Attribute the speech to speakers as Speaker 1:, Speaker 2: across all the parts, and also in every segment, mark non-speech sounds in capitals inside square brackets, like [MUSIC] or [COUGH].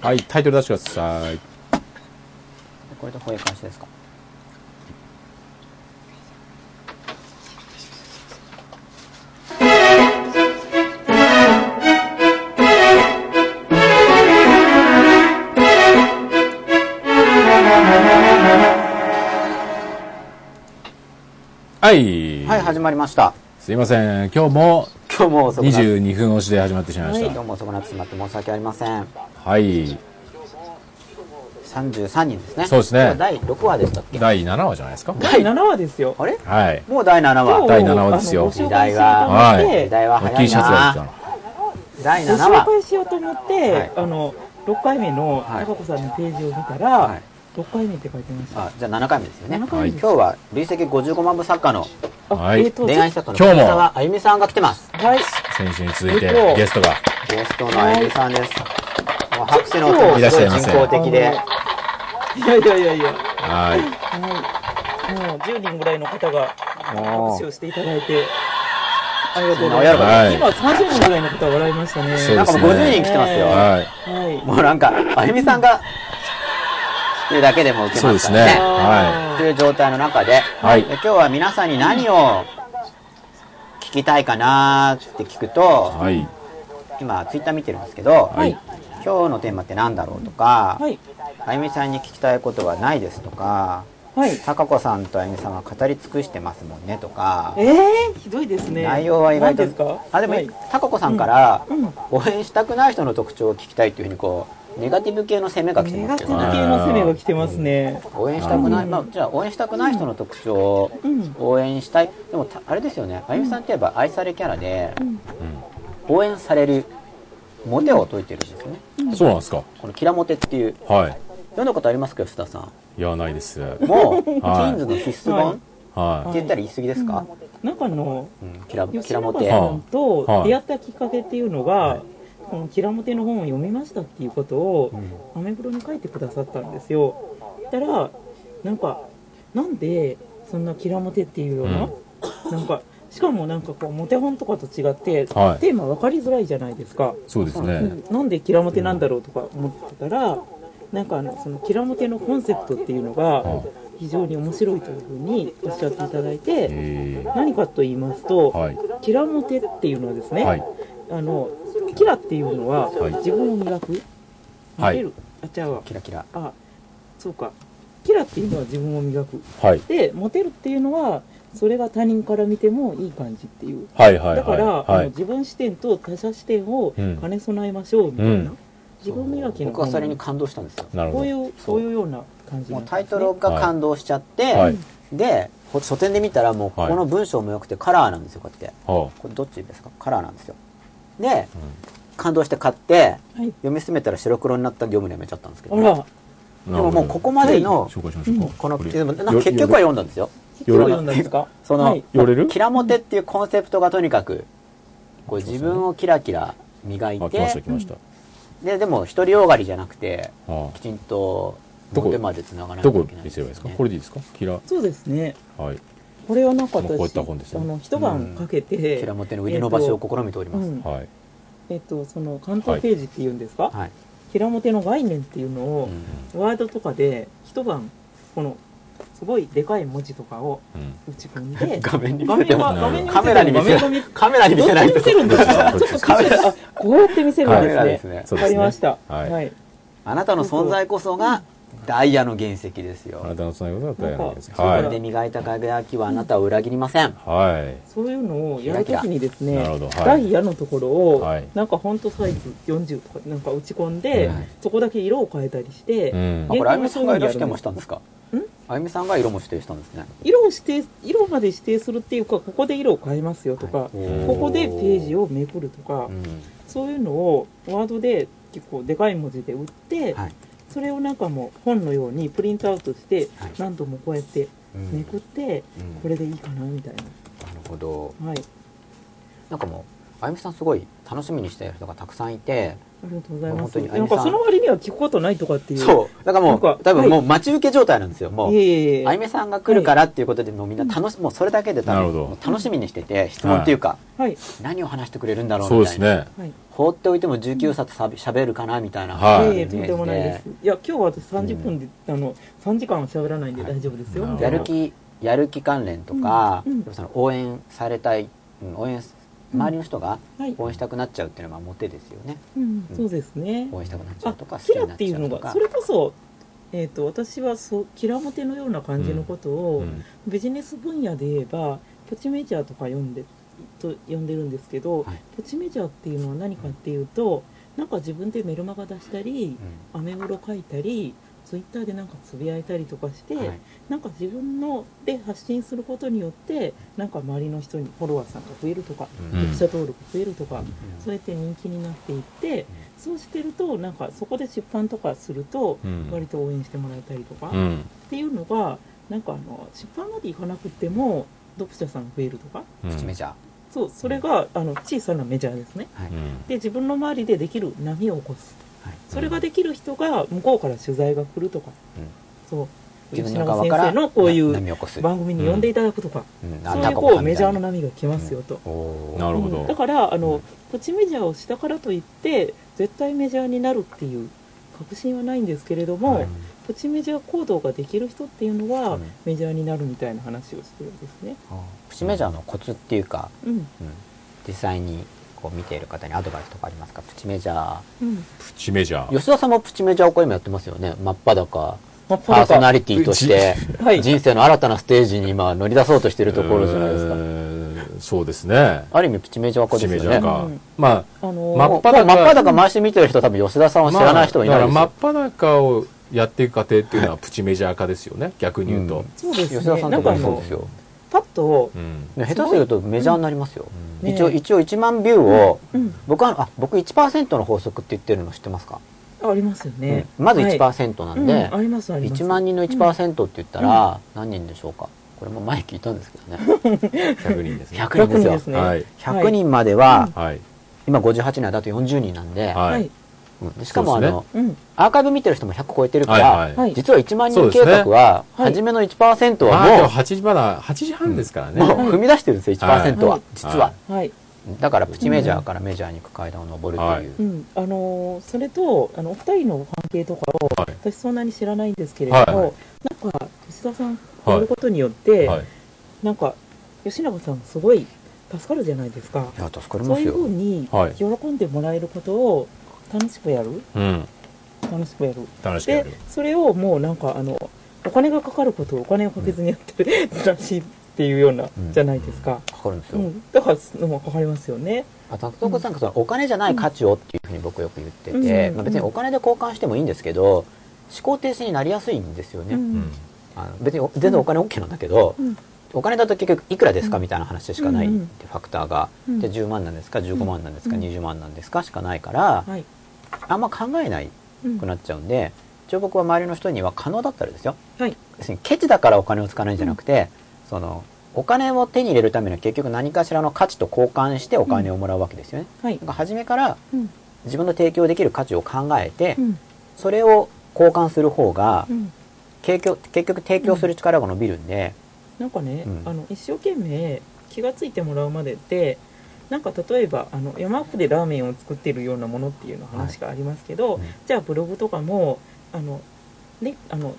Speaker 1: はい、タイトル出してください。
Speaker 2: これとこういう感じですか
Speaker 1: はい。
Speaker 2: はい始まりました
Speaker 1: すいません。今日も
Speaker 2: 今日も遅くなって
Speaker 1: 22分押しで始まってしまいま
Speaker 2: はい
Speaker 1: し
Speaker 2: ど
Speaker 1: た
Speaker 2: う。も遅くなってしまって申し訳ありません
Speaker 1: はい。
Speaker 2: 33人ですね
Speaker 1: そうですね
Speaker 2: これ第6話でしたっけ
Speaker 1: 第7話じゃないですか。
Speaker 3: 第7話ですよ。
Speaker 2: あれ
Speaker 1: はい。
Speaker 2: もう第7
Speaker 3: 今日
Speaker 2: 話
Speaker 1: 第7話ですよ
Speaker 3: あのご紹介しようと思
Speaker 1: は
Speaker 3: っ
Speaker 1: い。
Speaker 2: 時代は早いな
Speaker 1: T シャツが出てた
Speaker 2: 第
Speaker 3: て、
Speaker 2: 7
Speaker 3: ご紹
Speaker 2: 話
Speaker 3: 介しようと思って、
Speaker 2: はい
Speaker 3: あの、6回目の
Speaker 2: はい
Speaker 3: 高子さんのページを見たら、
Speaker 2: はい
Speaker 3: 6回目って書いてました。
Speaker 2: あじゃあ7回目ですよね
Speaker 3: 7
Speaker 2: 今
Speaker 3: 回目
Speaker 2: 日は累積55万部作家の
Speaker 3: あ
Speaker 1: はい
Speaker 3: えーと
Speaker 2: 恋愛作家の
Speaker 1: 今日も
Speaker 2: 藤沢あゆみさんが来てます
Speaker 3: はい。
Speaker 1: の。先週に続いて
Speaker 3: えっと
Speaker 1: ゲストが。
Speaker 2: ゲストのあゆみさんですもう拍手の音も
Speaker 1: い
Speaker 2: す
Speaker 1: らっし
Speaker 2: ご
Speaker 1: ゃ
Speaker 2: い
Speaker 1: いませ
Speaker 2: 人工的で
Speaker 3: いやいやいやいや。
Speaker 1: はい。
Speaker 3: はい。もう10人ぐらいの方が
Speaker 2: も
Speaker 3: 拍手
Speaker 2: う
Speaker 3: をしていただいて、ありがとうございます。
Speaker 1: はい
Speaker 3: 今30人ぐらいの方が笑いましたね。
Speaker 1: そう
Speaker 2: なん
Speaker 1: です
Speaker 2: かも
Speaker 1: ね
Speaker 2: う50人来てますよ、
Speaker 1: はい。
Speaker 3: はい。
Speaker 2: もうなんかあゆみさんがっていうだけでも受け
Speaker 1: そう
Speaker 2: ま
Speaker 1: ですす
Speaker 2: か
Speaker 1: ね。
Speaker 2: らね
Speaker 1: は
Speaker 2: という状態の中で、
Speaker 1: はい
Speaker 2: で今日は皆さんに何を聞きたいかなーって聞くと
Speaker 1: い。、はい。
Speaker 2: 今ツイッター見てるんですけど、
Speaker 1: はい
Speaker 2: 今日のテーマって何だろうとか、
Speaker 3: はい。
Speaker 2: あゆみさんに聞きたいことはないですとか、
Speaker 3: はい。
Speaker 2: たかこさんとあゆみさんは語り尽くしてますもんねとか、
Speaker 3: えー、ひどいですね。
Speaker 2: 内容は意外と
Speaker 3: 何ですか
Speaker 2: あでも、
Speaker 3: はい
Speaker 2: たかこさんから、
Speaker 3: うん。
Speaker 2: 応援したくない人の特徴を聞きたいっていうふうにこうネガティブ系の攻めが来て
Speaker 3: ネ
Speaker 2: ま
Speaker 3: ガ
Speaker 2: す
Speaker 3: テ
Speaker 2: け
Speaker 3: ィ
Speaker 2: ど
Speaker 3: ブ
Speaker 1: ね
Speaker 2: ね。
Speaker 3: 系の攻めが来てますね。
Speaker 2: 応援したくない、
Speaker 3: うん
Speaker 2: まあ、じゃあ応援したくない人の特徴を
Speaker 3: うん
Speaker 2: 応援したいでもたあれですよねあゆみさんといえば愛されキャラで
Speaker 3: ん
Speaker 2: 応援されるモテを解いてるんですよね
Speaker 1: うん。そうなんですか。
Speaker 2: このキラモテっていう
Speaker 1: はい。
Speaker 2: 読んだことありますか吉田さ
Speaker 1: いや、ないです。は
Speaker 2: んもうティ
Speaker 1: はい
Speaker 2: ーンズの必須本
Speaker 3: はい
Speaker 2: って
Speaker 1: い。
Speaker 2: 言ったら言い過ぎですか、
Speaker 3: 中の
Speaker 2: うん、キラキ
Speaker 3: 吉
Speaker 2: ラモ
Speaker 3: 永
Speaker 2: テ
Speaker 3: さん
Speaker 1: は
Speaker 3: と
Speaker 1: い
Speaker 3: 出会ったきっかけっていうのが、この「キラモテ」の本を読みましたっていうことをアメブロに書いてくださったんですよ。だからなんかなんでそんな「キラモテ」っていうような,、なんかしかもなんかこうモテ本とかと違って、
Speaker 1: はい
Speaker 3: テーマ分かりづらいじゃないですか。
Speaker 1: そうですね。
Speaker 3: なんでキラモテなんだろうとか思ってたら、なんかあのそのキラモテのコンセプトっていうのが
Speaker 1: はい
Speaker 3: 非常に面白いというふうにおっしゃっていただいて、
Speaker 1: え
Speaker 3: 何かと言いますと、
Speaker 1: ー。はい。
Speaker 3: キラモテっていうのはですね、
Speaker 1: はい。
Speaker 3: あのキラっていうのは、
Speaker 1: はい
Speaker 3: 自分を磨く、
Speaker 1: は
Speaker 3: はいい、るあちゃうわ
Speaker 2: キラキラ
Speaker 3: あそうかキラっていうのは自分を磨く
Speaker 1: はい。
Speaker 3: でモテるっていうのはそれが他人から見てもいい感じっていう
Speaker 1: はい。はい。
Speaker 3: だから、あ
Speaker 1: は
Speaker 3: の
Speaker 1: い。
Speaker 3: 自分視点と他者視点を
Speaker 1: うん
Speaker 3: 兼ね備えましょうみたいな、
Speaker 1: うん
Speaker 3: 自分磨きの
Speaker 2: 僕はそれに感動したんですよ
Speaker 1: なる
Speaker 3: こ
Speaker 1: ほ
Speaker 3: うい
Speaker 1: ど。
Speaker 3: うそういうような感じ
Speaker 2: も
Speaker 3: な
Speaker 2: うん
Speaker 3: ですね
Speaker 2: タイトルが感動しちゃって、
Speaker 1: はい。
Speaker 2: でほ書店で見たらもうこ
Speaker 1: はい
Speaker 2: この文章も良くてカラーなんですよこうやって
Speaker 1: は
Speaker 2: これどっちですかカラーなんですよで感動して買って
Speaker 3: はい
Speaker 2: 読み進めたら白黒になったんで読むのやめちゃったんですけど
Speaker 3: あら
Speaker 1: あ。
Speaker 2: でももうここまでの
Speaker 1: 紹介しましょうか。
Speaker 2: この
Speaker 1: これ
Speaker 2: でもなんか結局は読んだんですよ
Speaker 3: 結構読んだんですか
Speaker 2: その、
Speaker 3: はい
Speaker 1: 寄れる
Speaker 2: キラモテっていうコンセプトがとにかくこう自分をキラキラ磨い
Speaker 1: あ、来ましてた、来ました。
Speaker 2: ででも独りよがりじゃなくて
Speaker 1: あ
Speaker 2: きちんと
Speaker 1: どこ
Speaker 2: 表までつなが
Speaker 1: あ
Speaker 2: ら
Speaker 1: ど
Speaker 2: なきゃい
Speaker 1: こ
Speaker 2: けな
Speaker 1: 見
Speaker 2: いで
Speaker 1: せ
Speaker 2: す
Speaker 1: れ
Speaker 2: よ
Speaker 1: ばいい
Speaker 2: ね
Speaker 1: ですかこれでいいですかキラ。
Speaker 3: そうですね
Speaker 1: はい。
Speaker 3: これはなんか私、
Speaker 1: もうこういった本です
Speaker 3: あ
Speaker 1: ね
Speaker 3: の一晩かけて、
Speaker 2: キラモテの売りの場所を試みており
Speaker 3: う
Speaker 2: ます、
Speaker 3: ん
Speaker 1: はい。
Speaker 3: えっと、その関東ページっていうんですか、
Speaker 2: はい、
Speaker 3: キラモテの概念っていうの
Speaker 2: う
Speaker 3: を、
Speaker 2: ん
Speaker 3: ワードとかで一晩このすごいでかい文字とかを
Speaker 1: うん。
Speaker 3: 打ち込ん
Speaker 2: [LAUGHS]
Speaker 3: で
Speaker 2: 画面に見
Speaker 3: 画
Speaker 2: せ
Speaker 3: 面
Speaker 2: て
Speaker 3: は
Speaker 2: も
Speaker 3: 画面に
Speaker 2: カメラに見せ
Speaker 3: 画面
Speaker 2: る
Speaker 3: に
Speaker 2: カメラに見
Speaker 3: どっ
Speaker 2: せ
Speaker 3: ち
Speaker 2: ない
Speaker 3: に
Speaker 2: と
Speaker 3: 見せるんですかちょっと見せるあこうやって見せるん
Speaker 2: カ
Speaker 3: で
Speaker 2: メ
Speaker 3: す
Speaker 2: ラで
Speaker 3: ね
Speaker 2: すね
Speaker 1: そうです
Speaker 3: わか
Speaker 1: ね。
Speaker 3: りました
Speaker 1: はい
Speaker 3: はい
Speaker 2: あなたの存在こそがダイヤの原石ですよ。
Speaker 1: あなたのつながりだったらやらないです。
Speaker 2: そ
Speaker 1: は
Speaker 2: れで
Speaker 1: い。
Speaker 2: 磨いた輝きはあなたを裏切りません。
Speaker 1: はい。
Speaker 3: そういうのをやるときにですね
Speaker 1: なるほどはい
Speaker 3: ダイヤのところを
Speaker 1: はい
Speaker 3: なんかフォントサイズ40とかなんか打ち込んで
Speaker 1: はい
Speaker 3: そこだけ色を変えたりして
Speaker 1: うん
Speaker 2: あ、
Speaker 3: え
Speaker 2: これ、あゆみさんが色指定もしたんですか
Speaker 3: ん
Speaker 2: あゆみさんが色も指定したんですね。
Speaker 3: 色を指定色まで指定するっていうかここで色を変えますよと
Speaker 2: こ
Speaker 3: かここでページ
Speaker 2: を。
Speaker 3: をめくるとか
Speaker 2: うん
Speaker 3: そういうのをワードで結構でかい文字で打って、
Speaker 2: はい
Speaker 3: それをなんかもう本のようにプリントアウトして
Speaker 2: はい
Speaker 3: 何度もこうやって
Speaker 2: うん
Speaker 3: めくって
Speaker 2: うん
Speaker 3: これでいいかなみたい
Speaker 2: なるほど。
Speaker 3: な、はい、
Speaker 2: なんかもう、あゆみさんすごい楽しみにしてる人がたくさんいて、
Speaker 3: ありがとうございま
Speaker 2: 本
Speaker 3: す。
Speaker 2: 当に
Speaker 3: なんかその割には聞くことないとかっていう。
Speaker 2: そう。だからも
Speaker 3: なんか
Speaker 2: う、多
Speaker 3: は
Speaker 2: 分
Speaker 3: い
Speaker 2: もう待ち受け状態なんですよ。もう
Speaker 3: い、えいえいえ。
Speaker 2: あゆみさんが来るからっていうことで、もうみんな楽し、もうそれだけで多
Speaker 1: なる
Speaker 2: 分
Speaker 1: ほど
Speaker 2: もう楽しみにしてて、質問っていうか、
Speaker 3: はい。
Speaker 2: 何を話してくれるんだろう
Speaker 1: そう
Speaker 2: み
Speaker 1: で
Speaker 2: た
Speaker 1: す
Speaker 2: いな。
Speaker 1: ね。
Speaker 3: はい。
Speaker 2: 放っておいても19冊さしゃべるかなみたいな。
Speaker 1: はい
Speaker 3: ええとんでもないです。いや、今日は私30分で、あの、3時間は喋らないんで大丈夫ですよ。
Speaker 1: はい
Speaker 3: みた
Speaker 2: や
Speaker 3: いな
Speaker 2: る気、やる気関連とか、
Speaker 3: うんうん
Speaker 2: でもその応援されたい、うん応援、周りの人が
Speaker 3: はい。
Speaker 2: 応援したくなっちゃうっていうのはまあモテですよね。
Speaker 3: うん、そうですね。
Speaker 2: 応援したくなっちゃ
Speaker 3: あ
Speaker 2: うとか、、好
Speaker 3: キ
Speaker 2: き
Speaker 3: ラ
Speaker 2: にな
Speaker 3: っ
Speaker 2: って
Speaker 3: い
Speaker 2: ちゃ
Speaker 3: う
Speaker 2: う
Speaker 3: の
Speaker 2: と
Speaker 3: が、
Speaker 2: か
Speaker 3: そ。れこそ、えっ、と、私はそう、キラモテのような感じのことを、
Speaker 1: うん
Speaker 3: ビジネス分野で言えば、ポチメジャーとか読んで、と呼んでるんですけど、
Speaker 2: はい
Speaker 3: ポチメジャーっていうのは何かっていうと、なんか自分でメルマガ出したり、アメブロ書いたり、ツイッターでなんかつぶやいたりとかして、
Speaker 2: うんはい
Speaker 3: なんか自分ので発信することによって、なんか周りの人にフォロワーさんが増えるとか、
Speaker 1: うん
Speaker 3: 読者登録増えるとか、
Speaker 2: うん
Speaker 3: そうやって人気になっていって、そうしてると、なんかそこで出版とかすると、
Speaker 1: うん
Speaker 3: 割と応援してもらえたりとか、
Speaker 1: う
Speaker 3: っ
Speaker 1: ん。
Speaker 3: ていうのが、なんかあの、出版まで行かなくても、読者さん増えるとか、
Speaker 1: うん
Speaker 2: プチメジャー。
Speaker 3: そう、それが、あの、小さなメジャーですね。
Speaker 2: はい
Speaker 1: うん
Speaker 3: で、自分の周りでできる波を起こす。
Speaker 2: はい
Speaker 3: それができる人が、向こうから取材が来るとか、
Speaker 2: うん
Speaker 3: そう、
Speaker 2: 自分
Speaker 3: 吉
Speaker 2: の
Speaker 3: 永
Speaker 2: 側
Speaker 3: 先
Speaker 2: から
Speaker 3: 生のこうい
Speaker 2: な
Speaker 3: う
Speaker 2: 波を起こす。
Speaker 3: 番組に呼んでいただくとか、
Speaker 2: うん
Speaker 3: そういうこう、メジャーの。波が来ますよと。
Speaker 2: お
Speaker 1: なるほ
Speaker 3: うんだ
Speaker 1: ど。
Speaker 3: からあの、
Speaker 1: うん
Speaker 3: ポチメジャーをしたからといって絶対メジャーになるっていう確信はないんですけれども、
Speaker 1: はい
Speaker 3: ポチメジャー行動ができる人っていうのは、
Speaker 2: うん
Speaker 3: メジャーになるみたいな話をしてるんですね。
Speaker 2: プチメジャーのコツっていうか、
Speaker 3: うん
Speaker 2: 実際にこう見ている方にアドバイスとかありますかプチメジャ
Speaker 3: うん、
Speaker 1: プチメジャ
Speaker 2: ー。
Speaker 1: ー。
Speaker 2: 吉田さんもプチメジャーをこう今やってますよね。真っ裸。
Speaker 3: まあ
Speaker 2: パーソナリティとして
Speaker 3: はい、
Speaker 2: 人生の新たなステージに今乗り出そうとしてるところじゃないです
Speaker 1: え
Speaker 2: か。
Speaker 1: ーそうですね。
Speaker 2: ある意味プチメジャー
Speaker 1: プ
Speaker 2: 化で
Speaker 1: チ
Speaker 2: す
Speaker 1: メジャー
Speaker 2: よね。
Speaker 1: か。
Speaker 3: うん
Speaker 1: ま
Speaker 3: あ
Speaker 1: あ、
Speaker 3: の
Speaker 1: 真っ
Speaker 2: もう
Speaker 1: 裸。
Speaker 2: 真っ裸回して見てる人は多分吉田さんを知らない人はいないですよ。
Speaker 1: まあだから真っ裸をやっていく過程っていうのはプチメジャー化ですよね、逆に言うと、
Speaker 3: そうです
Speaker 2: 吉田
Speaker 3: ね
Speaker 2: さん
Speaker 3: な
Speaker 2: と
Speaker 3: んか
Speaker 2: か
Speaker 3: あ
Speaker 2: もそう
Speaker 3: の
Speaker 2: ですよ。
Speaker 3: パッと、
Speaker 1: うん
Speaker 2: 下手するとメジャーになりますよ。
Speaker 3: うん
Speaker 2: 一応、
Speaker 3: ねえ
Speaker 2: 一応1万ビューを、
Speaker 3: うん、
Speaker 2: 僕は、あ、僕1%の法則って言ってるの知ってますか、
Speaker 3: ありますよね、
Speaker 2: うんまず
Speaker 3: はい
Speaker 2: 1%なんで、
Speaker 3: うん、ありますあります
Speaker 2: 1万人の1%って言ったら何人でしょうか、これも前聞いたんですけどね
Speaker 1: 100人ですね
Speaker 2: 100人ですよ
Speaker 3: 100人ね
Speaker 1: はい
Speaker 2: 100人まで
Speaker 3: う
Speaker 2: は
Speaker 3: ん、
Speaker 1: はい
Speaker 2: 今58人はだと40人なん
Speaker 1: は
Speaker 2: で、
Speaker 1: い、
Speaker 3: はい、
Speaker 2: うんでしかも
Speaker 1: そ
Speaker 2: あ
Speaker 1: うですね
Speaker 2: の、
Speaker 3: うん、
Speaker 2: アーカイブ見てる人も100超えてるから、
Speaker 1: はい
Speaker 3: は
Speaker 1: はいい
Speaker 2: 実は1万人計画は、
Speaker 3: そうですねはい
Speaker 2: 初めの1%
Speaker 1: まあでも
Speaker 2: は
Speaker 1: 8時まだ8時半ですからね、
Speaker 2: もう,、
Speaker 1: は
Speaker 2: もう踏み出してるんですよ1%は、
Speaker 3: はい
Speaker 2: 実は、
Speaker 3: はい、
Speaker 2: だからプチメジャーからメジャーに行く階段を上るという、
Speaker 3: うん、あのーそれとあのお二人の関係とかを、
Speaker 1: はい
Speaker 3: 私そんなに知らないんですけれども、
Speaker 1: はい
Speaker 3: なんか吉田さん
Speaker 1: はい
Speaker 3: やることによって、
Speaker 1: い
Speaker 3: なんか吉永さんすごい助かるじゃないですか
Speaker 2: いや助かりま
Speaker 3: そう
Speaker 2: す
Speaker 3: いう
Speaker 2: よ
Speaker 3: ふうに
Speaker 1: はい
Speaker 3: 喜んでもらえることを楽しくやる
Speaker 1: うん
Speaker 3: 楽しくやる
Speaker 1: 楽しくや
Speaker 3: で
Speaker 1: る
Speaker 3: それをもうなんかあのお金がかかることをお金をかけずにやってるらしいっていうような
Speaker 2: うん
Speaker 3: じゃないですか、
Speaker 2: かかるんです
Speaker 3: う
Speaker 2: よ、
Speaker 3: んだからもうかかりますよね
Speaker 2: あと徳さんがそのお金じゃない価値をっていうふうに僕よく言ってて、
Speaker 3: うん
Speaker 2: まあ、別にお金で交換してもいいんですけど思考停止になりやすいんですよね、
Speaker 3: うん
Speaker 1: うん
Speaker 2: あの別にお全然お金 OK なんだけど、
Speaker 3: うん
Speaker 2: お金だと結局いくらですかみたいな話しかないっ
Speaker 3: うん
Speaker 2: て
Speaker 3: うん
Speaker 2: ファクターが、
Speaker 3: うん
Speaker 2: で10万なんですか15万なんですか、
Speaker 3: うん
Speaker 2: 20万なんですかしかないから、
Speaker 3: はい、
Speaker 2: あんま考えない
Speaker 3: うん
Speaker 2: くなっちゃうんで一応僕は周りの人には可能だったらですよ
Speaker 3: はい
Speaker 2: 別にケチだからお金を使わないんじゃなくて、そのお金を手に入れるための結局何かしらの価値と交換してお金をもらうわけですよね、
Speaker 3: はい
Speaker 2: だから初めから
Speaker 3: うん
Speaker 2: 自分の提供できる価値を考えて、
Speaker 3: うん
Speaker 2: それを交換する方が
Speaker 3: うん
Speaker 2: 結局結局提供する力が伸びるんで、
Speaker 3: なんかね、
Speaker 2: うん
Speaker 3: あの一生懸命気がついてもらうまでってなんか例えばあの山奥でラーメンを作ってるようなものっていうの話がありますけど、
Speaker 2: うん
Speaker 3: じゃあブログとかもあのねあの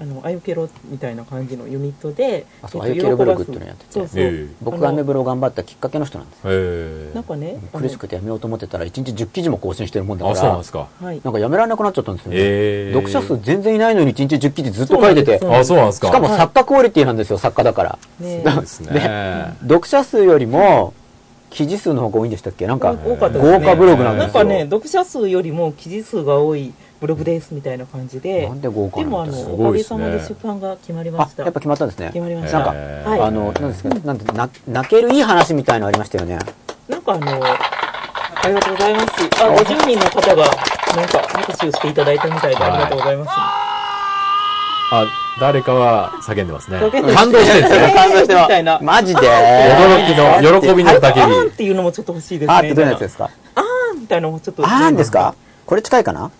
Speaker 3: あのあゆけろみたいな感じのユニットで
Speaker 2: あそう
Speaker 3: えと
Speaker 2: あゆけろブログ
Speaker 3: 喜
Speaker 2: ってい
Speaker 3: ばす
Speaker 2: うのやってて
Speaker 3: そうそう、
Speaker 1: ええ
Speaker 2: 僕がアメブロを頑張ったきっかけの人なんですよ
Speaker 1: え
Speaker 3: なんかねあの
Speaker 2: 苦しくてやめようと思ってたら1日10記事も更新してるもんだか
Speaker 1: あそうなん
Speaker 2: ら
Speaker 1: ですか
Speaker 3: はい
Speaker 2: なんかやめられなくなっちゃったんですよね、
Speaker 1: ええ
Speaker 2: 読者数全然いないのに1日10記事ずっと書いてて
Speaker 3: そ
Speaker 2: し
Speaker 3: うなんで
Speaker 1: あ
Speaker 3: す
Speaker 1: そうなんですか
Speaker 2: かも作家クオリティなんですよ作家だから [LAUGHS]
Speaker 3: ね
Speaker 1: そうですね
Speaker 2: 読者数よりも記事数の方が多いんでしたっけなんか
Speaker 3: 多かったですね
Speaker 2: 豪華ブログなんですよ
Speaker 3: なんかね読者数よりも記事数が多いブログですみたいな感じで
Speaker 2: なんで豪華
Speaker 3: で
Speaker 2: なん
Speaker 3: も
Speaker 2: だ
Speaker 3: あ
Speaker 1: す
Speaker 3: のおか
Speaker 1: ごい
Speaker 3: げ
Speaker 1: です
Speaker 3: さ
Speaker 1: ね
Speaker 3: まで出版が決まりま
Speaker 2: あ
Speaker 3: した
Speaker 2: やっぱ決まったんですね
Speaker 3: 決まりまし
Speaker 2: なん
Speaker 3: た
Speaker 2: か
Speaker 1: え
Speaker 3: はい
Speaker 1: ー
Speaker 2: あの、なんですか、なんてな泣けるいい話みたいのありましたよね。
Speaker 3: なんかあの、ありがとうございます。あ、50人の方が、なんか拍手をしていただいたみたいで
Speaker 1: はい
Speaker 3: ありがとうございます。
Speaker 1: あ誰かは叫んでますね
Speaker 3: 叫んでます
Speaker 1: 感動してるん
Speaker 2: [LAUGHS]
Speaker 1: ですね
Speaker 2: 感動して
Speaker 3: みたいな
Speaker 2: ま
Speaker 3: [LAUGHS]
Speaker 2: マジで。
Speaker 1: 驚きの喜びの
Speaker 3: あ
Speaker 1: 叫
Speaker 3: ーん
Speaker 1: び
Speaker 3: っていうのもちょっと欲しいですね。
Speaker 2: あーってどういうやつですすか
Speaker 3: たいなのもちょっと
Speaker 2: あーんですかこれ近いかな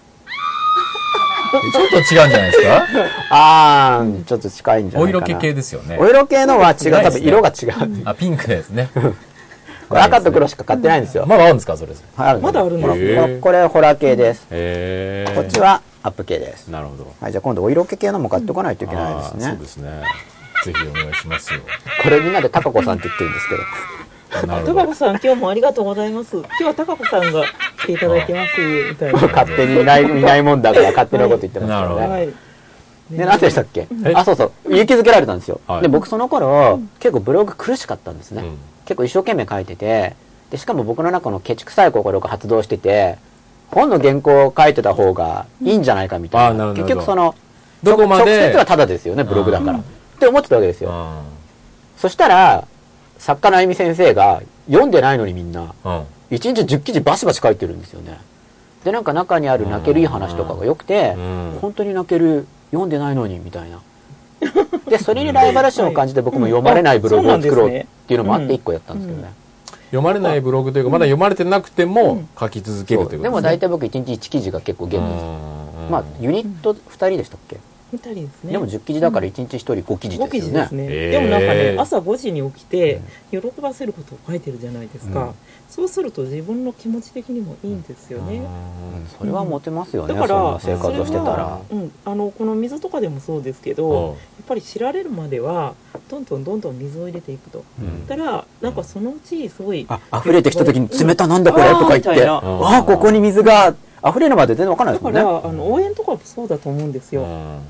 Speaker 4: ちょっと違うんじゃない
Speaker 3: [LAUGHS]
Speaker 4: ですか
Speaker 2: あーん、ちょっと近いんじゃ
Speaker 4: お
Speaker 2: ないかな。
Speaker 4: 色気系ですよね
Speaker 2: お。色系のは違う。
Speaker 4: ないで
Speaker 2: 多
Speaker 4: す
Speaker 2: 分
Speaker 4: ね
Speaker 2: 色が違う。
Speaker 4: あ、ピンクですね。
Speaker 2: これ赤と黒しか買ってないんですよ。
Speaker 4: まだあるんですか、それ。
Speaker 2: あるん
Speaker 3: まだあるんだ
Speaker 2: ほら
Speaker 1: へー
Speaker 2: これこれホラー系です。
Speaker 1: へえ
Speaker 2: こっちはアップ系です。
Speaker 1: なるほど
Speaker 2: はい、じゃあ今度お色気系のも買ってこないといけない
Speaker 1: あ
Speaker 2: です
Speaker 1: あ
Speaker 2: ね。
Speaker 1: そうですね
Speaker 4: ぜひお願いしますよ。
Speaker 2: これみんなで高子さんって言ってるんですけど。
Speaker 4: なる
Speaker 3: 高
Speaker 4: ほど
Speaker 3: 子。さん今日もありがとうございます今日は高子さんが来ていただいてますみたいな
Speaker 2: 勝手にいないいないもんだから勝手なこと言ってます
Speaker 4: なるほ
Speaker 2: か
Speaker 4: ど
Speaker 2: ら
Speaker 3: は
Speaker 2: ね。
Speaker 3: い
Speaker 2: で、何でしたっけ
Speaker 1: え
Speaker 2: あ、そうそう。勇気づけられたんですよ。
Speaker 1: はい
Speaker 2: で、僕その頃、結構ブログ苦しかったんですね。
Speaker 1: うん
Speaker 2: 結構一生懸命書いてて、で、しかも僕の中のケチくさい心が発動してて、本の原稿を書いてた方がいいんじゃないかみたい
Speaker 1: うんあ
Speaker 2: な。
Speaker 1: なるほど
Speaker 2: 結局その、
Speaker 1: どこまで
Speaker 2: 直接はただですよね、ブログだから。って思ってたわけですよ。
Speaker 4: あ
Speaker 2: そしたら、作家のあゆみ先生が、読んでないのにみんな、
Speaker 4: ーうん。
Speaker 2: 1日10記事バシバシ書いてるんですよね。で、なんか中にある泣けるいい話とかが良くて、
Speaker 1: うん
Speaker 2: 本当に泣ける、読んでないのに、みたいな。で、それにライバル心を感じて僕も読まれないブログを作ろうっていうのもあって1個やったんですけどね。
Speaker 1: 読まれないブログというかまだ読まれてなくても書き続けるということ
Speaker 2: でも大体僕1日1記事が結構限度です。まあ、ユニット2人でしたっけ、
Speaker 3: 見たりですね
Speaker 2: でも10記事だから1日1人5記事
Speaker 3: 5
Speaker 2: で
Speaker 3: 記
Speaker 2: すよ
Speaker 3: 事で
Speaker 2: ね
Speaker 3: す。ね、
Speaker 1: えー
Speaker 3: でもなんかね朝5時に起きて喜ばせることを書いてるじゃないですか、
Speaker 2: うん
Speaker 3: そうすると自分の気持ち的にもいいんですよね、
Speaker 2: うんそれはモテますよね、
Speaker 3: だから
Speaker 2: そんな生活
Speaker 3: それ
Speaker 2: をしてたら
Speaker 3: は。、うん、あのこの水とかでもそうですけど、やっぱり知られるまではどんどんどんどん水を入れていくと
Speaker 1: うん
Speaker 3: だからなんかそのうちすごい
Speaker 2: あ、溢れてきた時に冷たなんだこれ
Speaker 3: うん
Speaker 2: とか言っ
Speaker 3: あーみた
Speaker 2: て、
Speaker 3: いな
Speaker 2: ああ、ここに水が溢れるまで全然わかんない
Speaker 3: だ
Speaker 2: ですも
Speaker 3: か
Speaker 2: んね
Speaker 3: ら、。あの応援とかもそうだと思うんですよ、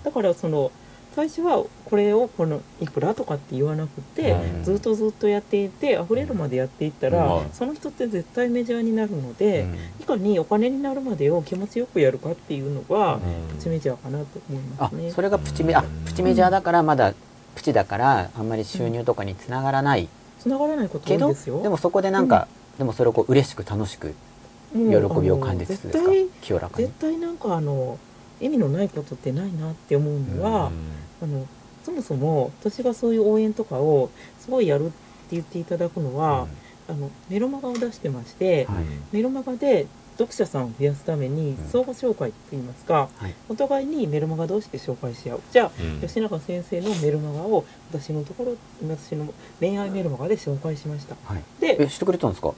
Speaker 3: だからその最初はこれをこのいくらとかって言わなくて、
Speaker 1: うん
Speaker 3: ずっとずっとやっていて溢れるまでやっていったら、
Speaker 1: うん
Speaker 3: その人って絶対メジャーになるので、
Speaker 2: うん
Speaker 3: いかにお金になるまでを気持ちよくやるかっていうのが、プチメジャーかなと思いま
Speaker 2: あ
Speaker 3: すね。
Speaker 2: それがプチメあプチメジャーだからまだプチだからあんまり収入とかにつながらない
Speaker 3: 繋がらないこと多
Speaker 2: け
Speaker 3: い
Speaker 2: ど、
Speaker 3: ですよ。
Speaker 2: でもそこでなんか、でもそれをこう嬉しく楽しく
Speaker 3: うん、
Speaker 2: 喜びを感じつつです
Speaker 3: あ
Speaker 2: か
Speaker 3: の絶
Speaker 2: 清らか
Speaker 3: 対
Speaker 2: に
Speaker 3: 絶対なんかあの意味のないことってないなって思うのは、あのそもそも私がそういう応援とかをすごいやるって言っていただくのは、あのメロマガを出してまして、
Speaker 2: はい
Speaker 3: メロマガで読者さんを増やすために
Speaker 2: うん
Speaker 3: 相互紹介っていいますか、
Speaker 2: はい
Speaker 3: お互いにメルマガ同士で紹介し合うじゃあ、吉永先生のメルマガを私のところ私の恋愛メルマガで紹介しました
Speaker 2: はい
Speaker 3: で
Speaker 2: えしてくれたんですか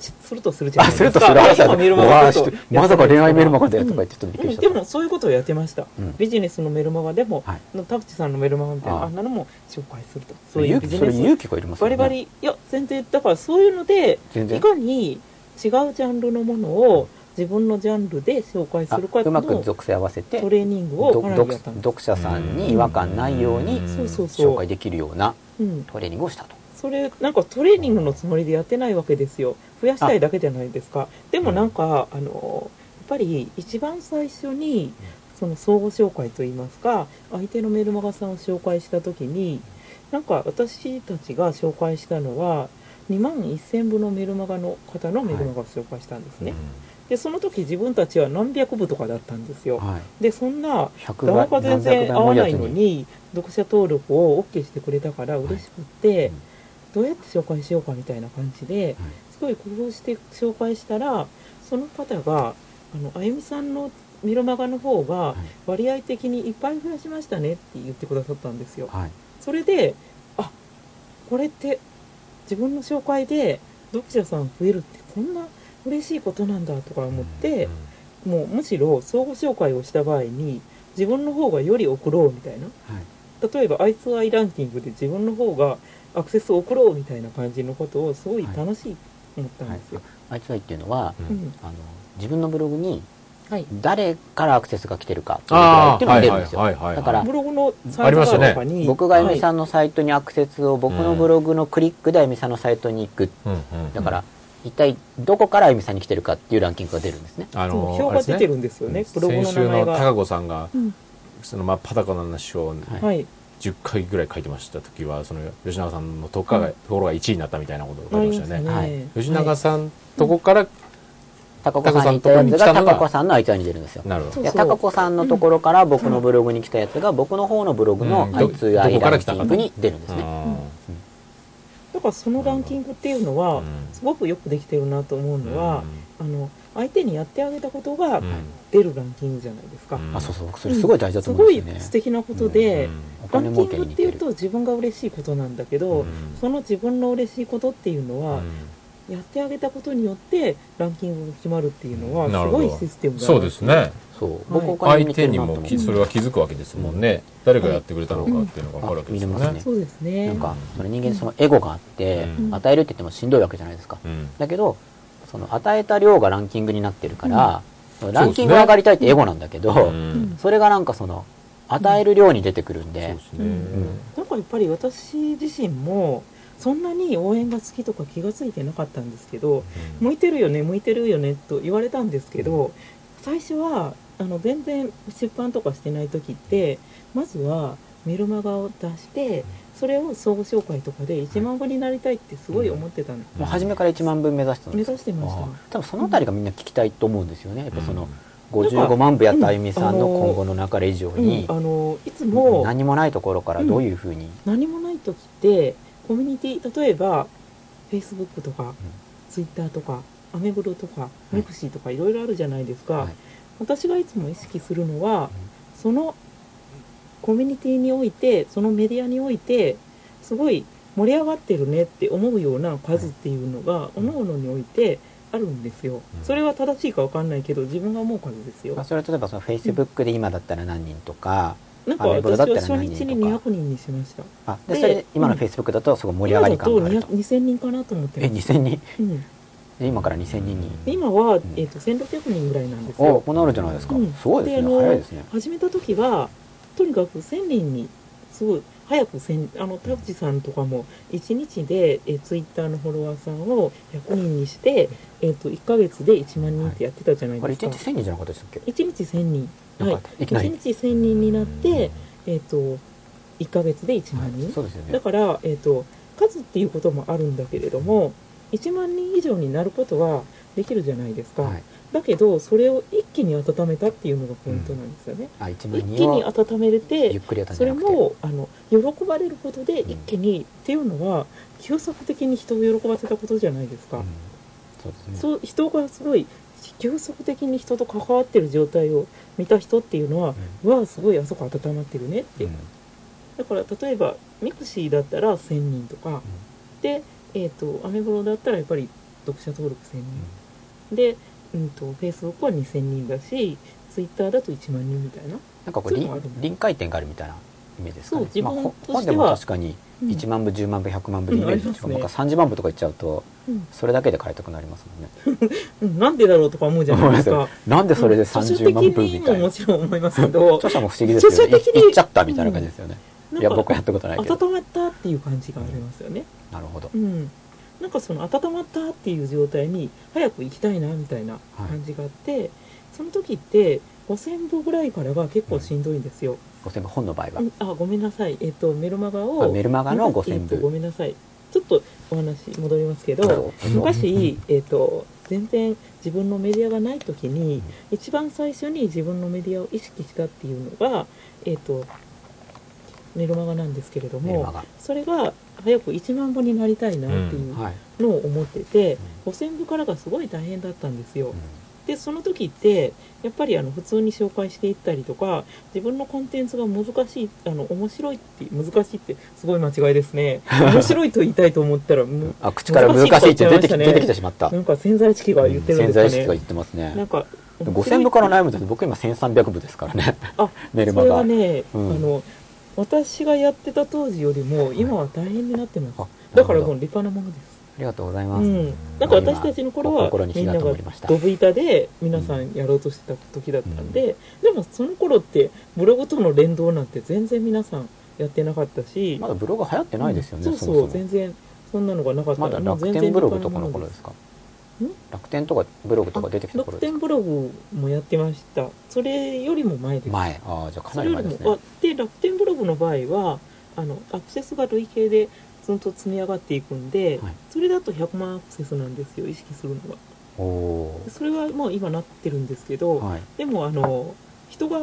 Speaker 3: しするとするじゃ
Speaker 2: あ
Speaker 3: ないですす
Speaker 2: る
Speaker 3: か
Speaker 2: とする話
Speaker 3: 今メルマガだと
Speaker 2: わあしてまさか恋愛メルマガで
Speaker 3: うん
Speaker 2: とか言ってちょっとびっくりし
Speaker 3: で
Speaker 2: ちゃっ
Speaker 3: もそういうことをやってました、
Speaker 2: うん
Speaker 3: ビジネスのメルマガでも、
Speaker 2: はい
Speaker 3: の田淵さんのメルマガみたいな
Speaker 2: ああ
Speaker 3: あんなのも紹介すると
Speaker 2: た
Speaker 3: そういう
Speaker 2: 勇
Speaker 3: ビ
Speaker 2: 気
Speaker 3: ジ
Speaker 2: そ
Speaker 3: ネ
Speaker 2: れ
Speaker 3: ス
Speaker 2: 勇気がいります
Speaker 3: バ
Speaker 2: よね
Speaker 3: リバリいや全然だからそういうので
Speaker 2: 全
Speaker 3: い
Speaker 2: 然
Speaker 3: かに違うジャンルのものを自分のジャンルで紹介す
Speaker 2: あ
Speaker 3: るかって
Speaker 2: う
Speaker 3: いう
Speaker 2: ま
Speaker 3: の
Speaker 2: く
Speaker 3: を
Speaker 2: 属性合わせて
Speaker 3: トレーニングを
Speaker 2: ど
Speaker 3: かなりや
Speaker 2: 読
Speaker 3: ったんです、
Speaker 2: 読者さんに違和感ないように
Speaker 3: そうそうそう
Speaker 2: 紹介できるような
Speaker 3: うん、
Speaker 2: トレーニングをしたと
Speaker 3: それなんかトレーニングのつもりでやってないわけですよ増やしたいだけじゃないですかでもなんかあのやっぱり一番最初にその相互紹介といいますか相手のメルマガさんを紹介した時になんか私たちが紹介したのは2万1000部のメルマガの方のメルマガを紹介したんですね、でその時自分たちは何百部とかだったんですよ、
Speaker 2: はい
Speaker 3: でそんな
Speaker 2: 100
Speaker 3: な
Speaker 2: 倍
Speaker 3: か全
Speaker 2: 何百
Speaker 3: 然
Speaker 2: 倍
Speaker 3: 合
Speaker 2: も
Speaker 3: わ
Speaker 2: や
Speaker 3: な
Speaker 2: つ
Speaker 3: いのに読者登録を OK してくれたから嬉しくって、
Speaker 2: うん
Speaker 3: どうやって紹介しようかみたいな感じで、すごい工夫して紹介したらその方があのあゆみさんのメルマガの方が
Speaker 2: い
Speaker 3: 割合的にいっぱい増やしましたねって言ってくださったんですよ
Speaker 2: はい
Speaker 3: それであこれって自分の紹介で読者さん増えるってこんな嬉しいことなんだとか思って、もうむしろ相互紹介をした場合に自分の方がより送ろうみたいな
Speaker 2: はい
Speaker 3: 例えば I2I ランキングで自分の方がアクセスを送ろうみたいな感じのことをすごい楽しいと思ったんですよ、
Speaker 2: あいつらっていうのは
Speaker 1: は
Speaker 3: う
Speaker 1: い
Speaker 3: ん
Speaker 2: あの自分のブログに
Speaker 3: はい
Speaker 2: 誰からアクセスが来てるかっていうの
Speaker 1: あ
Speaker 2: が
Speaker 1: あ
Speaker 2: 出るんですよ
Speaker 1: はいはいはいはい
Speaker 2: だから
Speaker 3: ブログのサ
Speaker 1: あ
Speaker 3: イ
Speaker 1: り
Speaker 3: ト
Speaker 1: ましたね
Speaker 3: とかに、
Speaker 2: 僕があゆみさ
Speaker 3: ん、
Speaker 2: んのサイトにアクセスを僕のブログのクリックであゆみさんのサイトに行くだから一体どこからあゆみさんに来てるかっていうランキングが出るんですね
Speaker 1: あ
Speaker 3: はい
Speaker 1: の
Speaker 3: 表が出てるんですよねブログ
Speaker 1: 先
Speaker 3: の
Speaker 1: 週の
Speaker 3: 名前が、
Speaker 1: 高子さんが
Speaker 3: うん
Speaker 1: そのまあパタコの話を
Speaker 3: はい
Speaker 1: 10回ぐらい書いてました時はその吉永さんのとこがところが1位になったみたいなことを
Speaker 3: あ
Speaker 1: 書い
Speaker 3: り
Speaker 1: て
Speaker 3: まし
Speaker 1: ましたた
Speaker 3: ね、
Speaker 1: ね
Speaker 2: はい
Speaker 1: 吉永さんとこから
Speaker 2: 高子さんに行ったや
Speaker 1: 高子さんのと
Speaker 2: つ
Speaker 1: こに来た
Speaker 2: が
Speaker 1: のが
Speaker 2: 高子さんのあいつらに出るんですよ
Speaker 1: なるほど
Speaker 2: で高子さんのところから僕のブログに来たやつが僕の方のブログの
Speaker 1: うん
Speaker 2: あいつら
Speaker 1: どこか
Speaker 2: ラ
Speaker 1: ら来
Speaker 2: ンキ
Speaker 1: たか
Speaker 2: ングに出るんですね
Speaker 1: あ
Speaker 3: だからそのランキングっていうの
Speaker 1: ー
Speaker 3: は
Speaker 1: うん
Speaker 3: すごくよくできてるなと思うのは、あの相手にやってあげたことが
Speaker 1: うん
Speaker 3: 出るランキングじゃないですか、
Speaker 1: うん
Speaker 2: あそうそう僕それすごい大事だと
Speaker 3: す
Speaker 2: 思う
Speaker 3: ご
Speaker 2: ん
Speaker 3: い
Speaker 2: ですよね、
Speaker 3: 素敵なことで、
Speaker 2: お
Speaker 3: ラ
Speaker 2: 金
Speaker 3: ンキ
Speaker 2: 儲
Speaker 3: ン
Speaker 2: け
Speaker 3: グ
Speaker 2: に
Speaker 3: っ
Speaker 2: 似
Speaker 3: てい
Speaker 2: て
Speaker 3: う
Speaker 2: る
Speaker 3: と自分が嬉しいことなんだけど、
Speaker 1: うん
Speaker 3: その自分の嬉しいことっていうの
Speaker 1: う
Speaker 3: は、
Speaker 1: ん
Speaker 3: やってあげたことによってランキングが決まるっていうのはす
Speaker 4: なる
Speaker 3: ご
Speaker 4: ほど
Speaker 3: いシステムだな
Speaker 4: そうですね。
Speaker 2: そう
Speaker 3: はい
Speaker 2: 僕お金
Speaker 4: 相
Speaker 2: に
Speaker 4: 手
Speaker 2: てる
Speaker 4: に
Speaker 2: なと
Speaker 4: も
Speaker 2: 思う
Speaker 4: きそれは気づくわけですもんね。誰がやってくれたのかっていうのがわかるわけですよ
Speaker 2: あ見れま
Speaker 4: ね
Speaker 2: す。
Speaker 3: そうですね
Speaker 2: なんかその人間そのエゴがあって、
Speaker 1: うん
Speaker 2: 与えるって言ってもしんどいわけじゃないですか、
Speaker 1: うん
Speaker 2: だけどその与えた量がランキングになってるから、そのランキング上がりたいってエゴなんだけど、
Speaker 1: うん
Speaker 2: それがなんかその与える量に出てくるん
Speaker 1: そう
Speaker 2: で
Speaker 1: で、すね
Speaker 2: ん
Speaker 3: なんかやっぱり私自身もそんなに応援が好きとか気がついてなかったんですけど
Speaker 1: うん
Speaker 3: 向いてるよね向いてるよねと言われたんですけど最初はあの全然出版とかしてない時ってまずはメルマガを出してそれを総合紹介とかで1万部になりたいってすごい思ってたの
Speaker 2: もう初めから1万分目指してたん
Speaker 3: 目
Speaker 2: です
Speaker 3: 指してました
Speaker 2: ああ多分そのあたりがみんな聞きたいと思うんですよねやっぱその55
Speaker 3: か
Speaker 2: 万部やったあゆみさんの
Speaker 3: うんあの
Speaker 2: 今後の中れ以上
Speaker 3: うん
Speaker 2: に、
Speaker 3: あのいつも
Speaker 2: 何もないところからどういうふうに、
Speaker 3: 何もない時ってコミュニティ例えば Facebook とか Twitter とかアメブロとか
Speaker 2: うん
Speaker 3: ミクシーとかいろいろあるじゃないですか、
Speaker 2: はい
Speaker 3: 私がいつも意識するのは、そのコミュニティにおいてそのメディアにおいてすごい盛り上がってるねって思うような数っていうのが各々においてあるんです
Speaker 1: う
Speaker 3: よ、
Speaker 1: ん
Speaker 3: それは正しいかわかんないけど自分が思う数ですよ
Speaker 2: まあ、それは例えばその Facebook で今だったら何人とか、
Speaker 3: なんか
Speaker 2: アメブロ
Speaker 3: 私
Speaker 2: だ
Speaker 3: は
Speaker 2: ったら
Speaker 3: 初日に
Speaker 2: 何人と
Speaker 3: 200人にしました
Speaker 2: あで
Speaker 3: で
Speaker 2: それで今の
Speaker 3: うん
Speaker 2: Facebook だとすごい盛り上がり感がある
Speaker 3: 今だ
Speaker 2: と
Speaker 3: と200 2000人かなと思って
Speaker 2: え
Speaker 3: ます
Speaker 2: 2000人
Speaker 3: うん
Speaker 2: で今から2000人に
Speaker 3: で今は、
Speaker 2: ん
Speaker 3: えー、と1600人ぐらいなんです
Speaker 2: お
Speaker 3: よ
Speaker 2: こうなるじゃないですか、
Speaker 3: うん
Speaker 2: すごいです
Speaker 3: であ
Speaker 2: ね
Speaker 3: の
Speaker 2: 早いですね
Speaker 3: 始めた時はとにかく1000人にすごい早くせんあの田淵さんとかも1日で、えー、ツイッターのフォロワーさんを100人にして、えー、と1ヶ月で1万人ってやってたじゃない
Speaker 2: これ
Speaker 3: で
Speaker 2: 1
Speaker 3: すか、
Speaker 2: 日1000人じゃなかったでしたっけ
Speaker 3: 1日1000人は
Speaker 2: よ
Speaker 3: い
Speaker 2: かったいきな
Speaker 3: 1
Speaker 2: り
Speaker 3: 日1000人になって、えー、と1ヶ月で1万人、
Speaker 2: そうですよね
Speaker 3: だから、えー、と数っていうこともあるんだけれども1万人以上になることはできるじゃないですか、
Speaker 2: はい、
Speaker 3: だけどそれを一気に温めたっていうのがポイントなんですよね、
Speaker 2: あ1
Speaker 3: 一
Speaker 2: 万
Speaker 3: 気
Speaker 2: 人
Speaker 3: に
Speaker 2: を
Speaker 3: 温めれ
Speaker 2: ゆ
Speaker 3: て
Speaker 2: っくりやったんじ
Speaker 3: それ
Speaker 2: ゃなくて
Speaker 3: もあの喜ばれることで一気に、っていうのは急速的に人を喜ばせたことじゃないです
Speaker 2: う
Speaker 3: か
Speaker 2: ん、そうですね
Speaker 3: そう人がすごい急速的に人と関わってる状態を見た人っていうのは、うわあすごいあそこ温まってるねって、
Speaker 1: うん
Speaker 3: だから例えばミクシーだったら1000人とか、で、えー、とアメブロだったらやっぱり読者登録1000人、で、うん、と Facebook は2000人だし Twitter だと1万人みたいな、
Speaker 2: なんかこう
Speaker 3: そういう
Speaker 2: 臨
Speaker 3: のがあるんだ
Speaker 2: 臨界点があるみたいなイメージですかね
Speaker 3: そう自分
Speaker 2: まあほ
Speaker 3: としては
Speaker 2: 本でも確かに
Speaker 3: うん
Speaker 2: 1万部10万部100万部でイメージですけど、
Speaker 3: うんあ
Speaker 2: な
Speaker 3: りま
Speaker 2: ん
Speaker 3: す
Speaker 2: か30万部とかいっちゃうと
Speaker 3: うん
Speaker 2: それだけで買いたくなりますもんね
Speaker 3: うん、なんでだろうとか思うじゃないですか
Speaker 2: なんでそれで30万部み
Speaker 3: 著書
Speaker 2: た
Speaker 3: 的に
Speaker 2: い
Speaker 3: も
Speaker 2: な
Speaker 3: もちろん思いますけど
Speaker 2: 著者も不思議ですよね
Speaker 3: 著書的に
Speaker 2: いいっちゃったみたいな感じですよね、いや
Speaker 3: なん
Speaker 2: 僕
Speaker 3: か
Speaker 2: はやったことないけど
Speaker 3: 温まったっていう感じがありますよね、
Speaker 2: なるほど
Speaker 3: うん、なんかその温まったっていう状態に早く行きたいなみたいな感じがあって、その時って5000歩ぐらいからが結構しんどいんですよ、
Speaker 2: 5000部本の場合は、
Speaker 3: うんあごめんなさいえっ、とメルマガ
Speaker 2: まあ
Speaker 3: を
Speaker 2: メルマガの5000
Speaker 3: えっとご
Speaker 2: 部
Speaker 3: めんなさいちょっとお話戻りますけ
Speaker 2: どう
Speaker 3: ど
Speaker 2: ぞ
Speaker 3: 昔、えっと全然自分のメディアがない時に一番最初に自分のメディアを意識したっていうのが、えっとメルマガなんですけれど
Speaker 2: メルマ
Speaker 3: も
Speaker 2: ガ
Speaker 3: それが早く1万部になりたいなっていう
Speaker 2: はい、
Speaker 3: のを思ってて、5000部からがすごい大変だったんですよ、でその時ってやっぱりあの普通に紹介していったりとか自分のコンテンツが難しいあの面白いって難しいってすごい間違いで
Speaker 2: [LAUGHS]
Speaker 3: すね面白いと言いたいと思ったらむ
Speaker 2: あ口から難しいって出てき,、出てきてしまった、
Speaker 3: なんか潜在意識が言ってる
Speaker 2: 潜
Speaker 3: んです
Speaker 2: 在
Speaker 3: かね
Speaker 2: 意識が言ってますね
Speaker 3: なんか
Speaker 2: 5000部から悩むと僕今1300部ですから
Speaker 3: [LAUGHS]
Speaker 2: ね
Speaker 3: あ
Speaker 2: メル
Speaker 3: そ
Speaker 2: マ
Speaker 3: れ
Speaker 2: ガ
Speaker 3: はね、
Speaker 2: うん
Speaker 3: あの私がやってた当時よりも今は大変になってます、
Speaker 2: あ
Speaker 3: だか
Speaker 2: な
Speaker 3: ら
Speaker 2: るほ
Speaker 3: も
Speaker 2: ど
Speaker 3: う立派なものです
Speaker 2: ありがとうございま
Speaker 3: う
Speaker 2: す、
Speaker 3: ん、なんか私たちの頃は
Speaker 2: 心に火
Speaker 3: みん
Speaker 2: が
Speaker 3: な
Speaker 2: 灯
Speaker 3: が
Speaker 2: りました
Speaker 3: ドブ板で皆さんやろうとしてた時だったんで、でもその頃ってブログとの連動なんて全然皆さんやってなかったし、
Speaker 2: まだブログ流行ってないですよね、
Speaker 3: そうそう
Speaker 2: もも
Speaker 3: 全然そんなのがなかった
Speaker 2: まだ
Speaker 3: もう
Speaker 2: 楽
Speaker 3: 全然
Speaker 2: 天ブログとかの頃ですか
Speaker 3: ん
Speaker 2: 楽天とかブログとか出てきた頃
Speaker 3: 楽
Speaker 2: ですか
Speaker 3: 天ブログもやってましたそれよりも前です
Speaker 2: 前ああじゃあか
Speaker 3: そ
Speaker 2: な
Speaker 3: れ
Speaker 2: り
Speaker 3: よ
Speaker 2: 前
Speaker 3: り
Speaker 2: です
Speaker 3: もあ
Speaker 2: ね
Speaker 3: で楽天ブログの場合はあのアクセスが累計でずっと積み上がっていくんで、
Speaker 2: はい
Speaker 3: それだと100万アクセスなんですよ意識するのは
Speaker 2: おお
Speaker 3: それはもう今なってるんですけど、
Speaker 2: ーはい、
Speaker 3: でもあの人が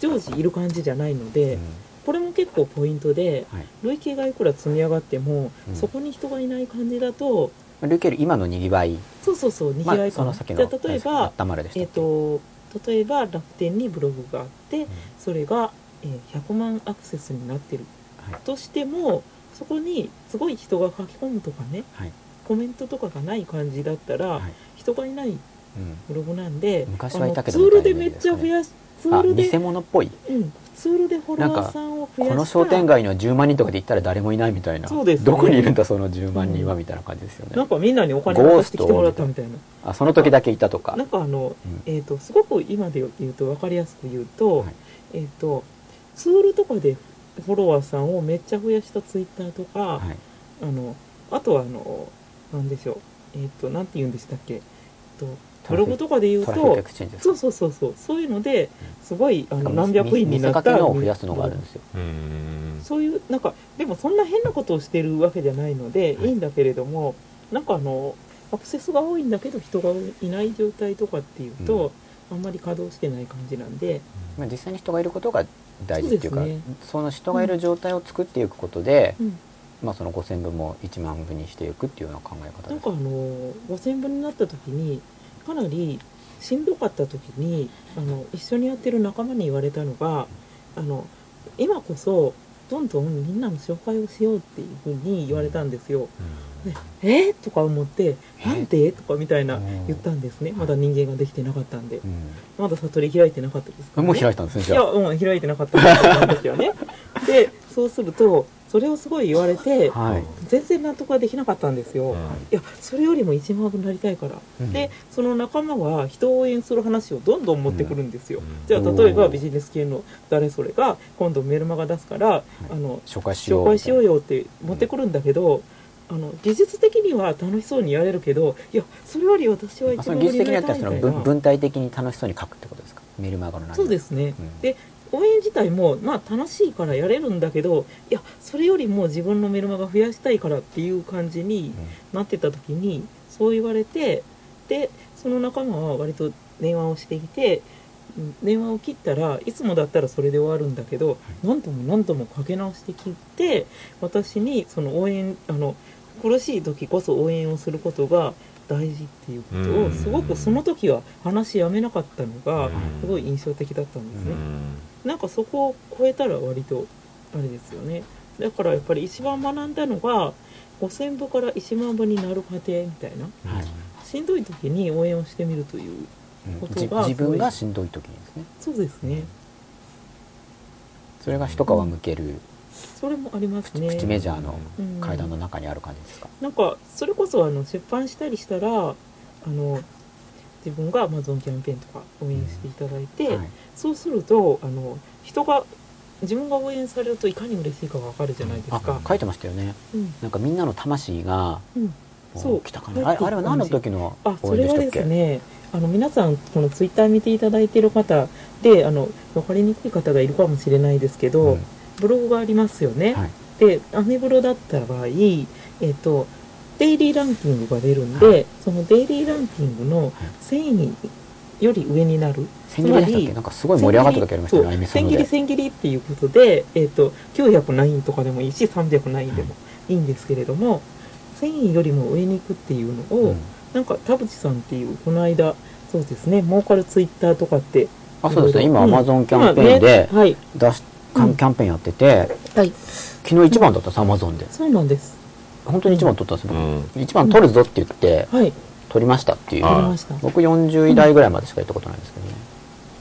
Speaker 3: 常時いる感じじゃないので、
Speaker 2: うん
Speaker 3: これも結構ポイントで
Speaker 2: はい
Speaker 3: 累計がいくら積み上がっても、
Speaker 2: うん
Speaker 3: そこに人がいない感じだと
Speaker 2: ルケール今のにぎわい、
Speaker 3: そうそうそうにぎ
Speaker 2: ま
Speaker 3: わ
Speaker 2: あ、
Speaker 3: い
Speaker 2: そ
Speaker 3: かな、
Speaker 2: の先
Speaker 3: じゃ
Speaker 2: の
Speaker 3: あ例えば
Speaker 2: ったまるでした
Speaker 3: えっ
Speaker 2: っけ、
Speaker 3: と例えば楽天にブログがあって、それが、えー100万アクセスになってる、
Speaker 2: はい
Speaker 3: としてもそこにすごい人が書き込むとかね
Speaker 2: はい
Speaker 3: コメントとかがない感じだったら、
Speaker 2: はい
Speaker 3: 人がいない
Speaker 2: うん
Speaker 3: ブログなんで
Speaker 2: 昔はいたけど
Speaker 3: あのツールで
Speaker 2: みた
Speaker 3: め
Speaker 2: い
Speaker 3: っ
Speaker 2: な
Speaker 3: ちゃ増やしツ
Speaker 2: あ
Speaker 3: ールで
Speaker 2: 偽、物っぽい
Speaker 3: うん、ツールでフォロ
Speaker 2: なん
Speaker 3: ワ
Speaker 2: か
Speaker 3: ーさんを増やした
Speaker 2: この商店街の10万人とかで行ったら誰もいないみたいな
Speaker 3: そうですね
Speaker 2: どこにいるんだその10万人はみたいな感じですよね、
Speaker 3: なんかみんなにお金渡してきてもらったみたいな
Speaker 2: あその時だけいたとか
Speaker 3: なんかあの、
Speaker 2: うん
Speaker 3: えっ、とすごく今で言うと分かりやすく言うと、
Speaker 2: はい
Speaker 3: えっ、とツールとかでフォロワーさんをめっちゃ増やしたツイッターとか、
Speaker 2: はい
Speaker 3: あのあとはあのなんでしょうえっ、となんて言うんでしたっけ、えっとブログとかで言う
Speaker 2: トラフィックエ
Speaker 3: と
Speaker 2: クスチェンジです
Speaker 3: そうそうそうそうそういうのですごいあの
Speaker 2: か
Speaker 3: 何百
Speaker 2: み
Speaker 3: 人になった
Speaker 2: 見せかけのを増やすのがあるんですよ、
Speaker 1: うん
Speaker 3: そういうなんかでもそんな変なことをしてるわけじゃないので、
Speaker 2: はい
Speaker 3: い、いんだけれどもなんかあのアクセスが多いんだけど人がいない状態とかっていうと、あんまり稼働してない感じなんで、
Speaker 2: まあ、実際に人がいることが大事っていうかそ
Speaker 3: そ
Speaker 2: う
Speaker 3: ですね
Speaker 2: の人がいる状態を作っていくことで、
Speaker 3: うん
Speaker 2: まあ、その5,000分も1万分にしていくっていうような考え方
Speaker 3: なん
Speaker 2: です
Speaker 3: かあの5000分になった時にかなりしんどかった時にあの一緒にやってる仲間に言われたのがあの今こそどんどんみんなの紹介をしようっていうふうに言われたんですよ。でえー、とか思って「なんで?」とかみたいな
Speaker 2: うん
Speaker 3: 言ったんですねまだ人間ができてなかったんで
Speaker 2: う
Speaker 3: まだ悟り開いてなかったですから、
Speaker 2: ん、
Speaker 3: ね、
Speaker 2: もう開いたんですね
Speaker 3: い
Speaker 2: じゃ
Speaker 3: や
Speaker 2: あ
Speaker 3: うん開いてなかったんですよあの時は
Speaker 2: [LAUGHS]
Speaker 3: ねでそうするとそれをすごい言われて
Speaker 2: はい、
Speaker 3: 全然納得ができなかったんですよ、
Speaker 1: うん
Speaker 3: いやそれよりも一万部になりたいから、
Speaker 2: うん
Speaker 3: でその仲間は人を応援する話をどんどん持ってくるんですよ、
Speaker 1: うん
Speaker 3: じゃあ
Speaker 2: おー
Speaker 3: 例えばビジネス系の誰それが今度メルマガ出すから、あの
Speaker 2: 紹介しよう
Speaker 3: 紹介しようよって持ってくるんだけど、あの技術的には楽しそうにやれるけどいやそれより私は
Speaker 2: あ
Speaker 3: 一
Speaker 2: そ
Speaker 3: 番
Speaker 2: の
Speaker 3: 売
Speaker 2: 技術
Speaker 3: り
Speaker 2: 的に
Speaker 3: にな
Speaker 2: や
Speaker 3: り
Speaker 2: ったた
Speaker 3: い
Speaker 2: ら
Speaker 3: み
Speaker 2: その
Speaker 3: たい
Speaker 2: 分
Speaker 3: な
Speaker 2: 分体的に楽しそうに書くってことですかメルマガの内容
Speaker 3: そうですね、
Speaker 2: うん
Speaker 3: で応援自体もまあ楽しいからやれるんだけどいやそれよりも自分のメルマガ増やしたいからっていう感じになってた時にそう言われてでその仲間は割と電話をしてきてうん電話を切ったらいつもだったらそれで終わるんだけど何度も何度もかけ直して切って私にその応援あの苦しい時こそ応援をすることが大事っていうこと
Speaker 1: う
Speaker 3: を
Speaker 1: ん
Speaker 3: すごくその時は話やめなかったのが
Speaker 1: うん
Speaker 3: すごい印象的だったんですね。
Speaker 1: うん
Speaker 3: なんかそこを超えたら割とあれですよねだからやっぱり一番学んだのが5000部から1万部になる過程みたいな
Speaker 2: はい
Speaker 3: しんどい時に応援をしてみるという
Speaker 2: うん
Speaker 3: こと
Speaker 2: じ
Speaker 3: が
Speaker 2: 自分がしんどい時にですね
Speaker 3: そうですね
Speaker 2: それが一皮むける
Speaker 3: それもありますね
Speaker 2: 口メジャーの
Speaker 3: うん
Speaker 2: 階段の中にある感じですか、
Speaker 3: なんかそれこそあの出版したりしたらあの自分が Amazon キャンペーンとか応援していただいて、
Speaker 2: はい
Speaker 3: そうするとあの人が自分が応援されるといかに嬉しいかがわかるじゃないですか
Speaker 2: あ。書いてましたよね
Speaker 3: うん
Speaker 2: なんかみんなの魂が
Speaker 3: うんそ
Speaker 2: こ
Speaker 3: う
Speaker 2: う来たかなあれあれは何の時の
Speaker 3: あ
Speaker 2: 応
Speaker 3: そ
Speaker 2: 援
Speaker 3: れ
Speaker 2: でし
Speaker 3: は
Speaker 2: たっ
Speaker 3: で
Speaker 2: け
Speaker 3: すねあの皆さんこのツイッター見ていただいている方であの分かりにくい方がいるかもしれないですけど、
Speaker 2: うん
Speaker 3: ブログがありますよね、
Speaker 2: はい
Speaker 3: でアメブロだった場合えっ、とデイリーランキングが出るんで、
Speaker 2: は
Speaker 3: そのデイリーランキングの1000位より上になる
Speaker 2: 千切りでしたっけなんかすごい盛り上がった時ありましたよねあゆみさ
Speaker 3: 千
Speaker 2: ん
Speaker 3: 切り
Speaker 2: で
Speaker 3: 千切りっていうことで、えっと900何位とかでもいいし300位でもいいんですけれども1000位よりも上に行くっていうのを、
Speaker 2: うん
Speaker 3: なんか田淵さんっていうこの間そうですね儲かるツイッターとかって
Speaker 2: あそうですね
Speaker 3: いろい
Speaker 2: 今
Speaker 3: ろ
Speaker 2: アマゾンキャンペーンで
Speaker 3: 今ねはい
Speaker 2: 出しキャ
Speaker 3: うん
Speaker 2: ンキャンペーンやってて
Speaker 3: はい
Speaker 2: 昨日一番だったんですアマゾンで
Speaker 3: そうなんです
Speaker 2: 本当に一番取ったんです
Speaker 1: う
Speaker 2: よ
Speaker 1: ん
Speaker 2: 僕一番取るぞって言って
Speaker 3: はい
Speaker 2: 取りましたっていう
Speaker 1: あ
Speaker 3: やりましたい
Speaker 2: 僕40位台ぐらいまでしか行ったことないんですけどね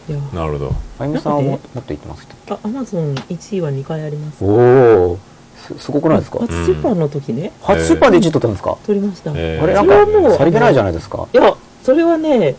Speaker 3: や
Speaker 1: なるほど
Speaker 2: あゆみさんはも
Speaker 3: な
Speaker 2: も
Speaker 3: ん
Speaker 2: っと行ってました
Speaker 3: あアマゾン1位は2回あります
Speaker 2: おおすすごくないですか
Speaker 3: 初出版の時ね
Speaker 2: 初出版で1位取ったんですか
Speaker 3: 撮りました、
Speaker 1: えー
Speaker 2: あれなん
Speaker 3: それはもう
Speaker 2: かさりげないじゃないですか
Speaker 3: いやそれはね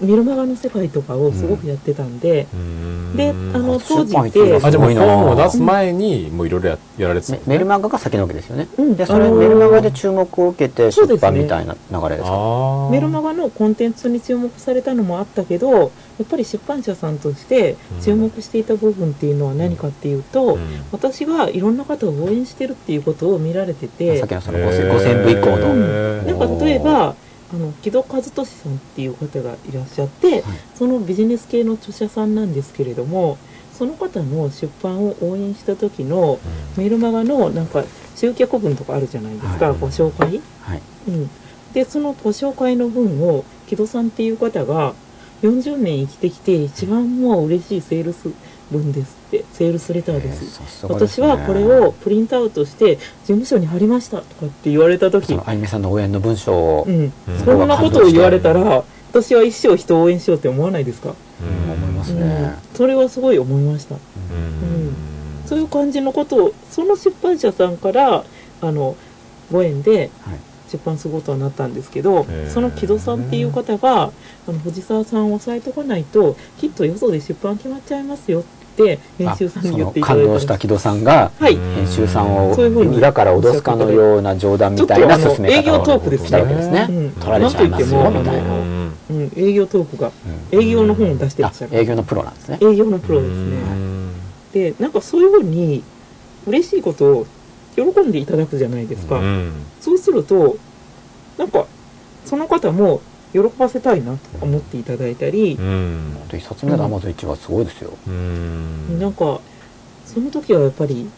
Speaker 3: メルマガの世界とかをすごくやってたんで、
Speaker 1: うん
Speaker 3: であの
Speaker 2: 初
Speaker 3: 当
Speaker 2: 出
Speaker 3: 時
Speaker 2: 版
Speaker 3: っ
Speaker 2: 行って
Speaker 3: て
Speaker 2: ます
Speaker 1: あじゃあもう
Speaker 2: すごいな
Speaker 1: 本を出す前にもういろいろややられてた
Speaker 2: メメルマガが先なわけですよね
Speaker 3: うん
Speaker 2: でそれ
Speaker 3: あの
Speaker 2: メルマガで注目を受けて
Speaker 3: そう
Speaker 2: 出
Speaker 3: です
Speaker 2: 版
Speaker 3: ね
Speaker 2: みたいな流れですか
Speaker 1: あ
Speaker 3: メルマ
Speaker 1: ガ
Speaker 3: ガのコンテンツに注目されたのもあったけどやっぱり出版社さんとして注目していた部分っていうのは何かっていうと、私がいろんな方を応援してるっていうことを見られてて
Speaker 2: さっきのその 5000, 5000部以降
Speaker 3: う
Speaker 2: の、
Speaker 3: んなんか例えばあの木戸和俊さんっていう方がいらっしゃって、そのビジネス系の著者さんなんですけれどもその方の出版を応援した時のメルマガのなんか集客文とかあるじゃないですか、
Speaker 1: はい
Speaker 3: ご紹介、
Speaker 2: はい、
Speaker 3: うん、でそのご紹介の分を木戸さんっていう方が40年生きてきて一番もう嬉しいセールス文ですってセールスレターです、
Speaker 2: さすがです
Speaker 3: 私
Speaker 2: ね
Speaker 3: はこれをプリントアウトして事務所に貼りましたとかって言われた
Speaker 2: そ
Speaker 3: 時
Speaker 2: のあゆみさんの応援の文章を
Speaker 3: うん、
Speaker 1: うん
Speaker 3: そんなことを言われたら私は一生人を応援しようって思わないですか、
Speaker 1: うん
Speaker 2: 思いますね、
Speaker 3: うん、それはすごい思いました
Speaker 1: うん
Speaker 3: そういう感じのことをその出版社さんからあのご縁で
Speaker 2: はい
Speaker 3: 出版することになったんですけど、
Speaker 1: へー
Speaker 3: その木戸さんっていう方があの藤沢さんを押さえとかないときっとよそで出版決まっちゃいますよって編
Speaker 2: あ
Speaker 3: 集さんに言ってい
Speaker 2: そ
Speaker 3: た
Speaker 2: の感
Speaker 3: だいたん
Speaker 2: 動
Speaker 3: で
Speaker 2: し
Speaker 3: す
Speaker 2: た木戸さは
Speaker 3: はい
Speaker 2: 編集さんを
Speaker 3: そういうふうに
Speaker 2: 裏から脅すかのような冗談みたいな
Speaker 3: ちょっとあ
Speaker 2: 進
Speaker 3: の
Speaker 2: め方
Speaker 3: 営業
Speaker 2: を
Speaker 3: トークです
Speaker 2: したわけですね、
Speaker 3: うん
Speaker 2: 取られちゃいますよ
Speaker 3: なんといって
Speaker 2: みた
Speaker 3: も
Speaker 2: いな、
Speaker 3: あ
Speaker 2: う
Speaker 3: の
Speaker 2: ん
Speaker 3: うん、営業トークが営業の本を出してら
Speaker 2: あ
Speaker 3: っしゃる
Speaker 2: 営業のプロなんですね
Speaker 3: 営業のプロですねでなんかそういうふうに嬉しいことを喜んでいただくじゃないですか、そうするとなんかその方も喜ばせたいなとか思っていただいたり、
Speaker 2: あと一冊目のアマゾン1はすごいですよ、
Speaker 3: なんかその時はやっぱり、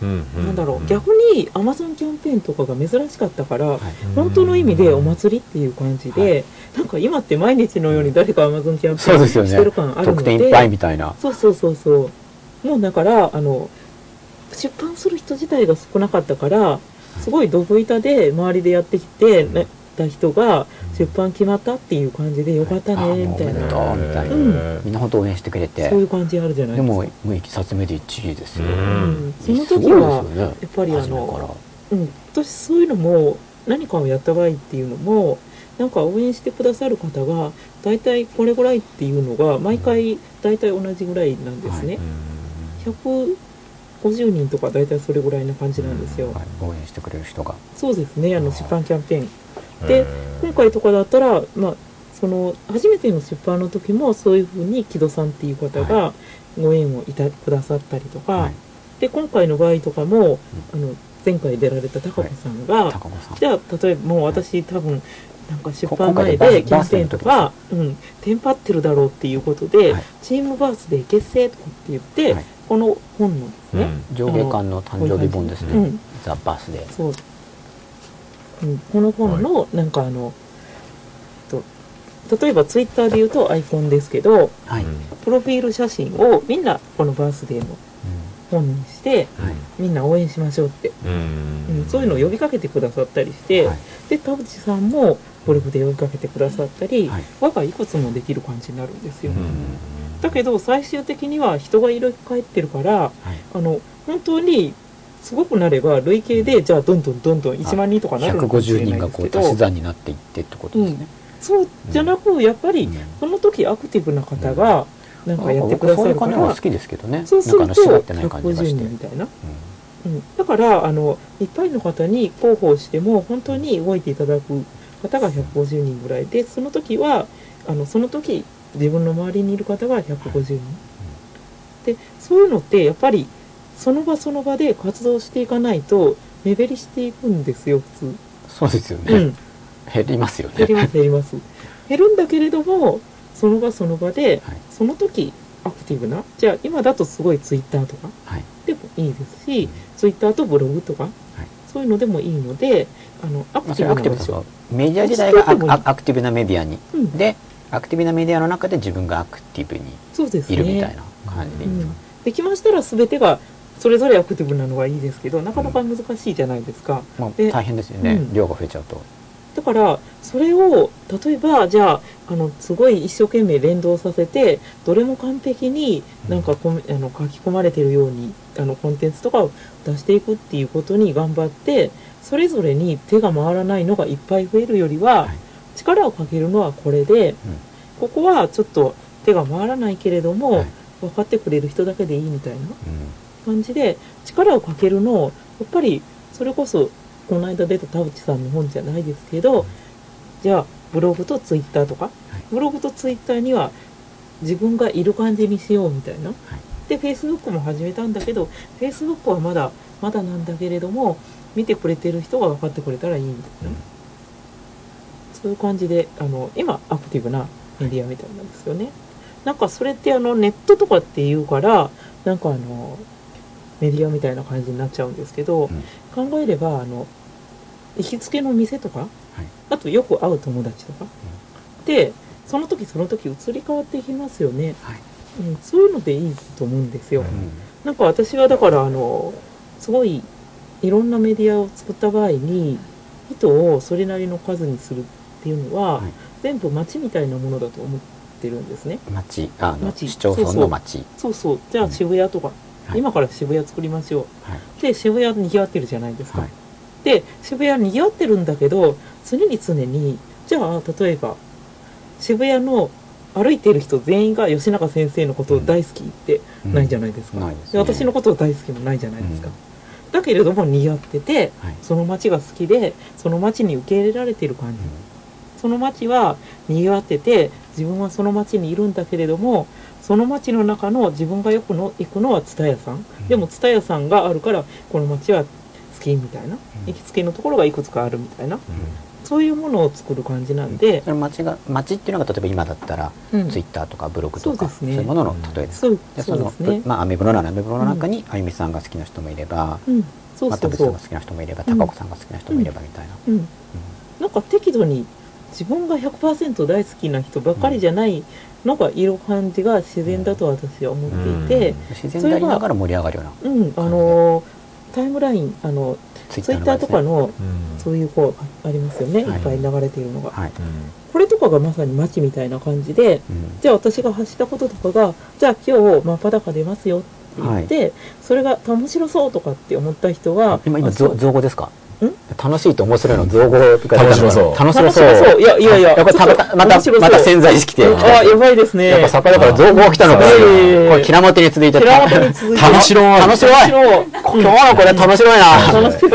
Speaker 3: なんだろう逆にアマゾンキャンペーンとかが珍しかったから、本当の意味でお祭りっていう感じで、なんか今って毎日のように誰かアマゾンキャンペ
Speaker 2: そう
Speaker 3: ー
Speaker 2: で
Speaker 3: ン
Speaker 2: すよね
Speaker 3: してる感あるの
Speaker 2: 得点
Speaker 3: で
Speaker 2: いっぱいみたいな
Speaker 3: そうそうそうそうもうだからあの出版する人自体が少なかったからすごいドブ板で周りでやってきて、
Speaker 1: うん
Speaker 3: ねた人が出版決まったっていう感じでよかった
Speaker 2: あもう
Speaker 3: ねみたい
Speaker 2: おめでと
Speaker 3: な
Speaker 2: うみたいな
Speaker 3: うん
Speaker 2: みんな本当応援してくれて
Speaker 3: そういう感じあるじゃない
Speaker 2: で
Speaker 3: です
Speaker 2: も
Speaker 3: か
Speaker 2: もう一冊目で1位ですよ、
Speaker 1: う
Speaker 3: うんん、その
Speaker 2: すごいで
Speaker 3: 時
Speaker 2: す
Speaker 3: は
Speaker 2: よね
Speaker 3: やっぱりあ
Speaker 2: 初めから
Speaker 3: の、うん、私そういうのも何かをやった場合っていうのもなんか応援してくださる方が大体これぐらいっていうのが毎回大体同じぐらいなんですね、150人とか大体それぐらいな感じなんですよ、
Speaker 2: はい応援してくれる人が
Speaker 3: そうですねあ
Speaker 2: う
Speaker 3: の
Speaker 2: ん
Speaker 3: 出版キャンペーン今回とかだったら、まあ、その初めての出版の時もそういうふうに木戸さんっていう方がご縁をいたくださったりとか、
Speaker 2: はい
Speaker 3: で今回の場合とかも、あの前回出られた高子さんが、
Speaker 2: 高子さん
Speaker 3: じゃあ例えばもう私多分なんか出
Speaker 2: こ
Speaker 3: 版前
Speaker 2: 今回
Speaker 3: で
Speaker 2: バー
Speaker 3: キャンペーンとか、うん、テンパってるだろうっていうことで、
Speaker 2: はい
Speaker 3: チームバースで結成とかって言って、
Speaker 2: はい
Speaker 3: この本のですね、
Speaker 2: 上下巻の誕生日本ですね、
Speaker 3: うん
Speaker 2: ザ・バースデー
Speaker 3: そう、うん、この本の、なんかあのと例えばツイッターで言うとアイコンですけど
Speaker 2: はい、うん
Speaker 3: プロフィール写真をみんなこのバースデーの本にして
Speaker 2: はい
Speaker 3: みんな応援しましょうって、うん、そういうのを呼びかけてくださったりして、
Speaker 2: はい
Speaker 3: で田淵さんもゴルフで呼びかけてくださったり、
Speaker 2: はい
Speaker 3: 輪がいくつもできる感じになるんですよ、
Speaker 2: うん
Speaker 3: だけど最終的には人がいろいろ帰ってるから
Speaker 2: はい
Speaker 3: あの本当にすごくなれば累計でじゃあどんどんどんどん1万人とかなるのかもし
Speaker 2: 150
Speaker 3: れ
Speaker 2: 人
Speaker 3: ない
Speaker 2: が
Speaker 3: です
Speaker 2: こ
Speaker 3: け
Speaker 2: う
Speaker 3: ど
Speaker 2: 足し算になっていってってことですね、
Speaker 3: そうじゃなくやっぱり
Speaker 2: うん
Speaker 3: その時アクティブな方がなんかやって
Speaker 2: 僕
Speaker 3: くださ
Speaker 2: そうい
Speaker 3: る
Speaker 2: う
Speaker 3: か
Speaker 2: 感じの方が
Speaker 3: ら
Speaker 2: 好きですけどね
Speaker 3: そうする
Speaker 2: な
Speaker 3: と
Speaker 2: んかあの縛ってない感じが
Speaker 3: 150
Speaker 2: して、
Speaker 3: 人みたいな、
Speaker 2: う
Speaker 3: うん、だからあのいっぱいの方に広報しても本当に動いていただく方が150人ぐらいでその時はあのその時自分の周りにいる方が150人でそういうのってやっぱりその場その場で活動していかないと目減りしていくんですよ普
Speaker 2: んそうですよ
Speaker 3: 通、う
Speaker 2: ね
Speaker 3: ん、
Speaker 2: 減りますよね
Speaker 3: 減ります減ります減るんだけれどもその場その場で
Speaker 2: はい
Speaker 3: その時アクティブなじゃあ今だとすごいツイッターとか
Speaker 2: はい
Speaker 3: でもいいですし、ツイッターとブログとか、そういうのでもいいのであのア
Speaker 2: ま
Speaker 3: ク
Speaker 2: あ、そ
Speaker 3: ティ
Speaker 2: れ
Speaker 3: ブ
Speaker 2: ア
Speaker 3: な
Speaker 2: クティブ
Speaker 3: 場
Speaker 2: です
Speaker 3: 所
Speaker 2: よメディア時代がア
Speaker 3: 知っててもいい
Speaker 2: アアクティブなメディアに
Speaker 3: うん
Speaker 2: でアクティブなメディアの中で自分がアクティブに
Speaker 3: そうですね
Speaker 2: いるみたいな感じで
Speaker 3: う、ん、できましたら全てがそれぞれアクティブなのがいいですけどなかなか難しいじゃないですか、
Speaker 2: まあ、
Speaker 3: え
Speaker 2: 大変ですよね、
Speaker 3: うん
Speaker 2: 量が増えちゃうと
Speaker 3: だからそれを例えばじゃああのすごい一生懸命連動させてどれも完璧になんかこあの書き込まれてるようにあのコンテンツとかを出していくっていうことに頑張ってそれぞれに手が回らないのがいっぱい増えるよりは、
Speaker 2: はい
Speaker 3: 力をかけるのはこれで、ここはちょっと手が回らないけれども、
Speaker 2: はい
Speaker 3: 分かってくれる人だけでいいみたい
Speaker 2: う
Speaker 3: な
Speaker 2: ん
Speaker 3: 感じで力をかけるのをやっぱりそれこそこの間出た田淵さんの本じゃないですけどじゃあブログとツイッターとかブログとツイッターには自分がいる感じにしようみたいなでフェイスブックも始めたんだけどフェイスブックはまだまだなんだけれども見てくれてる人が分かってくれたらいいみたいなそういう感じであの今アクティブなメディアみたいなんですよねなんかそれってあのネットとかっていうからなんかあのメディアみたいな感じになっちゃうんですけど、
Speaker 2: ん
Speaker 3: 考えればあの行きつけの店とか、あとよく会う友達とか、でその時その時移り変わっていきますよね、
Speaker 2: はい
Speaker 3: うん、そういうのでいいと思うんですよ、
Speaker 4: うん
Speaker 3: なんか私はだからあのすごいいろんなメディアを作った場合に糸をそれなりの数にするっていうのは、
Speaker 2: はい
Speaker 3: 全部街みたいなものだと思ってるんですね
Speaker 2: 町あの
Speaker 3: 町
Speaker 2: 市町村の町
Speaker 3: そうそうじゃあ渋谷とか、
Speaker 2: はい
Speaker 3: 今から渋谷作りましょう、
Speaker 2: はい
Speaker 3: で渋谷にぎわってるじゃないですか、
Speaker 2: はい
Speaker 3: で渋谷にぎわってるんだけど常に常にじゃあ例えば渋谷の歩いてる人全員が吉永先生のことを大好きってないじゃないですか、
Speaker 2: ないです
Speaker 3: で
Speaker 2: ね
Speaker 3: 私のことを大好きもないじゃないですか、だけれどもにぎわってて
Speaker 2: はい
Speaker 3: その街が好きでその街に受け入れられてる感じ、その街はにぎわってて自分はその街にいるんだけれどもその街の中の自分がよくの行くのは蔦屋さん、でも蔦屋さんがあるからこの街は好きみたいな、行きつけのところがいくつかあるみたいなそういうものを作る感じなんで、
Speaker 2: それ町が町っていうのが例えば今だったら
Speaker 3: うん
Speaker 2: ツイッターとかブログと
Speaker 3: そう
Speaker 2: か
Speaker 3: です
Speaker 2: そう
Speaker 3: ね
Speaker 2: いうものの例えです
Speaker 3: そう
Speaker 2: で
Speaker 3: そ
Speaker 2: そうの
Speaker 3: ですね、
Speaker 2: まあアメブロならアメブロの中にあゆみさんが好きな人もいれば
Speaker 3: うん、そう
Speaker 2: また
Speaker 3: そう
Speaker 2: 別
Speaker 3: そ
Speaker 2: の
Speaker 3: う
Speaker 2: が、好きな人もいれば
Speaker 3: うん
Speaker 2: 高子さんが好きな人もいればみたいな
Speaker 3: うん、なんか適度に自分が100%大好きな人ばっかりじゃないのが色感じが自然だと私は思っていて、
Speaker 2: 自然でありながら盛り上がるような
Speaker 3: うんあのータイムラインあの
Speaker 2: ツイ
Speaker 3: ツイ
Speaker 2: ッ
Speaker 3: ッ
Speaker 2: タ
Speaker 3: タ
Speaker 2: ー
Speaker 3: ー
Speaker 2: の場合ですね
Speaker 3: とかの
Speaker 1: うん
Speaker 3: そういうこうありますよね、
Speaker 2: はい
Speaker 3: い、っぱい流れているのが、
Speaker 2: はい
Speaker 1: うん
Speaker 3: これとかがまさに街みたいな感じで
Speaker 2: うん
Speaker 3: じゃあ私が発したこととかがじゃあ今日マッパ高出ますよって言って、それが面白そうとかって思った人は
Speaker 2: 今今
Speaker 3: あそ
Speaker 2: 造
Speaker 3: う
Speaker 2: 造語ですか楽しいと面白いの造語とか
Speaker 4: 楽しそう
Speaker 2: 楽し
Speaker 3: 面白
Speaker 2: そう
Speaker 3: そういやいやいや
Speaker 2: やっぱりたまたま
Speaker 3: 面白そ
Speaker 2: た
Speaker 3: う
Speaker 2: また潜在意識で
Speaker 3: ああやばいですね
Speaker 2: やっぱそこだから造語が来たのか
Speaker 3: いやいやいやいや
Speaker 2: これキラモテに続いて
Speaker 3: 寺本に続いて
Speaker 2: 楽しろい楽しろい
Speaker 3: ろい
Speaker 2: 今日のこれ楽しろいな
Speaker 3: 楽しい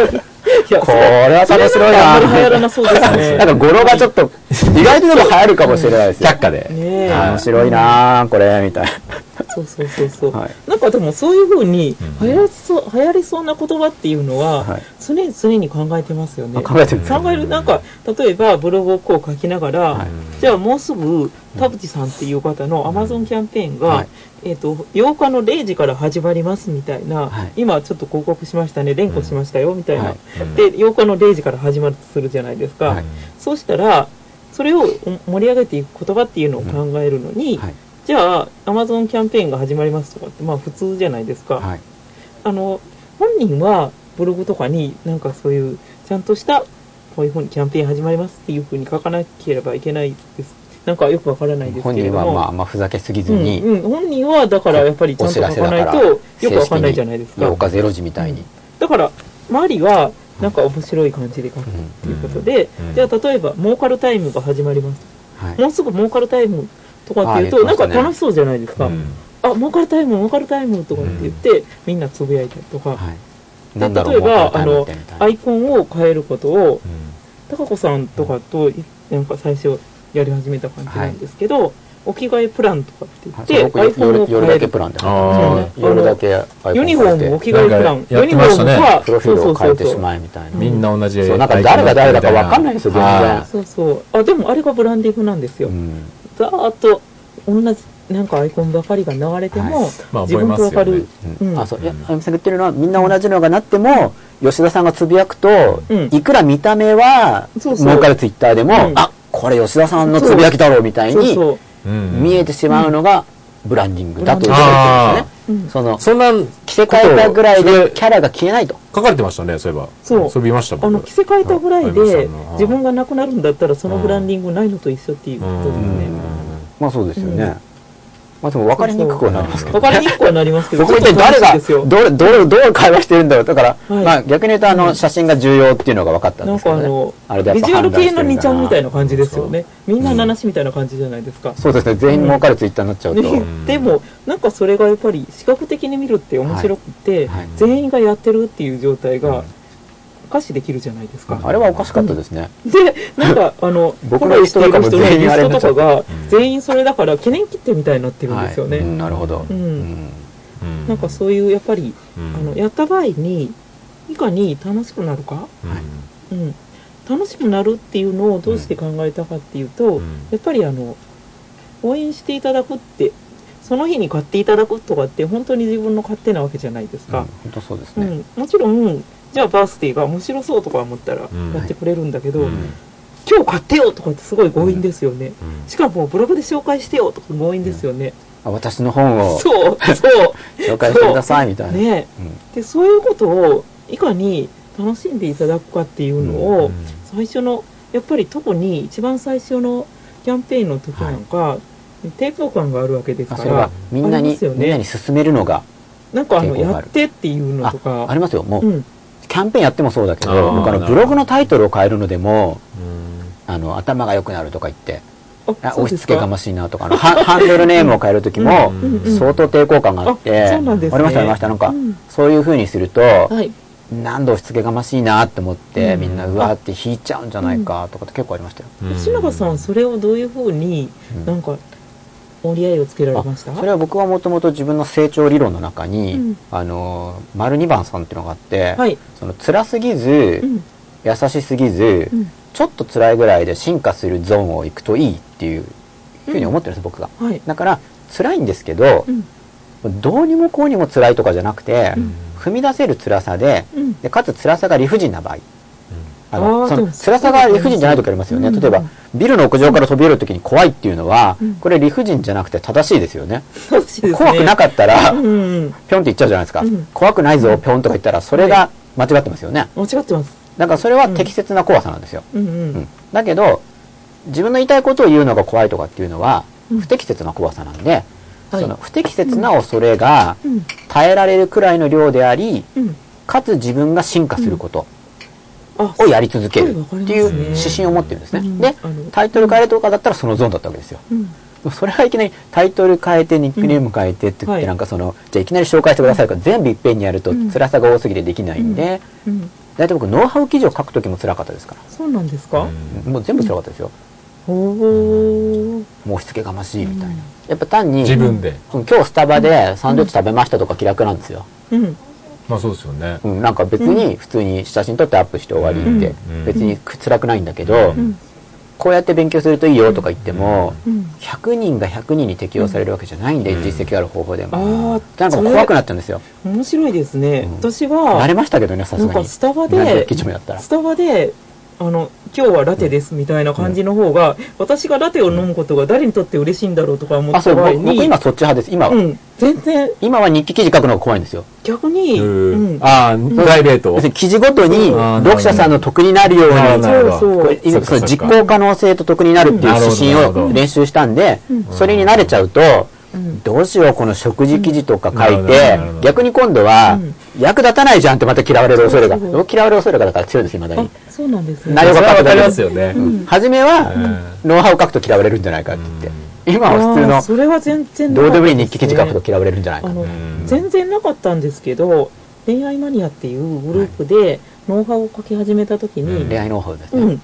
Speaker 3: いや
Speaker 2: これは楽しろい
Speaker 3: あんまり流行ら
Speaker 2: な
Speaker 3: なそうです
Speaker 2: [LAUGHS]
Speaker 3: ね
Speaker 2: なんか語呂がちょっと意外とでも流行るかもしれないですよ
Speaker 4: 却下で。
Speaker 3: ねえ
Speaker 2: 面白いなこれみたい
Speaker 3: そうそうそうそう、
Speaker 2: はい
Speaker 3: なんかでもそういうふうに流行りそう流行りそうな言葉っていうの
Speaker 2: な
Speaker 3: は
Speaker 2: はい
Speaker 3: 常に常に考えてますよね、
Speaker 2: あ考えてみて
Speaker 3: 考えるなんか例えばブログをこう書きながら、
Speaker 2: はい
Speaker 3: じゃあもうすぐ田淵さんっていう方の Amazon キャンペーンが、
Speaker 2: はい
Speaker 3: えっと8日の0時から始まりますみたいな、
Speaker 2: はい
Speaker 3: 今ちょっと広告しましたね連呼しましたよみたいな、
Speaker 2: はい
Speaker 3: で8日の0時から始まるとするじゃないですか、
Speaker 2: はい
Speaker 3: そうしたらそれを盛り上げていく言葉っていうのを考えるのに、
Speaker 2: はい
Speaker 3: じゃあ、アマゾンキャンペーンが始まりますとかって、まあ普通じゃないですか。
Speaker 2: はい
Speaker 3: あの、本人はブログとかになんかそういう、ちゃんとした、こういうふうにキャンペーン始まりますっていうふうに書かなければいけないです。なんかよくわからないです
Speaker 2: 本
Speaker 3: けれ
Speaker 2: 人
Speaker 3: ども。
Speaker 2: はまああんまふざけすぎず
Speaker 3: うん、
Speaker 2: に
Speaker 3: うん、本人はだからやっぱりちゃんと書かないとよくわかんないじゃないですか。
Speaker 2: 8日0時みたいに
Speaker 3: だから、周りはなんか面白い感じで書くっていうことで、
Speaker 1: うん
Speaker 3: じゃあ例えば、儲かるタイムが始まります。
Speaker 2: はい
Speaker 3: もうすぐ儲かるタイムとかっていう
Speaker 2: あ
Speaker 3: と、
Speaker 2: 言
Speaker 3: な
Speaker 2: ってまし
Speaker 3: ん
Speaker 2: た
Speaker 3: か
Speaker 2: ね
Speaker 3: 楽しそうじゃないですか。
Speaker 1: うん
Speaker 3: あ、儲かるタイム、儲かるタイムとかって言って、みんなつぶやいたりとか、
Speaker 2: はい
Speaker 3: で
Speaker 2: なんだろう
Speaker 3: 例え
Speaker 2: も
Speaker 3: ば
Speaker 2: うタイムってみたいな
Speaker 3: アイコンを変えることを、
Speaker 1: うん
Speaker 3: 高子さんとかと、いなんか最初やり始めた感じなんですけど、お着替えプランとかって
Speaker 2: はい
Speaker 3: 言って、アイ
Speaker 2: す
Speaker 3: コン
Speaker 2: ご
Speaker 3: を
Speaker 2: く夜夜
Speaker 3: 変え
Speaker 2: だけ
Speaker 3: る
Speaker 2: プ。ランで
Speaker 1: あ
Speaker 3: ー
Speaker 2: 夜だけアイコン
Speaker 3: ユニフォーム、
Speaker 2: 変え
Speaker 3: お
Speaker 2: て
Speaker 3: 着替えプラン。
Speaker 1: なんかや
Speaker 3: ユ
Speaker 1: っ
Speaker 3: ニ
Speaker 1: て
Speaker 3: フ
Speaker 1: ま
Speaker 3: ォ
Speaker 1: し
Speaker 3: ー
Speaker 1: た
Speaker 3: ム
Speaker 1: ね
Speaker 3: は、
Speaker 2: プロフィールを変えてし
Speaker 3: う。
Speaker 2: まえみたいな
Speaker 1: みんな同じ
Speaker 2: そうなんか誰が誰だかわかんないですよ全然
Speaker 3: そうそう。あ、でもあれがブランディングなんですよ。
Speaker 2: うん
Speaker 3: ざーっと、同じ、なんかアイコンばかりが流れても、
Speaker 2: はい
Speaker 1: まあ
Speaker 3: 自分とわか
Speaker 1: 思い
Speaker 3: る
Speaker 1: ま。
Speaker 3: うん
Speaker 2: あそういやあゆみさんが言ってるのはみんな同じのがなっても吉田さんがつぶやくと、
Speaker 3: うん
Speaker 2: いくら見た目は
Speaker 3: そうそう
Speaker 2: 儲かるツイッターでも、
Speaker 3: うん
Speaker 2: あこれ吉田さんのつぶやきだろうみたい
Speaker 3: そう
Speaker 2: に
Speaker 3: そう。
Speaker 1: うん
Speaker 2: 見えてしまうのがブランディングだという
Speaker 3: ブ
Speaker 2: こ
Speaker 3: ラ
Speaker 2: と
Speaker 1: ンディング
Speaker 2: ですね、
Speaker 3: うん
Speaker 2: その
Speaker 1: そんな
Speaker 2: 着せ替えたぐらいでキャラが消えないと
Speaker 1: 書かれてましたねそういえば
Speaker 3: そう
Speaker 1: れ見ましたも
Speaker 3: あ
Speaker 1: ん
Speaker 3: の着せ替えたぐらい
Speaker 1: ああり
Speaker 3: で
Speaker 1: ましたね
Speaker 3: 自分がなくなるんだったらそのブランディングないのと一緒っていうことですね。
Speaker 2: まあそうですよね、
Speaker 3: うん
Speaker 2: まあでも分かりにくくはなりますけど
Speaker 3: わかりにくくはなりますけど、
Speaker 2: 僕も一体誰
Speaker 3: ちょっと楽しいですよ
Speaker 2: がどれどうどう会話してるんだろうだから、
Speaker 3: はい
Speaker 2: まあ逆に言うとあの写真が重要っていうのが分かったん
Speaker 3: な
Speaker 2: で
Speaker 3: ん
Speaker 2: すけ
Speaker 3: かあ
Speaker 2: ど、ね、
Speaker 3: の
Speaker 2: あれでやっ
Speaker 3: ビ
Speaker 2: ぱ
Speaker 3: ジュアル系の
Speaker 2: 判断してるんだな
Speaker 3: 2ちゃんみたいな感じですよね。みんな七しみたいな感じじゃないですか。
Speaker 2: そうですね全員儲かるツイッターになっちゃうと、
Speaker 3: ねでもなんかそれがやっぱり視覚的に見るって面白くて、
Speaker 2: はいはい
Speaker 3: 全員がやってるっていう状態がおかしできるじゃないですか。
Speaker 2: あれはおかしかったですね、
Speaker 3: で、なんか、あの、
Speaker 2: 僕
Speaker 3: 僕
Speaker 2: の
Speaker 3: の
Speaker 2: リ
Speaker 3: リ
Speaker 2: ス
Speaker 3: ス
Speaker 2: ト
Speaker 3: ト
Speaker 2: とか
Speaker 3: とか
Speaker 2: も全員あれになっ
Speaker 3: と
Speaker 2: ちゃう
Speaker 3: かが、全員それだから、記念切手みたいになってるんですよね。
Speaker 2: はいうんなるほど、
Speaker 3: うん
Speaker 2: ん
Speaker 3: なんか
Speaker 1: う
Speaker 3: そういう、やっぱり、
Speaker 1: うん
Speaker 3: あの、やった場合に、いかに楽しくなるか、
Speaker 1: うん
Speaker 3: うん、楽しくなるっていうのをどうして考えたかっていうと、やっぱりあの、応援していただくって、その日に買っていただくとかって、本当に自分の勝手なわけじゃないです
Speaker 2: うん
Speaker 3: か。
Speaker 2: 本当そうです
Speaker 3: うん、
Speaker 2: ね、
Speaker 3: もちろん、じゃあバースデーが面白そうとか思ったらやってくれるんだけど、
Speaker 1: うん
Speaker 3: 今日買ってよとかってすごい強引ですよね。
Speaker 1: うん
Speaker 3: しかもブログで紹介してよとか強引ですよね。
Speaker 2: あ私の本を
Speaker 3: そう、そ。
Speaker 2: 紹介してくださいみたいうな、
Speaker 3: ね
Speaker 2: うん
Speaker 3: で、そういうことをいかに楽しんでいただくかっていうのを、
Speaker 1: うん
Speaker 3: 最初の、やっぱり特に一番最初のキャンペーンの時なんか、抵抗感があるわけです
Speaker 2: まあ、
Speaker 3: か
Speaker 2: それは
Speaker 3: ら、
Speaker 2: みんな
Speaker 3: あり
Speaker 2: に、
Speaker 3: ますよね
Speaker 2: みんなに勧めるのが
Speaker 3: なんかあの、
Speaker 2: 抵抗が
Speaker 3: や
Speaker 2: あ
Speaker 3: っ
Speaker 2: る
Speaker 3: てっていうの
Speaker 2: あ
Speaker 3: とか、
Speaker 2: ありますよもう、
Speaker 3: うん、
Speaker 2: キャンペーンやってもそうだけど
Speaker 1: あー
Speaker 2: 僕
Speaker 1: な
Speaker 2: あの
Speaker 1: るほど
Speaker 2: ブログのタイトルを変えるのでも
Speaker 1: うん
Speaker 2: あの頭が良くなるとか言ってあ
Speaker 3: そ
Speaker 2: 押
Speaker 3: う
Speaker 2: し
Speaker 3: です
Speaker 2: 付けが
Speaker 3: か
Speaker 2: ましいなとかあのハハンドルネームを変える時も
Speaker 1: うん
Speaker 3: うん
Speaker 2: 相当抵抗感があって、
Speaker 3: あそうなんですね
Speaker 2: ありましたありましたなんか、
Speaker 3: うん
Speaker 2: そういう風にすると、
Speaker 3: はい。
Speaker 2: 何度押し付けがましいなって思って、
Speaker 3: うん
Speaker 2: みんなうわーって引いちゃうんじゃないかとかって結構ありましたよ、
Speaker 3: 吉永さん、それをどういうふうに
Speaker 2: うん
Speaker 3: なんか折り合いをつけられました
Speaker 2: それは僕はもともと自分の成長理論の中に、
Speaker 3: うん
Speaker 2: あのー丸2番さんっていうのがあって、
Speaker 3: はい。
Speaker 2: その辛すぎず、
Speaker 3: うん。
Speaker 2: 優しすぎず、
Speaker 3: うん。
Speaker 2: ちょっと辛いぐらいで進化するゾーンを行くといいっていうふうに思ってるんです、僕が
Speaker 3: はい。
Speaker 2: だから辛いんですけど
Speaker 3: う、ん。
Speaker 2: どうにもこうにも辛いとかじゃなくて、
Speaker 3: うん
Speaker 2: 踏み出せる辛さで
Speaker 3: うん。
Speaker 2: でかつ辛さが理不尽な場合あ
Speaker 3: あー
Speaker 2: のそ
Speaker 3: で
Speaker 2: の
Speaker 3: も
Speaker 2: 辛さが理不尽じゃない時ありますよね、
Speaker 3: うん
Speaker 2: 例えばビルの屋上から飛び降りる時に怖いっていうのは、
Speaker 3: うん
Speaker 2: これ理不尽じゃなくて正しいですよね
Speaker 3: そうですね。
Speaker 2: 怖くなかったら、
Speaker 3: うんうん。
Speaker 2: ぴょんって言っちゃうじゃないですか、
Speaker 3: うん
Speaker 2: 怖くないぞぴょんとか言ったらそれが間違ってますよね
Speaker 3: 間違ってます。
Speaker 2: だからそれは適切な怖さなんですよ、
Speaker 3: う
Speaker 2: う
Speaker 3: んうんん。
Speaker 2: だけど自分の言いたいことを言うのが怖いとかっていうのは
Speaker 3: うん
Speaker 2: 不適切な怖さなんで、
Speaker 3: はい
Speaker 2: その不適切な恐れが
Speaker 3: うん。
Speaker 2: 耐えられるくらいの量であり
Speaker 3: うん。
Speaker 2: かつ自分が進化すること
Speaker 3: あ
Speaker 2: をやり続けるってい
Speaker 3: わかり
Speaker 2: う
Speaker 3: ますね
Speaker 2: 指針を持ってるんですね、
Speaker 3: うん
Speaker 2: で
Speaker 3: あの
Speaker 2: タイトル変えるとかだったらそのゾーンだったわけですよ
Speaker 3: うん。
Speaker 2: それはいきなりタイトル変えてニックネーム変えてって言っ
Speaker 3: は
Speaker 2: て
Speaker 3: い
Speaker 2: なんかそのじゃあいきなり紹介してくださいとか全部いっぺんにやると
Speaker 3: うん
Speaker 2: 辛さが多すぎてできないんで
Speaker 3: うん。
Speaker 2: 大体僕ノウハウ記事を書く時も辛かったですから
Speaker 3: そうなんですか
Speaker 2: もう全部辛かったですよ
Speaker 3: おー。
Speaker 2: もうしつけがましいみたいな
Speaker 3: うん
Speaker 2: やっぱ単に
Speaker 1: 自分で
Speaker 2: うん今日スタバでサンドイッチ食べましたとか気楽なんですよ、
Speaker 3: うん。
Speaker 1: まあそうですよね
Speaker 2: うん、なんか別に普通に写真撮ってアップして終わりって
Speaker 1: うん
Speaker 2: 別に辛くないんだけど
Speaker 3: うん。
Speaker 2: こうやって勉強するといいよとか言っても
Speaker 3: うん。
Speaker 2: 100人が100人に適用されるわけじゃないんで
Speaker 1: うん
Speaker 2: 実績ある方法で
Speaker 3: あ
Speaker 2: も
Speaker 3: ー。
Speaker 2: なんかもう怖くなっちゃうんですよ
Speaker 3: それ面白いですね。
Speaker 2: うん
Speaker 3: 私
Speaker 2: 慣
Speaker 3: は
Speaker 2: れ、ましたけどねさ
Speaker 3: な
Speaker 2: す
Speaker 3: ん
Speaker 2: が
Speaker 3: か
Speaker 2: に
Speaker 3: スタバ
Speaker 2: 70
Speaker 3: で、
Speaker 2: 基準やったら
Speaker 3: スタバで、あの、今日はラテですみたいな感じの方が、私がラテを飲むことが誰にとって嬉しいんだろうとか思っ
Speaker 2: あそ
Speaker 3: た
Speaker 2: う
Speaker 3: 場合
Speaker 2: 僕僕
Speaker 3: に、
Speaker 2: 今そっち派です今は、
Speaker 3: うん、全然
Speaker 2: 今は日記記事書くのが怖いんですよ
Speaker 3: 逆に、うん、
Speaker 1: ああプライベート
Speaker 2: 要するに記事ごとに
Speaker 1: うん
Speaker 2: 読者さんの得になるように
Speaker 1: あーなる
Speaker 3: そう
Speaker 1: ほ
Speaker 3: そ
Speaker 2: こ
Speaker 3: う
Speaker 2: れ。今
Speaker 1: そっか
Speaker 2: そ
Speaker 1: そ
Speaker 2: の
Speaker 1: っか
Speaker 2: 実行可能性と得になるっていう指針
Speaker 1: うんなるほどなるほど
Speaker 2: を練習したんで
Speaker 3: うん
Speaker 2: それに慣れちゃうと
Speaker 3: うん
Speaker 2: どうしようこの食事記事とか書
Speaker 1: う
Speaker 2: い
Speaker 1: んなるほど
Speaker 2: て
Speaker 1: なるほど
Speaker 2: 逆に今度は
Speaker 3: うん
Speaker 2: 役立たないじゃんってまた嫌われる恐れが
Speaker 3: そうそう
Speaker 2: 嫌われる恐れがだから強いですいまだ
Speaker 3: あ
Speaker 2: に、
Speaker 3: そうなんですね。
Speaker 2: なる
Speaker 1: それ
Speaker 2: ほど
Speaker 1: はわかりますよね
Speaker 3: うん
Speaker 2: 初め
Speaker 1: う
Speaker 2: は
Speaker 1: ん
Speaker 2: ノウハウ書くと嫌われるんじゃないかって言って今
Speaker 3: あ
Speaker 2: は
Speaker 3: ー
Speaker 2: 普通
Speaker 3: それは全然
Speaker 2: の
Speaker 3: な
Speaker 2: ど
Speaker 3: か
Speaker 2: う
Speaker 3: っ
Speaker 2: でも
Speaker 3: たす
Speaker 2: い
Speaker 3: ね
Speaker 2: い日記記事書くと嫌われるんじゃないか
Speaker 3: あ
Speaker 2: って
Speaker 3: の
Speaker 1: うん
Speaker 3: 全然なかったんですけど、恋愛マニアっていうグループでノウハウを書き始めた時
Speaker 1: うん
Speaker 3: に、
Speaker 2: 恋愛ノウハウです
Speaker 3: う
Speaker 2: ね
Speaker 3: ん。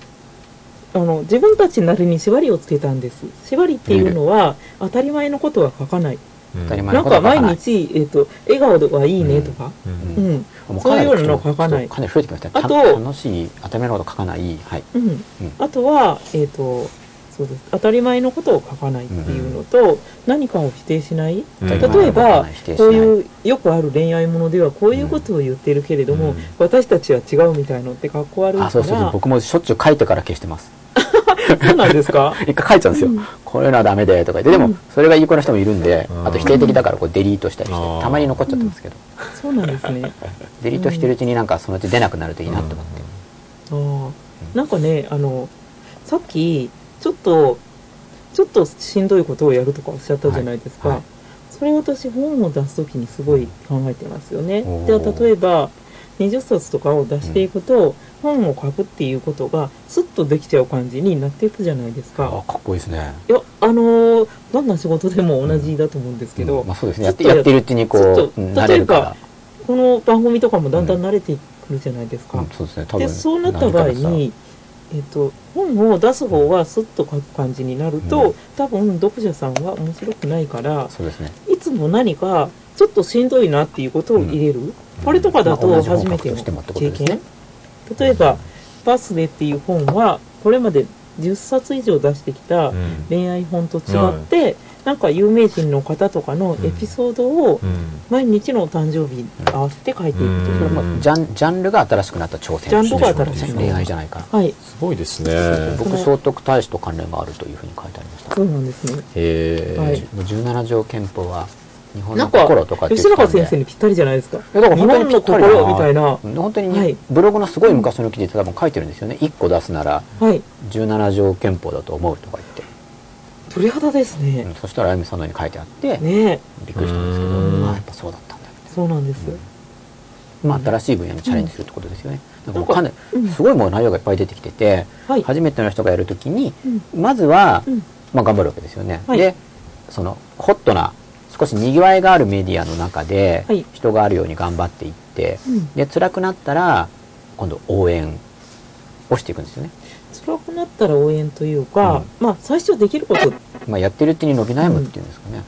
Speaker 3: あの、自分たちなりに縛りをつけたんです。縛りっていうのは、当たり前のことは書かない。
Speaker 1: 当
Speaker 2: 当たり前の
Speaker 3: なん
Speaker 2: こと
Speaker 3: か
Speaker 2: は書
Speaker 3: 毎
Speaker 2: かない
Speaker 3: 日、えっと、笑顔がいいねとか。
Speaker 2: う
Speaker 3: うんん。
Speaker 2: もうかなり
Speaker 3: そういうの書かない
Speaker 2: かなり増えてきましたね
Speaker 3: あと
Speaker 2: 楽しい頭のこと書かないはい
Speaker 3: うん、あとは、えっとそうです当たり前のことを書かないっていうのと、何かを否定しない、
Speaker 1: うん
Speaker 3: 例えば
Speaker 2: うん否定しない
Speaker 3: こういうよくある恋愛ものではこういうことを言ってるけれども、
Speaker 1: うん
Speaker 3: 私たちは違うみたいのってかっこ悪いから
Speaker 2: あそうそうそう僕もしょっちゅう書いてから消してます
Speaker 3: そうなんで
Speaker 2: [LAUGHS]
Speaker 3: すか
Speaker 2: 一回書いちゃうんですよ、こういうのはダメでとか言ってでもそれが有効な人もいるんで、
Speaker 1: うん
Speaker 2: あと否定的だからこうデリートしたりして、
Speaker 1: うん
Speaker 2: たまに残っちゃってますけど、
Speaker 3: そうなんですね
Speaker 2: デリートしてるうちになんかそのうち出なくなるといいなと思って、
Speaker 3: あーなんかねあのさっきちょっとちょっとしんどいことをやるとかおっしゃったじゃないですか、
Speaker 2: はいはい
Speaker 3: それ私本を出す時にすごい考えてますよね
Speaker 2: お
Speaker 3: で
Speaker 2: ー
Speaker 3: 例えば20冊とかを出していくと、本を書くっていうことがスッとできちゃう感じになっていくじゃないですか
Speaker 2: あかっこいいですね
Speaker 3: いやあのーどんな仕事でも同じだと思うんですけど、
Speaker 2: まあ、そうですねやって
Speaker 3: ちょっと
Speaker 2: やってるうちにこ
Speaker 3: ちょっ
Speaker 2: う
Speaker 3: と
Speaker 2: うん慣れるから
Speaker 3: この番組とかもだんだん慣れてくるじゃないですか、
Speaker 2: うんそうですね多分
Speaker 3: でそうなった場合に、えっと本を出す方はスッと書く感じになると、
Speaker 2: うん
Speaker 3: 多分読者さんは面白くないから
Speaker 2: そうですね
Speaker 3: いつも何かちょっとしんどいなっていうことを入れる、これとかだ
Speaker 2: まあ
Speaker 3: と
Speaker 2: 同じ本
Speaker 3: 初めて
Speaker 2: 書く
Speaker 3: の
Speaker 2: としてもってこと
Speaker 3: 経
Speaker 2: ですね
Speaker 3: 験、例えば「バースデー」っていう本はこれまで10冊以上出してきた
Speaker 1: うん
Speaker 3: 恋愛本と違って、なんか有名人の方とかのエピソードを
Speaker 1: うん
Speaker 3: 毎日のお誕生日に合わせて書いていくと
Speaker 1: うん
Speaker 2: それもジャンジャンルが新しくなった挑戦
Speaker 3: ジャンルが新しい
Speaker 2: ですね恋愛じゃないかな
Speaker 3: はい
Speaker 1: すごいですね
Speaker 2: 僕聖徳太子と関連があるというふうに書いてありました
Speaker 3: そうなんですね
Speaker 1: へえ、
Speaker 3: はい
Speaker 2: もう17条憲法は日本
Speaker 3: な
Speaker 2: の
Speaker 3: んか
Speaker 2: 心とかって言っ
Speaker 3: 吉
Speaker 2: てた
Speaker 3: 永
Speaker 2: んで
Speaker 3: 先生にぴったりじゃないですか
Speaker 2: いやだから
Speaker 3: 日本の心みたいなは
Speaker 2: 本当に
Speaker 3: は
Speaker 2: ね
Speaker 3: い
Speaker 2: ブログのすごい昔の記事って多分書いてるんですよね1個出すなら
Speaker 3: い
Speaker 2: 17条憲法だと思うとか言って、
Speaker 3: 鳥肌です
Speaker 2: うん
Speaker 3: ね
Speaker 2: そしたらあゆみさんのように書いてあって、
Speaker 3: ねえ
Speaker 2: びっくりしたんですけ
Speaker 1: うん
Speaker 2: どあやっぱそうだったんだみたい
Speaker 3: そうなんです
Speaker 2: な、まあ、新しい分野にチャレンジするってことですよね、だからもうかな
Speaker 3: うん
Speaker 2: りすごいもう内容がいっぱい出てきてて、
Speaker 3: はい
Speaker 2: 初めての人がやるときに
Speaker 3: うん
Speaker 2: まずは、
Speaker 3: うん
Speaker 2: まあ、頑張るわけですよね、
Speaker 3: はい
Speaker 2: でそのホットな少しにぎわいがあるメディアの中で
Speaker 3: はい
Speaker 2: 人があるように頑張っていって、
Speaker 3: うん
Speaker 2: で辛くなったら今度応援をしていくんですよね、
Speaker 3: 辛くなったら応援というか、まあ最初できること
Speaker 2: まあ、やってるうちに伸び悩むっていうんですかね、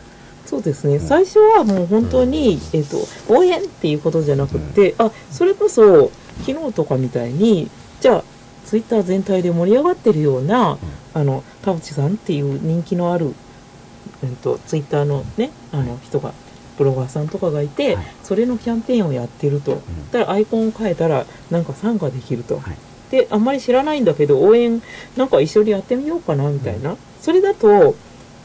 Speaker 3: そうですね、最初はもう本当に、えっと応援っていうことじゃなくって、あそれこそ昨日とかみたいにじゃあツイッター全体で盛り上がってるような、あの田淵さんっていう人気のある、うん、とツイッターのねあの人がブロガーさんとかがいて、
Speaker 2: はい
Speaker 3: それのキャンペーンをやってると、だからアイコンを変えたらなんか参加できると、
Speaker 2: はい
Speaker 3: であんまり知らないんだけど応援なんか一緒にやってみようかなみたいな、それだと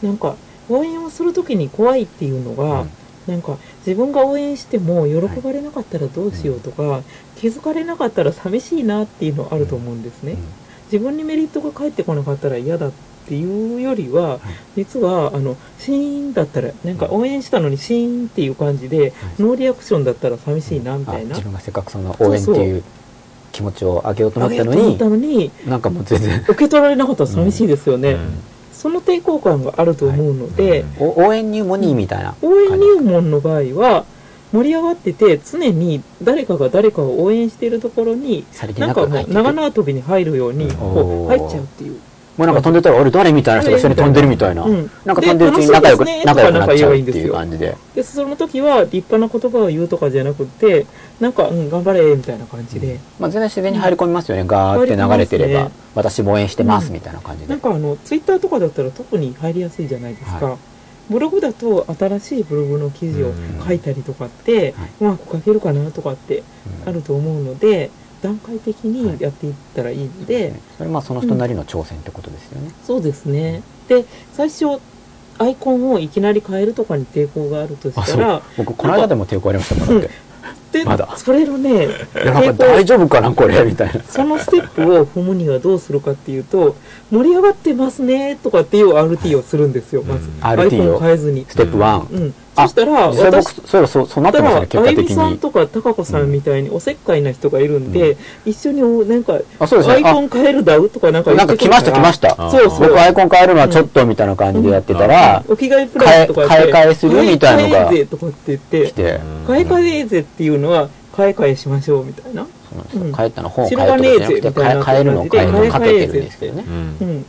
Speaker 3: なんか応援をする時に怖いっていうのが、
Speaker 2: うん
Speaker 3: なんか自分が応援しても喜ばれなかったらどうしようとか、気づかれなかったら寂しいなっていうのあると思うんですね、
Speaker 2: うん
Speaker 3: 自分にメリットが返ってこなかったら嫌だっていうよりは、実はあのシーンだったらなんか応援したのにシーンっていう感じで、ノーリアクションだったら寂しいなみ
Speaker 2: あ
Speaker 3: たいな、
Speaker 2: 自分がせっかくその応援っていう気持ちを上げようと思
Speaker 3: あ
Speaker 2: っ
Speaker 3: げ
Speaker 2: た
Speaker 3: よう
Speaker 2: の
Speaker 3: と思
Speaker 2: に
Speaker 3: ったのに
Speaker 2: なんかもう全然
Speaker 3: 受け取られなかったら寂しいですよね、
Speaker 1: うん
Speaker 3: その抵抗感があると思うので、
Speaker 2: お応援入門にみたいな
Speaker 3: 応援入門の場合は盛り上がってて常に誰かが誰かを応援しているところに
Speaker 2: さりげ
Speaker 3: なん
Speaker 2: なく
Speaker 3: か
Speaker 2: 入っ
Speaker 3: もう
Speaker 2: てく
Speaker 3: 長
Speaker 2: も
Speaker 3: 縄跳びに入るようにこ
Speaker 2: お
Speaker 3: う
Speaker 2: ー
Speaker 3: 入っちゃうっていう。
Speaker 2: うなんか飛んでたら俺誰みたいな人が一緒に飛んでるみたいな、
Speaker 3: うん
Speaker 2: なんか飛んでるうちに仲良く,、
Speaker 3: で
Speaker 2: 仲
Speaker 3: 楽
Speaker 2: 良くな
Speaker 3: しみですねとかなん
Speaker 2: っ
Speaker 3: か
Speaker 2: ちゃ
Speaker 3: 言え
Speaker 2: う
Speaker 3: ばい
Speaker 2: っ
Speaker 3: いん
Speaker 2: て
Speaker 3: ですよ
Speaker 2: いう感じで
Speaker 3: でその時は立派な言葉を言うとかじゃなくってなんか、うん、頑張れみたいな感じで、
Speaker 2: まあ、全然自然に入り込みますよね、ガーって流れてれ
Speaker 3: 入り
Speaker 2: ば、
Speaker 3: 込みますね
Speaker 2: 私も応援してますみたいな感じで、
Speaker 3: なんかあのツイッターとかだったら特に入りやすいじゃないですか、
Speaker 2: は
Speaker 3: ブログだと新しいブログの記事を書いたりとかって
Speaker 2: はいう
Speaker 3: まく書けるかなとかって
Speaker 2: うん
Speaker 3: あると思うので段階的にやっていったらいいので、
Speaker 2: それまあその人なりの挑戦ってことですよね、
Speaker 3: そうですねで最初アイコンをいきなり変えるとかに抵抗があると
Speaker 2: あ
Speaker 3: した
Speaker 2: そ
Speaker 3: ら
Speaker 2: う僕この間でも抵抗ありましたもんだって、
Speaker 3: で
Speaker 2: まだ
Speaker 3: それのね
Speaker 2: [LAUGHS] いやなんか
Speaker 3: 抵抗
Speaker 2: 大丈夫かなこれみたいな
Speaker 3: そのステップを踏むにはどうするかっていうと、盛り上がってますねとかっていう RT をするんですよ、まず
Speaker 1: う。ん
Speaker 3: ア
Speaker 2: RT
Speaker 3: イコンを変えずに。
Speaker 2: ステップ1、
Speaker 3: うん。
Speaker 2: あ
Speaker 3: そしたら、
Speaker 2: 実際僕
Speaker 3: 私
Speaker 2: そういえばそうそうなってましたね
Speaker 3: た
Speaker 2: 結
Speaker 3: ら、あ
Speaker 2: 果
Speaker 3: ゆ
Speaker 2: 的
Speaker 3: みさん
Speaker 2: に
Speaker 3: とかたかこさんみたいにおせっかいな人がいるんで、一緒におなんか、
Speaker 2: あそうですね
Speaker 3: アイコン変えるだうとかなんか
Speaker 2: な
Speaker 3: 言
Speaker 2: んか
Speaker 3: って
Speaker 2: 来
Speaker 3: くる
Speaker 2: ま
Speaker 3: ら
Speaker 2: した来ました
Speaker 1: あー
Speaker 3: そうそう。
Speaker 2: 僕アイコン変えるのはちょっとみたいな感じでやってたら、
Speaker 3: お着替えプラ
Speaker 2: 買
Speaker 3: ン
Speaker 2: い
Speaker 3: とか
Speaker 2: 買
Speaker 3: やって
Speaker 2: い替えするみたいのが
Speaker 3: 買え替えぜとかって言って
Speaker 2: 来、て、
Speaker 3: 買い替えぜっていうのは、買い替えしましょうみたいな。
Speaker 2: そうなんですよ
Speaker 3: うん
Speaker 2: 変えたの本を変えるとかじゃなくて
Speaker 3: 白がねえぜみたいな
Speaker 2: 変えるのを変える
Speaker 1: 感
Speaker 2: の
Speaker 1: じで
Speaker 2: かけてるんですけどね
Speaker 1: う、ん
Speaker 3: うん。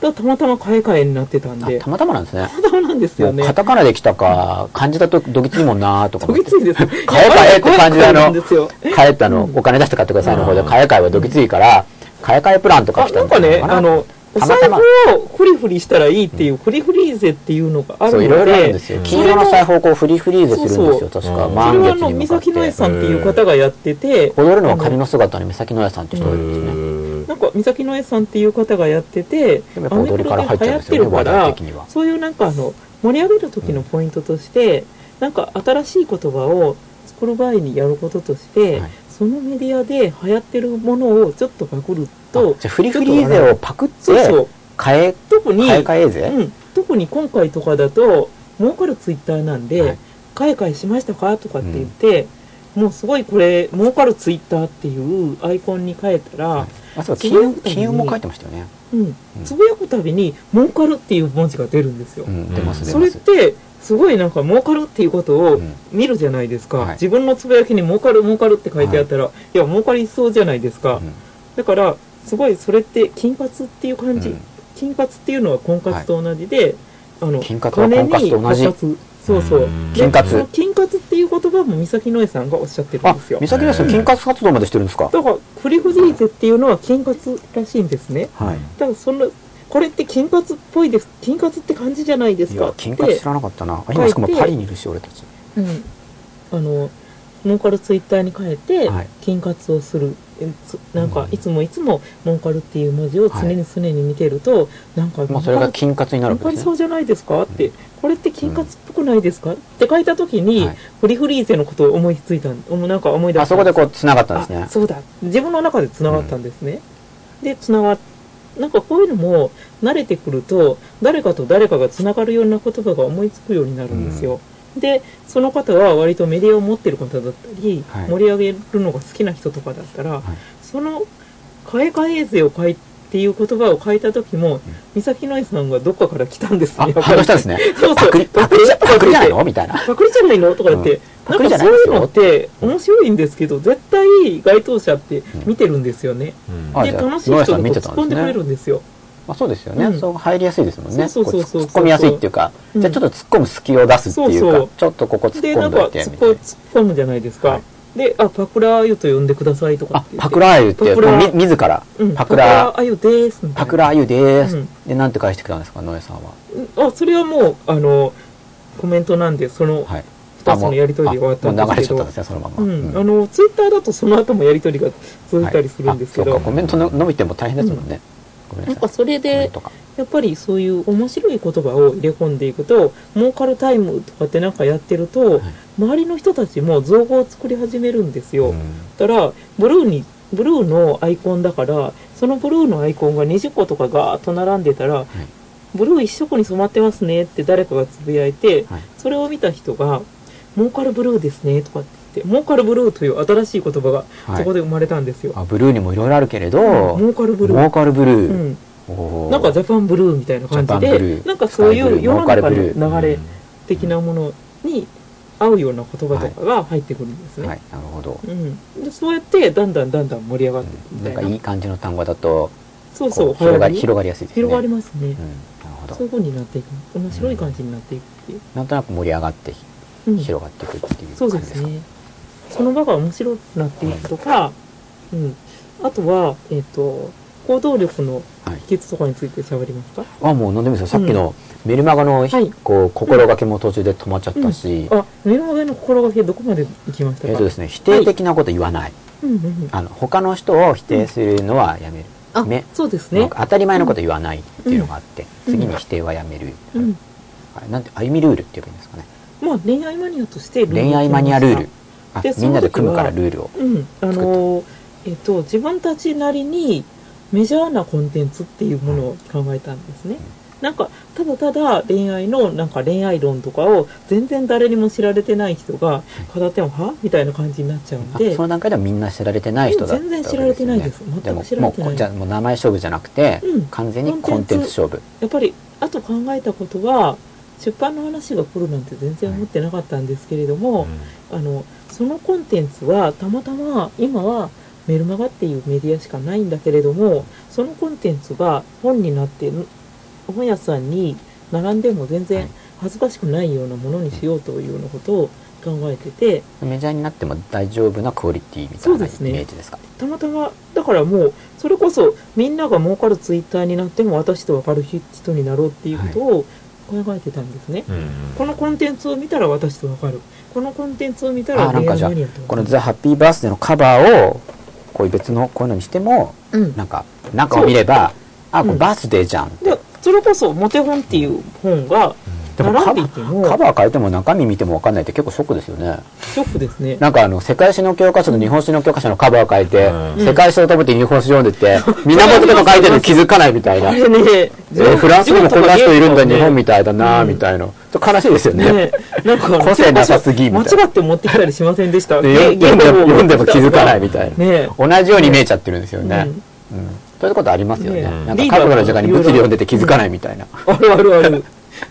Speaker 3: だたまたま買い替えになってたんで。
Speaker 2: あたまたまなんですね
Speaker 3: たまたまなんですよ
Speaker 2: も
Speaker 3: ね
Speaker 2: う。カタカナで来たか漢字だとどぎついもんなーとか
Speaker 3: こ
Speaker 2: 思っ
Speaker 3: ぎ
Speaker 2: て
Speaker 3: つい [LAUGHS] です。
Speaker 2: 買え替えって感じだな
Speaker 3: なんですよ。
Speaker 2: 変えたの、お金出して買ってくださいの方で
Speaker 1: うん
Speaker 2: 買え替えはどぎついから買え替えプランとか
Speaker 3: あ、
Speaker 2: 来た
Speaker 3: な
Speaker 2: の
Speaker 3: ん
Speaker 2: か
Speaker 3: か
Speaker 2: な
Speaker 3: ね、あの、お
Speaker 2: た
Speaker 3: 財
Speaker 2: またま
Speaker 3: 布をフリフリしたらいいっていう、フリフリーゼっていうのがある
Speaker 2: そ
Speaker 3: の
Speaker 2: う
Speaker 3: で、
Speaker 2: いろいろあるんですよ
Speaker 1: うん
Speaker 2: 黄色の裁縫をこうフリフリーズするんですよ
Speaker 3: そう
Speaker 2: 確か、
Speaker 1: うん
Speaker 3: それ
Speaker 2: 満
Speaker 3: は
Speaker 2: 月
Speaker 3: あの、
Speaker 2: に向か
Speaker 3: 三
Speaker 2: っ
Speaker 3: 崎
Speaker 2: て
Speaker 3: の絵さんっていう方がやってて、
Speaker 2: 踊るのは仮の姿の三崎の絵さんって人がいるんですね、
Speaker 1: うん
Speaker 3: なんか三崎の絵さんっていう方がやってて、
Speaker 2: でもやっぱ踊りから入っちゃうんですよね話
Speaker 3: アメブロで流行
Speaker 2: 題
Speaker 3: って
Speaker 2: 的
Speaker 3: る
Speaker 2: に
Speaker 3: か
Speaker 2: は
Speaker 3: ら、そういうなんかあの、盛り上げる時のポイントとして、なんか新しい言葉を作る場合にやることとして、
Speaker 2: はい
Speaker 3: そのメディアで流行ってるものをちょっとパクると
Speaker 2: あ、じゃあフリフリーゼをパクって
Speaker 3: そうそう。
Speaker 2: 変え
Speaker 3: 特に、
Speaker 2: 買い替えぜ、
Speaker 3: うん、特に今回とかだと儲かるツイッターなんで、
Speaker 2: はい
Speaker 3: 買い替えしましたかとかって言って、もうすごいこれ儲かるツイッターっていうアイコンに変えたら、
Speaker 2: あそう金融金融も書いてましたよね、
Speaker 3: うん
Speaker 2: うん、
Speaker 3: つぶやくたびに儲かるっていう文字が出るんですよ、
Speaker 2: うん、出ます出
Speaker 3: そ
Speaker 2: ま
Speaker 3: れっ
Speaker 2: す
Speaker 3: てすごいなんか儲かるっていうことを
Speaker 2: うん
Speaker 3: 見るじゃないですか、
Speaker 2: はい
Speaker 3: 自分のつぶやきに儲かる儲かるって書いてあったら、い、や儲かりそうじゃないです
Speaker 2: う
Speaker 3: か、
Speaker 2: ん
Speaker 3: だからすごいそれって金活っていう感じ、
Speaker 2: うん
Speaker 3: 金活っていうのは婚活と同じで、あの
Speaker 2: 金活は婚活と同じ
Speaker 3: 金に活そうそう
Speaker 1: うん
Speaker 3: で
Speaker 2: 金活
Speaker 3: その金活っていう言葉も三崎のえさんがおっしゃってるん
Speaker 2: あ
Speaker 3: ですよ
Speaker 2: 三崎の絵さん金活活動までしてるんですか、
Speaker 3: だからフリフリーゼっていうのは金活らしいんですね
Speaker 2: はい
Speaker 3: だからそのこれって金髪っぽいです金髪って感じじゃないです
Speaker 2: い
Speaker 3: か
Speaker 2: や
Speaker 3: って
Speaker 2: 金髪知らなかったなあ今しかもパリにいるし俺たち
Speaker 3: うん、あのモンカルツイッターに変えて
Speaker 2: はい
Speaker 3: 金髪をする、えつなん
Speaker 2: う
Speaker 3: か
Speaker 2: ん
Speaker 3: いつもいつもモンカルっていう文字を常
Speaker 2: は
Speaker 3: に常に見てると、なんか
Speaker 2: まあそれが金髪になるわ
Speaker 3: モンカ
Speaker 2: け
Speaker 3: ル
Speaker 2: です
Speaker 3: そ
Speaker 2: ね
Speaker 3: うじゃないですかって、これって金髪っぽくないですかって書いた時に、
Speaker 2: はい
Speaker 3: フリフリーゼのことを思いついたんおもなんか思い出した
Speaker 2: あそこでこう繋がったんです
Speaker 3: あ
Speaker 2: ね
Speaker 3: そうだ自分の中でつながったんですね、でつながっなんかこういうのも慣れてくると誰かと誰かがつながるような言葉が思いつくようになるんですよ、でその方は割とメディアを持ってる方だったり、
Speaker 2: はい
Speaker 3: 盛り上げるのが好きな人とかだったら、
Speaker 2: い
Speaker 3: その「買い替え税を買い」っていう言葉を変えた時も、三崎のえさんがどっかから来たんです
Speaker 2: あ
Speaker 3: ね
Speaker 2: 反応したんですね
Speaker 3: そうそう
Speaker 2: パクリパクリじゃパクリじゃないのみたいな
Speaker 3: パクリじゃないのとか言って、
Speaker 2: うん
Speaker 3: なんかそういうのって面白いんですけど、絶対該当者って見てるんですよね。
Speaker 1: うん
Speaker 2: あ
Speaker 3: で、
Speaker 2: じゃあ
Speaker 3: 楽しい人だと
Speaker 2: 野村さ
Speaker 3: 突っ
Speaker 2: ん見てたんですね
Speaker 3: 込んでくれるんですよ。
Speaker 2: まあそうですよね、
Speaker 3: うん
Speaker 2: そう入りやすいですもんね
Speaker 3: そうそうそうそう
Speaker 2: こ突っ込みやすいっていうか、
Speaker 3: うん
Speaker 2: じゃあちょっと突っ込む隙を出すっていうか
Speaker 3: そうそう
Speaker 2: ちょっとここ突っ
Speaker 3: で、
Speaker 2: 込
Speaker 3: なんん
Speaker 2: ど
Speaker 3: か
Speaker 2: いて
Speaker 3: 突っ
Speaker 2: みたいな
Speaker 3: 込突っ込むじゃないですか。で、あ、パクラーユと呼んでくださいとか
Speaker 2: あ
Speaker 3: って言って。
Speaker 2: パクラーユって
Speaker 3: パクラ
Speaker 2: もうみ自ら、
Speaker 3: うん
Speaker 2: パクラ
Speaker 3: ーユですみたいな。
Speaker 2: パクラーユでーす、
Speaker 3: うん
Speaker 2: でなんて返してくれたんですか野江さんは
Speaker 3: あ、それはもう、あの、コメントなんで、その、
Speaker 2: はい
Speaker 3: 二つのやりとりで終わったんです
Speaker 2: あもうあもう
Speaker 3: けど
Speaker 2: 流れちゃったんですねそのまま、
Speaker 3: うん、あの、ツイッターだとその後もやりとりが続いたりするんですけど、
Speaker 2: はいあそうかコメントの伸びても大変ですもんね、ごめんな
Speaker 3: な
Speaker 2: んさい
Speaker 3: かそれ
Speaker 2: コメ
Speaker 3: で
Speaker 2: ン、トか
Speaker 3: やっぱりそういう面白い言葉を入れ込んでいくと、儲かるタイムとかってなんかやってると、周りの人たちも造語を作り始めるんですよ。
Speaker 1: うん
Speaker 3: だから、ブルーに、ブルーのアイコンだから、そのブルーのアイコンが20個とかガーッと並んでたら、ブルー一色に染まってますねって誰かがつぶやいて、
Speaker 2: はい
Speaker 3: それを見た人が、儲かるブルーですねとかって言って、儲かるブルーという新しい言葉が
Speaker 2: はい
Speaker 3: そこで生まれたんですよ。
Speaker 2: あブルーにもいろいろあるけれど、
Speaker 3: うん儲かるブル
Speaker 2: モー
Speaker 3: ー。
Speaker 2: カルブル
Speaker 3: う
Speaker 2: ー、
Speaker 3: ん
Speaker 2: おー
Speaker 3: なんかジャパンブルーみたいな感じ
Speaker 2: ジャパンブル
Speaker 3: で、
Speaker 2: ー
Speaker 3: なんかそういう世の中
Speaker 2: スカイブルー儲
Speaker 3: の流れ
Speaker 1: うん
Speaker 3: 的なものに合うような言葉とかが入ってくるんですね。
Speaker 2: はいなるほど
Speaker 3: うん、でそうやってだんだんだんだん盛り上がっていくみた
Speaker 2: ないん
Speaker 3: な,、
Speaker 2: かいい感じの単語だと
Speaker 3: そう
Speaker 2: こ
Speaker 3: そう
Speaker 2: う広がり
Speaker 3: 流行に
Speaker 2: 広がりやすいですね
Speaker 3: 広がりますね、
Speaker 2: うんなるほ
Speaker 3: そうい
Speaker 2: ど
Speaker 3: う風になっていく面白い感じになっていくっていう、
Speaker 2: なんとなく盛り上がってひ
Speaker 3: うん
Speaker 2: 広がっていくっていう
Speaker 3: そ
Speaker 2: 感じ
Speaker 3: うで
Speaker 2: です
Speaker 3: す
Speaker 2: か
Speaker 3: ねその場が面白くなっていくとか、うん、あとは、えっと行動力の秘訣とかについて喋りますか、
Speaker 2: あもう飲んでみますよさっきのメルマガの
Speaker 3: はい
Speaker 2: こう心がけも途中で止まっちゃったし
Speaker 3: あメルマガの心がけどこまでいきましたか、
Speaker 2: えっとですね否定的なこと言わない
Speaker 3: うんうんうん、
Speaker 2: あの他の人を否定するのはやめる
Speaker 3: あ
Speaker 2: め
Speaker 3: そうです
Speaker 2: なん
Speaker 3: ね
Speaker 2: か当たり前のこと言わないっていうのがあって
Speaker 3: うん
Speaker 2: 次に否定はやめる
Speaker 3: うん
Speaker 2: あれなんて歩みルールって言えばいいんですかね
Speaker 3: まあ恋愛マニアとしてルールを
Speaker 2: 恋愛マニアルー
Speaker 3: 決めま
Speaker 2: ル
Speaker 3: し
Speaker 2: あ
Speaker 3: で
Speaker 2: みんなで組むから
Speaker 3: その時
Speaker 2: ルールを
Speaker 3: うん、あのーえっと自分たちなりにメジャーなコンテンツっていうものを考えたんですね。なんかただただ恋愛のなんか恋愛論とかを全然誰にも知られてない人が語ってもはみたいな感じになっちゃうん
Speaker 2: あ
Speaker 3: で
Speaker 2: その段階ではみんな知られてない人だったわけ
Speaker 3: うん全然知られてないです
Speaker 2: よね
Speaker 3: 全く知られて
Speaker 2: でも
Speaker 3: ない
Speaker 2: もうこじゃあもう名前勝負じゃなくて、
Speaker 3: うん
Speaker 2: 完全にコンテンツ勝負
Speaker 3: やっぱりあと考えたことは出版の話が来るなんて全然思ってなかったんですけれども、あのそのコンテンツはたまたま今はメルマガっていうメディアしかないんだけれどもそのコンテンツが本になってん本屋さんに並んでも全
Speaker 2: は
Speaker 3: 然
Speaker 2: い
Speaker 3: 恥ずかしくないようなものにしようというようなことを考えてて
Speaker 2: メジャーになっても大丈夫なクオリティみたい
Speaker 3: そう
Speaker 2: な
Speaker 3: で
Speaker 2: イ
Speaker 3: すね
Speaker 2: メージですか
Speaker 3: たまたまだからもうそれこそみんなが儲かるツイッターになっても私と分かる人になろうっていうことを考えてたんですね、
Speaker 1: うん
Speaker 3: このコンテンツを見たら私と分かるこのコンテンツを見た
Speaker 2: あー
Speaker 3: ら
Speaker 2: なん
Speaker 3: 恋
Speaker 2: か
Speaker 3: 愛
Speaker 2: じゃあ
Speaker 3: マニアと分
Speaker 2: こ
Speaker 3: か
Speaker 2: の「
Speaker 3: る
Speaker 2: ザ・ハッピーバースデー」のカバーをこういう別のこういうのにしても
Speaker 3: うん
Speaker 2: なんかなんかを見ればあこれバースデーじゃん、
Speaker 3: でそれこそ「モテ本」っていう本が
Speaker 2: でも
Speaker 3: 並
Speaker 2: カ
Speaker 3: んでい
Speaker 2: バ
Speaker 3: ても
Speaker 2: ーカバー変えても中身見ても分かんないって結構ショックですよね
Speaker 3: ショックですね
Speaker 2: なんかあの世界史の教科書と日本史の教科書のカバーを変えて、
Speaker 1: うん
Speaker 2: 世界史を食べて日本史読んでて、源とか書いてるの気づかないみたいな
Speaker 3: あれね
Speaker 2: えーフランスにもこんな人いるんだ、日本み
Speaker 3: た
Speaker 2: たいだな、
Speaker 3: うん
Speaker 2: みたいな。ちょっと悲しいですよね。
Speaker 3: ねなんか
Speaker 2: 個性なさすぎみたいな
Speaker 3: 間違って持ってきたりしませんでした
Speaker 2: で読んでも読んでも気づかないみたいな、
Speaker 3: ね
Speaker 2: 同じように見えちゃってるんですよね。うんそういうことありますよね。
Speaker 3: ね
Speaker 2: なんか家族の時間に物理読んでて気づかないみたいな。
Speaker 3: あるあるある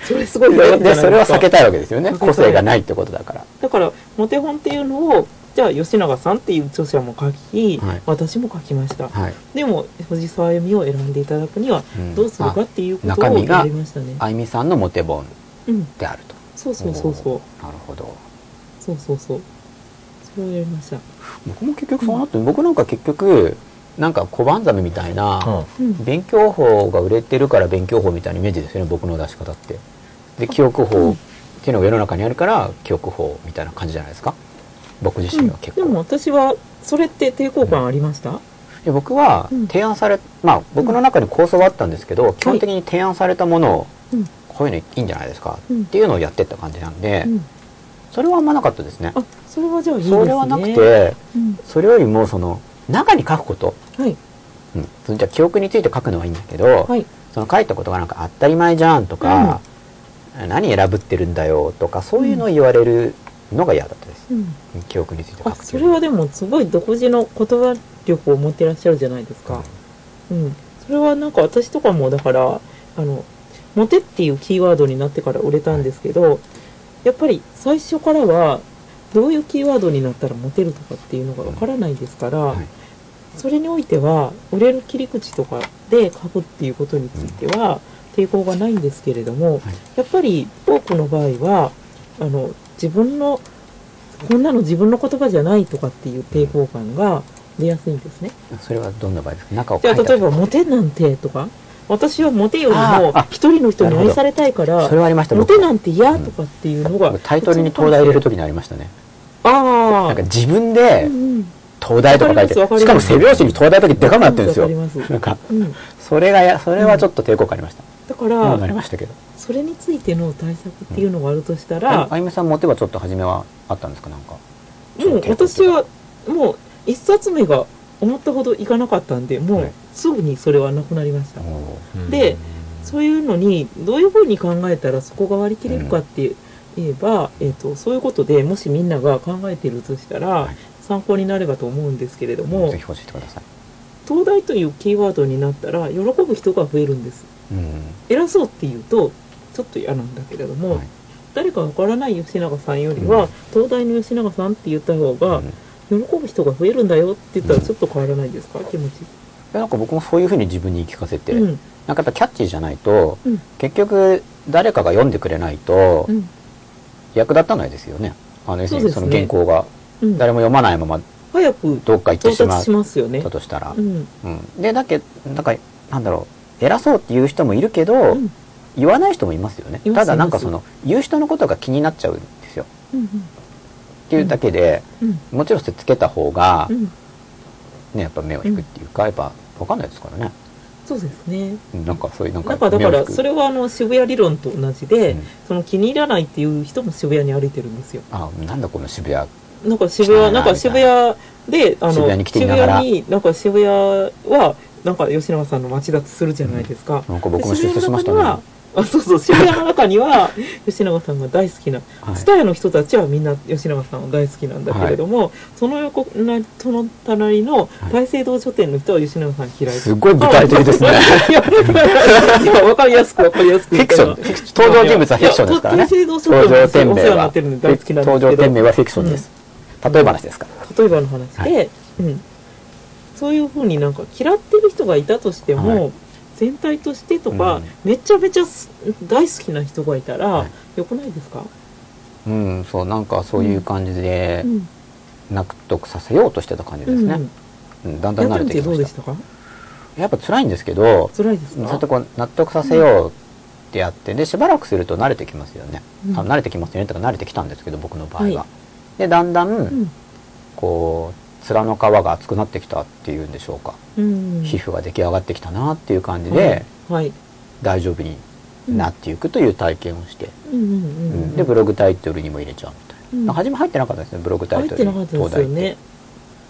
Speaker 3: それすごい大
Speaker 2: で
Speaker 3: 学じゃないですか
Speaker 2: それは避けたいわけですよね。個性がないってことだから。
Speaker 3: だからモテ本っていうのをじゃあ吉永さんっていう著者も書き、
Speaker 2: はい
Speaker 3: 私も書きました、
Speaker 2: はい。
Speaker 3: でも藤沢由美を選んでいただくには
Speaker 2: うん
Speaker 3: どうするかっていうこと
Speaker 2: あ中
Speaker 3: を
Speaker 2: 身が
Speaker 3: やりましたね、
Speaker 2: あゆみさんのモテ本
Speaker 3: うん、
Speaker 2: であると。
Speaker 3: そうそうそうそう
Speaker 2: おーなるほど。
Speaker 3: そうそうそう。それをやりました。
Speaker 2: 僕も結局そうなって、僕なんか結局なんか小判ザメみたいな、
Speaker 3: うん
Speaker 2: 勉強法が売れてるから勉強法みたいなイメージですよね僕の出し方ってで記憶法っていうのが世の中にあるから記憶法みたいな感じじゃないですか僕自身は結
Speaker 3: で
Speaker 2: 構、
Speaker 3: も私はそれって抵抗感ありました、
Speaker 2: で僕は
Speaker 3: うん
Speaker 2: 提案され、まあ僕の中に構想はあったんですけど、基本的に提案されたものを、
Speaker 3: うん
Speaker 2: こういうのいいんじゃないですか、
Speaker 3: うん
Speaker 2: っていうのをやってった感じなんで、
Speaker 3: うん
Speaker 2: それはあんまなかったですね
Speaker 3: あそれはじゃあいいですね
Speaker 2: それはなくて、
Speaker 3: うん
Speaker 2: それよりもその中に書くこと、
Speaker 3: はい
Speaker 2: うん、じゃあ記憶について書くのはいいんだけど、
Speaker 3: はい
Speaker 2: その書いたことがなんか当たり前じゃんとか、何選ぶってるんだよとかそういうのを言われるのが嫌だったです、
Speaker 3: うん
Speaker 2: 記憶について書
Speaker 3: あ
Speaker 2: くって
Speaker 3: そ
Speaker 2: いう
Speaker 3: れ
Speaker 2: の
Speaker 3: はでもすごい独自の言葉力を持ってらっしゃるじゃないですかうんそれはなんか私とかもだからあのモテっていうキーワードになってから売れたんですけどやっぱり最初からはどういうキーワードになったらモテるとかっていうのがわからないですから、
Speaker 2: い
Speaker 3: それにおいては売れる切り口とかで書くっていうことについては抵抗がないんですけれども、やっぱり多くの場合はあの自分のこんなの自分の言葉じゃないとかっていう抵抗感が出やすいんですね。
Speaker 2: それはどんな場合ですか中を
Speaker 3: じ
Speaker 2: 書
Speaker 3: ゃあ
Speaker 2: いた
Speaker 3: 例えば「
Speaker 2: と
Speaker 3: モテなんて」とか「私はモテより
Speaker 2: あー
Speaker 3: も
Speaker 2: あ
Speaker 3: 一人の人に愛されたいか
Speaker 2: それ
Speaker 3: ら
Speaker 2: はありました
Speaker 3: モ
Speaker 2: 僕
Speaker 3: テなんて嫌」とかっていうのが、
Speaker 2: 僕タイトルに東大入れる時にありましたね
Speaker 3: ああ
Speaker 2: なんか自分で
Speaker 3: うんうん
Speaker 2: 東大とか書いて
Speaker 3: わかります
Speaker 2: しかも背表紙に東大だけでかくなってるんです
Speaker 3: わ
Speaker 2: よ
Speaker 3: かります
Speaker 2: なんか
Speaker 3: うん、だ
Speaker 2: それがやそれはちょっと抵抗感ありました、
Speaker 3: か
Speaker 2: う
Speaker 3: ら、
Speaker 2: なりましたけど
Speaker 3: それについての対策っていうのがあるとしたら
Speaker 2: あ、あゆみさんモテはちょっと初めはあったんですかなんか
Speaker 3: もう私はもう一冊目が思ったほどいかなかったんでも
Speaker 2: は
Speaker 3: う
Speaker 2: い
Speaker 3: すぐにそれはなくなりました、
Speaker 2: おー
Speaker 3: でそういうのにどういうふうに考えたらそこが割り切れるかって言えば、えっとそういうことでもしみんなが考えてるとしたら
Speaker 2: はい
Speaker 3: 参考になればと思うんですけれども
Speaker 2: ぜひ教えてください、
Speaker 3: 東大というキーワードになったら喜ぶ人が増えるんです
Speaker 2: うん
Speaker 3: 偉そうって言うとちょっと嫌なんだけれども、
Speaker 2: はい
Speaker 3: 誰かわからない吉永さんよりは、
Speaker 2: うん
Speaker 3: 東大の吉永さんって言った方が、
Speaker 2: うん
Speaker 3: 喜ぶ人が増えるんだよって言ったらちょっと変わらないですか、気持ち、
Speaker 2: いやなんか僕もそういうふうに自分に言い聞かせて、
Speaker 3: うん
Speaker 2: なんかやっぱキャッチーじゃないと、
Speaker 3: うん
Speaker 2: 結局誰かが読んでくれないと
Speaker 3: うん
Speaker 2: 役立たないですよね。あの要するにそ
Speaker 3: そう
Speaker 2: の
Speaker 3: ですね
Speaker 2: 原稿が
Speaker 3: うん、
Speaker 2: 誰も読まないまま
Speaker 3: 早く
Speaker 2: どっか行って
Speaker 3: 到
Speaker 2: しま
Speaker 3: 達し
Speaker 2: っ
Speaker 3: ますよね
Speaker 2: たとしたら
Speaker 3: う、ん
Speaker 2: うん、でだけなんかなんだろう偉そうっていう人もいるけど、
Speaker 3: うん
Speaker 2: 言わない人もいますよね
Speaker 3: い。ます
Speaker 2: ただなんか
Speaker 3: いま
Speaker 2: そ
Speaker 3: す
Speaker 2: の言う人のことが気になっちゃうんですよ。
Speaker 3: うん
Speaker 2: っていうだけで、
Speaker 3: うん
Speaker 2: もちろんそれつけた方が
Speaker 3: う、ん
Speaker 2: ね、やっぱ目を引くっていうか、やっぱわかんないですからね。
Speaker 3: そうですね
Speaker 2: うんなんかそういうなんか
Speaker 3: なんかだ
Speaker 2: 目を
Speaker 3: か
Speaker 2: 引
Speaker 3: ら
Speaker 2: く
Speaker 3: それはあの渋谷理論と同じで、
Speaker 2: うん
Speaker 3: その気に入らないっていう人も渋谷に歩いてるんですよ
Speaker 2: あなんだこの渋谷
Speaker 3: なんか渋
Speaker 2: 汚いな
Speaker 3: 谷なんか渋谷であの
Speaker 2: 渋谷に来ていながら
Speaker 3: 渋谷になんか渋谷はなんか吉永さんの街だとするじゃないですか、
Speaker 2: なんか僕も
Speaker 3: で
Speaker 2: 出世しました
Speaker 3: 渋谷の中に
Speaker 2: ね
Speaker 3: は。あそうそう渋谷の中
Speaker 2: [LAUGHS]
Speaker 3: には吉永さんが大好きな
Speaker 2: はい
Speaker 3: 蔦屋の人たちはみんな吉永さんを大好きなんだけれども、その横なその隣の大聖堂書店の人は吉永さん嫌い
Speaker 2: すごい具体的ですね。
Speaker 3: いやだからいやわかりやすくわかりやすく
Speaker 2: フィクション、フィクション登場人物はフィクションですからね。
Speaker 3: いやと
Speaker 2: 登場
Speaker 3: 大聖
Speaker 2: 店
Speaker 3: 堂書店のお
Speaker 2: 名
Speaker 3: 世話にな
Speaker 2: は、
Speaker 3: ってるんで大好きなんです
Speaker 2: 登
Speaker 3: けど
Speaker 2: 場店名はフィクションです。例え話ですから。
Speaker 3: 例えばの話で、
Speaker 2: は
Speaker 3: うん、そういうふうになんか嫌ってる人がいたとしても、
Speaker 2: は
Speaker 3: 全体としてとか、
Speaker 2: うん
Speaker 3: めちゃめちゃす大好きな人がいたら、
Speaker 2: はい
Speaker 3: よくないですか、
Speaker 2: うん、そう、なんかそういう感じで
Speaker 3: う、ん
Speaker 2: 納得させようとしてた感じですね。うんだんだ
Speaker 3: や
Speaker 2: ん
Speaker 3: っ
Speaker 2: 慣
Speaker 3: て
Speaker 2: れ
Speaker 3: み
Speaker 2: て
Speaker 3: て
Speaker 2: き
Speaker 3: ど
Speaker 2: ま
Speaker 3: うでし
Speaker 2: した
Speaker 3: か
Speaker 2: た。やっぱ辛いんですけど、
Speaker 3: 辛いです
Speaker 2: そう
Speaker 3: か
Speaker 2: やってこう納得させようってやって、で、しばらくすると慣れてきますよね。
Speaker 3: うん
Speaker 2: あ慣れてきますよねとか慣れてきたんですけど、僕の場合
Speaker 3: は
Speaker 2: は。で、だんだん、
Speaker 3: ん
Speaker 2: こう、面の皮が厚くなってきたっていうんでしょうか。
Speaker 3: うん
Speaker 2: 皮膚が出来上がってきたなっていう感じで、
Speaker 3: はい、
Speaker 2: 大丈夫になっていくという体験をして、
Speaker 3: うんうんうん
Speaker 2: う
Speaker 3: うん
Speaker 2: んでブログタイトルにも入れちゃうみたい
Speaker 3: うん
Speaker 2: な、初め入ってなかったですねブログタイ
Speaker 3: 入っ
Speaker 2: ト
Speaker 3: て
Speaker 2: ルに
Speaker 3: なかったですよ
Speaker 2: 東大
Speaker 3: ね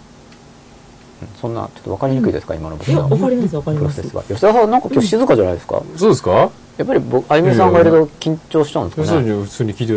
Speaker 2: うんそんなちょっと分かりにくいですか、今の僕
Speaker 3: いや
Speaker 2: の
Speaker 3: わ
Speaker 2: プ
Speaker 3: かりますわかり
Speaker 2: ロ
Speaker 3: ます
Speaker 2: セスが吉田さんなんか今日静かじゃないですか、
Speaker 1: そうですか
Speaker 2: やっぱり僕あゆみさんがいると緊張しちゃうんで
Speaker 1: 要
Speaker 2: す
Speaker 1: す
Speaker 2: か
Speaker 1: る
Speaker 2: ね
Speaker 1: に普通に聞いて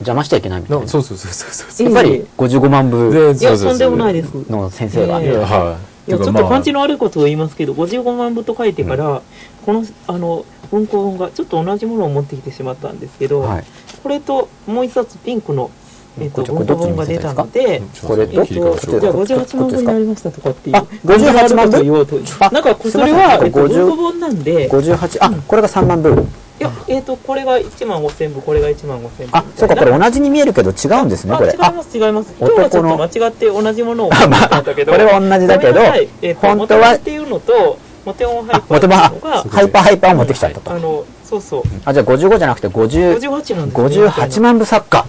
Speaker 2: 邪魔しちゃいけないみた
Speaker 1: た
Speaker 2: い
Speaker 1: な
Speaker 2: な
Speaker 1: そうそうそうそうそう
Speaker 2: や
Speaker 3: え
Speaker 2: っぱり55万部
Speaker 1: で
Speaker 3: いや
Speaker 1: そうそう
Speaker 3: とんでもないですす
Speaker 2: の先生が、
Speaker 3: い
Speaker 1: いや
Speaker 3: や
Speaker 1: はい
Speaker 3: いや
Speaker 1: て
Speaker 3: ち
Speaker 1: か
Speaker 3: ょっ
Speaker 1: ま
Speaker 3: と
Speaker 1: あ
Speaker 3: 感じの悪いことを言いますけど、55万部と書いてから、このあの文庫本がちょっと同じものを持ってきてしまったんですけど、
Speaker 2: はい、
Speaker 3: これともう一冊ピンクの、えっと
Speaker 2: これ
Speaker 3: 文
Speaker 2: ど
Speaker 3: 庫
Speaker 2: っちに
Speaker 3: 本
Speaker 2: 見
Speaker 3: が
Speaker 2: せ
Speaker 3: 出
Speaker 2: た
Speaker 3: た
Speaker 2: んですか
Speaker 3: ので、
Speaker 2: これ
Speaker 3: えっ
Speaker 2: ど
Speaker 3: と、
Speaker 2: 切
Speaker 3: じ
Speaker 2: り
Speaker 3: ゃ
Speaker 2: 替
Speaker 3: あ
Speaker 2: わるこっちです
Speaker 3: 58
Speaker 2: か
Speaker 3: 万部になりましたとかっていう。
Speaker 2: あ58万部
Speaker 3: と言おうと。
Speaker 2: あ
Speaker 3: なんか、そ
Speaker 2: すいませ
Speaker 3: れ
Speaker 2: ん
Speaker 3: は、えっ
Speaker 2: 50
Speaker 3: と、文庫本なんで、
Speaker 2: 58あこれが3万部
Speaker 3: いや、えっ、と、これが1万5千部、これが1万5千部。
Speaker 2: あそうかこれ同じに見えるけど違うんですねこれ
Speaker 3: あ違います、違います。今日
Speaker 2: 男の
Speaker 3: はちょっと間違って同じものを
Speaker 2: あま [LAUGHS] あ
Speaker 3: 買ったんだけど、
Speaker 2: これは同じだけど
Speaker 3: ごめんなさいえっと
Speaker 2: 本
Speaker 3: モ
Speaker 2: 当
Speaker 3: テ
Speaker 2: は
Speaker 3: モンっていうのと、モテオンハ
Speaker 2: あ
Speaker 3: イパ
Speaker 2: 持
Speaker 3: ーって
Speaker 2: て
Speaker 3: いう
Speaker 2: まあ
Speaker 3: のが、
Speaker 2: ハイパーハイパーを持ってきちゃった
Speaker 3: あ
Speaker 2: と
Speaker 3: の、そうそう、
Speaker 2: あじゃあ55じゃなくて50
Speaker 3: 58なんですね。
Speaker 2: 58万部作家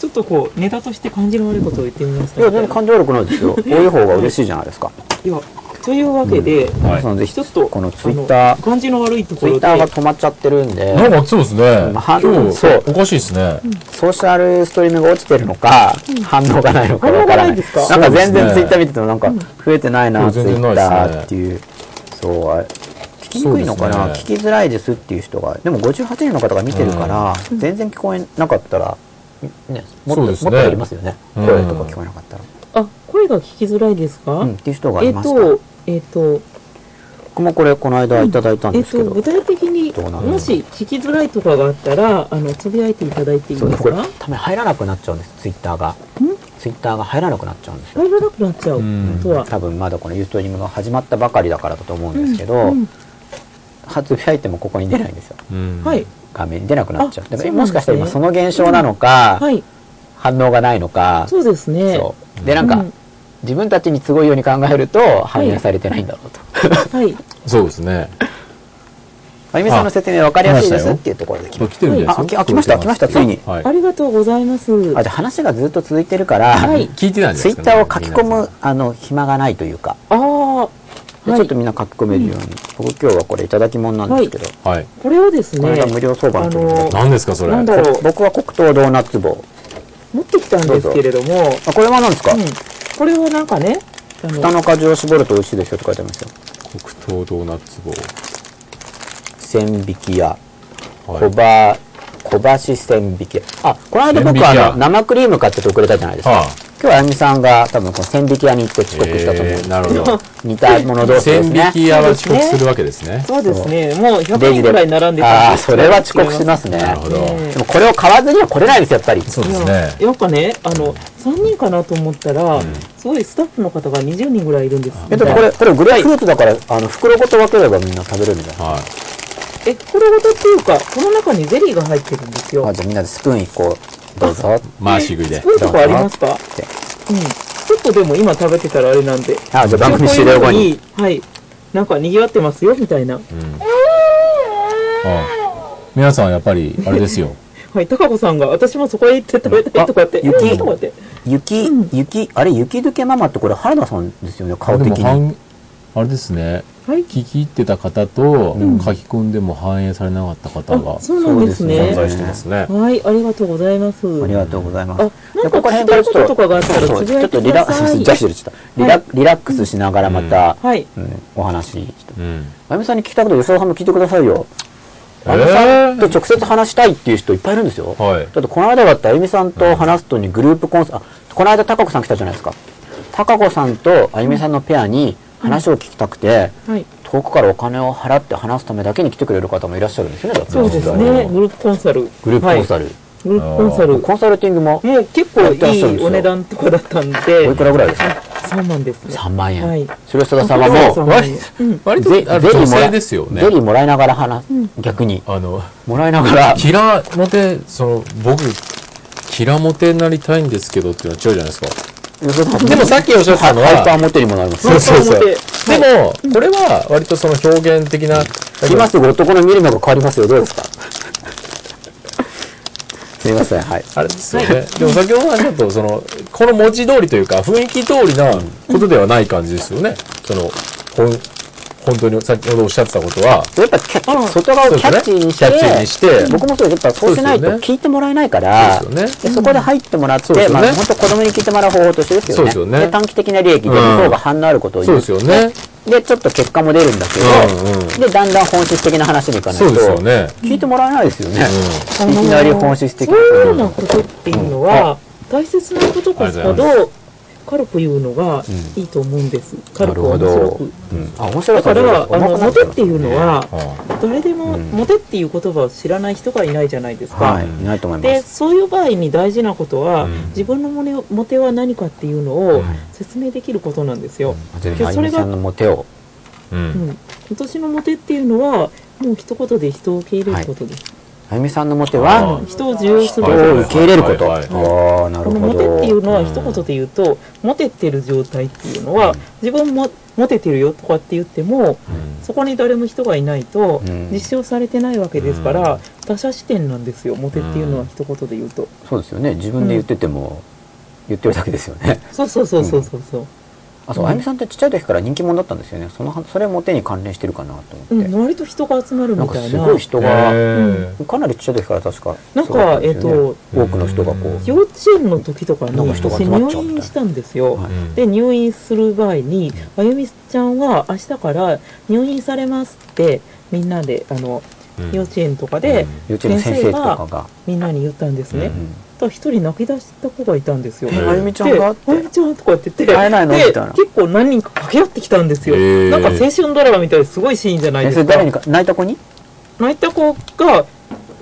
Speaker 3: ちょっとこう、ネタとして感じの悪いことを言ってみまし
Speaker 2: い
Speaker 3: た
Speaker 2: や
Speaker 3: み
Speaker 2: 全然
Speaker 3: たいな
Speaker 2: 感情力ないですよ多い方が嬉しいじゃないですか
Speaker 3: いや、というわけで、
Speaker 4: はい
Speaker 2: そのぜひ
Speaker 3: ちょっと、
Speaker 2: このツイッタ
Speaker 3: あの
Speaker 2: ー
Speaker 3: 感じの悪いとこ
Speaker 2: ツイ
Speaker 3: ろで、
Speaker 2: ッターが止まっちゃってるんで
Speaker 4: なんかそうですね。
Speaker 2: ま
Speaker 4: 今
Speaker 2: あ
Speaker 4: 日
Speaker 2: そう、
Speaker 4: おかしいですね。
Speaker 2: ソーシャルストリーミングが落ちてるのか、反応がないのかわから
Speaker 3: 反応がな
Speaker 2: ないい。
Speaker 3: ですか
Speaker 2: なんか全
Speaker 4: そうです
Speaker 2: 然
Speaker 4: ね
Speaker 2: ツイッター見ててもなんか増えてないな、
Speaker 4: うん
Speaker 2: ツイ
Speaker 4: 全然な
Speaker 2: ッ
Speaker 4: いですね
Speaker 2: ターっていう。そう、あれ聞きにくいのか
Speaker 4: そ
Speaker 2: な、
Speaker 4: うです
Speaker 2: 聞きづらいですっていう人が。でも58人の方が見てるから、全然聞こえなかったら、ね、もっと、
Speaker 4: そう
Speaker 2: も
Speaker 4: で
Speaker 2: っ
Speaker 4: すね
Speaker 2: とやりますよね。
Speaker 4: うん
Speaker 2: 声とか聞こえなかったら。
Speaker 3: あ、声が聞きづらいですか、
Speaker 2: うん、っていう人が
Speaker 3: え
Speaker 2: い
Speaker 3: っ
Speaker 2: ました
Speaker 3: と。、えっと、
Speaker 2: 僕もこれこの間いただいたん
Speaker 3: え
Speaker 2: で
Speaker 3: っ
Speaker 2: すけ
Speaker 3: と、
Speaker 2: ど
Speaker 3: 具。体的に
Speaker 2: どうなる
Speaker 3: もし聞きづらいとかがあったらあのつぶやいていただいていい
Speaker 2: そう
Speaker 3: で
Speaker 2: です
Speaker 3: す
Speaker 2: これ
Speaker 3: か
Speaker 2: ため入らなくなっちゃうんですツイッターがツイッターが入らなくなっちゃうんですよ
Speaker 3: 入らなくなっちゃう、
Speaker 4: うん
Speaker 3: とは
Speaker 2: 多分まだこのユーストリームが始まったばかりだからだと思うんですけど、
Speaker 3: うん
Speaker 2: 発売ってもここに出ないんですよ
Speaker 1: うん
Speaker 3: はい
Speaker 2: 画面に出なくなっちゃう
Speaker 3: あ
Speaker 2: だか
Speaker 3: そ
Speaker 2: ら
Speaker 3: うなん
Speaker 2: も
Speaker 3: ですね
Speaker 2: しかしたら今その現象なのか、
Speaker 3: はい
Speaker 2: 反応がないのか
Speaker 3: そうですね
Speaker 2: そうでなんか、
Speaker 3: うん
Speaker 2: 自分たちに都合いいように考えると反映されてないんだろうと、
Speaker 3: はい
Speaker 1: そうですね。
Speaker 2: あゆみさんの説明分かりやすいで
Speaker 4: 話し
Speaker 2: す
Speaker 4: た
Speaker 2: っ
Speaker 4: よ
Speaker 2: ていうところで来
Speaker 1: あ
Speaker 2: まし
Speaker 1: 来てるんじゃない
Speaker 2: あ
Speaker 1: です
Speaker 2: 来
Speaker 1: か。
Speaker 2: あ来ました来ましたついに
Speaker 1: はい
Speaker 3: あ。りがとうございます
Speaker 2: たあじゃあ話がずっと続いてるから、
Speaker 3: はい
Speaker 1: 聞いてないんです
Speaker 2: ツ
Speaker 1: か
Speaker 2: イ
Speaker 1: ね
Speaker 2: ッターを書き込
Speaker 1: 皆
Speaker 2: むあの暇がないというか、
Speaker 3: あー
Speaker 2: で
Speaker 3: はい
Speaker 2: ちょっとみんな書き込めるように、僕今日はこれいただき物なんですけど、
Speaker 1: さんはい。
Speaker 3: これをです
Speaker 2: これ
Speaker 3: ね
Speaker 2: が無料相場の時にいただいた
Speaker 1: 何ですかそれ。
Speaker 3: なん
Speaker 1: は
Speaker 3: だろう
Speaker 2: 僕は黒糖ドーナツ棒
Speaker 3: 持ってきたんですけれども
Speaker 2: あこれは何ですか、
Speaker 3: うん、これはなんかねあの
Speaker 2: 蓋の果汁を絞ると美味しいですよって書いてありますよ
Speaker 1: 黒糖ドーナツ
Speaker 2: 千匹屋
Speaker 1: 棒。は
Speaker 2: 小
Speaker 1: い。
Speaker 2: ば小橋千匹屋あこの間
Speaker 4: 千
Speaker 2: 僕
Speaker 4: 疋屋
Speaker 2: あの生クリーム買ってて遅れたじゃないですか、
Speaker 4: は
Speaker 2: 今日はあゆみさんが多分この千匹屋に行って遅刻したと思うんですけど、
Speaker 1: えーなるほ
Speaker 2: [LAUGHS]
Speaker 1: ど
Speaker 2: 似たもの同士で
Speaker 1: 千
Speaker 2: すね
Speaker 1: 匹屋は遅刻するわけですね。
Speaker 3: そうですねもう100
Speaker 2: レ
Speaker 3: 人
Speaker 2: ジ
Speaker 3: ぐ
Speaker 2: で
Speaker 3: らい並んでた
Speaker 2: ああーそれは遅刻しますすね
Speaker 1: なるほど。
Speaker 3: ね
Speaker 2: でもこれを買わずには来れないですやっぱり
Speaker 4: そう
Speaker 3: い
Speaker 4: です
Speaker 3: や
Speaker 4: ね。
Speaker 3: やっぱねあの3人かなと思ったら、
Speaker 1: ん
Speaker 3: すごいスタッフの方が20人ぐらいいるんです
Speaker 2: えっと、これ、これグレープフルーツだから、あの、袋ごと分ければみんな食べれるんじゃない
Speaker 1: は
Speaker 3: え、袋ごとっていうか、この中にゼリーが入ってるんですよ。
Speaker 2: あ、じゃあみんなでスプーン1個、どうぞって。
Speaker 1: い。回し食いで
Speaker 3: スプ。ーンとかありますか
Speaker 2: て
Speaker 3: うん。ちょっとでも今食べてたらあれなんで。
Speaker 2: あ、じゃあ番組終了後に。
Speaker 3: 一応こういうの。はい。なんか賑わってますよ、みたいな。
Speaker 4: はい皆さんやっぱりあれですよ。
Speaker 3: はい、高子さんが、私もそこへ行って食べたいとかって。
Speaker 2: あ雪
Speaker 3: うんとかって。
Speaker 2: 雪、雪、あれ、雪漬けママってこれ原田さんですよね、
Speaker 4: で
Speaker 2: 顔的
Speaker 4: も
Speaker 2: に。
Speaker 4: 反あれですね。
Speaker 3: はい。
Speaker 1: 聞き入ってた方と
Speaker 2: うん
Speaker 1: 書き込んでも反映されなかった方が
Speaker 3: あ、そうなんです
Speaker 2: そう
Speaker 1: 存
Speaker 2: で
Speaker 3: ね。
Speaker 1: 在してますね。
Speaker 3: はい、ありがとうございます。
Speaker 2: ありがとうございます。
Speaker 3: あなんか
Speaker 2: でここら辺
Speaker 3: 聞きたいこととかがあったら
Speaker 2: そうそう
Speaker 3: つぶやいて
Speaker 2: ちょっとリラック
Speaker 3: ください
Speaker 2: ス、ジャシルちょっとリラ、リラックスしながらまた、
Speaker 3: はい。
Speaker 2: うん、お話しして。
Speaker 1: うん。
Speaker 2: あゆみさんに聞きたいこと、予想半分聞いてくださいよ。
Speaker 4: え
Speaker 2: あゆみさん
Speaker 4: ー
Speaker 2: と直接話したいっていう人いっぱいいるんですよ。
Speaker 1: はい
Speaker 2: だってこの間だってあゆみさんと話すとにグループコンサ、あこの間高子さん来たじゃないですか。高子さんとあゆみさんのペアに話を聞きたくて、
Speaker 3: はい。
Speaker 2: 遠くからお金を払って話すためだけに来てくれる方もいらっしゃるんですよね、だって
Speaker 3: そうです
Speaker 2: あ
Speaker 3: ね。
Speaker 2: の
Speaker 3: グループコンサル。
Speaker 2: グループコンサ
Speaker 3: ル。
Speaker 2: ル。
Speaker 3: グループコンサル。
Speaker 2: コンサルティングも
Speaker 3: もう結構いいお値段とかだったんで。
Speaker 2: おいくらぐらいですか
Speaker 3: 3万ですね。
Speaker 2: 3万円、
Speaker 3: はい
Speaker 2: それを須田さんはも
Speaker 3: 割うん。
Speaker 1: 割
Speaker 2: う
Speaker 1: と
Speaker 2: ゼ
Speaker 1: あ
Speaker 2: ゼリー
Speaker 1: 女
Speaker 2: もら
Speaker 1: 性ですよね
Speaker 2: ゼ。リーもらいながら話す、逆に
Speaker 1: あの、
Speaker 2: もらいながら [LAUGHS]
Speaker 1: キラモテ、その、僕、キラモテになりたいんですけどっていうのは違うじゃないですか。で
Speaker 2: で
Speaker 1: もさっきおっしゃってたのは
Speaker 2: ハイパーモテにもなります
Speaker 1: そうそうそう
Speaker 3: 表。
Speaker 1: でも、これは割とその表現的な、
Speaker 2: 今すぐ男の見る目が変わりますよどうですか [LAUGHS] すいませんはい
Speaker 1: あれですよね。でも先ほどはちょっとその、この文字通りというか、雰囲気通りなことではない感じですよね。その、ほん、本当に先ほどおっしゃってたことは、
Speaker 2: やっぱキャッチ、
Speaker 3: うん
Speaker 2: 外側をキャッチ
Speaker 1: そう
Speaker 2: ー
Speaker 1: です
Speaker 2: に
Speaker 1: ね
Speaker 2: し
Speaker 1: キャッチーに
Speaker 2: て
Speaker 1: して、
Speaker 2: 僕もそうですやっぱそうしないと
Speaker 1: そうです
Speaker 2: 聞いてもらえないから
Speaker 1: そうです
Speaker 2: でそこで入ってもらって、
Speaker 1: そうですよ
Speaker 2: ま
Speaker 1: ね
Speaker 2: あ、本当子供に聞いてもらう方法としてですよね
Speaker 1: そうですよね
Speaker 2: 短期的な利益で向こうが反応あることを
Speaker 1: そ
Speaker 2: 言
Speaker 1: う
Speaker 2: う
Speaker 1: ですよね。
Speaker 2: でちょっと結果も出るんだけど、
Speaker 1: うんうん
Speaker 2: でだんだん本質的な話にいかない
Speaker 1: そう
Speaker 2: と
Speaker 1: ですよね。
Speaker 2: 聞いてもらえないですよね、
Speaker 3: あ
Speaker 2: い
Speaker 3: のー
Speaker 2: きなり本質的
Speaker 3: そう
Speaker 2: な
Speaker 3: いうようなことっていうのは、大切なことこそ
Speaker 1: あ
Speaker 3: ほ
Speaker 1: りがとう
Speaker 3: ど軽く言うのがいいと思うんです。軽く面白く。
Speaker 2: うんあ面白
Speaker 3: だ
Speaker 2: さ
Speaker 3: から、あの、モテっていううのは、
Speaker 1: う
Speaker 3: 誰でも、モテっていう言葉を知らない人がいないじゃないです
Speaker 2: は
Speaker 3: か
Speaker 2: い。いないと思いま
Speaker 3: で、
Speaker 2: す
Speaker 3: そういう場合に大事なことは
Speaker 1: うん、
Speaker 3: 自分のモネモテは何かっていうのを説明できることなんですよ。
Speaker 2: ぜ
Speaker 3: で
Speaker 2: ひあゆ
Speaker 3: それ
Speaker 2: み
Speaker 3: が
Speaker 2: さんのモテを
Speaker 1: うん。
Speaker 3: うん、私のモテっていうのはもう一言で人を受け入れることです、
Speaker 2: あゆみさんのモテ
Speaker 1: あ
Speaker 2: は
Speaker 1: ー
Speaker 3: 人を重要す
Speaker 2: 人
Speaker 3: るこ
Speaker 2: を
Speaker 3: と
Speaker 1: はい
Speaker 2: 受け入れること、
Speaker 1: はいはい
Speaker 2: ああなる
Speaker 3: この
Speaker 2: ほ
Speaker 3: モ
Speaker 2: ど
Speaker 3: テっていうのは一
Speaker 2: うん
Speaker 3: 言で言うと、モテてる状態っていうのは、自分もモテてるよとかって言ってもそこに誰も人がいないと
Speaker 2: うん
Speaker 3: 実証されてないわけですか
Speaker 1: う
Speaker 3: ら
Speaker 1: ん
Speaker 3: 他者視点なんですよモテっていうのは一言で言うと
Speaker 2: そうですよね自分で言ってても、言ってるだけですよね
Speaker 3: そうそうそうそうそうそう
Speaker 2: あそう、
Speaker 3: うん
Speaker 2: あゆみさんってちっちゃい時から人気者だったんですよねそのそれモテに関連してるかなと思って、
Speaker 3: うん、割と人が集まる
Speaker 2: なん
Speaker 3: み
Speaker 2: か
Speaker 3: たい
Speaker 2: す
Speaker 3: な
Speaker 2: ごい人が、
Speaker 1: え
Speaker 2: かなりちっちゃい時から確か
Speaker 3: なん
Speaker 2: すごか
Speaker 3: か
Speaker 2: った
Speaker 3: え
Speaker 2: で
Speaker 3: っ、
Speaker 2: すよね
Speaker 3: と
Speaker 2: 多くの人がこう、
Speaker 1: うん
Speaker 3: 幼稚園の時とかに
Speaker 2: なんか人が
Speaker 3: 私
Speaker 2: 集まっ
Speaker 3: 入
Speaker 2: ちゃうみたい
Speaker 3: 院したんですよ、
Speaker 2: はい
Speaker 1: うん
Speaker 3: で入院する前に、あゆみちゃんは明日から入院されますってみんなであの
Speaker 1: うん
Speaker 3: 幼稚園とかで
Speaker 2: 幼稚園の先生とかが
Speaker 3: みんなに言ったんですね、
Speaker 1: う
Speaker 2: うん
Speaker 3: ただ一人泣き出した子がいたんですよ、
Speaker 1: え
Speaker 2: え
Speaker 1: ー
Speaker 2: あゆみちゃん
Speaker 3: で
Speaker 2: が
Speaker 3: あ
Speaker 2: って
Speaker 3: ゆみちゃんとかって言って
Speaker 2: 会えないの
Speaker 3: で
Speaker 2: みたいな
Speaker 3: 結構何人か駆け寄ってきたんですよ、
Speaker 1: えー
Speaker 3: なんか青春ドラマみたいですごいシーンじゃない
Speaker 2: え
Speaker 3: で
Speaker 2: それ
Speaker 3: すか
Speaker 2: 誰にか泣いた子に
Speaker 3: 泣いた子が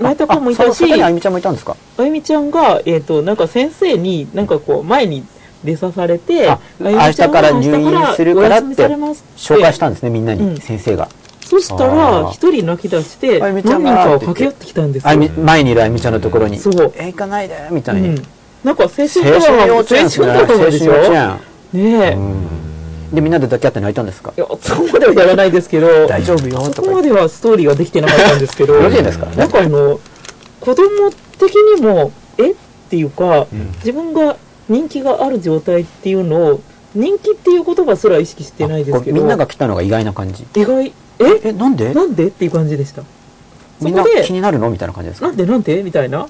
Speaker 3: 泣いた子もいた
Speaker 2: あその
Speaker 3: し
Speaker 2: 中にあゆみちゃんもいたんですか
Speaker 3: あゆみちゃんが、えっ、と、なんか先生に、なんかこう、前に出さされて、
Speaker 2: あ
Speaker 3: あゆみちゃんは
Speaker 2: 明日から入院するからって
Speaker 3: お休みされます
Speaker 2: 紹介したんですねみんなに、
Speaker 3: うん
Speaker 2: 先生が
Speaker 3: そした
Speaker 2: あ
Speaker 3: ら
Speaker 2: ー、
Speaker 3: 一人泣き出して、
Speaker 2: あゆみ
Speaker 3: 何
Speaker 2: ちゃ
Speaker 3: 人
Speaker 2: んが
Speaker 3: かを駆け寄ってきたんです
Speaker 2: あゆ
Speaker 3: よ。
Speaker 2: み前にいるあゆみちゃんのところに
Speaker 3: そう
Speaker 2: え行かないで」み
Speaker 3: う
Speaker 2: たいに、
Speaker 3: ん。なんか青春
Speaker 2: 青春
Speaker 3: ドラマ、
Speaker 2: 幼
Speaker 3: 青
Speaker 2: 稚
Speaker 3: 春
Speaker 2: 園ですね
Speaker 3: ドラマでしょ
Speaker 2: 青春幼稚
Speaker 3: ねえ。
Speaker 2: 園、
Speaker 3: い
Speaker 2: うん、でみんなで抱き合って泣いたんですか
Speaker 3: や、そこまではやらないですけど、
Speaker 2: 大丈夫よ
Speaker 3: そ
Speaker 2: とか言
Speaker 3: こま
Speaker 2: って
Speaker 3: ではストーリーができてなかったんです
Speaker 2: [LAUGHS]
Speaker 3: けど、
Speaker 2: 幼稚園ですから
Speaker 3: なん
Speaker 2: ね
Speaker 3: かあの、子供的にも、えっていうか、自分が人気がある状態っていうのを、人気っていう言葉すら意識してないですけ
Speaker 2: あこう
Speaker 3: ど、
Speaker 2: みんなが来たのが意外な感じ
Speaker 3: 意外、え
Speaker 2: えなんで
Speaker 3: なんでっていう感じでした。そ
Speaker 2: みん
Speaker 3: こ
Speaker 2: な気
Speaker 3: で、
Speaker 2: になるのみたいな感じですか
Speaker 3: なんでなんでみたいな。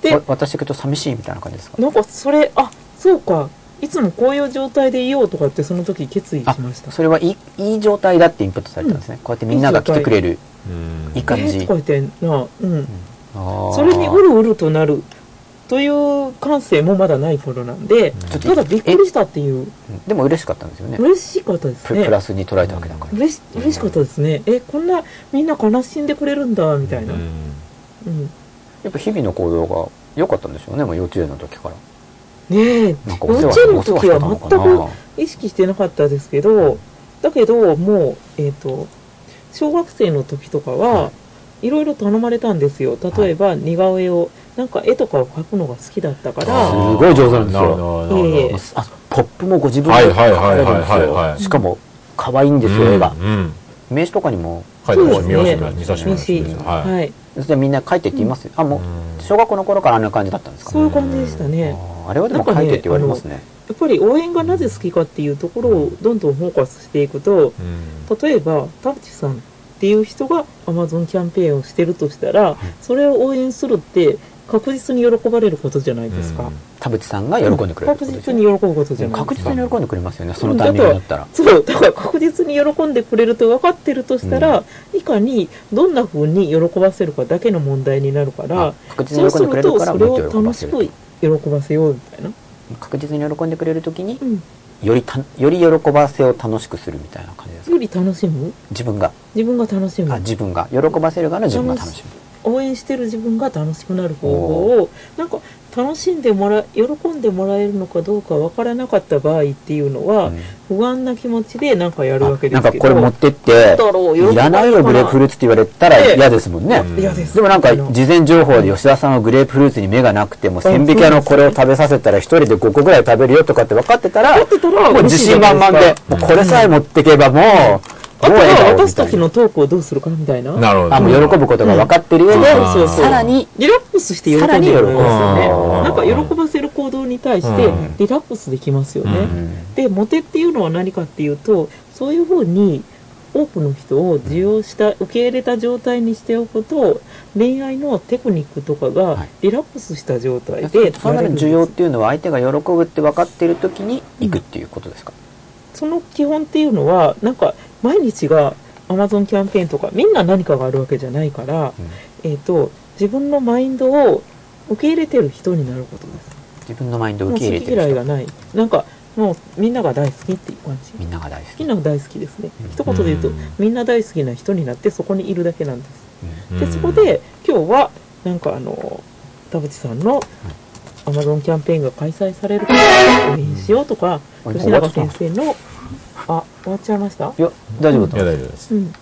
Speaker 3: で
Speaker 2: わ、私がちょっと寂しいみたいな感じですか
Speaker 3: なんかそれ、あ、そうか、いつもこういう状態でいようとかってその時決意し
Speaker 2: あ
Speaker 3: ました。
Speaker 2: それはいいいい状態だってインプットされたんですね、こうやってみんなが来てくれる
Speaker 1: うん
Speaker 2: いい感
Speaker 3: え
Speaker 2: じ、
Speaker 3: ーとか言ってな、うん。そ
Speaker 2: そ
Speaker 3: れにうるうるとなるという感性もまだない頃なん
Speaker 1: ん
Speaker 3: で、
Speaker 2: ちょっと
Speaker 3: ただびっくりしたっていう、
Speaker 2: でも嬉しかったんですよね
Speaker 3: 嬉しかったです
Speaker 2: ププ
Speaker 3: ね
Speaker 2: ラ。スに捉えたわけだから、
Speaker 3: 嬉し嬉しかったですね。え、こんなみんな悲しんでくれるんだ、みたいな。
Speaker 1: う
Speaker 3: うんん。
Speaker 2: やっぱ日々の行動が良かったんでしょうねもう幼稚園の時から
Speaker 3: ねえ、
Speaker 2: なんかお
Speaker 3: 幼
Speaker 2: 世
Speaker 3: 稚
Speaker 2: 話
Speaker 3: 園
Speaker 2: お
Speaker 3: の
Speaker 2: 世話し
Speaker 3: 時
Speaker 2: てた
Speaker 3: は
Speaker 2: のか
Speaker 3: 全
Speaker 2: な
Speaker 3: く意識してなかったですけど、だけど、もう、えっ、と、小学生の時とかは、いろいろ頼まれたんですよ。例えば、似顔絵を、なんか絵とかを描くのが好きだったか
Speaker 1: あー
Speaker 3: ら、
Speaker 2: すごい上手なんですよ
Speaker 1: るほどなるほど
Speaker 3: いえいえ
Speaker 2: あポップもご自分
Speaker 1: は
Speaker 2: で
Speaker 1: い
Speaker 2: 書か
Speaker 1: はいはい
Speaker 2: れ
Speaker 1: はい
Speaker 2: るんです
Speaker 1: はいは
Speaker 2: よ
Speaker 1: い
Speaker 2: しかも可愛いんですよ絵が
Speaker 1: うんうん
Speaker 2: 名刺とかにも
Speaker 1: 書いてました
Speaker 3: そうですね
Speaker 1: 見ました見させてもらいま
Speaker 3: 嬉しい。
Speaker 1: した
Speaker 3: はい。
Speaker 1: はい
Speaker 2: そしてみんな書いてって言いますよあも
Speaker 1: うん
Speaker 2: う小学校の頃からあんな感じだったんですか
Speaker 3: そういう感じでしたね。
Speaker 2: あーあれはでも書いてって言われますね
Speaker 3: やっぱり応援がなぜ好きかっていうところをどんどんフォーカスしていくと、
Speaker 1: うん
Speaker 3: 例えば田淵さんっていう人が Amazon キャンペーンをしてるとしたら、それを応援するって確実に喜ばれることじゃないですか。
Speaker 2: 田渕さんが喜んでくれるって
Speaker 3: 確
Speaker 2: ことです
Speaker 3: 実
Speaker 2: よ
Speaker 3: に
Speaker 2: ね
Speaker 3: 喜ぶことじゃない
Speaker 2: 確
Speaker 3: ですか。
Speaker 2: 実に喜んでくれますよねそのタイミングだったら
Speaker 3: そう、だから確実に喜んでくれると分かってるとしたら、いかにどんな風に喜ばせるかだけの問題になるから
Speaker 2: あ、確実
Speaker 3: そ
Speaker 2: に喜んで
Speaker 3: うす
Speaker 2: くれ
Speaker 3: る
Speaker 2: る
Speaker 3: と
Speaker 2: から
Speaker 3: それ
Speaker 2: も
Speaker 3: を
Speaker 2: っと喜ば
Speaker 3: 楽
Speaker 2: せ
Speaker 3: し
Speaker 2: る
Speaker 3: く喜ばせようみたいな。
Speaker 2: 確実に喜んでくれる時に
Speaker 3: うん。
Speaker 2: よりたより喜ばせを楽しくするみたいな感じですか
Speaker 3: より楽しむ
Speaker 2: 自分が
Speaker 3: 自分が楽しむ
Speaker 2: あ。自分が喜ばせる側の自分が楽し
Speaker 3: 応援してる自分が楽しくなる方法をなんか楽しんでもら喜んでもらえるのかどうかわからなかった場合っていうの
Speaker 2: む、
Speaker 3: は、
Speaker 2: うん
Speaker 3: 不安な気持ちでなんかやる
Speaker 2: あ
Speaker 3: わけで
Speaker 2: なん
Speaker 3: す
Speaker 2: か
Speaker 3: けど
Speaker 2: これ持ってっ
Speaker 3: な
Speaker 2: て
Speaker 3: んだろう喜ばれ
Speaker 2: い
Speaker 3: る
Speaker 2: らないよ
Speaker 3: か
Speaker 2: グレープフルーツって言われたら
Speaker 3: ええ
Speaker 2: 嫌ですもんね、
Speaker 1: うん
Speaker 3: 嫌です
Speaker 2: でもなんか
Speaker 3: の
Speaker 2: 事前情報で吉田さんはグレープフルーツに目がなくても千匹屋のこれを食べさせたら一人で5個ぐらい食べるよとかって分かってたら
Speaker 3: だってたら
Speaker 2: もう自信満々で、もうこれさえ持ってけばもう、もう笑顔
Speaker 3: あとは渡
Speaker 2: み
Speaker 3: す
Speaker 2: たい
Speaker 3: 時
Speaker 2: な
Speaker 3: のトークをどうするかみたいな
Speaker 1: なるほど
Speaker 2: あもう喜ぶことが分かってる上
Speaker 1: う
Speaker 2: で、
Speaker 1: んそうそうそう
Speaker 2: さらに
Speaker 3: リラックスして喜んで
Speaker 2: さ
Speaker 3: もら
Speaker 2: ら
Speaker 3: え
Speaker 2: に喜ぶ
Speaker 3: ますよね
Speaker 1: うん
Speaker 3: なんか喜ばせる行動に対して
Speaker 1: うん
Speaker 3: リラックスできますよね、
Speaker 1: うん
Speaker 3: でモテっていうのは何かっていうとそういうふうに多くの人を受容した受け入れた状態にしておくと恋愛のテクニックとか
Speaker 2: は
Speaker 3: が
Speaker 2: い
Speaker 3: リラックスした状態
Speaker 2: で
Speaker 3: で
Speaker 2: その中で需要っていうのは相手が喜ぶって分かってる時に行くっていうことですか、
Speaker 3: その基本っていうのはなんか毎日が Amazon キャンペーンとかみんな何かがあるわけじゃないから、えっと自分のマインドを受け入れてる人になることです
Speaker 2: 自分のマインドを
Speaker 3: もう
Speaker 2: 受け入れ
Speaker 3: 好
Speaker 2: て
Speaker 3: き
Speaker 2: る
Speaker 3: 嫌いが
Speaker 2: 人
Speaker 3: ないなんかもうみんなが大好きっていう感じ
Speaker 2: みんなが大好
Speaker 3: 好
Speaker 2: き
Speaker 3: きなの大好きですね、
Speaker 2: うん
Speaker 3: 一言で言うと、
Speaker 1: うん
Speaker 3: みんな大好きな人になってそこにいるだけなんです、
Speaker 1: うん
Speaker 3: でそこで今日はなんかあの田淵さんの Amazon キャンペーンが開催されるから応援しようとか、
Speaker 2: うん
Speaker 3: 吉永先生のあ終わっちゃいました
Speaker 2: いや大丈夫
Speaker 1: い
Speaker 2: だ
Speaker 1: や、
Speaker 2: った
Speaker 1: 大丈夫です。
Speaker 3: うん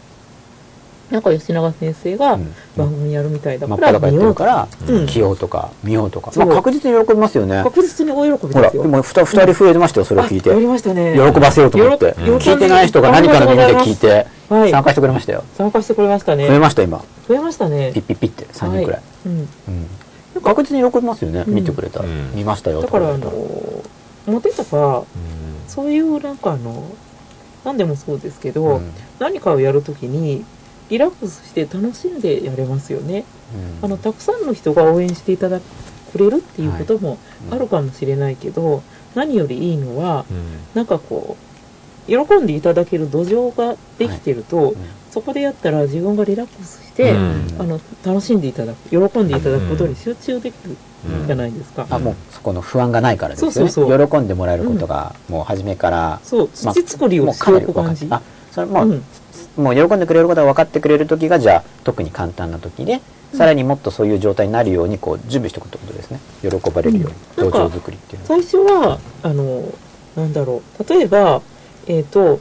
Speaker 3: なんか吉永先生が
Speaker 2: うん
Speaker 3: 番組やるみたいだ
Speaker 2: 真
Speaker 3: か
Speaker 2: っ裸
Speaker 3: ら
Speaker 2: やってるか
Speaker 3: う
Speaker 2: ら
Speaker 3: うん
Speaker 2: 着ようとか見ようとか、
Speaker 3: そう
Speaker 2: まあ、確実に喜びますよね
Speaker 3: 確実に大喜び
Speaker 2: ほ
Speaker 3: で
Speaker 2: ら
Speaker 3: すよ
Speaker 2: もう 2, 人増えてましたよそれを
Speaker 3: あ
Speaker 2: 聞いて
Speaker 3: やりましたね
Speaker 2: 喜ばせようと思って
Speaker 3: 喜んで
Speaker 2: 聞いてない人が何かの耳で聞いて
Speaker 3: はい
Speaker 2: 参加してくれましたよ
Speaker 3: 参加してくれました
Speaker 2: 増え
Speaker 3: ね
Speaker 2: ました今
Speaker 3: 増えましたね
Speaker 2: ピッピッピッって3人くらい、
Speaker 3: はうん
Speaker 2: うん、確実に喜びますよね、
Speaker 3: うん
Speaker 2: 見てくれたら、
Speaker 1: うん
Speaker 2: 見ましたよ
Speaker 3: だからあ
Speaker 2: と
Speaker 3: の
Speaker 2: か
Speaker 3: モテとか
Speaker 1: うん
Speaker 3: そういうなんかあの何でもそうですけど、
Speaker 2: 言われた
Speaker 3: 何かをやるときにリラックスして楽しんでやれますよね
Speaker 2: うん
Speaker 3: あのたくさんの人が応援していただくれるっていうことも
Speaker 2: うん
Speaker 3: あるかもしれないけど、何よりいいのは
Speaker 1: うん
Speaker 3: なんかこう喜んでいただける土壌ができてると、
Speaker 2: うん
Speaker 3: そこでやったら自分がリラックスして、
Speaker 1: うん
Speaker 3: あの楽しんでいただく喜んでいただくことに集中できるじゃないですか、
Speaker 2: あもうそこの不安がないからですよね
Speaker 3: そうそう
Speaker 2: 喜んでもらえることが、もう初めから
Speaker 3: そう
Speaker 2: まあ
Speaker 3: 土作りを
Speaker 2: もう
Speaker 3: して
Speaker 2: かな
Speaker 3: お
Speaker 2: り
Speaker 3: く
Speaker 2: 分か
Speaker 3: 感
Speaker 2: って
Speaker 3: じ、
Speaker 2: あそれもう、
Speaker 3: うん
Speaker 2: もう喜んでくれることが分かってくれる時がじゃあ特に簡単な時で、
Speaker 3: うん
Speaker 2: さらにもっとそういう状態になるようにこう準備しておくってことですね喜ばれるように、
Speaker 3: うん
Speaker 2: 同
Speaker 3: な
Speaker 2: 情
Speaker 3: んか
Speaker 2: 作りっていうのは
Speaker 3: 最初はあのなんだろう例えばえっ、と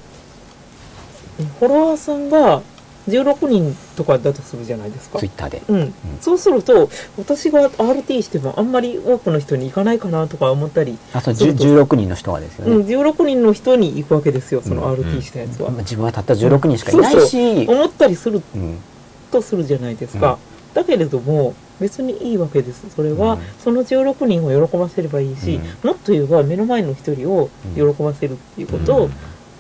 Speaker 3: えフォロワーさんが16人とかだとするじゃないですか
Speaker 2: ツイッターで、
Speaker 3: うん、そうすると私が RT してもあんまり多くの人に行かないかなとか思ったり、
Speaker 2: あそう
Speaker 3: そうそう
Speaker 2: 16人の人はですよね、
Speaker 3: うん、16人の人に行くわけですよその
Speaker 2: うん
Speaker 3: RT したやつは、
Speaker 2: まあ自分はたった16人しかいないし、
Speaker 3: 思ったりする
Speaker 2: うん
Speaker 3: とするじゃないですか、だけれども別にいいわけですそれは、
Speaker 2: うん
Speaker 3: その16人を喜ばせればいいし、もっと言えば目の前の1人を喜ばせるっていうことを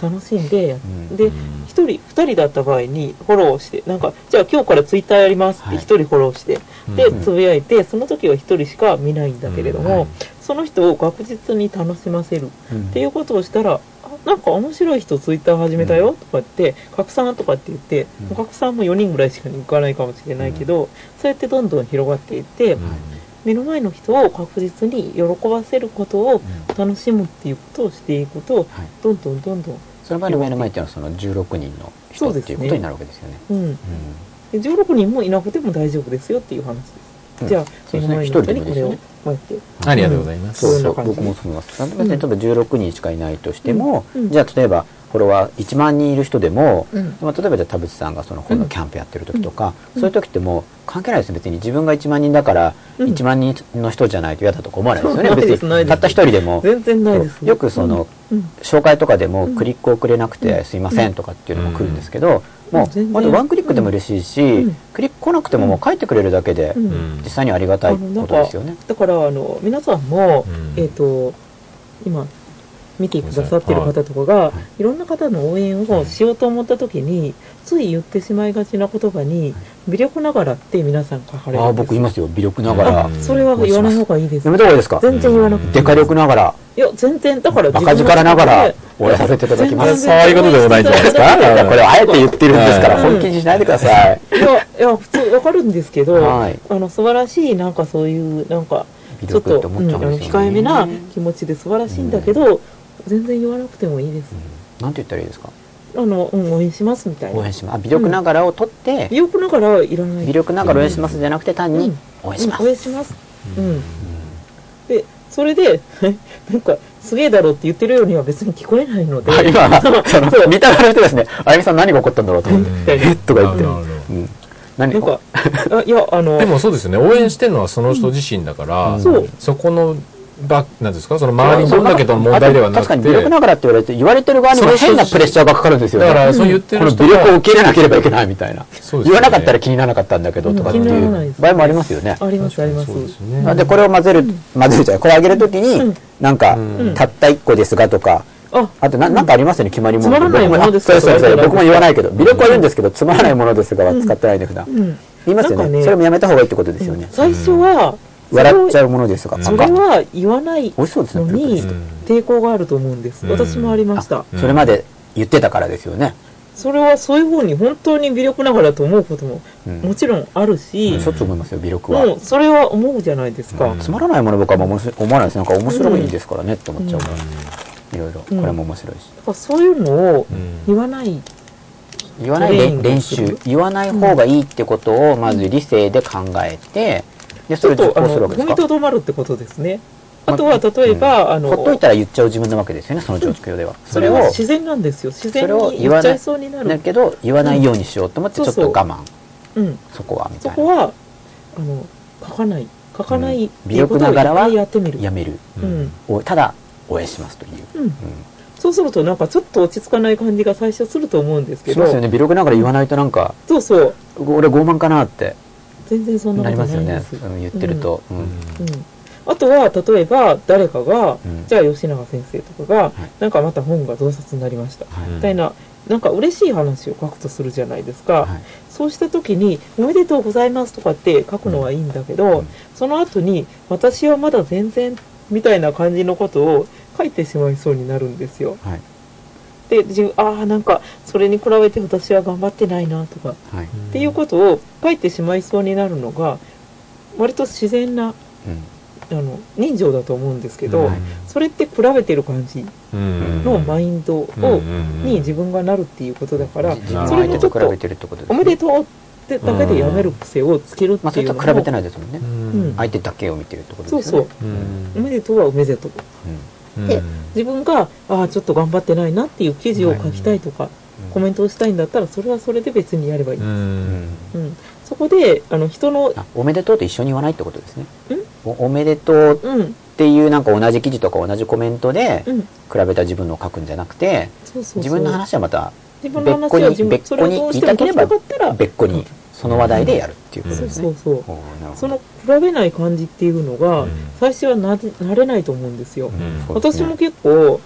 Speaker 3: 楽しんでやっ
Speaker 2: うん
Speaker 3: で1人2人だった場合にフォローしてなんかじゃあ今日からツイッターやりますって
Speaker 2: はい
Speaker 3: 1人フォローして、で
Speaker 1: うん
Speaker 3: つぶやいてその時は1人しか見ないんだけれども、
Speaker 2: うんはい
Speaker 3: その人を確実に楽しませる
Speaker 2: うん
Speaker 3: っていうことをしたら、あなんか面白い人ツイッター始めたよとかって、拡散とかって言って、
Speaker 2: うん
Speaker 3: 拡散も4人ぐらいしか行かないかもしれないけど、そうやってどんどん広がっていって、目の前の人を確実に喜ばせることを楽しむっていうことをしていくと、
Speaker 2: はい
Speaker 3: どんどんどんどん、
Speaker 2: その場合の目の前っていうのはその16人の人っていうことになるわけですよね。
Speaker 3: うん、で16人もいなくても大丈夫ですよっていう話です。
Speaker 2: うん
Speaker 3: じゃあ、
Speaker 2: そ
Speaker 3: 目
Speaker 2: うですね
Speaker 3: の前
Speaker 2: 一
Speaker 3: の
Speaker 2: 人
Speaker 3: 人
Speaker 2: で
Speaker 3: に
Speaker 2: もいいですよ
Speaker 3: これをこうやって。
Speaker 1: ありがとうございます。
Speaker 2: そう
Speaker 3: そん
Speaker 2: そ
Speaker 3: な
Speaker 2: う
Speaker 3: 感じ
Speaker 2: 僕もそう思います。別に例えば16人しかいないとしても、
Speaker 3: うん
Speaker 2: じゃあ例えばフォロワー1万人いる人でも、
Speaker 3: うん
Speaker 2: まあ、例えばじゃあ田淵さんがその本のキャンプやってる時とか、
Speaker 3: うん
Speaker 2: そういう時ってもう関係ないですよ別に自分が1万人だから
Speaker 3: うん
Speaker 2: 1万人の人じゃないと嫌だとか思わないですよね、
Speaker 3: そうないです
Speaker 2: 別
Speaker 3: ない
Speaker 2: に
Speaker 3: です
Speaker 2: たった一人でも。
Speaker 3: 全然ないです。
Speaker 2: よくその、
Speaker 3: うん、うん
Speaker 2: 紹介とかでも
Speaker 3: うん
Speaker 2: クリックをくれなく
Speaker 3: う
Speaker 2: て
Speaker 3: ん
Speaker 2: すいませんとかっていうのも来るんですけど、
Speaker 3: うん
Speaker 2: も
Speaker 3: 全
Speaker 2: う
Speaker 3: 然
Speaker 2: まだワンクリックでも嬉しいし、
Speaker 3: うん
Speaker 2: クリック来なくてももう帰ってくれるだけで
Speaker 3: うん
Speaker 1: うん
Speaker 2: 実際にありがたいことですよね。
Speaker 3: だからあの皆さんも、
Speaker 1: うん
Speaker 3: えっ、と今見てくださってる方とかが、い、ろんな方の応援をしようと思った時に、つい言ってしまいがちな言葉に「微力ながら」って皆さん書かれ
Speaker 2: あ
Speaker 3: る
Speaker 2: あ
Speaker 3: んです
Speaker 2: 僕いますよ微力ながら、
Speaker 1: うん
Speaker 3: それは言わない方がいいです
Speaker 2: やめた方がいいですか
Speaker 3: 全然言わなくてい
Speaker 2: デカ力ながら
Speaker 3: いや全然だから
Speaker 2: バ
Speaker 3: 自
Speaker 2: カ
Speaker 3: 分の
Speaker 2: 力ながら
Speaker 3: で
Speaker 2: 終わらさせていただきま
Speaker 1: 全
Speaker 2: す
Speaker 1: 然騒い事でもないんじゃないですか
Speaker 3: 全然
Speaker 2: いやこれ [LAUGHS] あえて言ってるんですから
Speaker 3: はい
Speaker 2: 本気にしないでください、
Speaker 3: いやいや普通わかるんですけど、
Speaker 2: はい
Speaker 3: あの素晴らしいなんかそういうなんか
Speaker 2: 微
Speaker 3: ちょっ
Speaker 2: 力
Speaker 3: と
Speaker 2: って思っちゃうん
Speaker 3: あの
Speaker 2: ですよ
Speaker 3: 控
Speaker 2: ね、
Speaker 3: えめな気持ちで素晴らしいんだけど、全然言わなくてもいいです、
Speaker 2: [LAUGHS] なんて言ったらいいですか
Speaker 3: あの、うん、応援しますみたい
Speaker 2: 応
Speaker 3: な
Speaker 2: 援。しますあ微力ながらを取って、
Speaker 3: 微力ながらはいらない。
Speaker 2: 微力ながら応援しますじゃなくて単
Speaker 3: う
Speaker 2: に
Speaker 3: ん
Speaker 2: 応援します、
Speaker 3: うん応援します。うん。
Speaker 2: う
Speaker 3: で、それで、 [LAUGHS] なんか、すげえだろって言ってるようには別に聞こえないので、
Speaker 2: ん [LAUGHS] 今その見た目の人ですねあゆみさん何が起こったんだろうと思って
Speaker 1: うん
Speaker 2: 「えっ?」とか言って
Speaker 1: なるほど
Speaker 2: うん何
Speaker 3: なんか、あいや、あの、
Speaker 1: でもそうですよね応援してるのはその人自身だから、
Speaker 2: うん
Speaker 3: そう
Speaker 1: そこのばなんですかその周りにどんだけとの問題ではなく
Speaker 2: あと確か
Speaker 1: て
Speaker 2: に微力ながらって言われて言われてる側にも変なプレッシャーがかかるんですよね
Speaker 1: だからそう言って
Speaker 2: こ
Speaker 1: る
Speaker 2: の
Speaker 1: 人
Speaker 2: 微力を受け入れなければいけないみたいな、
Speaker 1: そうですよ
Speaker 2: 言
Speaker 1: ね
Speaker 2: わなかったら気にならなかったんだけどとかって
Speaker 1: うん気になら
Speaker 2: い
Speaker 3: ないで
Speaker 2: う
Speaker 3: す
Speaker 2: 場合もありますよね。
Speaker 3: あります、あります。
Speaker 1: そうですね
Speaker 2: なんでこれを混ぜる、混ぜるじゃないこれあげるときに、
Speaker 3: うん
Speaker 2: なんか、
Speaker 1: うん
Speaker 2: たった1個ですがとか
Speaker 3: あ、
Speaker 2: あとななんかありますよね決まりもの
Speaker 3: つまらないものです
Speaker 2: そうそう
Speaker 3: それ
Speaker 2: そう
Speaker 3: は
Speaker 2: 僕も言わないけど微力は言うんですけど、つまらないものですがは使ってないんで普段、
Speaker 3: うん。
Speaker 2: 言いますよ
Speaker 3: なん
Speaker 2: ね
Speaker 3: かね
Speaker 2: それもやめた方がいいってことですよね、
Speaker 3: 最初は、
Speaker 2: 笑っちゃ
Speaker 3: う。
Speaker 2: うものですが、
Speaker 1: うん
Speaker 2: パ
Speaker 3: そ
Speaker 2: カ
Speaker 3: れ
Speaker 2: ッ
Speaker 3: は言わない
Speaker 2: 美味しそうですね
Speaker 3: の
Speaker 2: プルプル
Speaker 3: に
Speaker 2: して
Speaker 1: うん、
Speaker 3: 抵抗があると思うんです。
Speaker 1: うん
Speaker 3: 私もありました。
Speaker 1: うん
Speaker 2: それまで言ってたからですよね、
Speaker 3: それはそういう方に本当に微力ながらと思うことも
Speaker 2: うん
Speaker 3: もちろんあるし、
Speaker 2: しょっちゅう思いますよ微力は、
Speaker 3: もうそれは思うじゃないですか、
Speaker 1: うん
Speaker 2: つまらないもの僕はもう面白い思わないですなんか面白いですからねって思っちゃうから、いろいろこ
Speaker 3: うん
Speaker 2: れも面白いし、
Speaker 3: だからそういうのを
Speaker 1: うん
Speaker 3: 言わない、
Speaker 2: 言わない
Speaker 3: トレー
Speaker 2: れ
Speaker 3: ニン
Speaker 2: ん
Speaker 3: グ
Speaker 2: 練
Speaker 3: す
Speaker 2: 習
Speaker 3: る
Speaker 2: 言わない方がいいってことをまず理性で考えてで
Speaker 3: ち
Speaker 2: それ
Speaker 3: ょっ
Speaker 2: を実
Speaker 3: と
Speaker 2: 行
Speaker 3: あ
Speaker 2: する
Speaker 3: の
Speaker 2: わけで
Speaker 3: 踏
Speaker 2: すか
Speaker 3: みとどまるってことですねあとは例えば、あの
Speaker 2: ほっといたら言っちゃう自分なわけですよねその常識用ではそ
Speaker 3: そ
Speaker 2: れ
Speaker 3: れ
Speaker 2: を
Speaker 3: は自然なんですよ自
Speaker 2: そ
Speaker 3: 然
Speaker 2: れを
Speaker 3: に
Speaker 2: 言
Speaker 3: 言
Speaker 2: わ
Speaker 3: っち
Speaker 2: な
Speaker 3: ゃ
Speaker 2: い
Speaker 3: いそうになる
Speaker 2: だけど言わないようにしようと思って
Speaker 3: うん
Speaker 2: ちょっと我慢
Speaker 3: うん、
Speaker 2: そこはみ
Speaker 3: そ
Speaker 2: たい
Speaker 3: こ
Speaker 2: な
Speaker 3: はあの書かない書かないって
Speaker 2: 微
Speaker 3: いうこ
Speaker 2: 力
Speaker 3: と
Speaker 2: な
Speaker 3: を
Speaker 2: がらは
Speaker 3: 一回やってみる
Speaker 2: やめる
Speaker 3: うん、うん
Speaker 2: おただ応援しますという、う
Speaker 3: そうするとなんかちょっと落ち着かない感じが最初すると思うんです
Speaker 2: ん、
Speaker 3: け
Speaker 2: し
Speaker 3: ど
Speaker 2: ますよね微力ながら言わないとなんか
Speaker 3: そうそう
Speaker 2: 俺傲慢かなって
Speaker 3: 全然そんなこ
Speaker 2: なり
Speaker 3: と
Speaker 2: ますよ
Speaker 3: ない
Speaker 2: ね
Speaker 3: です
Speaker 2: うん言ってると、うん
Speaker 3: うんあとは例えば誰か
Speaker 2: う
Speaker 3: が、
Speaker 2: ん
Speaker 3: じゃあ吉永先生とかが、
Speaker 2: い
Speaker 3: なんかまた本が増刷になりました、
Speaker 2: はい
Speaker 3: みたいななんか嬉しい話を書くとするじゃないですか、
Speaker 2: はい
Speaker 3: そうした時に「おめでとうございます」とかって書くのはいいんだけど、
Speaker 2: うん
Speaker 3: その後に「私はまだ全然」みたいな感じのことを書いてしまいそうになるんですよ。
Speaker 2: はい
Speaker 3: で自分ああなんかそれに比べて私は頑張ってないなとかっ
Speaker 2: はい、
Speaker 3: ていうことを書いてしまいそうになるのが割と自然な
Speaker 2: うん
Speaker 3: あの人情だと思うんですけ
Speaker 2: は
Speaker 3: ど、
Speaker 2: い
Speaker 3: それって比べてる感じのマインドを、に自分がなるっていうことだから、
Speaker 2: 自分の
Speaker 1: それ
Speaker 2: 相
Speaker 1: に
Speaker 2: 手
Speaker 1: ちょ
Speaker 2: と
Speaker 1: っ
Speaker 2: 比べてるってことです、
Speaker 3: お
Speaker 2: ね、
Speaker 3: めでとうってだけでやめる癖をつける
Speaker 2: まあ
Speaker 3: っ
Speaker 2: そ
Speaker 3: てい
Speaker 2: れ
Speaker 3: うの
Speaker 2: と
Speaker 3: も、
Speaker 2: 比べてないですもんね、
Speaker 3: うん
Speaker 2: 相手だけを見てるってこと
Speaker 3: そう
Speaker 2: です
Speaker 3: そ
Speaker 2: よ
Speaker 3: う
Speaker 2: ね、
Speaker 3: おめでとうはおめでとうで自分がああちょっと頑張ってないなっていう記事を書きたいとか、コメントをしたいんだったらそれはそれで別にやればいい、うん
Speaker 2: うん
Speaker 3: そこであの人の
Speaker 2: あおめでとうと一緒に言わないってことですねおおめでとう
Speaker 3: うん
Speaker 2: っていうなんか同じ記事とか同じコメントで
Speaker 3: うん
Speaker 2: 比べた自分のを書くんじゃなくて
Speaker 3: そうそうそう
Speaker 2: 自分の話はまた
Speaker 3: 自分の話は自分
Speaker 2: 別
Speaker 3: そ
Speaker 2: 個
Speaker 3: れ
Speaker 2: に
Speaker 3: をどうしても書きたかったら
Speaker 2: 別個にその話題でやるっていうこと
Speaker 3: そう
Speaker 2: です
Speaker 3: そ
Speaker 2: ね
Speaker 3: うそう
Speaker 2: おーなるほど
Speaker 3: その比べない感じっていうのが、
Speaker 1: うん
Speaker 3: 最初はな慣れないと思うんですよ、
Speaker 2: うんそうです
Speaker 3: 私
Speaker 2: ね
Speaker 3: も結構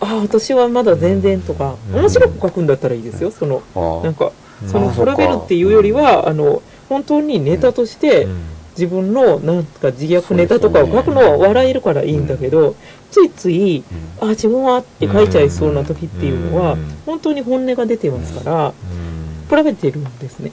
Speaker 3: ああ私はまだ全然とか、
Speaker 1: うん
Speaker 3: 面白く書くんだったらいいですよ、その
Speaker 2: あー
Speaker 3: なんか
Speaker 1: うん
Speaker 3: その
Speaker 2: あそうか
Speaker 3: 比べるっていうよりは、あの本当にネタとして、自分のなんか自虐ネタとかを書くのは笑えるからいいんだけど、ついつい
Speaker 2: うん
Speaker 3: ああ自分はって書いちゃいそうな時っていうのは、
Speaker 1: うん
Speaker 3: 本当に本音が出てますから、比べてるんですね、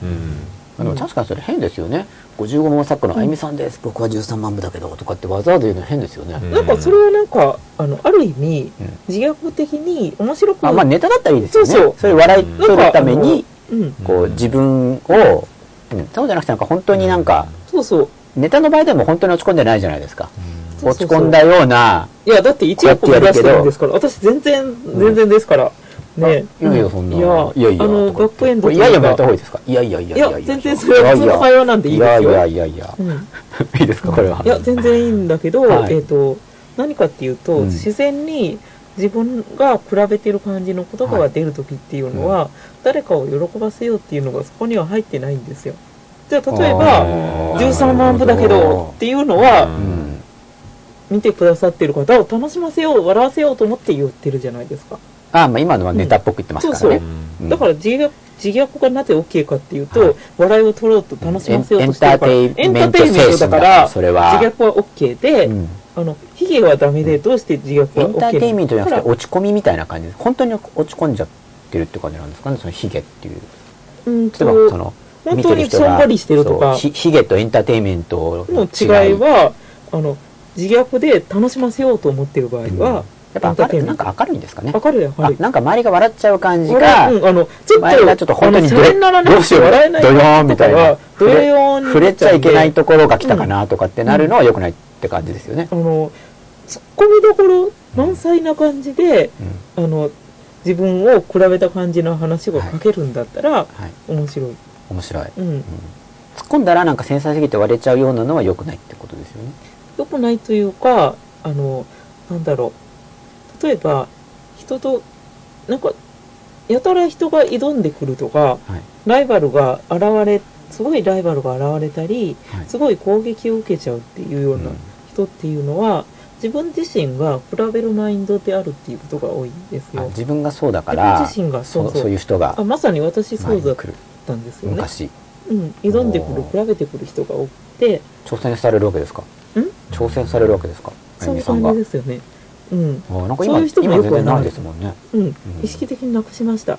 Speaker 2: まあでも確かにそれ変ですよね55万作のあゆみさんです、僕は13万部だけどとかってわざわざ言うの変ですよね、
Speaker 1: うん
Speaker 3: なんかそれはなんかあのある意味、
Speaker 2: うん
Speaker 3: 自虐的に面白く
Speaker 2: あまあネタだったらいいですよね
Speaker 3: そうそう
Speaker 2: れ笑い取るために
Speaker 3: うん、
Speaker 2: こ
Speaker 1: う
Speaker 2: うん自分を、うんそうじゃなくてなんか本当になんか
Speaker 3: そうそう
Speaker 2: ネタの場合でも本当に落ち込んでないじゃないですか
Speaker 3: そう
Speaker 2: 落
Speaker 3: そ
Speaker 2: ち
Speaker 3: うそう
Speaker 2: 込んだようない
Speaker 3: やだって一億目指してるんですから私全然全然ですから、ね
Speaker 2: いやいやそんない
Speaker 3: や
Speaker 2: いやいや
Speaker 3: あの
Speaker 2: とか言って
Speaker 3: 学園と
Speaker 2: こ
Speaker 3: か
Speaker 2: れいやいやもやった方がいいですかいやいやいや
Speaker 3: いや全然それは普通の会話なんでいいですよ
Speaker 2: いやいやいやいや
Speaker 3: うん、
Speaker 2: いいですかこれはい
Speaker 3: や全然いいんだけど、
Speaker 2: はい
Speaker 3: えっ、と何かっていうと、
Speaker 2: うん
Speaker 3: 自然に自分が比べてる感じの言葉が出る時っていうのは、誰かを喜ばせようっていうのがそこには入ってないんですよじゃあ例えば
Speaker 1: あー
Speaker 3: 13万部だけどっていう
Speaker 1: う
Speaker 3: のは
Speaker 2: う
Speaker 1: ば
Speaker 2: ん
Speaker 3: 見てくださってる方を楽しませよう笑わせようと思って言ってるじゃないですか
Speaker 2: あまあ今のはネタっぽく言ってますからね、
Speaker 3: そうそう
Speaker 2: うん
Speaker 3: だから自虐自虐がなぜ OK かっていうと、
Speaker 2: はい
Speaker 3: 笑いを取ろうと楽し
Speaker 2: エ
Speaker 3: ま
Speaker 2: ン
Speaker 3: せよう
Speaker 2: エ
Speaker 3: と
Speaker 2: ン
Speaker 3: して
Speaker 2: タ
Speaker 3: るから
Speaker 2: ーテインメント精
Speaker 3: エンターテインメン
Speaker 2: 神
Speaker 3: ト
Speaker 2: だ
Speaker 3: だか
Speaker 2: かららそれは
Speaker 3: 自虐は OK で、
Speaker 2: うん
Speaker 3: あのヒゲはダメでどうして自虐は OK
Speaker 2: エ
Speaker 3: な
Speaker 2: ン
Speaker 3: の
Speaker 2: ターテインメントじゃなく
Speaker 3: だ
Speaker 2: て
Speaker 3: から
Speaker 2: 落ち込みみたいな感じです本当に落ち込んじゃってるって感じなんですかねそのヒゲっていう
Speaker 3: うん
Speaker 2: 例えば
Speaker 3: と
Speaker 2: その
Speaker 3: 本
Speaker 2: 見て
Speaker 3: 当
Speaker 2: る
Speaker 3: に
Speaker 2: 人
Speaker 3: しょ
Speaker 2: が
Speaker 3: んぼりしてると
Speaker 2: そ
Speaker 3: か
Speaker 2: うひヒゲとエンターテインメント
Speaker 3: の違いはあの自虐で楽しませようと思ってる場合は、
Speaker 2: やっぱ
Speaker 3: エンター
Speaker 2: 明
Speaker 3: テイ
Speaker 2: る
Speaker 3: ンメ
Speaker 2: な
Speaker 3: ン
Speaker 2: ん
Speaker 3: ト
Speaker 2: か明るいんですかね
Speaker 3: わかるよわか
Speaker 2: あ
Speaker 3: る
Speaker 2: なんか周りが笑っちゃう感じ
Speaker 3: これ
Speaker 2: が
Speaker 3: うんあのちょっ
Speaker 2: 前
Speaker 3: と
Speaker 2: がちょっと本当に
Speaker 3: あ
Speaker 2: ど
Speaker 3: のそれならな
Speaker 2: どう
Speaker 3: く
Speaker 2: してよう
Speaker 3: 笑えない
Speaker 2: ドヨーンみたいな
Speaker 3: ドヨーンに
Speaker 2: 触
Speaker 3: な
Speaker 2: れちゃいけない
Speaker 3: と
Speaker 2: ところが来たかなとかってなるのは良くないって感じですよね
Speaker 3: あ、のツッコミどころ満載な感じで
Speaker 2: うん
Speaker 3: あの自分を比べた感じの話が書けるんだったら、
Speaker 2: はい
Speaker 3: 面白い、
Speaker 2: 面白い、うん、
Speaker 3: うん、
Speaker 2: 突っ込んだらなんか繊細すぎて割れちゃうようなのは良くないってことですよね
Speaker 3: 良くないというかあのなんだろう例えば人となんかやたら人が挑んでくるとか
Speaker 2: はい
Speaker 3: ライバルが現れすごいライバルが現れたり
Speaker 2: はい
Speaker 3: すごい攻撃を受けちゃうっていうような
Speaker 2: うん
Speaker 3: 人っていうのは、自分自身が比べるマインドであるっていうことが多いんです
Speaker 2: あ
Speaker 3: よ。
Speaker 2: 自分がそうだから
Speaker 3: 自分自身がそうそう
Speaker 2: そういう人が
Speaker 3: あまさに私
Speaker 2: 前
Speaker 3: そうだ
Speaker 2: に
Speaker 3: っ
Speaker 2: 来る
Speaker 3: たんですよね。
Speaker 2: 昔
Speaker 3: うん、挑んでくる
Speaker 2: お
Speaker 3: 比べてくる人が多くて
Speaker 2: 挑戦されるわけですか挑戦されるわけですかあゆ
Speaker 3: そうい
Speaker 2: み
Speaker 3: う
Speaker 2: さん
Speaker 3: 感
Speaker 2: が
Speaker 3: じですよね。うん
Speaker 2: あなんか今
Speaker 3: そういう人も
Speaker 2: 今
Speaker 3: よく
Speaker 2: 全
Speaker 3: はない
Speaker 2: 然ないですもんね
Speaker 3: うん意識的になくしました。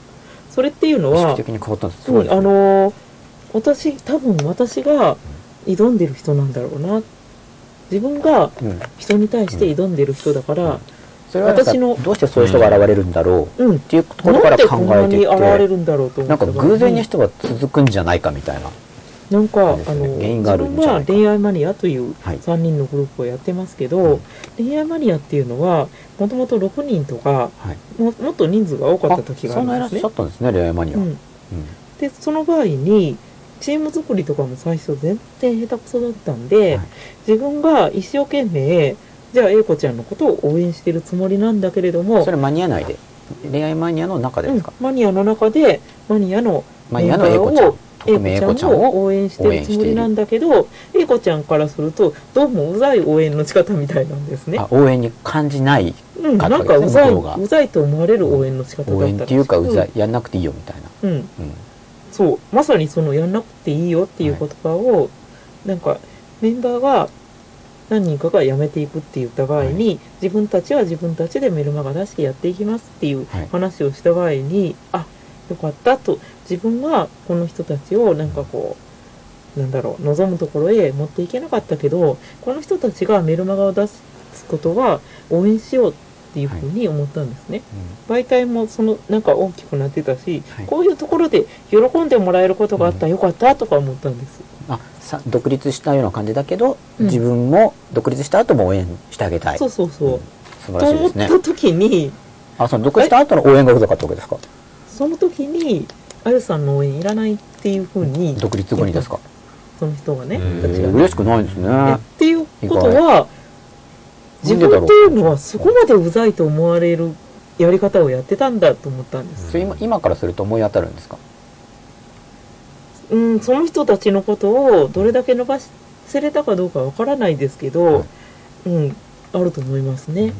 Speaker 3: それっていうの
Speaker 2: 意
Speaker 3: は
Speaker 2: 識的に変わったんですす
Speaker 3: う
Speaker 2: ごい
Speaker 3: ん
Speaker 2: ですね
Speaker 3: あのー私多分私が挑んでる人なんだろうな自分が
Speaker 2: うん
Speaker 3: 人に対して挑んでる人だから
Speaker 2: それはなんか
Speaker 3: 私の
Speaker 2: どうしてそういう人が現れるんだろう
Speaker 3: うん、
Speaker 2: っていうところから
Speaker 3: なんでこん
Speaker 2: 考
Speaker 3: な
Speaker 2: えて
Speaker 3: に
Speaker 2: い
Speaker 3: 現れ
Speaker 2: って
Speaker 3: るんだろうと思
Speaker 2: な
Speaker 3: っ
Speaker 2: んか
Speaker 3: て
Speaker 2: 偶然にしては続くんじゃないかみたいな
Speaker 3: なんか、
Speaker 2: です
Speaker 3: あ
Speaker 2: ね
Speaker 3: の、
Speaker 2: 原因があるんじゃないか
Speaker 3: 自分は恋愛マニアという
Speaker 2: はい
Speaker 3: 3人のグループをやってますけど、
Speaker 2: うん
Speaker 3: 恋愛マニアっていうのは、もともと6人とか
Speaker 2: はい
Speaker 3: も、もっと人数が多かった時があ
Speaker 2: そん
Speaker 3: るん
Speaker 2: な
Speaker 3: で
Speaker 2: いらっ
Speaker 3: すね
Speaker 2: しゃ。ったんですね、恋愛マニア。
Speaker 3: うんで、その場合に、チーム作りとかも最初全然下手くそだったんで、
Speaker 2: はい
Speaker 3: 自分が一生懸命、じゃあ A 子ちゃんのことを応援してるつもりなんだけれども
Speaker 2: そ、れマニア内で、恋愛マニアの中で
Speaker 3: う
Speaker 2: です
Speaker 3: ん
Speaker 2: か、、
Speaker 3: マニアの中で、マニアの
Speaker 2: マニアの英子ちゃん、匿名英
Speaker 3: A
Speaker 2: 子
Speaker 3: 子
Speaker 2: ち
Speaker 3: ち
Speaker 2: ゃ
Speaker 3: ゃ
Speaker 2: ん
Speaker 3: ん
Speaker 2: を
Speaker 3: を応援してるつもりなんだけど A 子ちゃんからするとどうもうざい応援の仕方みたいなんですね
Speaker 2: あ、応援に感じない
Speaker 3: うん、
Speaker 2: かっ
Speaker 3: な
Speaker 2: こい
Speaker 3: ん
Speaker 2: いですね
Speaker 3: かうざい
Speaker 2: 向こうが
Speaker 3: うざいと思われる応援の仕方だった
Speaker 2: 応
Speaker 3: らし
Speaker 2: 援っていうかうざい、やんなくていいよみたいな、
Speaker 3: うん、
Speaker 2: うん、
Speaker 3: そうまさにそのやんなくていいよっていう言葉を、なんかメンバーが何人かが辞めていくって言った場合に、自分たちは自分たちでメルマガ出してやっていきますっていう
Speaker 2: はい
Speaker 3: 話をした場合に、あよかったと自分はこの人たちをなんかこうなんだろう望むところへ持っていけなかったけどこの人たちがメルマガを出すことは応援しようっていうふうに思ったんですね。媒体もそのなんか大きくなってたし、
Speaker 2: はい
Speaker 3: こういうところで喜んでもらえることがあったらよかったとか思ったんです、
Speaker 2: あさ独立したような感じだけど、
Speaker 3: うん
Speaker 2: 自分も独立した後も応援してあげたい
Speaker 3: そう
Speaker 2: 素
Speaker 3: そうそ
Speaker 2: 晴
Speaker 3: う、と
Speaker 2: らしい
Speaker 3: 思
Speaker 2: で
Speaker 3: っ
Speaker 2: すね
Speaker 3: た時に
Speaker 2: あその独立した後の応援がうざかったわけですか
Speaker 3: その時にあゆさんの応援いらないっていうふうに
Speaker 2: 独立後にですか
Speaker 3: その人がね
Speaker 1: へ
Speaker 2: へ
Speaker 1: ー
Speaker 2: え
Speaker 3: たちが
Speaker 2: 嬉しくないですね
Speaker 3: えっていうことは
Speaker 2: な
Speaker 3: 自
Speaker 2: んでだろう
Speaker 3: 分っていうのはそこまでうざいと思われるやり方をやってたんだと思ったんです
Speaker 2: それ今今からすると思い当たるんですか
Speaker 3: うん、その人たちのことをどれだけ伸ばせれたかどうかわからないですけど、うん、あると思いますね。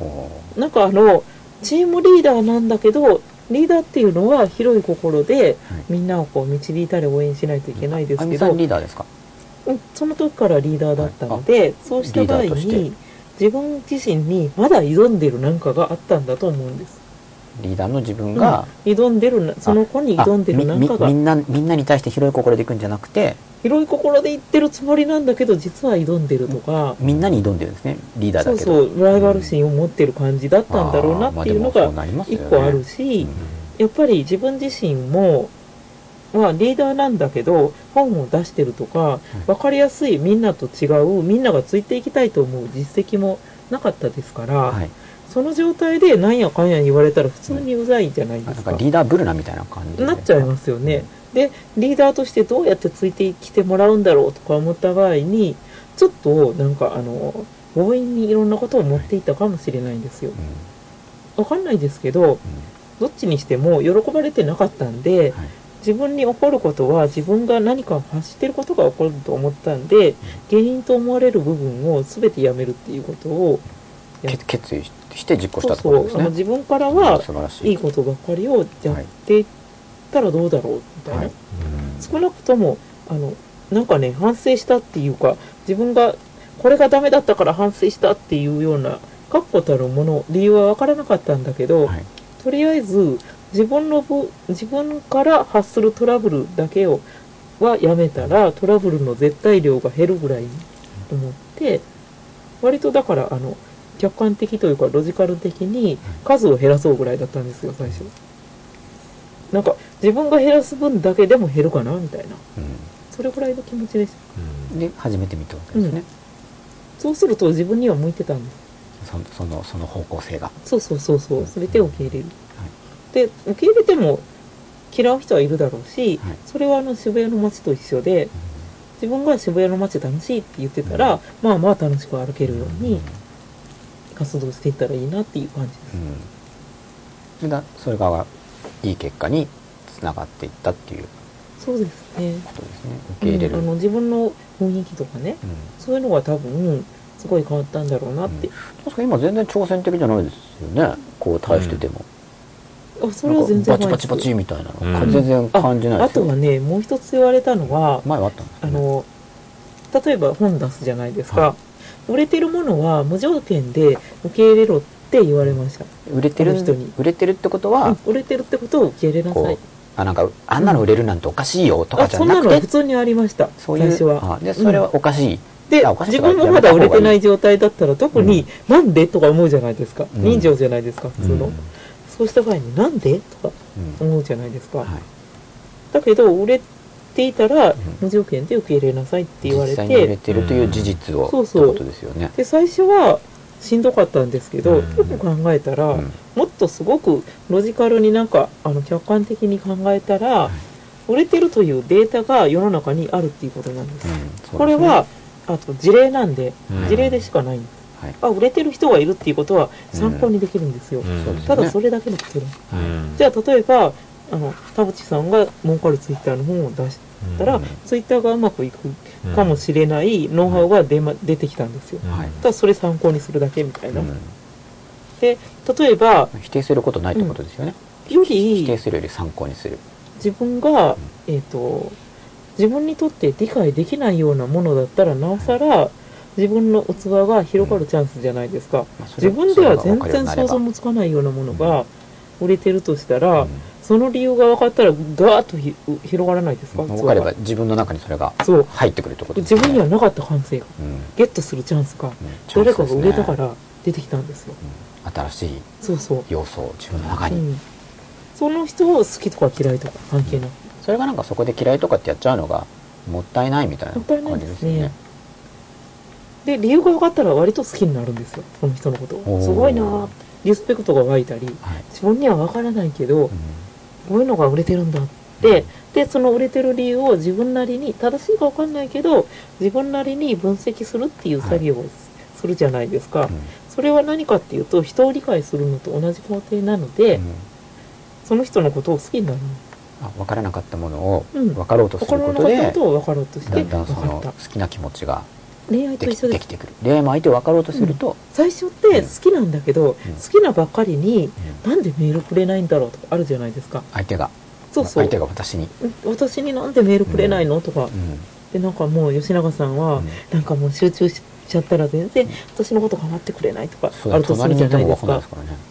Speaker 2: おー
Speaker 3: なんかあの、チームリーダーなんだけど、リーダーっていうのは広い心で
Speaker 2: はい
Speaker 3: みんなをこう導いたり応援しないといけないで
Speaker 2: あ
Speaker 3: す
Speaker 2: ゆ
Speaker 3: け
Speaker 2: みさ
Speaker 3: ど、
Speaker 2: んリーダーですか
Speaker 3: うんその時からリーダーだったので、そうした場合
Speaker 2: リーダーとして
Speaker 3: に、自分自身にまだ挑んでるなんかがあったんだと思うんです。
Speaker 2: リーダーの自分が、
Speaker 3: うん挑んでるな、その子に
Speaker 2: あ
Speaker 3: 挑んでるなん
Speaker 2: み
Speaker 3: か
Speaker 2: みみ
Speaker 3: が、
Speaker 2: んなみんなに対して広い心でいくんじゃなくて
Speaker 3: 広い心で言ってるつもりなんだけど、実は挑んでるとか、
Speaker 2: みんなに挑んでるんですねリーダーだ
Speaker 3: そう
Speaker 2: けど
Speaker 3: そうライバル心を持ってる感じだったんだろうなっていうの
Speaker 2: あーまあでも
Speaker 3: が
Speaker 2: そうなりますよ
Speaker 3: 一
Speaker 2: ね
Speaker 3: 個あるし、やっぱり自分自身も、まあ、リーダーなんだけど本を出してるとか分かりやすいみんなと違うみんながついていきたいと思う実績もなかったですから、
Speaker 2: はい
Speaker 3: その状態でなんやかんや言われたら普通にうざいじゃない
Speaker 2: な
Speaker 3: で
Speaker 2: ん
Speaker 3: す
Speaker 2: か
Speaker 3: か。
Speaker 2: リーダーブルなみたいな感じで
Speaker 3: なっちゃいますよね。で、リーダーとしてどうやってついてきてもらうんだろうとか思った場合に、ちょっとなんかあの、強引にいろんなことを持っていたかもしれないんですよ。
Speaker 2: うん
Speaker 3: わかんないですけど、どっちにしても喜ばれてなかったん
Speaker 2: う
Speaker 3: で
Speaker 2: ん、はい
Speaker 3: 自分に起こることは自分が何かを発してることが起こると思ったんで、原因と思われる部分を全てやめるっていうことを、いや
Speaker 2: け決意して実行した
Speaker 3: そ
Speaker 2: っ
Speaker 3: う
Speaker 2: てことで
Speaker 3: そう、
Speaker 2: す
Speaker 3: あの
Speaker 2: ね
Speaker 3: 自分からは
Speaker 2: 素晴らしい
Speaker 3: いいことばっかりをやっていったらどうだろうみたいな。
Speaker 2: はい
Speaker 3: 少なくともあのなんかね反省したっていうか自分がこれがダメだったから反省したっていうような確固たるもの理由は分からなかったんだけど、
Speaker 2: はい
Speaker 3: とりあえず自分のぶ自分から発するトラブルだけをはやめたらトラブルの絶対量が減るぐらいにと思って割とだからあの客観的というかロジカル的に数を減らそうぐらいだったんですよ最初なんか自分が減らす分だけでも減るかなみたいなそれぐらいの気持ちです
Speaker 2: うんで初めて見たわけですね、
Speaker 3: そうすると自分には向いてたんです
Speaker 2: そのそのその方向性が
Speaker 3: そうそうそうそう全てを受け入れる、
Speaker 2: はい
Speaker 3: で受け入れても嫌う人はいるだろうし、
Speaker 2: はい
Speaker 3: それはあの渋谷の街と一緒で自分が渋谷の街楽しいって言ってたら、まあまあ楽しく歩けるように活動していったらいいなっていう感じです、
Speaker 2: うんだそれがいい結果につながっていったっていう
Speaker 3: そうですね
Speaker 2: ことですね受け入れる、
Speaker 3: うん、あの自分の雰囲気とかね
Speaker 2: うん
Speaker 3: そういうのが多分すごい変わったんだろうなって、
Speaker 2: 確かに今全然挑戦的じゃないですよねこう対してても、
Speaker 3: あそれは全
Speaker 2: な
Speaker 3: 然
Speaker 2: んか
Speaker 3: ない
Speaker 2: バ
Speaker 3: で
Speaker 2: チ
Speaker 3: す
Speaker 2: バチバチみたいなの、
Speaker 1: うん
Speaker 2: 全然感じない
Speaker 3: あ
Speaker 2: で
Speaker 3: あ
Speaker 2: すよ
Speaker 3: とはねもう一つ言われたのは、
Speaker 2: 前はあったんです
Speaker 3: あ
Speaker 2: ね
Speaker 3: の例えば本出すじゃないですか、
Speaker 2: は
Speaker 3: 売れてるものは無条件で受け入れろって言われました、
Speaker 2: 売れてる
Speaker 3: あの人に
Speaker 2: 売れてるってことは、
Speaker 3: うん売れてるってことを受け入れなさ
Speaker 2: こ
Speaker 3: いう
Speaker 2: あなんかあんなの売れるなんておかしいよとか
Speaker 3: あ
Speaker 2: じゃ
Speaker 3: そんな
Speaker 2: なく
Speaker 3: の
Speaker 2: て、
Speaker 3: は普通にありました
Speaker 2: そうい
Speaker 3: 最初
Speaker 2: う
Speaker 3: は
Speaker 2: あでそれはおかしい、
Speaker 3: で
Speaker 2: あお菓子
Speaker 3: 自
Speaker 2: とか
Speaker 3: 分もまだ売れて
Speaker 2: やめた
Speaker 3: ない
Speaker 2: 方がいい
Speaker 3: 状態だったら特に「なんで?」とか思うじゃないですか、
Speaker 2: うん
Speaker 3: 人情じゃないですか普通の、
Speaker 1: うん
Speaker 3: そうした場合に「なんで?」とか
Speaker 2: うん
Speaker 3: 思うじゃないですか、
Speaker 2: はい
Speaker 3: だけど売れっていたら無条件で受け入れなさいって言われ
Speaker 2: 実際に売れ
Speaker 3: て
Speaker 2: てるという事実を、
Speaker 3: そう
Speaker 2: って
Speaker 3: そう
Speaker 2: ことですよね。
Speaker 3: で最初はしんどかったんですけど、
Speaker 1: うん
Speaker 3: よく考えたら、
Speaker 2: ん
Speaker 3: もっとすごくロジカルになんかあの客観的に考えたら、売れてるというデータが世の中にあるっていうことなんです
Speaker 2: うんそうですね
Speaker 3: これは、あと事例なんで、
Speaker 2: うん
Speaker 3: 事例でしかないんです、
Speaker 2: はい
Speaker 3: あ売れてる人がいるっていうことは参考にできるんですよ、
Speaker 1: うん
Speaker 2: そうですね
Speaker 3: ただそれだけのことだ
Speaker 1: うん
Speaker 3: じゃあ例えばあの田淵さんが儲かるツイッターの本を出したら、
Speaker 1: うん
Speaker 3: ツイッターがうまくいくかもしれないノウハウが出,、ま、出てきたんですよ、
Speaker 1: うん
Speaker 2: はい
Speaker 3: ただそれ参考にするだけみたいな、
Speaker 2: うん
Speaker 3: で例えば
Speaker 2: 否定することないってことですよね。
Speaker 3: よ
Speaker 2: 否定
Speaker 3: り
Speaker 2: するより参考にする。
Speaker 3: 自分が、えっと自分にとって理解できないようなものだったらなおさら自分の器が広がるチャンスじゃないですか、
Speaker 2: まあそれ
Speaker 3: 自分では全
Speaker 2: それが分かるよう
Speaker 3: 然想像
Speaker 2: になれば
Speaker 3: もつかないようなものが売れてるとしたら、
Speaker 2: うん
Speaker 3: その理由が分かったらガーッとひ広がらないですか
Speaker 2: 分かれば
Speaker 3: 器
Speaker 2: 自分の中にそれが
Speaker 3: がそう
Speaker 2: 入ってくるってことです
Speaker 3: 自
Speaker 2: よね。
Speaker 3: 分にはなかった感性が
Speaker 2: うん、うん
Speaker 3: ゲットするチャンスが
Speaker 2: チャンスで
Speaker 3: 誰
Speaker 2: すね
Speaker 3: かが売れたから出てきたんですよ
Speaker 2: 新しい
Speaker 3: そうそう、
Speaker 2: 要素を自分の中
Speaker 3: う
Speaker 2: に、
Speaker 3: ん、その人を好きとか嫌いとか関係なく
Speaker 2: それがなんかそこで嫌いとかってやっちゃうのがもったいないみたいな
Speaker 3: もったいない
Speaker 2: 感じ
Speaker 3: で
Speaker 2: ですすよね
Speaker 3: ね。で理由が分かったら割と好きになるんですよその人のこと
Speaker 2: お
Speaker 3: を
Speaker 2: ー
Speaker 3: すごいなぁリスペクトが湧いたり
Speaker 2: はい
Speaker 3: 自分には分からないけど
Speaker 2: うん
Speaker 3: こういうのが売れてるんだって、でその売れてる理由を自分なりに正しいか分かんないけど自分なりに分析するっていう作業をするじゃないですか、
Speaker 2: うん
Speaker 3: それは何かっていうと人を理解するのと同じ工程なので、
Speaker 2: うん
Speaker 3: その人のことを好きになる
Speaker 2: あ分からなかったものを
Speaker 3: うん
Speaker 2: 分かろうとす
Speaker 3: 分
Speaker 2: る
Speaker 3: から
Speaker 2: こ
Speaker 3: な
Speaker 2: と
Speaker 3: かった
Speaker 2: で
Speaker 3: こ、とを分かろうとし
Speaker 2: だ
Speaker 3: て
Speaker 2: んだ
Speaker 3: 分
Speaker 2: ん
Speaker 3: か
Speaker 2: その
Speaker 3: っ
Speaker 2: 好
Speaker 3: た
Speaker 2: きな気持ちが
Speaker 3: 恋愛
Speaker 2: で
Speaker 3: と
Speaker 2: き
Speaker 3: 一緒
Speaker 2: で
Speaker 3: で
Speaker 2: き
Speaker 3: す
Speaker 2: てくる恋愛も相手を分かろうとすると、
Speaker 3: 最初って好きなんだけ
Speaker 2: う
Speaker 3: ど、
Speaker 2: ん
Speaker 3: 好きなばっかりに
Speaker 2: うん
Speaker 3: なんでメールくれないんだろうとかあるじゃないですか
Speaker 2: 相手が
Speaker 3: そうそう
Speaker 2: 相手が私に、
Speaker 3: 私になんでメールくれないのとか
Speaker 2: うん
Speaker 3: でなんかもう吉永さんは、
Speaker 2: うん
Speaker 3: なんかもう集中しちゃったら全然私のこと構ってくれないとか
Speaker 2: そう
Speaker 3: あ
Speaker 2: だ
Speaker 3: るとす
Speaker 2: 隣
Speaker 3: る
Speaker 2: に
Speaker 3: じ
Speaker 2: い
Speaker 3: ゃ
Speaker 2: て
Speaker 3: ない
Speaker 2: も
Speaker 3: で
Speaker 2: 分
Speaker 3: す
Speaker 2: かんない
Speaker 3: か
Speaker 2: ですからね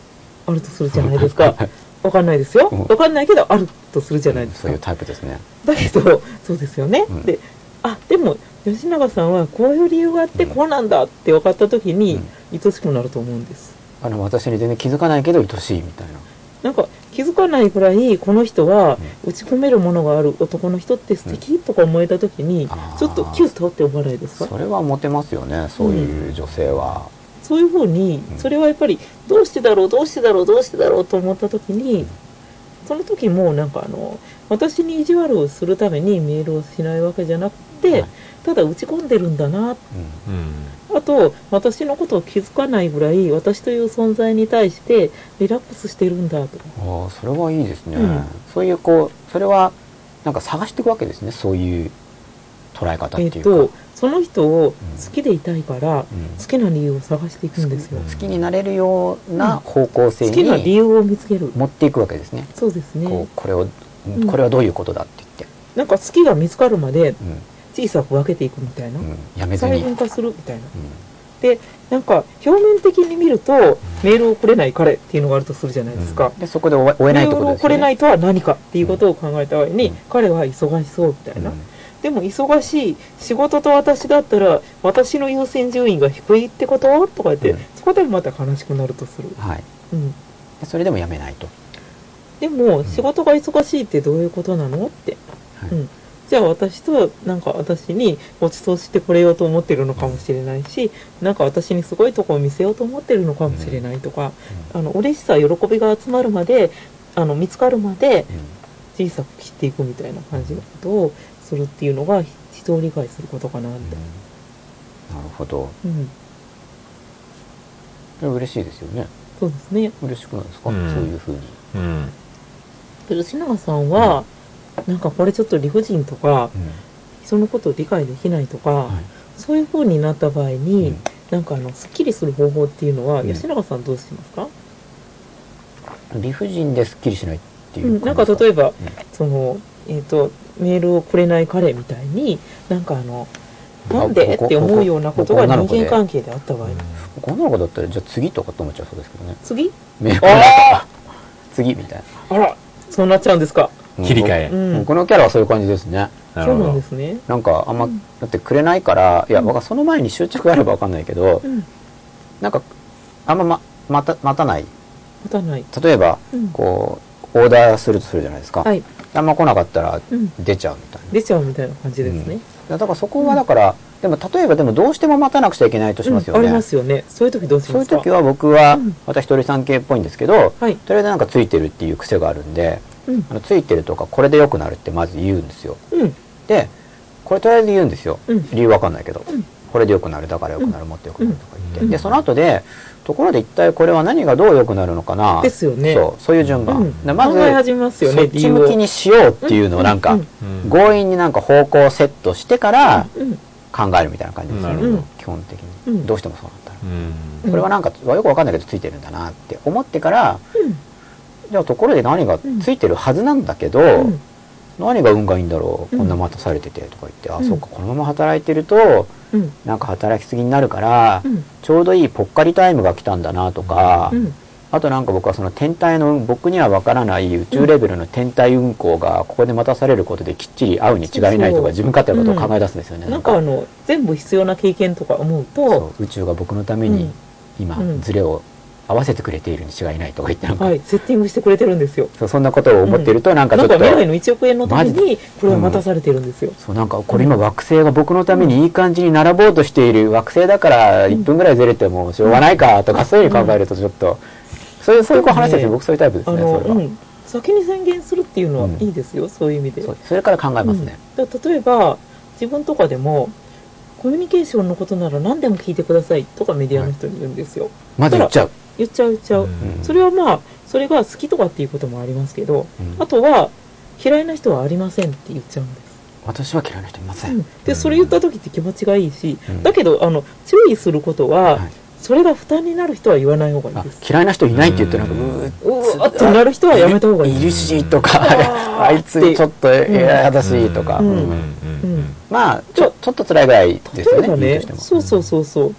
Speaker 3: あるとするじゃないで
Speaker 2: [LAUGHS]
Speaker 3: すかわかんないですよ
Speaker 2: うん
Speaker 3: わかんないけどあるとするじゃないです
Speaker 2: そうい
Speaker 3: か
Speaker 2: うタイプですね
Speaker 3: だけどそうですよね、
Speaker 2: うん
Speaker 3: であでも吉永さんはこういう理由があって
Speaker 2: うん
Speaker 3: こうなんだって分かった時に
Speaker 2: うん
Speaker 3: 愛しくなると思うんです
Speaker 2: あの私に全然気づかないけど愛しいみたいな
Speaker 3: なんか気づかないくらいこの人は打ち込めるものがある男の人って素敵とか思えた時に
Speaker 2: あー
Speaker 3: ちょっとキュッとって思わないですか
Speaker 2: それはモテますよねそういう女性は、
Speaker 3: そういうふうに
Speaker 2: うん
Speaker 3: それはやっぱりどうしてだろうどうしてだろうどうしてだろうと思った時にその時もなんかあの私に意地悪をするためにメールをしないわけじゃなくて
Speaker 2: はい
Speaker 3: ただ打ち込んでるんだな
Speaker 2: うん
Speaker 1: うん
Speaker 3: あと私のことを気づかないぐらい私という存在に対してリラックスしてるんだとか
Speaker 2: ああそれはいいですね、
Speaker 3: うん
Speaker 2: そういうこうそれはなんか探していくわけですねそういう捉え方って
Speaker 3: え
Speaker 2: い
Speaker 3: っ
Speaker 2: うか、
Speaker 3: とその人を好きでいたいから
Speaker 2: うん
Speaker 3: 好きな理由を探していくんですよ
Speaker 1: 好
Speaker 2: 好きになれるような方向性
Speaker 3: 好きな理
Speaker 2: に
Speaker 3: 由を見つける
Speaker 2: 持っていくわけですね、
Speaker 3: そうです
Speaker 2: こう
Speaker 3: ね
Speaker 2: これを、
Speaker 3: ん
Speaker 2: これはどういうことだって
Speaker 3: なんか好きが見つかるまで
Speaker 2: 言って、
Speaker 3: 小さく分けていくみたいな
Speaker 2: うんうん、やめず
Speaker 3: 細
Speaker 2: に、う
Speaker 3: 分
Speaker 2: ん、
Speaker 3: 化するみたいなでなんか表面的に見るとメールをくれない彼っていうのがあるとするじゃないですか、
Speaker 2: でそこで終え終えな
Speaker 3: メ
Speaker 2: いっ
Speaker 3: ー
Speaker 2: てこ
Speaker 3: ル
Speaker 2: と
Speaker 3: を
Speaker 2: です
Speaker 3: く
Speaker 2: よね
Speaker 3: れないとは何かっていうことを考えた場合に、
Speaker 2: うん
Speaker 3: 彼は忙しそうみたいな、
Speaker 2: うん
Speaker 3: でも忙しい仕事と私だったら私の優先順位が低いってこととか言って、
Speaker 2: うん
Speaker 3: そこでまた悲しくなるとする、
Speaker 2: はい
Speaker 3: うん、
Speaker 2: でそれでもやめないと、
Speaker 3: でも仕事が忙しいってどういうことなのって、
Speaker 2: はい
Speaker 3: うん、じゃあ私とはなんか私にご馳走してくれようと思ってるのかもしれないしなんか私にすごいとこを見せようと思ってるのかもしれないとか、あの嬉しさ喜びが集まるまであの見つかるまで
Speaker 2: うん
Speaker 3: 小さく切っていくみたいな感じのことをするっていうのが人を理解することかなって、
Speaker 2: なるほど
Speaker 3: うん、
Speaker 2: で嬉しいですよね
Speaker 3: そうですね
Speaker 2: 嬉しくないですか、
Speaker 1: うん
Speaker 2: そういうふうに
Speaker 1: うん
Speaker 3: 吉永さんは、なんかこれちょっと理不尽とか人のことを理解できないとか、
Speaker 2: はい
Speaker 3: そういう風になった場合に、
Speaker 2: うん
Speaker 3: なんかあのすっきりする方法っていうのは、
Speaker 2: うん
Speaker 3: 吉永さんどうしてますか、
Speaker 2: 理不尽ですっきりしないっていううん
Speaker 3: なんか例
Speaker 2: え
Speaker 3: えば、そのえっ、とメールをくれない彼みたいになんかあのなんでって思うようなことが人間関係であった場合、
Speaker 2: この子だったらじゃあ次とかと思っちゃうそうですけどね
Speaker 3: 次
Speaker 2: メール
Speaker 3: あ
Speaker 2: [LAUGHS] 次みたい
Speaker 3: ああらそうなっちゃうんですか、
Speaker 2: な
Speaker 1: 切り替え
Speaker 3: う
Speaker 2: うん
Speaker 3: ん
Speaker 2: このキャラはそういう感じですね
Speaker 1: な
Speaker 3: そ
Speaker 1: る
Speaker 3: う
Speaker 1: ほ
Speaker 3: なん
Speaker 1: ど
Speaker 3: ですね
Speaker 2: なんかあんま、だってくれないからいや、わかその前に執着があればわかんないけど、
Speaker 3: うん待
Speaker 2: なんかあんまま待た待たない
Speaker 3: たない
Speaker 2: 例えば、
Speaker 3: うん
Speaker 2: こうオーダーするとするじゃないですか、
Speaker 3: はい
Speaker 2: あんま来なかったら
Speaker 3: うん
Speaker 2: 出ちゃうみたいな。
Speaker 3: 出ちゃうみたいな感じですね。
Speaker 2: だからそこはだから、でも例えばでもどうしても待たなくちゃいけないとしますよ
Speaker 3: うん
Speaker 2: ね。
Speaker 3: ありますよね。そういう時どうし
Speaker 2: そう
Speaker 3: ま
Speaker 2: いう
Speaker 3: すか
Speaker 2: 時は僕は
Speaker 3: うん
Speaker 2: また一人さん系っぽいんですけど、
Speaker 3: はい
Speaker 2: とりあえずなんかついてるっていう癖があるんで、
Speaker 3: うん
Speaker 2: あのついてるとかこれで良くなるってまず言うんですよ。
Speaker 3: うん。
Speaker 2: で、これとりあえず言うんですよ。
Speaker 3: うん
Speaker 2: 理由わかんないけど、
Speaker 3: うん
Speaker 2: これで良くなるだから良くなるもっと良くなるとか言って、
Speaker 3: うん
Speaker 2: でその後でところで一体これは何がどう良くなるのかな。
Speaker 3: ですよね
Speaker 2: そうそういう順番。
Speaker 3: うん
Speaker 2: でま
Speaker 3: 考え始めますよね
Speaker 2: そっち向きにしようっていうのをなんか、
Speaker 3: うん
Speaker 1: うん
Speaker 2: 強引になんか方向をセットしてから。
Speaker 3: うん。
Speaker 2: 考えるみたいな感じですよね、
Speaker 1: うん
Speaker 3: なるほど
Speaker 2: 基本的に、
Speaker 3: うん
Speaker 2: どうしてもそうなったら、
Speaker 1: うん
Speaker 3: うん
Speaker 2: これはなんかよくわかんないけどついてるんだなって思ってから
Speaker 3: うん
Speaker 2: じゃあところで何が
Speaker 3: うん
Speaker 2: ついてるはずなんだけど、
Speaker 3: うん
Speaker 2: 何が運がいいんだろう
Speaker 3: うん
Speaker 2: こんな待たされててとか言って、
Speaker 3: う
Speaker 2: あ
Speaker 3: ん
Speaker 2: そっかこのまま働いてると
Speaker 3: うん。
Speaker 2: なんか働きすぎになるから、
Speaker 3: うん
Speaker 2: ちょうどいいぽっかりタイムが来たんだなとか、
Speaker 3: うん。
Speaker 2: あとなんか僕はその天体の僕にはわからない宇宙レベルの天体運行がここで待たされることできっちり合うに違いないと
Speaker 3: そう
Speaker 2: か自分勝手なことを考え出すんですよね、
Speaker 3: なんかあの、全部必要な経験とか思うと、
Speaker 2: そう宇宙が僕のために今、
Speaker 3: うん
Speaker 2: ズレを合わせてくれているに違いないとか言ってなんか、
Speaker 3: はい、セッティングしてくれてるんですよ。
Speaker 2: そうそんなことを思ってるとなんかち
Speaker 3: な
Speaker 2: ょっ
Speaker 3: んか
Speaker 2: と、
Speaker 3: 未来の1億円のため
Speaker 2: マジ
Speaker 3: に、これは待たされてるんですよ。
Speaker 2: そうなんかこれ今惑星が僕のためにいい感じに並ぼうとしている惑星だから1分ぐらいずれてもしょうがないかとかそういうふうに考えるとちょっとそういうそういうこう話ですね
Speaker 3: うん
Speaker 2: 僕そういうタイプです
Speaker 3: あ
Speaker 2: ね
Speaker 3: の、
Speaker 2: それは、
Speaker 3: うん。先に宣言するっていうのは
Speaker 2: うん
Speaker 3: いいですよ、そういう意味で。
Speaker 2: そうそれから考えますね、
Speaker 3: うん、だから例えば自分とかでもコミュニケーションのことなら何でも聞いてくださいとかメディアの人に言うんですよ、
Speaker 2: まず言っちゃう、
Speaker 3: 言っちゃう言っちゃう、
Speaker 2: うん
Speaker 3: それはまあそれが好きとかっていうこともありますけど
Speaker 2: うん
Speaker 3: あとは嫌いな人はありませんって言っちゃうんです、
Speaker 2: 私は嫌いな人いませ、
Speaker 3: うんん、でそれ言った時って気持ちがいいし、
Speaker 2: うん
Speaker 3: だけどあの注意することは、
Speaker 2: はい
Speaker 3: それが負担になる人は言わない方がいい
Speaker 2: あ
Speaker 3: です
Speaker 2: 嫌いな人いないって言ってなんかう
Speaker 1: うん
Speaker 2: ー
Speaker 3: うわーっとなる人はやめた方がいい
Speaker 2: いるしとか [LAUGHS] あいつちょっと嫌だしとか、
Speaker 3: うん
Speaker 1: うん
Speaker 3: うん
Speaker 2: まあちょちょっと辛いぐらいですよ
Speaker 3: 例え
Speaker 2: ね
Speaker 3: ば
Speaker 2: いい
Speaker 3: ね
Speaker 2: としても
Speaker 3: そうそうそうそう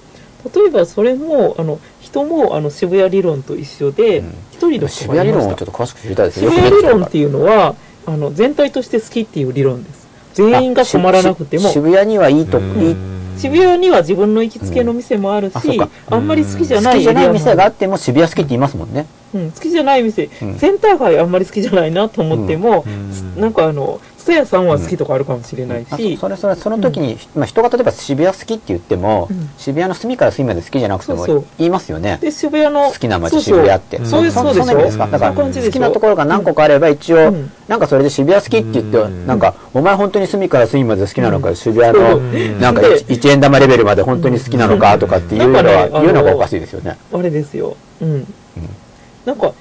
Speaker 3: 例えばそれもあの人もあの渋谷理論と一緒で
Speaker 2: うん
Speaker 3: 一、人の人
Speaker 2: 渋
Speaker 3: がい
Speaker 2: 谷理
Speaker 3: ま
Speaker 2: 論
Speaker 3: し
Speaker 2: を
Speaker 3: た
Speaker 2: ちょっと詳しく知りたいです
Speaker 3: 渋
Speaker 2: よ
Speaker 3: 谷理論って
Speaker 2: いう
Speaker 3: いうのはあの全体として好きっていう理論です全員が止まらなくても
Speaker 2: 渋谷にはいいとこいい
Speaker 3: 渋谷には自分の行きつけの店もあるし、
Speaker 2: うんあそうか
Speaker 3: あんまり好きじゃ
Speaker 2: 好
Speaker 3: ない
Speaker 2: き
Speaker 3: エ
Speaker 2: じゃ
Speaker 3: リ
Speaker 2: ない
Speaker 3: アも
Speaker 2: 店があっても渋谷好きって言いますもんね
Speaker 3: うん、好きじゃない店、
Speaker 2: うん
Speaker 3: センター街あんまり好きじゃないなと思っても、
Speaker 1: うん
Speaker 3: なんかあの蔦屋さんは好きとかあるかもしれない
Speaker 2: あ
Speaker 3: し、
Speaker 2: そそれそれその時に、まあ、人が例えば渋谷好きって言っても、
Speaker 3: うん
Speaker 2: 渋谷の隅から隅まで好きじゃなくて
Speaker 3: そうそ
Speaker 2: も
Speaker 3: う
Speaker 2: 言いますよね
Speaker 3: で渋谷の
Speaker 2: 好きな
Speaker 3: そ
Speaker 2: 街
Speaker 3: うそう
Speaker 2: 渋谷って
Speaker 3: そういう
Speaker 1: そ
Speaker 3: そうで
Speaker 2: んな
Speaker 3: し
Speaker 2: ん
Speaker 3: ょ
Speaker 2: ですかだから
Speaker 3: そういう感じでし
Speaker 2: 好
Speaker 3: ょ
Speaker 2: きなところが何個かあれば一応、
Speaker 3: うん
Speaker 2: なんかそれで渋谷好きって言って、
Speaker 1: うん
Speaker 2: なんかお前本当に隅から隅まで好きなのか、
Speaker 3: うん
Speaker 2: 渋谷の、
Speaker 1: うん
Speaker 2: なんか
Speaker 3: で
Speaker 2: 1, 円玉レベルまで本当に好きなのかとかっていうの
Speaker 3: な
Speaker 2: は、
Speaker 3: んかねあの
Speaker 2: 言うのがおかしいですよね。
Speaker 3: あれですよ。うん。なんか、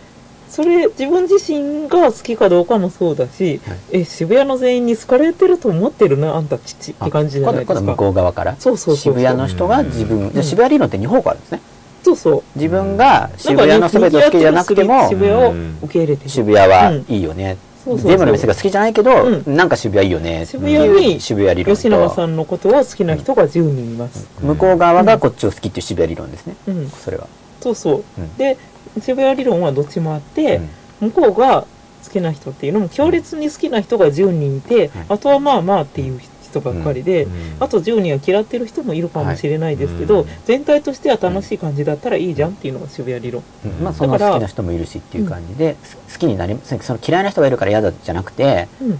Speaker 3: それ、自分自身が好きかどうかもそうだし、
Speaker 2: はい
Speaker 3: え、渋谷の全員に好かれてると思ってるな、あんた、父って感じじゃ
Speaker 2: 今
Speaker 3: ないで
Speaker 2: 度
Speaker 3: す
Speaker 2: 向
Speaker 3: か。
Speaker 2: こう側から
Speaker 3: そうそうそうそう
Speaker 2: 渋谷の人が自分、じゃあ渋谷理論って2方向あるんですね
Speaker 3: そうそう。
Speaker 2: 自分が渋谷の全てを好きじゃなくて
Speaker 3: なん
Speaker 2: も
Speaker 3: かね賑わってる渋谷を受け入れてる。
Speaker 2: 渋谷はいいよね、
Speaker 3: そうそうそう
Speaker 2: 全部の店が好きじゃないけど、
Speaker 3: う
Speaker 2: なんか渋谷いいよねって
Speaker 3: 渋谷
Speaker 2: いう
Speaker 3: に
Speaker 2: 渋谷理論
Speaker 3: 吉永さ
Speaker 2: と
Speaker 3: んのことは好きな人が10人います。
Speaker 2: 向こう側がこっちを好きっていう渋谷理論ですね、
Speaker 3: うん。
Speaker 2: それは、
Speaker 3: そうそう。
Speaker 2: うん
Speaker 3: で、渋谷理論はどっちもあって、
Speaker 2: うん
Speaker 3: 向こうが好きな人っていうのも強烈に好きな人が10人いて、
Speaker 2: はい
Speaker 3: あとはまあまあっていう人ばっかりで、あと10人は嫌ってる人もいるかもしれないですけど、
Speaker 1: はいうん
Speaker 3: 全体としては楽しい感じだったらいいじゃんっていうのが渋谷理論。
Speaker 2: うんまあ、その
Speaker 3: だから
Speaker 2: 好きな人もいるしっていう感じで、す好きになりその嫌いな人がいるから嫌だじゃなくて、
Speaker 3: うん。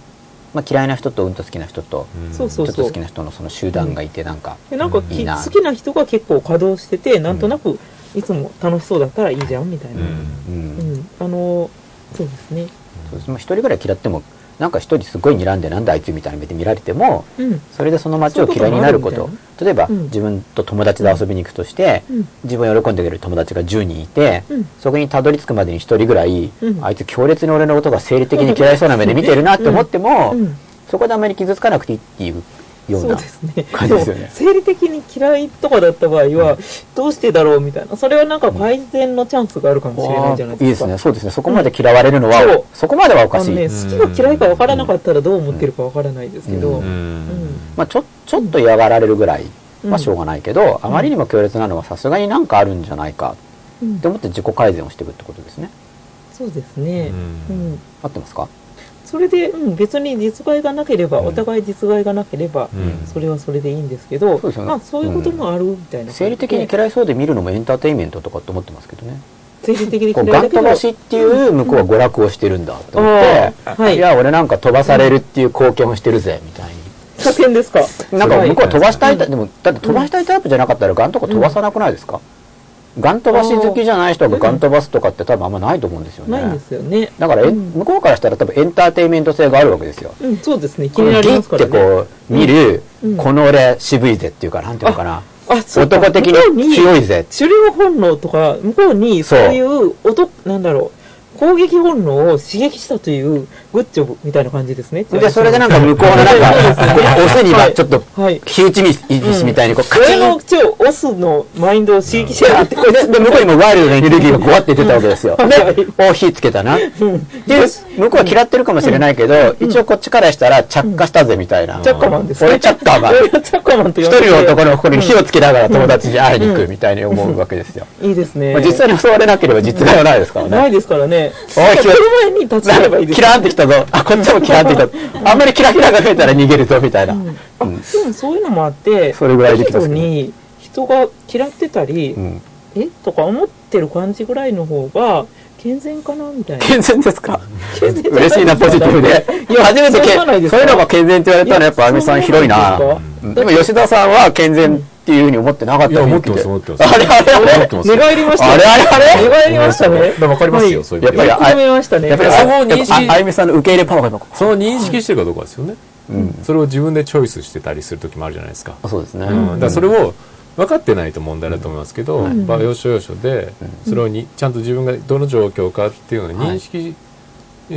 Speaker 2: まあ、嫌いな人とうんと好きな人と、
Speaker 3: そう
Speaker 2: ち
Speaker 3: そ
Speaker 2: ょ
Speaker 3: う
Speaker 2: っと好きな人のその集団がいてなんか、
Speaker 3: で、なんかき
Speaker 2: いいな
Speaker 3: 好きな人が結構稼働してて、なんとなくいつも楽しそうだったらいいじゃんみたいな。うん。
Speaker 2: うん
Speaker 3: あのーそうですね。
Speaker 2: そうですまあ一人ぐらい嫌ってもなんか一人すごい睨んでなんであいつみたいな目で見られても
Speaker 3: うん。
Speaker 2: それでその街を嫌いになること
Speaker 3: そういうこともあるみ
Speaker 2: 例えば、
Speaker 3: うん
Speaker 2: 自分と友達で遊びに行くとして、
Speaker 3: うん
Speaker 2: 自分を喜んでくれる友達が10人いて、
Speaker 3: うん
Speaker 2: そこにたどり着くまでに一人ぐらい、
Speaker 3: うん
Speaker 2: あいつ強烈に俺のことが生理的に嫌いそうな目で見てるなって思っても、
Speaker 3: うん。
Speaker 2: そこであまり傷つかなくていいっていうよう
Speaker 3: そう
Speaker 2: な
Speaker 3: ですね。
Speaker 2: 感じですよね
Speaker 3: も生理的に嫌いとかだった場合は、どうしてだろうみたいな。それはなんか改善のチャンスがあるかもしれないじゃない
Speaker 2: いい
Speaker 3: で
Speaker 2: です
Speaker 3: か。
Speaker 2: すねそうですねそこまで嫌われるのは、
Speaker 3: うんそう
Speaker 2: そこまではお
Speaker 3: あ
Speaker 2: か
Speaker 3: の
Speaker 2: しい、
Speaker 3: ね、好きが嫌いか分からなかったらどう思ってるか分からないですけど、
Speaker 2: う
Speaker 3: うん
Speaker 2: まあ、ちょちょっと嫌がられるぐらいはしょうがないけど、
Speaker 3: ん
Speaker 2: あまりにも強烈なのはさすがになんかあるんじゃないか
Speaker 3: うん
Speaker 2: って思って自己改善をしていくってことですね
Speaker 3: そうですね、うん
Speaker 2: 合ってますか
Speaker 3: それで、うん、別に実害がなければ、
Speaker 2: うん
Speaker 3: お互い実害がなければ、それはそれでいいんですけど、
Speaker 2: そうですよね
Speaker 3: まあそういうこともあるみたいな、
Speaker 2: 生理的に嫌いそうで見るのもエンターテインメントとかって思ってますけどね
Speaker 3: 精神的に
Speaker 2: こう
Speaker 3: 嫌
Speaker 2: ガ
Speaker 3: い
Speaker 2: ン
Speaker 3: だけ
Speaker 2: 飛
Speaker 3: ど
Speaker 2: ばしっていう向こうは娯楽をしてるんだと思って、
Speaker 3: うんあーはい [LAUGHS]
Speaker 2: いや俺なんか飛ばされるっていう貢献をしてるぜみたいに
Speaker 3: 作戦ですか
Speaker 2: なんか向こうは飛ばしたいタイプ、でも、だって飛ばしたいタイプじゃなかったらガンとか飛ばさなくないですか、ガン飛ばし好きじゃない人がガン飛ばすとかって多分あんまないと思うんですよ
Speaker 3: ないんで
Speaker 2: ね。
Speaker 3: すよね
Speaker 2: だからえ、
Speaker 3: うん
Speaker 2: 向こうからしたら多分エンターテインメント性があるわけですよ。
Speaker 3: うんそうですね気
Speaker 2: こ
Speaker 3: に
Speaker 2: の
Speaker 3: なり
Speaker 2: ギっ
Speaker 3: ますから
Speaker 2: て
Speaker 3: ね
Speaker 2: こう、見る、
Speaker 3: うん
Speaker 2: この俺渋いぜっていうか、なんていうのかな、
Speaker 3: あそうか
Speaker 2: 男的
Speaker 3: 向こう
Speaker 2: に強いぜ。
Speaker 3: 狩猟本能とか向こうにそういう音なんだろう攻撃本能を刺激したというグッジョブみたいな感じですね
Speaker 2: で、それでなんか向こうのなんか、
Speaker 3: [LAUGHS]
Speaker 2: 押すにはちょっと、火打ち石みたいにこう、カチ
Speaker 3: 俺
Speaker 2: ン
Speaker 3: の口を押すのマインドを刺激し
Speaker 2: で
Speaker 3: やがってこいつ
Speaker 2: で向こうにもワイルドなエネルギーがゴワって出たわけですよ。で、お火つけたな。で、向こうは嫌ってるかもしれないけど、一応こっちからしたら着火したぜみたいな。
Speaker 3: チャッカマンですね
Speaker 2: 俺チャッカ
Speaker 3: [LAUGHS]
Speaker 2: マン。
Speaker 3: 俺チャッカマンと
Speaker 2: 一
Speaker 3: 呼んで
Speaker 2: 人の男のここに火をつけながら友達に会いに行くみたいに思うわけですよ。
Speaker 3: いいですね、
Speaker 2: まあ実際に襲われなければ実害はないですから
Speaker 3: な
Speaker 2: ね。
Speaker 3: いですからね
Speaker 2: おい
Speaker 3: なんか
Speaker 2: ひろ
Speaker 3: 来る前に立ち
Speaker 2: な
Speaker 3: 会え
Speaker 2: ん
Speaker 3: ば
Speaker 2: か
Speaker 3: いいです
Speaker 2: キラーンってきたぞ。あ、こっちもキラーンってきた。あんまりキラキラが増えたら逃げるぞみたいな。
Speaker 3: あでもそういうのもあって
Speaker 2: それぐらいできたっす
Speaker 3: 人
Speaker 2: ね
Speaker 3: に人が嫌ってたり、
Speaker 2: うん。
Speaker 3: えとか思ってる感じぐらいの方が健全かなみたいな
Speaker 2: 健全ですか
Speaker 3: 健全じゃな
Speaker 2: [LAUGHS]
Speaker 3: い
Speaker 2: 嬉しいな、ポジティ
Speaker 3: [LAUGHS]
Speaker 2: ブで。今初めてけ、
Speaker 3: そうじゃないですか
Speaker 2: そういうのが健全って言われたらやっぱあみさん広いな。
Speaker 3: そう
Speaker 2: うんでも吉田さんは健全っていうふうに思ってなかった
Speaker 4: いや思って
Speaker 2: 雰囲気
Speaker 4: ま
Speaker 2: です
Speaker 4: 思ってます
Speaker 2: あれあれあ
Speaker 4: 思
Speaker 2: れ
Speaker 4: ってます
Speaker 3: 寝返りました
Speaker 2: あれあれあれ
Speaker 3: 寝返りましたね
Speaker 1: まあわかりますよ、そういう意
Speaker 2: やっ
Speaker 1: 味では
Speaker 2: ぱり
Speaker 3: やっと
Speaker 2: あ
Speaker 3: めましたね
Speaker 2: やっぱり
Speaker 1: その
Speaker 2: あ
Speaker 1: 認識
Speaker 2: やっぱああゆみさんの受け入れパワーが
Speaker 1: その認識してるかどうかですよね、それを自分でチョイスしてたりする時もあるじゃないですか,、
Speaker 2: そうですね
Speaker 1: だからそれを分かってないと問題だと思いますけど、まあ、要所要所でそれをにちゃんと自分がどの状況かっていうのを認識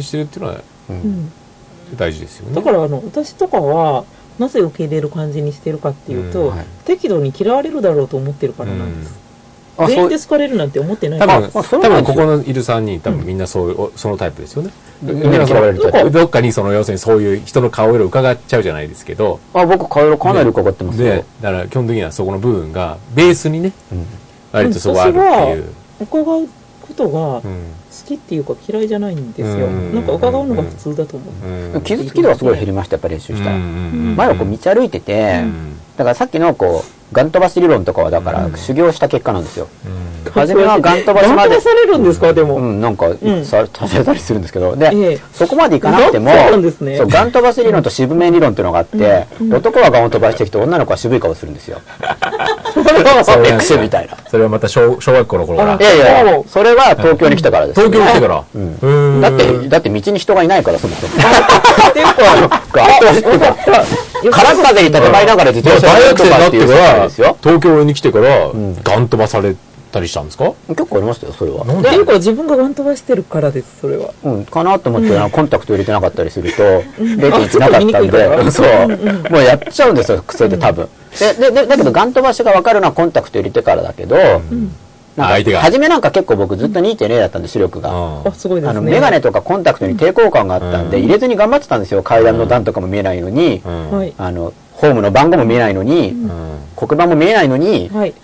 Speaker 1: してるっていうのは
Speaker 3: うん
Speaker 1: 大事ですよね
Speaker 3: だからあの私とかはなぜ受け入れる感じにしてるかっていうと、
Speaker 1: うん
Speaker 2: はい
Speaker 3: 適度に嫌われるだろうと思ってるからなんです、
Speaker 2: あ
Speaker 3: 全
Speaker 2: そ
Speaker 3: 員
Speaker 2: う
Speaker 3: で好かれるなんて思ってない
Speaker 1: 多
Speaker 3: から
Speaker 1: 分、
Speaker 2: あそ
Speaker 1: 多
Speaker 2: うなん
Speaker 1: 分
Speaker 2: です
Speaker 1: こ
Speaker 2: よ
Speaker 1: このいる3人、多分みんなそういう、おそのタイプですよね。
Speaker 2: みんな嫌われるタイ
Speaker 1: どっか
Speaker 2: プ
Speaker 1: どっかにその、要するにそういう人の顔色を伺っちゃうじゃないですけど、
Speaker 2: あ僕顔色かなり伺ってます
Speaker 1: で
Speaker 2: よ、
Speaker 1: だから基本的にはそこの部分が、ベースにね、
Speaker 2: うん
Speaker 1: 割とそこあるっていう。
Speaker 3: 伺うことが
Speaker 1: う
Speaker 3: 好
Speaker 1: ん
Speaker 3: きっていうか嫌いじゃないんですよ、
Speaker 1: うん
Speaker 3: なんか伺うのが普通だと思う、
Speaker 1: うん
Speaker 2: 傷つき度はすごい減りましたやっぱり練習したら、前はこう道歩いてて、
Speaker 1: うん
Speaker 2: だからさっきのこうガン飛ばし理論とかはだから修行した結果なんですよ、
Speaker 1: うん
Speaker 2: 初めはガン飛ばしま
Speaker 3: 頑張
Speaker 2: で
Speaker 3: らされるんですかでも、
Speaker 2: うん、なんか
Speaker 3: ん
Speaker 2: ささせたりするんですけどで、
Speaker 3: ええ
Speaker 2: そこまでいかなくても
Speaker 3: あそうなんですね
Speaker 2: そうガン飛ばし理論と渋面理論っていうのがあって、男はガンを飛ばしてきて女の子は渋い顔するんですよそういう癖みたいな
Speaker 1: それはまた小小学校の頃から
Speaker 2: い。やいやそれは東京に来たからです、
Speaker 1: 東京に来てから。うん
Speaker 2: だってだって道に人がいないからそもそも
Speaker 3: っていうか
Speaker 2: ガ [LAUGHS] ン飛ばしってか空っ風に戦いながら自転車
Speaker 1: 大
Speaker 2: 乗
Speaker 1: 学生
Speaker 2: ると
Speaker 1: に
Speaker 2: か
Speaker 1: な
Speaker 2: っ
Speaker 1: ってて
Speaker 2: いう世
Speaker 1: か
Speaker 2: 界
Speaker 1: ら、
Speaker 2: ですよ
Speaker 1: 東京に来てから、ガン飛ばされたりしたんですか
Speaker 2: 結構ありましたよそれは
Speaker 3: っていうか自分がガン飛ばしてるからですそれは
Speaker 2: うん、かなと思って、あのコンタクト入れてなかったりすると、0.1なかった
Speaker 3: あちょっと見
Speaker 2: ん
Speaker 3: にくいから
Speaker 2: で、そう、もうやっちゃうんですよ、癖で多分。で、で、でだけど、ガン飛ばしが分かるのはコンタクト入れてからだけど、なんか
Speaker 1: 相手が
Speaker 2: 初めなんか結構僕ずっと2.0だったんで、視力が。
Speaker 1: あ
Speaker 3: あすごいで
Speaker 2: あ
Speaker 3: す
Speaker 2: の、
Speaker 3: ね
Speaker 2: メガネとかコンタクトに抵抗感があったんで、
Speaker 1: うん
Speaker 2: 入れずに頑張ってたんですよ、階段の段とかも見えないのに、
Speaker 1: うん
Speaker 3: はい
Speaker 2: あの、ホームの番号も見えないのに、
Speaker 1: うん
Speaker 2: 黒板も見えないのに、
Speaker 3: はい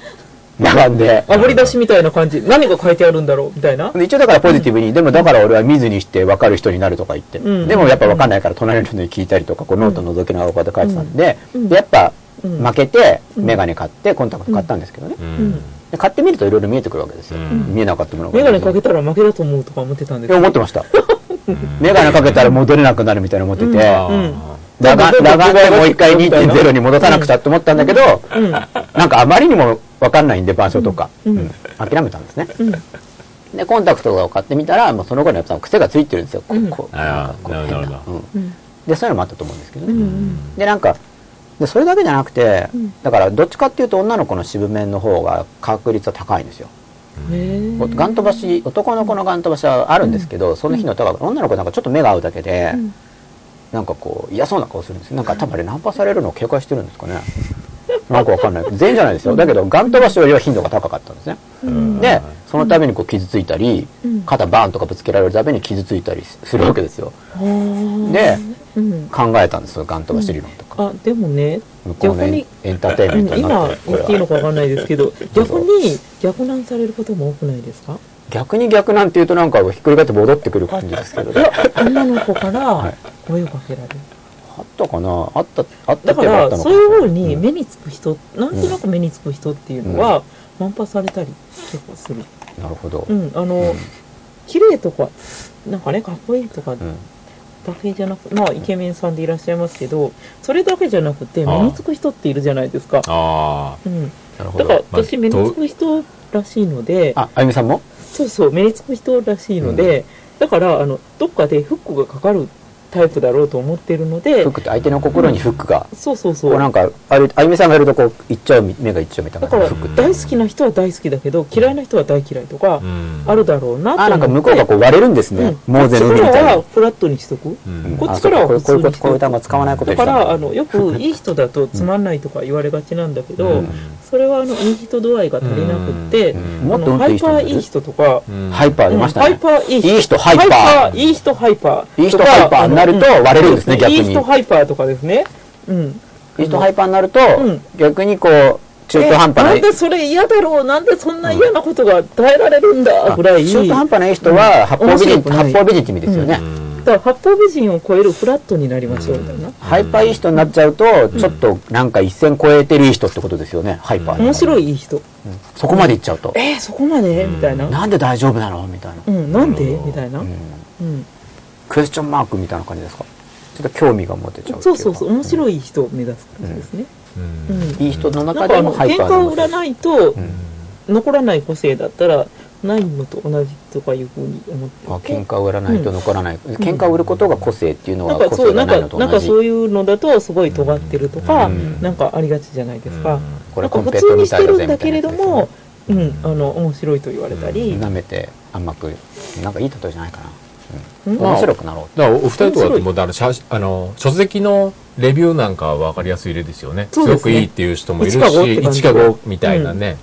Speaker 2: 並んで。
Speaker 3: 炙り出しみたいな感じ何が書いてあるんだろうみたいな
Speaker 2: で一応だからポジティブに、でもだから俺は見ずにして分かる人になるとか言って、
Speaker 3: うん
Speaker 2: でもやっぱ分かんないから隣の人に聞いたりとか、こうノート覗きながらこうやって書いてたんで、
Speaker 3: うん
Speaker 2: でやっぱ
Speaker 3: うん
Speaker 2: 負けて、メガネ買って、コンタクト買ったんですけどね。
Speaker 1: うん
Speaker 2: で買ってみるといろいろ見えてくるわけですよ。見えなかったものが。
Speaker 3: メガネかけたら負けだと思うとか思ってたんです
Speaker 2: いや思ってました。メガネかけたら戻れなくなるみたいな思ってて、
Speaker 1: あー
Speaker 2: ラガン
Speaker 3: どんどんどんどん
Speaker 2: ラガンでもう一回2.0に戻さなくちゃって思ったんだけど、
Speaker 3: うん
Speaker 2: なんかあまりにも分かんないんで、板書とか、
Speaker 3: うん
Speaker 2: うん諦めたんですね。
Speaker 3: うん
Speaker 2: でコンタクトとかを買ってみたら、まあ、その後のやっぱ癖がついてるんですよ、こうこうなん
Speaker 1: ああ
Speaker 2: かこ
Speaker 1: な
Speaker 2: う
Speaker 1: るほどなるほ
Speaker 2: うん
Speaker 3: うん
Speaker 2: でそういうのもあったと思うんですけどね、
Speaker 3: うん
Speaker 2: でなんかでそれだけじゃなくて、
Speaker 3: ん
Speaker 2: だからどっちかっていうと女の子の渋面の方が確率は高いんですよ、
Speaker 3: へえ
Speaker 2: ガン飛ばし男の子のガン飛ばしはあるんですけど、その日の高く女の子なんかちょっと目が合うだけで、
Speaker 3: ん
Speaker 2: なんかこう嫌そうな顔するんですよなんか多分あれナンパされるのを警戒してるんですかねなんかわかんない全員じゃないですよだけどガン飛ばしよりは頻度が高かったんですね、
Speaker 1: うん
Speaker 2: でそのためにこう傷ついたり、肩バーンとかぶつけられるために傷ついたりすするわけですよで
Speaker 3: うん
Speaker 2: 考えたんですよガン飛ばし理論とか、
Speaker 3: あでもね
Speaker 2: 向こう
Speaker 3: 逆
Speaker 2: のエン
Speaker 3: に
Speaker 2: エンターテインメント
Speaker 3: う
Speaker 2: に
Speaker 3: ん
Speaker 2: な
Speaker 3: 今
Speaker 2: ってこ
Speaker 3: 言
Speaker 2: れ
Speaker 3: っていいの
Speaker 2: は
Speaker 3: かわかんないですけど逆に逆難されることも多くないですか
Speaker 2: 逆に逆なんていうとなんかひっくり返って戻ってくる感じですけどね
Speaker 3: 女の子から
Speaker 2: い
Speaker 3: 声をかけられる
Speaker 2: あったかなあったあった
Speaker 3: だ
Speaker 2: って
Speaker 3: か
Speaker 2: いうかあったの
Speaker 3: らそ
Speaker 2: か
Speaker 3: う
Speaker 2: な
Speaker 3: いうふうに目につく人なんとなく目につく人っていうのはナンパされたり結構する
Speaker 2: なるほど、
Speaker 3: うん、あの、綺麗とか、なんかね、かっこいいとか
Speaker 2: うん
Speaker 3: だけじゃなく、まあ、イケメンさんでいらっしゃいますけど、それだけじゃなくて、
Speaker 1: ああ
Speaker 3: 目につく人っているじゃないですか。
Speaker 1: あ
Speaker 3: うん。
Speaker 2: なるほ
Speaker 3: だから
Speaker 2: ど、
Speaker 3: 私、目につく人らしいので、
Speaker 2: ああゆみさんも
Speaker 3: そうそう、目につく人らしいので、だから、あの、どっかでフックがかかるタイプだろうと思ってるので
Speaker 2: フッ、クって相手の心にフックが、
Speaker 3: そうそうそ
Speaker 2: こうなん
Speaker 3: う。
Speaker 2: かあゆあゆみさんがいるとこう行っちゃうみ目が行っちゃうみたい
Speaker 3: だ
Speaker 2: な
Speaker 3: から
Speaker 2: フック、
Speaker 3: 大好きな人は大好きだけど、嫌いな人は大嫌いとか
Speaker 1: あ、うん
Speaker 3: あるだろうなと思って。
Speaker 2: あなんか向こうがこう割れるんですね、もう全部み
Speaker 3: こ
Speaker 2: た
Speaker 3: っちか
Speaker 2: い
Speaker 3: ら
Speaker 2: な
Speaker 3: はフラットにしとく。
Speaker 1: うん
Speaker 3: こっちからは
Speaker 2: あそうこういうこ
Speaker 3: 普通に
Speaker 2: とこういう単語使わないこと
Speaker 3: だ
Speaker 2: に
Speaker 3: か
Speaker 2: した
Speaker 3: ら、あの、よくいい人だとつまんないとか言われがちなんだけど、
Speaker 2: うん
Speaker 3: それはあの、いい人度合いが足りなくって、
Speaker 1: うん
Speaker 2: も
Speaker 3: あ
Speaker 2: っと
Speaker 3: の
Speaker 2: 運
Speaker 3: ハ
Speaker 2: 転いい人
Speaker 3: イパーいい人とか、
Speaker 1: うん
Speaker 2: ハイパー出ましたね、
Speaker 3: ハイパーいい人。
Speaker 2: いい人ハイパー
Speaker 3: いい人ハイパー。
Speaker 2: いい人ハイパーになると割れるんですね、逆
Speaker 3: い
Speaker 2: に。
Speaker 3: い人ハイパーとかですね。うん。
Speaker 2: いい人ハイパーになると、
Speaker 3: うん
Speaker 2: 逆にこう、中途半
Speaker 3: えな
Speaker 2: 端
Speaker 3: ん
Speaker 2: な
Speaker 3: で
Speaker 2: い。
Speaker 3: それ嫌だろうなんでそんな嫌なことが耐えられるんだぐらい。
Speaker 2: 中途半端ない人は、八方美
Speaker 3: 面白
Speaker 2: 人、
Speaker 3: くない
Speaker 2: 八方美人って意味ですよね。
Speaker 1: うん
Speaker 3: だから八方美人を超えるフラットになりましょうみたいな。
Speaker 2: ハイパーいい人になっちゃうと、ちょっとなんか一線超えてるいい人ってことですよね、ハイパーに
Speaker 3: 面白いいい人。
Speaker 2: そこまでいっちゃうと。
Speaker 3: えー、そこまでみたいな。
Speaker 2: なんで大丈夫なのみたいな
Speaker 3: う。ん、なんでみたいな。うん。
Speaker 2: クエスチョンマークみたいな感じですかちょっと興味が持てちゃうって
Speaker 3: そ
Speaker 2: いう
Speaker 3: う
Speaker 2: か。
Speaker 3: そうそう、面白い人を目指す感じですね。うん。
Speaker 2: いい人の
Speaker 3: な
Speaker 2: 中
Speaker 3: んか
Speaker 2: で
Speaker 3: あ
Speaker 2: も
Speaker 3: の、
Speaker 2: ハ
Speaker 3: 喧
Speaker 2: イパー
Speaker 3: 嘩を売ら
Speaker 2: い。
Speaker 3: ないと
Speaker 2: う、ん
Speaker 3: 残らない個性だったら、ないのと同じとかいうふうに思ってて。
Speaker 2: あ喧嘩を売らないと残らない。喧嘩を売ることが個性っていうの
Speaker 3: な
Speaker 2: は
Speaker 3: んか
Speaker 2: 個
Speaker 3: そ
Speaker 2: 性
Speaker 3: う、
Speaker 2: が
Speaker 3: なん
Speaker 2: ないのと
Speaker 3: か、なん
Speaker 2: 同
Speaker 3: か
Speaker 2: じ
Speaker 3: そ。ういうのだと、すごい尖ってるとか、
Speaker 2: うん
Speaker 3: なんかありがちじゃないですか。
Speaker 2: これ
Speaker 3: なんか
Speaker 2: コン
Speaker 3: 普
Speaker 2: ペ
Speaker 3: 通
Speaker 2: ト
Speaker 3: に
Speaker 2: み
Speaker 3: した
Speaker 2: い
Speaker 3: て
Speaker 2: だ
Speaker 3: る
Speaker 2: ぜ
Speaker 3: ん
Speaker 2: み
Speaker 3: だ
Speaker 2: たいな
Speaker 3: けれ
Speaker 2: やつで
Speaker 3: ど
Speaker 2: すよね
Speaker 3: も、うん、あの、面白いと言われたり、
Speaker 2: 舐めて甘くなんかいい例えじゃないかな、
Speaker 3: うん
Speaker 2: 面白くなろう
Speaker 1: だからお二人とかってもうだから写あの書籍のレビューなんかは分かりやすい例ですよねす
Speaker 3: そうですね
Speaker 1: ごくいいっていう人もいるし
Speaker 3: 1か5って感じ
Speaker 1: 1か5みたいなね、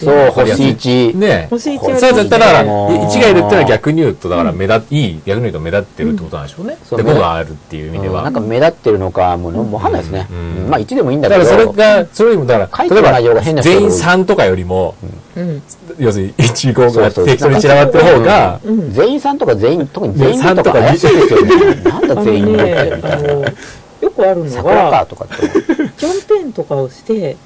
Speaker 2: そう
Speaker 1: 星
Speaker 2: 1
Speaker 1: ね
Speaker 3: 星一
Speaker 1: そう
Speaker 3: は
Speaker 1: そうだから
Speaker 2: もう
Speaker 1: 1がいるってのは逆に言うとだから目立いい逆に言うと目立ってるってことなんでしょうね、
Speaker 2: そう
Speaker 1: で
Speaker 2: 目
Speaker 1: 5
Speaker 2: 立
Speaker 1: があるっていう意味では、
Speaker 2: なんか目立ってるのかもう分かんないですね、
Speaker 1: うん
Speaker 2: まあ1でもいいんだ
Speaker 1: だ
Speaker 2: け
Speaker 1: か
Speaker 2: ど
Speaker 1: らそれがそれよりもだか
Speaker 2: 書
Speaker 1: ら例え
Speaker 2: いてる内容が変な
Speaker 1: ば
Speaker 2: 人
Speaker 1: 全
Speaker 2: が多い
Speaker 1: 員3とかよりも、
Speaker 3: うん。
Speaker 1: 要するに15
Speaker 2: そ
Speaker 1: が
Speaker 2: うそう
Speaker 1: 適当に散らばってる方が
Speaker 3: うんうん
Speaker 2: 全員さんとか全員特に全員
Speaker 1: 全員さん
Speaker 2: と
Speaker 1: と
Speaker 2: か
Speaker 1: か
Speaker 2: 怪しいですよねなん
Speaker 3: あ
Speaker 2: だ
Speaker 3: の
Speaker 2: 全員みたい
Speaker 3: ね
Speaker 2: な、
Speaker 3: あの、よくあるの
Speaker 2: 桜
Speaker 3: が
Speaker 2: か、とかって
Speaker 3: キャンペーンとかをして、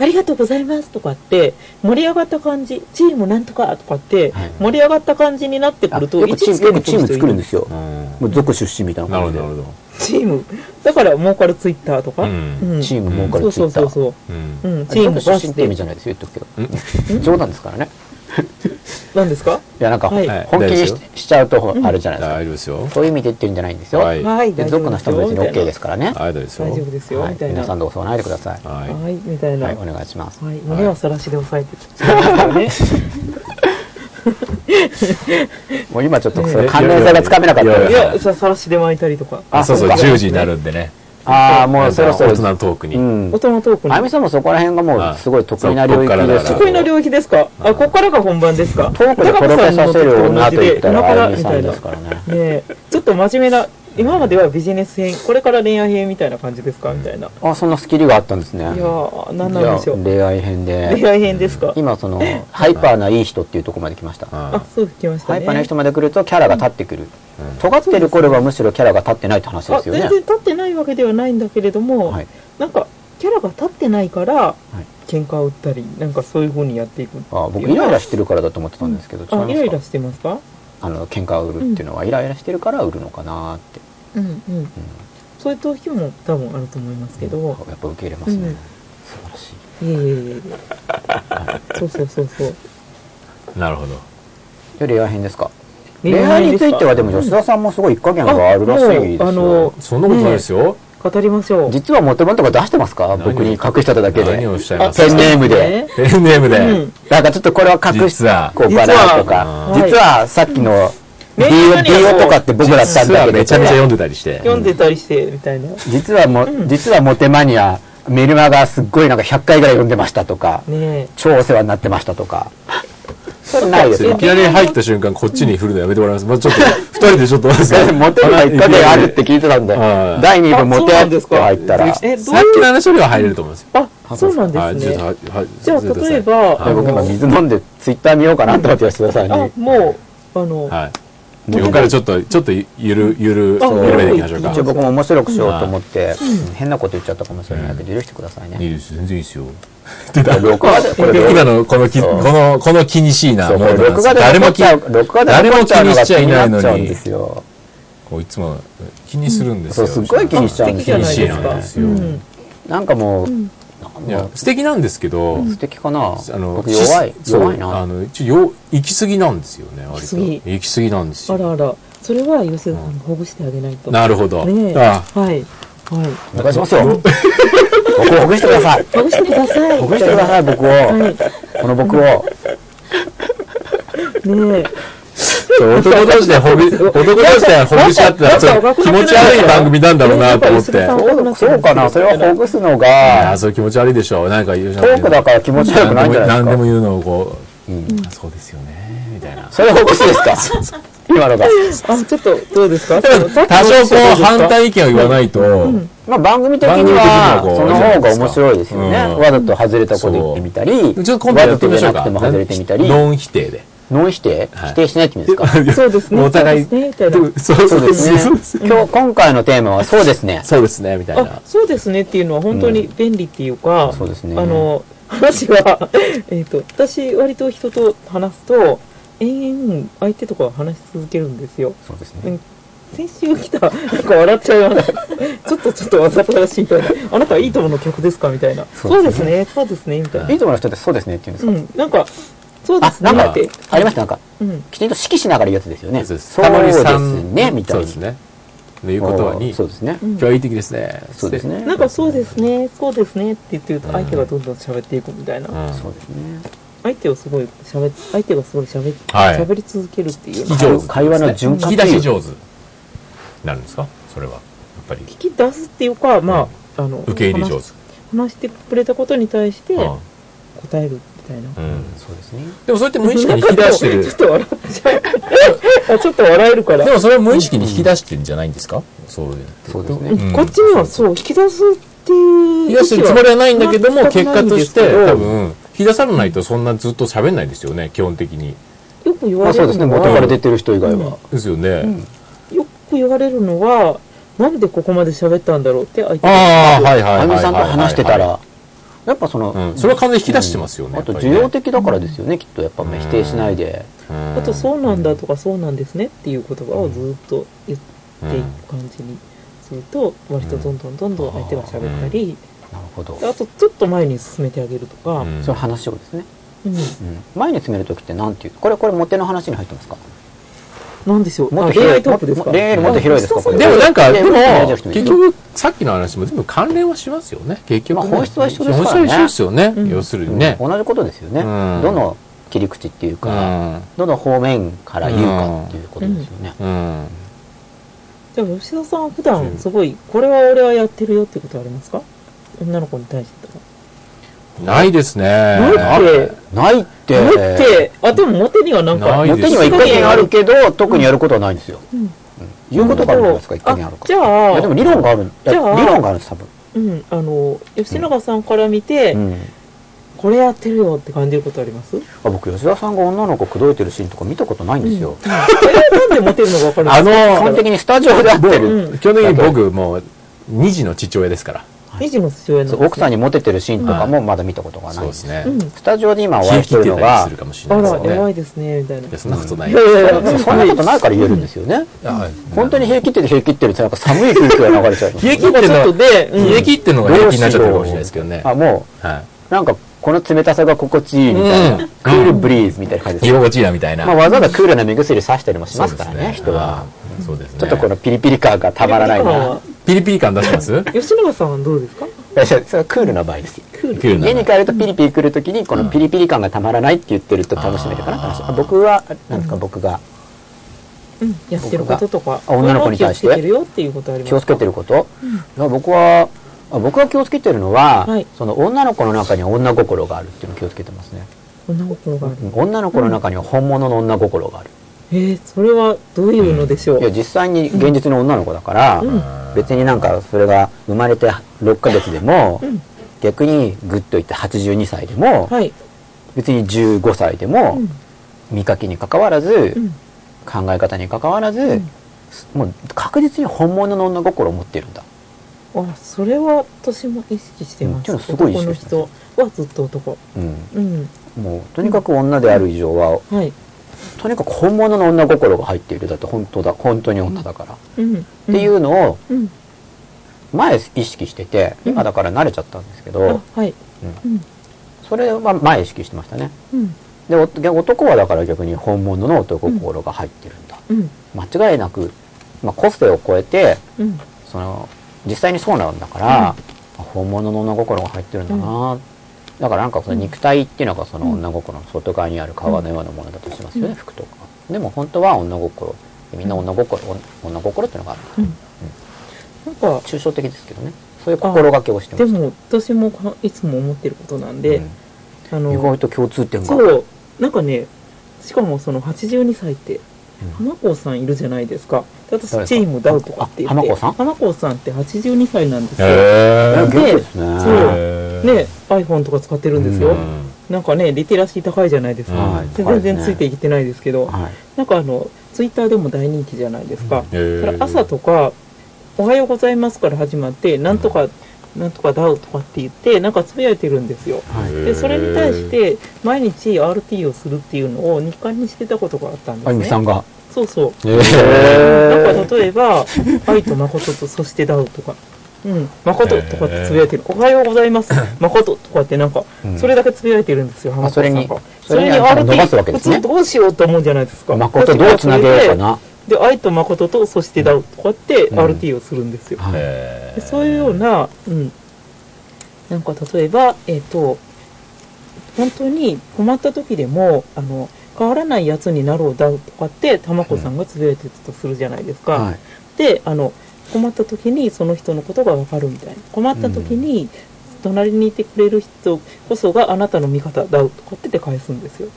Speaker 3: ありがとうございますとかって、盛り上がった感じ、チームなんとかとかって
Speaker 2: はい、
Speaker 3: 盛り上がった感じになってくると、
Speaker 2: よくチームよくチーム作るんですすよ、
Speaker 1: うん
Speaker 2: もう族出身みたいな
Speaker 1: なる
Speaker 2: 感
Speaker 1: ほ
Speaker 2: じ
Speaker 1: どなる
Speaker 2: で
Speaker 1: ほ
Speaker 3: チーム。だから、儲かるツイッターとか。
Speaker 1: うん
Speaker 3: うん
Speaker 2: チーム儲か
Speaker 3: そ
Speaker 2: る
Speaker 3: う
Speaker 2: ツイ
Speaker 3: そ
Speaker 2: ッ
Speaker 3: う
Speaker 2: タ
Speaker 3: そ
Speaker 2: ー
Speaker 3: うそう。
Speaker 1: ど、うん
Speaker 3: うん、チ
Speaker 2: チー
Speaker 3: ー
Speaker 2: ム
Speaker 3: ム
Speaker 2: 出
Speaker 3: バ
Speaker 2: 身
Speaker 3: ス
Speaker 2: って意味
Speaker 3: で。
Speaker 2: じゃないですよ言っとくけど冗談ですからね
Speaker 3: なんですか
Speaker 2: いやなんか
Speaker 3: はい
Speaker 2: 本気
Speaker 1: 大
Speaker 2: にし
Speaker 1: 丈夫
Speaker 2: しちゃうとあれじゃないですか、
Speaker 1: 大丈夫ですよ
Speaker 2: そういう意味で言ってるんじゃないんですよ、
Speaker 1: はい
Speaker 3: はい、
Speaker 2: で
Speaker 3: 大丈
Speaker 2: 族
Speaker 3: 夫
Speaker 2: の
Speaker 3: です
Speaker 2: 人
Speaker 3: よ。
Speaker 2: も別に OK です
Speaker 3: か
Speaker 2: からね。
Speaker 1: 大丈夫ですよ
Speaker 3: 大丈夫ですよ、
Speaker 2: はい
Speaker 3: みたいな。
Speaker 2: 皆さん
Speaker 3: は
Speaker 2: どうそうないでください。はい
Speaker 1: はい
Speaker 3: い、みたいな。
Speaker 2: お
Speaker 3: はい、
Speaker 2: 願いします。
Speaker 3: 胸はさらしで押さえてき
Speaker 2: もう今ちょっとそれ関連性がつかめなかった
Speaker 1: い
Speaker 2: で
Speaker 1: や
Speaker 3: [LAUGHS] い
Speaker 2: す。
Speaker 3: や、ささらしで巻いたりとか。
Speaker 1: あ、そうそう、
Speaker 2: そうか
Speaker 1: 10時になるんでね。
Speaker 2: ああ、もうそろそろ。
Speaker 1: 大人のトークに。
Speaker 2: うん
Speaker 3: 大。人のトーク
Speaker 2: あゆみ
Speaker 3: に。
Speaker 2: さんもそこら辺がもうすごい得意な領域
Speaker 1: はい
Speaker 2: で
Speaker 1: そ
Speaker 2: す
Speaker 1: こ
Speaker 2: よ
Speaker 1: か
Speaker 3: 得意の領域ですかあ、ここからが本番ですか
Speaker 2: トークでとろけさせる女と言った
Speaker 3: 今から
Speaker 2: あ
Speaker 3: ら
Speaker 2: ゆみ
Speaker 3: み
Speaker 2: さ
Speaker 3: た
Speaker 2: ん
Speaker 3: いな
Speaker 2: で
Speaker 3: ね
Speaker 2: すからね。
Speaker 3: えちょっと真面目な今まではビジネス編これから恋愛編みたいな感じですかみたいな、
Speaker 2: あ、そんなスキルがあったんですね。
Speaker 3: いやー何なんでし
Speaker 2: じ
Speaker 3: ょ
Speaker 2: ゃあ
Speaker 3: う
Speaker 2: 恋愛編
Speaker 3: 恋
Speaker 2: で。
Speaker 3: 愛編ですか
Speaker 2: 今その、ハイパーないい人っていうところまで来ました。
Speaker 3: あそう来ました
Speaker 2: ハイ
Speaker 3: ね
Speaker 2: パーないい人まで来るとキャラが立ってくる。尖ってる頃はむしろキャラが立ってないって話で
Speaker 3: あ
Speaker 2: すよ
Speaker 3: 全
Speaker 2: ね
Speaker 3: 然。立ってないわけではないんだけれども、
Speaker 2: はい。
Speaker 3: なんかキャラが立ってないから
Speaker 2: い
Speaker 3: 喧嘩を売ったりなんかそういう風にやっていく
Speaker 2: あ僕イライラしてるからだと思ってたんですけど、
Speaker 3: あ
Speaker 2: 違
Speaker 3: イ
Speaker 2: い
Speaker 3: ライ
Speaker 2: ま
Speaker 3: ラ
Speaker 2: すか
Speaker 3: してますか
Speaker 2: あの喧嘩を売るっていうのはイライラしてるから売るのかなーって、
Speaker 3: うんうんそういう時も多分あると思いますけど、
Speaker 2: やっぱ受け入れますね、
Speaker 3: うん
Speaker 2: 素晴らしい
Speaker 3: いえいえいえそうそうそうそう
Speaker 1: なるほど。
Speaker 2: じゃあ恋愛編ですか恋愛についてはでも吉田さんもすごい一加減があるらしいですよ、
Speaker 3: あもう
Speaker 1: そんなことないですよ。
Speaker 3: あの語りましょう
Speaker 2: 実はモテ版とか出してますか
Speaker 1: 何を
Speaker 2: 僕に隠してただけで
Speaker 1: 何をおっしゃいます
Speaker 2: ペンネームで
Speaker 3: ね
Speaker 1: ペンネーム
Speaker 3: う
Speaker 1: で
Speaker 3: ん。
Speaker 2: なんかちょっとこれは隠し
Speaker 1: 実は
Speaker 2: こうかなとか
Speaker 1: 実は
Speaker 2: 実は,、さっきの D
Speaker 3: メ
Speaker 2: を
Speaker 3: ール何やろう
Speaker 2: とかって僕らだったん
Speaker 1: 実
Speaker 2: だ
Speaker 1: は
Speaker 2: けど
Speaker 1: めちゃめちゃ読んでたりして。
Speaker 3: 読んでたりしてみたいな、ね
Speaker 2: 実はも、実はモテマニアメルマガすっごいなんか100回ぐらい読んでましたとか
Speaker 3: え
Speaker 2: 超お世話になってましたとかそれないです
Speaker 1: い
Speaker 2: よ
Speaker 1: きなり入った瞬間、こっちに振るのやめてもらいます。もうち [LAUGHS] ょっと、二人でちょっと、なんですか
Speaker 2: モテるが一かであるって聞いてたんで
Speaker 1: はい
Speaker 2: 第2部モテあ
Speaker 3: あそうな
Speaker 2: っ
Speaker 3: ん
Speaker 2: て
Speaker 3: ですか
Speaker 2: 入ったら
Speaker 3: えどう
Speaker 1: さっきの話よりは入れると思うんですよ。
Speaker 3: あそうなんですね
Speaker 1: はいちょっとはいはい
Speaker 3: じゃあ
Speaker 1: ちょっと
Speaker 3: 例えば
Speaker 1: は
Speaker 2: で
Speaker 1: い
Speaker 2: 僕なんか水飲んでツイッター見ようかなと思って吉田さんに
Speaker 3: あもうあの、
Speaker 1: はい。こからちょっと、ちょっとゆる、ゆる、緩
Speaker 3: そう
Speaker 1: めていきましょうか。
Speaker 2: 一応僕も面白くしようと思って、変なこと言っちゃったかもしれないけど許してくださいね、
Speaker 4: いいです、全然いいですよ。
Speaker 2: 録画でこれ
Speaker 1: [LAUGHS]
Speaker 2: 録
Speaker 1: 今のこのき、この、この気にしいな。
Speaker 2: そうこれ
Speaker 1: もう
Speaker 2: 録画で
Speaker 1: 誰も
Speaker 2: 残っ
Speaker 1: き
Speaker 2: ちゃう録画で
Speaker 1: 誰
Speaker 2: 残
Speaker 1: も
Speaker 2: っ
Speaker 1: 気
Speaker 2: ちゃうの
Speaker 1: に
Speaker 2: が
Speaker 1: し
Speaker 2: 気
Speaker 1: ちゃい
Speaker 2: に
Speaker 1: な
Speaker 2: ないっ
Speaker 1: の
Speaker 2: ちゃうんで
Speaker 1: に、
Speaker 2: すよ
Speaker 1: こういつも気にするんです
Speaker 2: そう
Speaker 1: よ。
Speaker 2: すっごい気にしちゃうんで
Speaker 3: 素敵じ
Speaker 2: すよ
Speaker 3: ゃないです
Speaker 1: そう
Speaker 3: か
Speaker 1: ですよ
Speaker 3: うん
Speaker 2: なんかもう、
Speaker 1: いや、素敵なんですけど、
Speaker 2: 素敵かな
Speaker 1: あの、
Speaker 2: 僕弱い
Speaker 1: そう
Speaker 2: 弱いな
Speaker 1: あの、ちょ、よ、行き過ぎなんですよね、割と。
Speaker 3: 行き過
Speaker 1: 行き過ぎなんです
Speaker 3: あら
Speaker 1: よ。
Speaker 3: あらそれは吉田さんがほぐしてあげないと
Speaker 1: なるほど。
Speaker 3: ねえ
Speaker 1: あ
Speaker 3: はいはい
Speaker 2: お願いしますよ僕をほぐしてください
Speaker 3: ほぐしてください
Speaker 2: ほぐしてください僕を、この僕を
Speaker 3: ねえ
Speaker 1: そう男同士で
Speaker 2: [LAUGHS]
Speaker 1: ほぐ、 [LAUGHS] 男同士でほぐし合ってたら、ちょっと気持ち悪い番組なんだろうなと思って。い
Speaker 3: ねやっぱり吉
Speaker 1: や
Speaker 3: 田さんは
Speaker 2: そうそうかなそれはほぐすのが
Speaker 1: ー、そう気持ち悪いでしょ。なんか言うじゃ
Speaker 2: トークだ
Speaker 1: ん。
Speaker 2: から気持ち悪くないんじゃな
Speaker 1: 何
Speaker 2: いで
Speaker 1: ですも
Speaker 2: か
Speaker 1: 言うのをこう、うん、そうですよね、みたいな。
Speaker 2: それほぐすですか今のが
Speaker 3: あちょっとどうですかそのさっき
Speaker 1: 多少こう反対意見を言わないと、
Speaker 2: まあ番組的
Speaker 1: 番
Speaker 2: に
Speaker 1: 組的には
Speaker 2: は
Speaker 1: こう
Speaker 2: その方が面白いですよね
Speaker 1: うん
Speaker 2: わざと外れたこと言ってみたり
Speaker 1: ちょっと今度や
Speaker 2: わざ
Speaker 1: って
Speaker 2: と
Speaker 1: みまし
Speaker 2: じ
Speaker 1: ょ
Speaker 2: ゃ
Speaker 1: う
Speaker 2: な
Speaker 1: か。
Speaker 2: くても外れてみたり
Speaker 1: ノン否定で。
Speaker 2: ノン否定
Speaker 1: はい
Speaker 2: 否定しないって意味ですか
Speaker 3: そうですね
Speaker 1: お互い、
Speaker 3: そうですねみたいな
Speaker 1: そう
Speaker 2: そうです
Speaker 1: [LAUGHS] そう
Speaker 2: ね今日今回のテーマはそうですね
Speaker 1: そうですね、みたいな
Speaker 3: あ。そうですねっていうのは本当に便利っていうか、
Speaker 2: そうですね
Speaker 3: あの話は [LAUGHS] えっと私割と人と話すと延々相手とか話し続けるんですよ
Speaker 2: そうです
Speaker 3: う
Speaker 2: ね
Speaker 3: ん先週来た、なんか笑っちゃいます。 [LAUGHS] ちょっとちょっとわざとらしいみたいな。あなたはいいともの曲ですかみたいな。そうですね、そうですね、みたい
Speaker 2: い
Speaker 3: な。
Speaker 2: いと思いの人ってそうですねって言うんです
Speaker 3: う
Speaker 2: か
Speaker 3: ん、なんか、そうで
Speaker 2: あ
Speaker 3: す
Speaker 2: な
Speaker 3: ね
Speaker 2: んか
Speaker 3: って。
Speaker 2: ありましたなんか
Speaker 3: うん、
Speaker 2: きちんと指揮しながら言うやつですよね
Speaker 1: そうです
Speaker 2: そうです
Speaker 1: タモリさん
Speaker 2: ねみた
Speaker 1: そ
Speaker 2: い
Speaker 1: う
Speaker 2: な
Speaker 1: ですね。でいうことはに、
Speaker 2: そう
Speaker 1: 今
Speaker 2: ですね
Speaker 3: ん
Speaker 1: 日はいい天気ですね。
Speaker 2: そうですね
Speaker 3: なんかそうですね、そうですねって言ってると相手がどんどん喋っていくみたいな。
Speaker 1: うん。
Speaker 2: そうですね
Speaker 3: 相手をすごい喋っ相手がすごい喋っ
Speaker 1: はい
Speaker 3: 喋り続けるっていう
Speaker 1: 聞き
Speaker 3: の
Speaker 1: 上手。
Speaker 2: 会話の循環
Speaker 1: 引き出し上手。なるんですかそれは。やっぱり。
Speaker 3: 聞き出すっていうかまああの
Speaker 1: 受け入れ上手
Speaker 3: 話し。話してくれたことに対して
Speaker 1: うん
Speaker 3: 答えるみたいな
Speaker 1: うん。
Speaker 2: そうですね
Speaker 1: でもそれって無意識に引き出して
Speaker 3: [LAUGHS] ちょっ
Speaker 1: る。
Speaker 3: と笑っちゃう [LAUGHS] あちょっと笑えるから
Speaker 1: でもそれは無意識に引き出してるんじゃないんですかそういう。
Speaker 2: そうですね
Speaker 1: ん
Speaker 3: こっちにはそう引き出すっていう
Speaker 1: 引き出してるつもりはないんだけども、結
Speaker 3: 全くな
Speaker 1: 果
Speaker 3: いん
Speaker 1: と
Speaker 3: で
Speaker 1: し
Speaker 3: すけど
Speaker 1: て、多分、引き出さないとそんなずっと喋んないですよね、基本的に。
Speaker 3: よく言
Speaker 2: ま
Speaker 3: わ
Speaker 2: あ
Speaker 3: れ
Speaker 2: そう
Speaker 3: る
Speaker 2: ですね
Speaker 3: の
Speaker 2: 元から
Speaker 3: は
Speaker 2: 出てる人以外は
Speaker 1: ですよね。
Speaker 3: よく言われるのはなんでここまで喋ったんだろうって相手
Speaker 1: ああ、はいはい
Speaker 2: あ
Speaker 1: はいはいは
Speaker 2: ゆ
Speaker 1: い。
Speaker 2: みさんと話してたらやっぱその
Speaker 1: うん、それは完全に引き出してますよね。
Speaker 2: あと
Speaker 1: やっぱ
Speaker 2: 需
Speaker 1: りね
Speaker 2: 要的だからですよねきっとやっぱ否定しないで
Speaker 1: うん
Speaker 3: あとそうなんだとかそうなんですねっていう言葉をずっと言っていく感じにすると割とどんどんどんどん相手が喋ったり
Speaker 2: なるほど
Speaker 3: あとちょっと前に進めてあげるとか、
Speaker 1: うん
Speaker 2: その話をですね
Speaker 3: うん、
Speaker 2: うん前に詰める時ってなんていうこれこれモテの話に入ってますか
Speaker 3: なんでしょう
Speaker 2: もっ
Speaker 3: あ
Speaker 2: と広い
Speaker 3: 恋愛トークです
Speaker 2: もっ
Speaker 3: か
Speaker 2: と恋愛よりもっと広いですかこれ
Speaker 1: でもなんか、でも
Speaker 2: いやいやいや、
Speaker 1: 結局、さっきの話も全部関連はしますよね。結局ね。
Speaker 2: まあ本質は一緒ですからね
Speaker 1: 本質は一緒ですよね
Speaker 3: う。ん
Speaker 1: 要するにね。
Speaker 2: 同じことですよね
Speaker 1: う
Speaker 2: ど
Speaker 1: ん
Speaker 2: の切り口っていう
Speaker 1: う
Speaker 2: か
Speaker 1: ん。
Speaker 2: どの方面から言うかっていうことですよね
Speaker 1: うん。
Speaker 3: じゃあ吉田さんは普段すごいこれは俺はやってるよってことありますか女の子に対してとか
Speaker 1: ないですね。
Speaker 3: ないって
Speaker 2: ないって
Speaker 3: 持ってあでもモテにはなんか
Speaker 1: ない
Speaker 2: モ
Speaker 1: です
Speaker 2: テには一回にあるけど特にやることはないんですよ
Speaker 3: うん
Speaker 2: 言うことがあるんじゃないですか一回にあるか
Speaker 3: あじゃあ
Speaker 2: いやでも理論があるいや
Speaker 3: じゃあ
Speaker 2: 理論があるんです多分
Speaker 3: うんあの吉永さんから見て、
Speaker 2: うん
Speaker 3: これやってるよって感じることあります
Speaker 2: あ僕吉田さんが女の子口説いてるシーンとか見たことないんですよ
Speaker 3: なんでモテるのか分かるんですか
Speaker 1: あの、
Speaker 2: 基本的にスタジオで会ってる
Speaker 3: うん
Speaker 1: 基本的に僕、もう、二児の父親ですから。
Speaker 3: 二児の父親の
Speaker 2: そう奥さんにモテてるシーンとかもまだ見たことが
Speaker 1: そ
Speaker 2: な
Speaker 1: う
Speaker 2: い
Speaker 1: ですね
Speaker 3: う。ん
Speaker 2: スタジオで今お
Speaker 1: 気
Speaker 2: 会
Speaker 1: を
Speaker 2: いして
Speaker 1: 切っ
Speaker 2: る
Speaker 1: て
Speaker 2: の
Speaker 1: たり
Speaker 2: は
Speaker 1: するかもしれ
Speaker 3: あ
Speaker 1: ないです
Speaker 3: ら
Speaker 1: よね。
Speaker 3: やばいですねみたいない
Speaker 1: や、そんなことない
Speaker 3: い。やいやいや
Speaker 2: そんなことないから言えるんですよね
Speaker 1: はい
Speaker 2: 本当に冷え切ってて冷え切ってるってなんか寒い空気が流れちゃう
Speaker 1: 冷え切ってる
Speaker 3: ちょっと
Speaker 1: の、
Speaker 3: で、うん
Speaker 1: 冷え切ってるのが平気になっちゃってるかもしれないですけどね。
Speaker 2: あも
Speaker 1: は
Speaker 2: うなんかこの冷たさが心地いいみたいな、
Speaker 1: うん
Speaker 2: クールブリーズみたいな感じ
Speaker 1: い。
Speaker 2: で
Speaker 1: 居
Speaker 2: す、
Speaker 1: 心地いいな、みたいな。
Speaker 2: まあ、わざわざクールな目薬さしたりもしますからね人は、
Speaker 1: うん。そうですね。
Speaker 2: ちょっとこのピリピリ感がたまらないな
Speaker 3: 今は
Speaker 1: ピリピリ感出してます
Speaker 3: 吉永さんはどうですか
Speaker 2: いやそれはクールな場合です
Speaker 1: 急な
Speaker 2: 家に帰るとピリピリ来るときにこのピリピリ感がたまらないって言ってると楽しめるかなって話
Speaker 1: あー
Speaker 2: 僕はなんですか僕が
Speaker 3: うんやってることとか
Speaker 2: 僕があ女の子に対して
Speaker 3: これは気をつけてるよっていうことあります
Speaker 2: 気をつけてること、まあ僕はあ僕が気をつけてるのは、
Speaker 3: はい
Speaker 2: その女の子の中には女心があるっていうのを気をつけてますね
Speaker 3: 女の子がある
Speaker 2: 女の子の中には本物の女心がある、
Speaker 3: えー、それはどういうのでしょう、
Speaker 2: いや実際に現実の女の子だから、別になんかそれが生まれて6ヶ月でも、
Speaker 3: ん
Speaker 2: 逆にグッといって82歳でも、
Speaker 3: はい
Speaker 2: 別に15歳でも、
Speaker 3: うん
Speaker 2: 見かけに関わらず、
Speaker 3: うん
Speaker 2: 考え方に関わらず、もう確実に本物の女心を持ってるんだ
Speaker 3: あそれは私も意識して
Speaker 2: う
Speaker 3: ま
Speaker 2: ん
Speaker 3: す、
Speaker 2: ちょっとすごい意
Speaker 3: 男の
Speaker 2: 識してま
Speaker 3: 人はずっと男
Speaker 2: うん
Speaker 3: うん
Speaker 2: もうとにかく女である以上は
Speaker 3: はい
Speaker 2: とにかく本物の女心が入っているだって本当だ本当に女だから、
Speaker 3: うんっ
Speaker 2: っていううのを
Speaker 3: ん、うん
Speaker 2: 前意識してて
Speaker 3: うん
Speaker 2: 今だから慣れちゃったんですけど、
Speaker 3: あはいうん
Speaker 2: それは前意識してましたね
Speaker 3: うん
Speaker 2: でお男はだから逆に本物の男心が入ってるんだ、
Speaker 3: うん
Speaker 2: 間違いなく、まあ、個性を超えて
Speaker 3: うん
Speaker 2: その実際にそうなんだから、本物の女心が入ってるんだな、だからなんかその肉体っていうのがその女心の外側にある皮のようなものだとしますよね、
Speaker 3: うん
Speaker 2: 服とかでも本当は女心みんな女心女心っていうのがある
Speaker 3: うんなんか
Speaker 2: 抽象的ですけどねそういう心がけをしてま
Speaker 3: ですも私もかいつも思ってることなんで、あ
Speaker 2: うん意
Speaker 3: の
Speaker 2: 外と共通点が
Speaker 3: そうなんかねしかもその82歳って
Speaker 2: うん
Speaker 3: 浜子さんいるじゃないですかで私
Speaker 2: 誰です
Speaker 3: チ
Speaker 2: か
Speaker 3: ームダウとかって言って
Speaker 2: あ浜子さん
Speaker 3: 浜子さんって82歳なんですよ、
Speaker 1: へ
Speaker 2: え
Speaker 1: ー
Speaker 2: 元気ですね
Speaker 3: そう
Speaker 1: へー
Speaker 3: ね iPhone とか使ってるんですよ、
Speaker 2: うん
Speaker 3: なんかねリテラシー高いじゃないですか、
Speaker 1: はい
Speaker 3: 全然ついていけてないですけど、
Speaker 2: はい
Speaker 3: なんかあのツイッターでも大人気じゃないですか、
Speaker 1: へー
Speaker 3: だから朝とか「おはようございます」から始まって「なんとか、なんとかダウ」とかって言ってなんかつぶやいてるんですよ
Speaker 2: はい
Speaker 1: へー
Speaker 3: でそれに対して毎日 RT をするっていうのを日課にしてたことがあったんで
Speaker 2: あ
Speaker 3: す
Speaker 2: ゆみさ
Speaker 3: ね
Speaker 2: んが
Speaker 3: そうそう
Speaker 1: へ
Speaker 2: へ
Speaker 1: ー
Speaker 3: なんか例えば「愛と誠とそしてダウ」とか「うん誠」とかってつぶやいてる「おはようござい
Speaker 2: [LAUGHS]
Speaker 3: ます誠」とかってなんか
Speaker 2: うん
Speaker 3: それだけつぶやいてるんですよ浜
Speaker 2: あ
Speaker 3: 子さ
Speaker 2: それ
Speaker 3: ん
Speaker 2: に
Speaker 3: が
Speaker 2: それにあの伸ばすわけですね
Speaker 3: どうしようと思うじゃないですか
Speaker 2: 誠どうつなげようかな
Speaker 3: で愛と誠とそしてダウとかって
Speaker 2: うん
Speaker 3: RT をするんですよ、
Speaker 2: はい
Speaker 1: へ
Speaker 3: でそういうような、うん、なんか例えばえっ、と本当に困った時でもあの変わらないやつになろうダウとかって玉子さんがつぶやいてたとするじゃないですか、
Speaker 2: はい
Speaker 3: であの困った時にその人のことが分かるみたいな困った時に、隣にいてくれる人こそがあなたの味方だとかって返すんですよ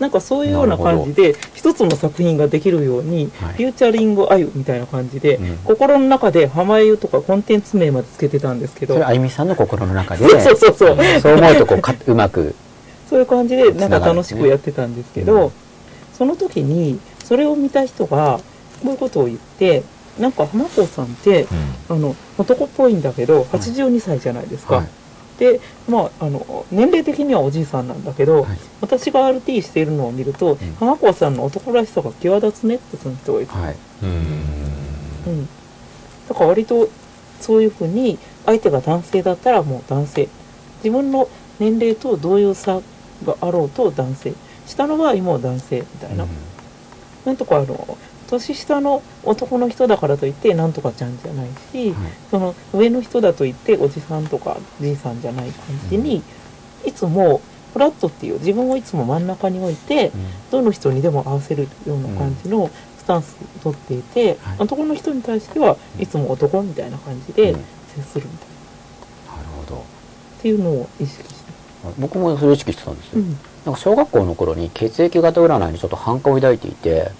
Speaker 3: なんかそういうような感じで一つの作品ができるように、
Speaker 2: はい
Speaker 3: フューチャリングあゆみたいな感じで、
Speaker 2: うん
Speaker 3: 心の中で浜ゆとかコンテンツ名までつけてたんですけ
Speaker 2: そ
Speaker 3: ど
Speaker 2: れあゆみさんの心の中で
Speaker 3: そうそうそうそう
Speaker 2: そう思うとこうかうま
Speaker 3: [LAUGHS]
Speaker 2: く
Speaker 3: そういう感じでなん
Speaker 2: つな
Speaker 3: か
Speaker 2: がるん
Speaker 3: 楽
Speaker 2: です
Speaker 3: し
Speaker 2: ね
Speaker 3: くやってたんですけ
Speaker 2: うん
Speaker 3: どその時にそれを見た人がこういうことを言ってなんか浜子さんってあの男っぽいんだけど82歳じゃないですか、
Speaker 2: はい
Speaker 3: でまああの年齢的にはおじいさんなんだけど、
Speaker 2: はい
Speaker 3: 私が RT しているのを見ると、
Speaker 2: ん
Speaker 3: 浜子さんの男らしさが際立つねってその人が言って、
Speaker 2: はい
Speaker 3: うん、だから割とそういうふうに相手が男性だったらもう男性自分の年齢とどういう差があろうと男性下の場合も男性みたいな、なんとかあの年下の男の人だからといってなんとかちゃんじゃないし、
Speaker 2: はい
Speaker 3: その上の人だと言っておじさんとかじいさんじゃない感じに、いつもフラットっていう自分をいつも真ん中に置いて、どの人にでも合わせるような感じのスタンスを取っていて、
Speaker 2: はい
Speaker 3: 男の人に対してはいつも男みたいな感じで
Speaker 2: うん
Speaker 3: 接するみたいな、
Speaker 2: なるほど
Speaker 3: っていうのを意識して、
Speaker 2: 僕もそれ意識してたんですよ、
Speaker 3: うん
Speaker 2: なんか小学校の頃に血液型占いにちょっと反感を抱いてい
Speaker 3: [LAUGHS]
Speaker 2: て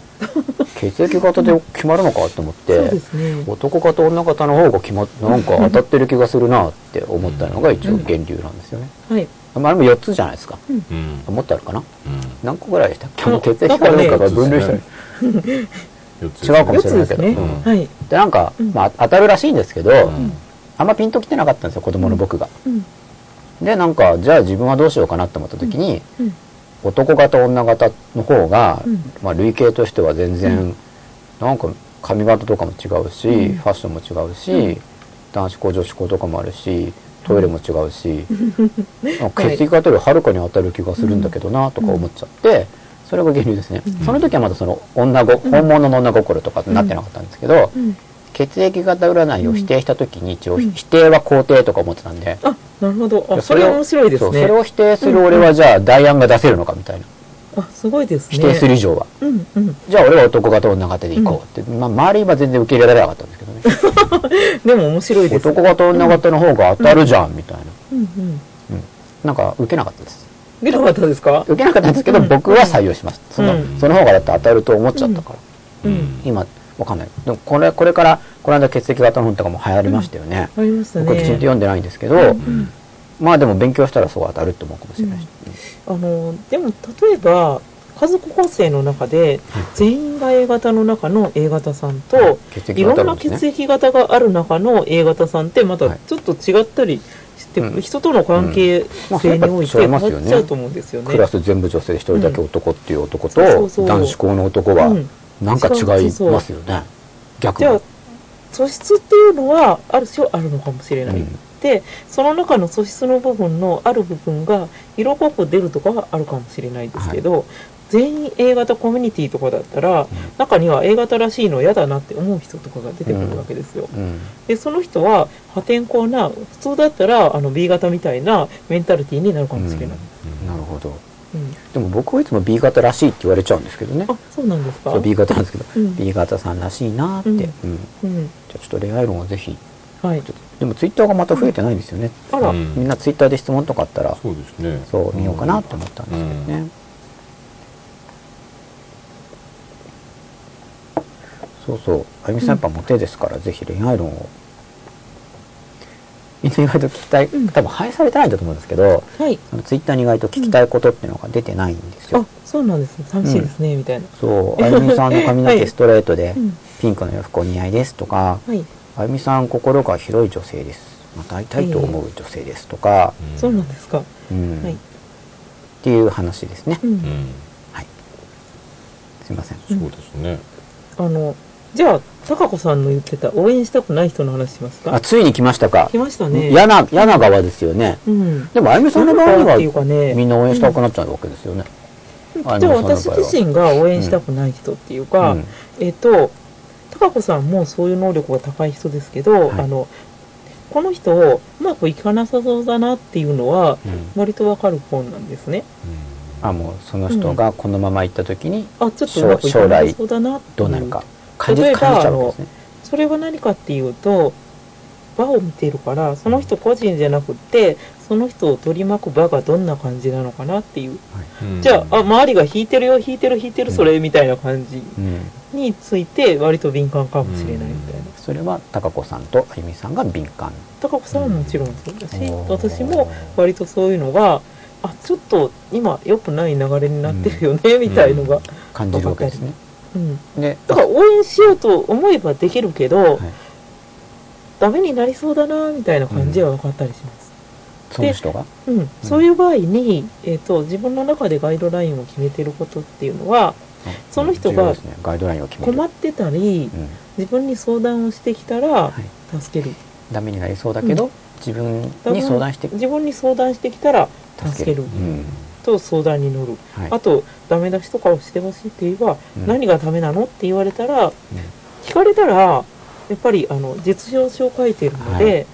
Speaker 2: 血液型で決まるのかと思っ
Speaker 3: そう
Speaker 2: て
Speaker 3: ですね
Speaker 2: 男型女型の方が決まっなんか当たってる気がするなって思ったのが一応源流なんですよね、
Speaker 3: はい
Speaker 2: まあ、あれも4つじゃないですか
Speaker 1: うん
Speaker 2: もっとあるかな
Speaker 1: うん
Speaker 2: 何個ぐらいでしたっけ
Speaker 3: あ
Speaker 2: もう血液型なんかが分類したり、
Speaker 1: 四つ
Speaker 2: 違うかも
Speaker 3: 4
Speaker 2: しれな
Speaker 3: つ
Speaker 2: いけ
Speaker 3: です
Speaker 2: ど、
Speaker 3: ね、
Speaker 1: うん
Speaker 3: はい、
Speaker 2: でなんか、
Speaker 3: うん
Speaker 2: まあ、当たるらしいんですけど、
Speaker 1: うん
Speaker 2: あんまピンときてなかったんですよ子供の僕が、
Speaker 3: うん
Speaker 2: でなんかじゃあ自分はどうしようかなって思った時に、
Speaker 3: うん
Speaker 2: 男型女型の方が、
Speaker 3: うん
Speaker 2: まあ、類型としては全然、
Speaker 3: う
Speaker 2: なんか髪型とかも違うし、
Speaker 3: うん
Speaker 2: ファッションも違うし、
Speaker 3: うん
Speaker 2: 男子校女子校とかもあるしトイレも違うし、なんか
Speaker 3: はい
Speaker 2: 血液型よりはるかに当たる気がするんだけどなとか思っちゃって。それが原理ですね、その時はまだその女ご本物の女心とかになってなかったんですけど、
Speaker 3: うん
Speaker 2: 血液型占いを否定した時に一応
Speaker 3: うん
Speaker 2: 否定は肯定とか思ってたんで、
Speaker 3: あなるほど
Speaker 2: いや
Speaker 3: あそれ
Speaker 2: を
Speaker 3: 面白いです
Speaker 2: そう
Speaker 3: ね
Speaker 2: それを否定する俺はじゃあ代案が出せるのかみたいな
Speaker 3: あすごいですね
Speaker 2: 否定する以上は、
Speaker 3: うんうん
Speaker 2: じゃあ俺は男型女型でいこうって、まあ、周りは全然受け入れられなかったんですけどね
Speaker 3: でも面白いです
Speaker 2: 男型女型の方が当たるじゃんみたいな、
Speaker 3: うんうん
Speaker 2: うんなんか受けなかったです
Speaker 3: 出なかったですか
Speaker 2: 受けなかったんですけど、
Speaker 3: うん
Speaker 2: 僕は採用しましたその,、
Speaker 3: うん
Speaker 2: その方がだって当たると思っちゃったから、
Speaker 3: うん
Speaker 2: 今わかんないでもこれこれからこの間血液型の本とかも流行りましたよね、
Speaker 3: ありましたね
Speaker 2: 僕はきちんと読んでないんですけど、
Speaker 3: うん
Speaker 2: まあでも勉強したらそう当たると思うかもしれないし、
Speaker 3: あのでも例えば家族構成の中で全員が A 型の中の A 型さんと
Speaker 2: 血
Speaker 3: い
Speaker 2: 液が当
Speaker 3: ろ
Speaker 2: たる
Speaker 3: んなん
Speaker 2: ですね
Speaker 3: 血液型がある中の A 型さんってまた
Speaker 2: はい
Speaker 3: ちょっと違ったりして、
Speaker 2: うん
Speaker 3: 人との関係
Speaker 2: まあ
Speaker 3: 性において
Speaker 2: やっ
Speaker 3: 変
Speaker 2: ぱ
Speaker 3: わ
Speaker 2: 違いますよ
Speaker 3: っ
Speaker 2: ね
Speaker 3: ちゃうと思うんですよね。
Speaker 2: クラス全部女性で一人だけ男っていう男
Speaker 3: うんそ
Speaker 2: と
Speaker 3: うそう
Speaker 2: 男子校の男は
Speaker 3: うん
Speaker 2: なんか違いますよね逆
Speaker 3: じゃあ
Speaker 2: に
Speaker 3: 素質っていうのはある種あるのかもしれない、
Speaker 2: うん
Speaker 3: でその中の素質の部分のある部分が色濃く出るとかはあるかもしれないですけど、全員 A 型コミュニティとかだったら、中には A 型らしいの嫌だなって思う人とかが出てくるわけですよ、
Speaker 2: うん
Speaker 3: でその人は破天荒な普通だったらあの B 型みたいなメンタリティになるかもしれない、
Speaker 2: なるほど
Speaker 3: うん
Speaker 2: でも僕はいつも B 型らしいって言われちゃうんですけどね
Speaker 3: あそうなんですか
Speaker 2: そう B 型なんですけど
Speaker 3: うん
Speaker 2: B 型さんらしいなってうん
Speaker 3: うん
Speaker 2: じゃ
Speaker 3: うん
Speaker 2: あちょっと恋愛論をぜひ
Speaker 3: はい
Speaker 2: ちょっとでもツイッターがまた増えてないんですよね
Speaker 3: あら、
Speaker 1: うん
Speaker 2: みんなツイッターで質問とかあったら
Speaker 1: そうですね
Speaker 2: そう見ようかなと思ったんですけどね、そうそうあゆみさんやっぱモテですから、ぜひ恋愛論をみんな意外と聞きたい、
Speaker 3: うん
Speaker 2: 多分配信されてないんだと思うんですけど
Speaker 3: はい
Speaker 2: あのツイッターに意外と聞きたいことっていうのが出てないんですよ、
Speaker 3: あそうなんですね寂しいですね、みたいな
Speaker 2: そうあゆみさんの髪の
Speaker 3: [LAUGHS] は
Speaker 2: 毛
Speaker 3: い
Speaker 2: ストレートで、
Speaker 3: うん
Speaker 2: ピンクの洋服お似合いですとか、
Speaker 3: はい
Speaker 2: あゆみさん心が広い女性ですまた会いたいと思う女性ですとか、
Speaker 3: そうなんですか。
Speaker 2: うん
Speaker 3: はい
Speaker 2: っ。ていう話ですね、
Speaker 3: うん。
Speaker 2: はい。すいません。
Speaker 1: うんそうですね
Speaker 3: あの、じゃあ、たかこさんの言ってた応援したくない人の話します
Speaker 2: あ、
Speaker 3: か
Speaker 2: ついに来ましたか
Speaker 3: 来。ましたね。
Speaker 2: やな、柳川ですよね。
Speaker 3: うん。
Speaker 2: でも、あゆみさんの場合に
Speaker 3: っていう
Speaker 2: は、
Speaker 3: かね、
Speaker 2: みんな応援したくなっちゃうわけですよね。あ
Speaker 3: じゃあ
Speaker 2: 皆
Speaker 3: 私
Speaker 2: さんの場合は
Speaker 3: 自身が応援したくない人っていうか、
Speaker 2: うん
Speaker 3: えっと、たかこさんもそういう能力が高い人ですけど、
Speaker 2: はい
Speaker 3: あの、この人をうまくいかなさそうだなっていうのは、割とわかる本なんですね。
Speaker 2: あ、もう、その人がこのまま行った時に、
Speaker 3: あ、ちょっとうまくいかなさそうだなっていう。
Speaker 2: どうなるか。感じ、
Speaker 3: 例えば
Speaker 2: 感じちゃうわけですね。
Speaker 3: それは何かっていうと場を見てるからその人個人じゃなくってその人を取り巻く場がどんな感じなのかなっていう、じゃああ周りが引いてるよ引いてる引いてるそれみたいな感じ
Speaker 2: うん。
Speaker 3: について割と敏感かもしれないみたいな、
Speaker 1: うん
Speaker 2: それは、高子さんとあゆみさんが敏感。
Speaker 3: 高子さんはもちろんそうだし、
Speaker 2: うん
Speaker 3: 私も割とそういうのがあちょっと今良くない流れになってるよね、みたいのが、
Speaker 2: 感じるわけですね。
Speaker 3: うん、
Speaker 2: で、
Speaker 3: だから応援しようと思えばできるけど、
Speaker 2: はい
Speaker 3: ダメになりそうだなみたいな感じは分かったりします、
Speaker 2: その人が。
Speaker 3: うん、そういう場合に、えー、と自分の中でガイドラインを決めてることっていうのはその人が
Speaker 2: 重要ですねガイドラインを決める。
Speaker 3: 困ってたり
Speaker 2: うん
Speaker 3: 自分に相談をしてきたら助ける
Speaker 2: ダメになりそうだけど、
Speaker 3: う
Speaker 2: 自分に相談して
Speaker 3: 自分に相談してきたら助
Speaker 2: 助
Speaker 3: け
Speaker 2: け
Speaker 3: る
Speaker 2: るうん
Speaker 3: と相談に乗る、
Speaker 2: はい
Speaker 3: あとダメ出しとかをしてほしいって言えば、
Speaker 2: うん
Speaker 3: 何がダメなのって言われたら、聞かれたらやっぱりあの実証書を書いてるので、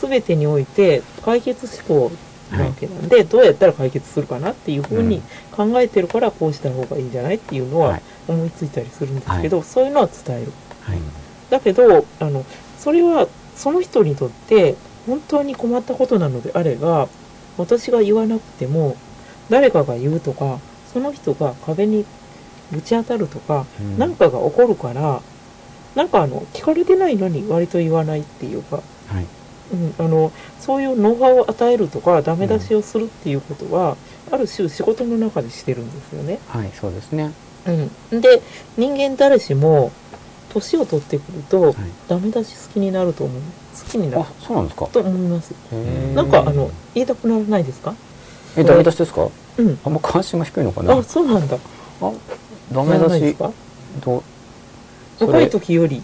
Speaker 2: は
Speaker 3: 全てにおいて解決思考なわけなんで、どうやったら解決するかなっていうふうに考えてるからこうした方がいいんじゃないっていうの
Speaker 2: は
Speaker 3: はい思いついたりするんですけど、そういうのは伝える。
Speaker 2: はい
Speaker 3: だけどあのそれはその人にとって本当に困ったことなのであれば私が言わなくても誰かが言うとかその人が壁にぶち当たるとか
Speaker 2: うん
Speaker 3: 何かが起こるからなんかあの聞かれてないのに割と言わないっていうか、
Speaker 2: はい
Speaker 3: うん、あのそういうノウハウを与えるとかダメ出しをするっていうことは、ある種仕事の中でしてるんですよね。
Speaker 2: はい、そうですね。
Speaker 3: うん、で人間誰しも年を取ってくると、
Speaker 2: はい
Speaker 3: ダメ出し好きになると思う好きになる
Speaker 2: あ、そうなんですか。
Speaker 3: と思います
Speaker 2: へー
Speaker 3: なんかあの言いたくならないですか
Speaker 2: え、ダメ出しですか。
Speaker 3: うん
Speaker 2: あんま関心が低いのかな。
Speaker 3: あそうなんだ
Speaker 2: あダ
Speaker 3: ならな
Speaker 2: メ
Speaker 3: いで
Speaker 2: 出し
Speaker 3: す。か
Speaker 2: どう。それ
Speaker 3: 若い時より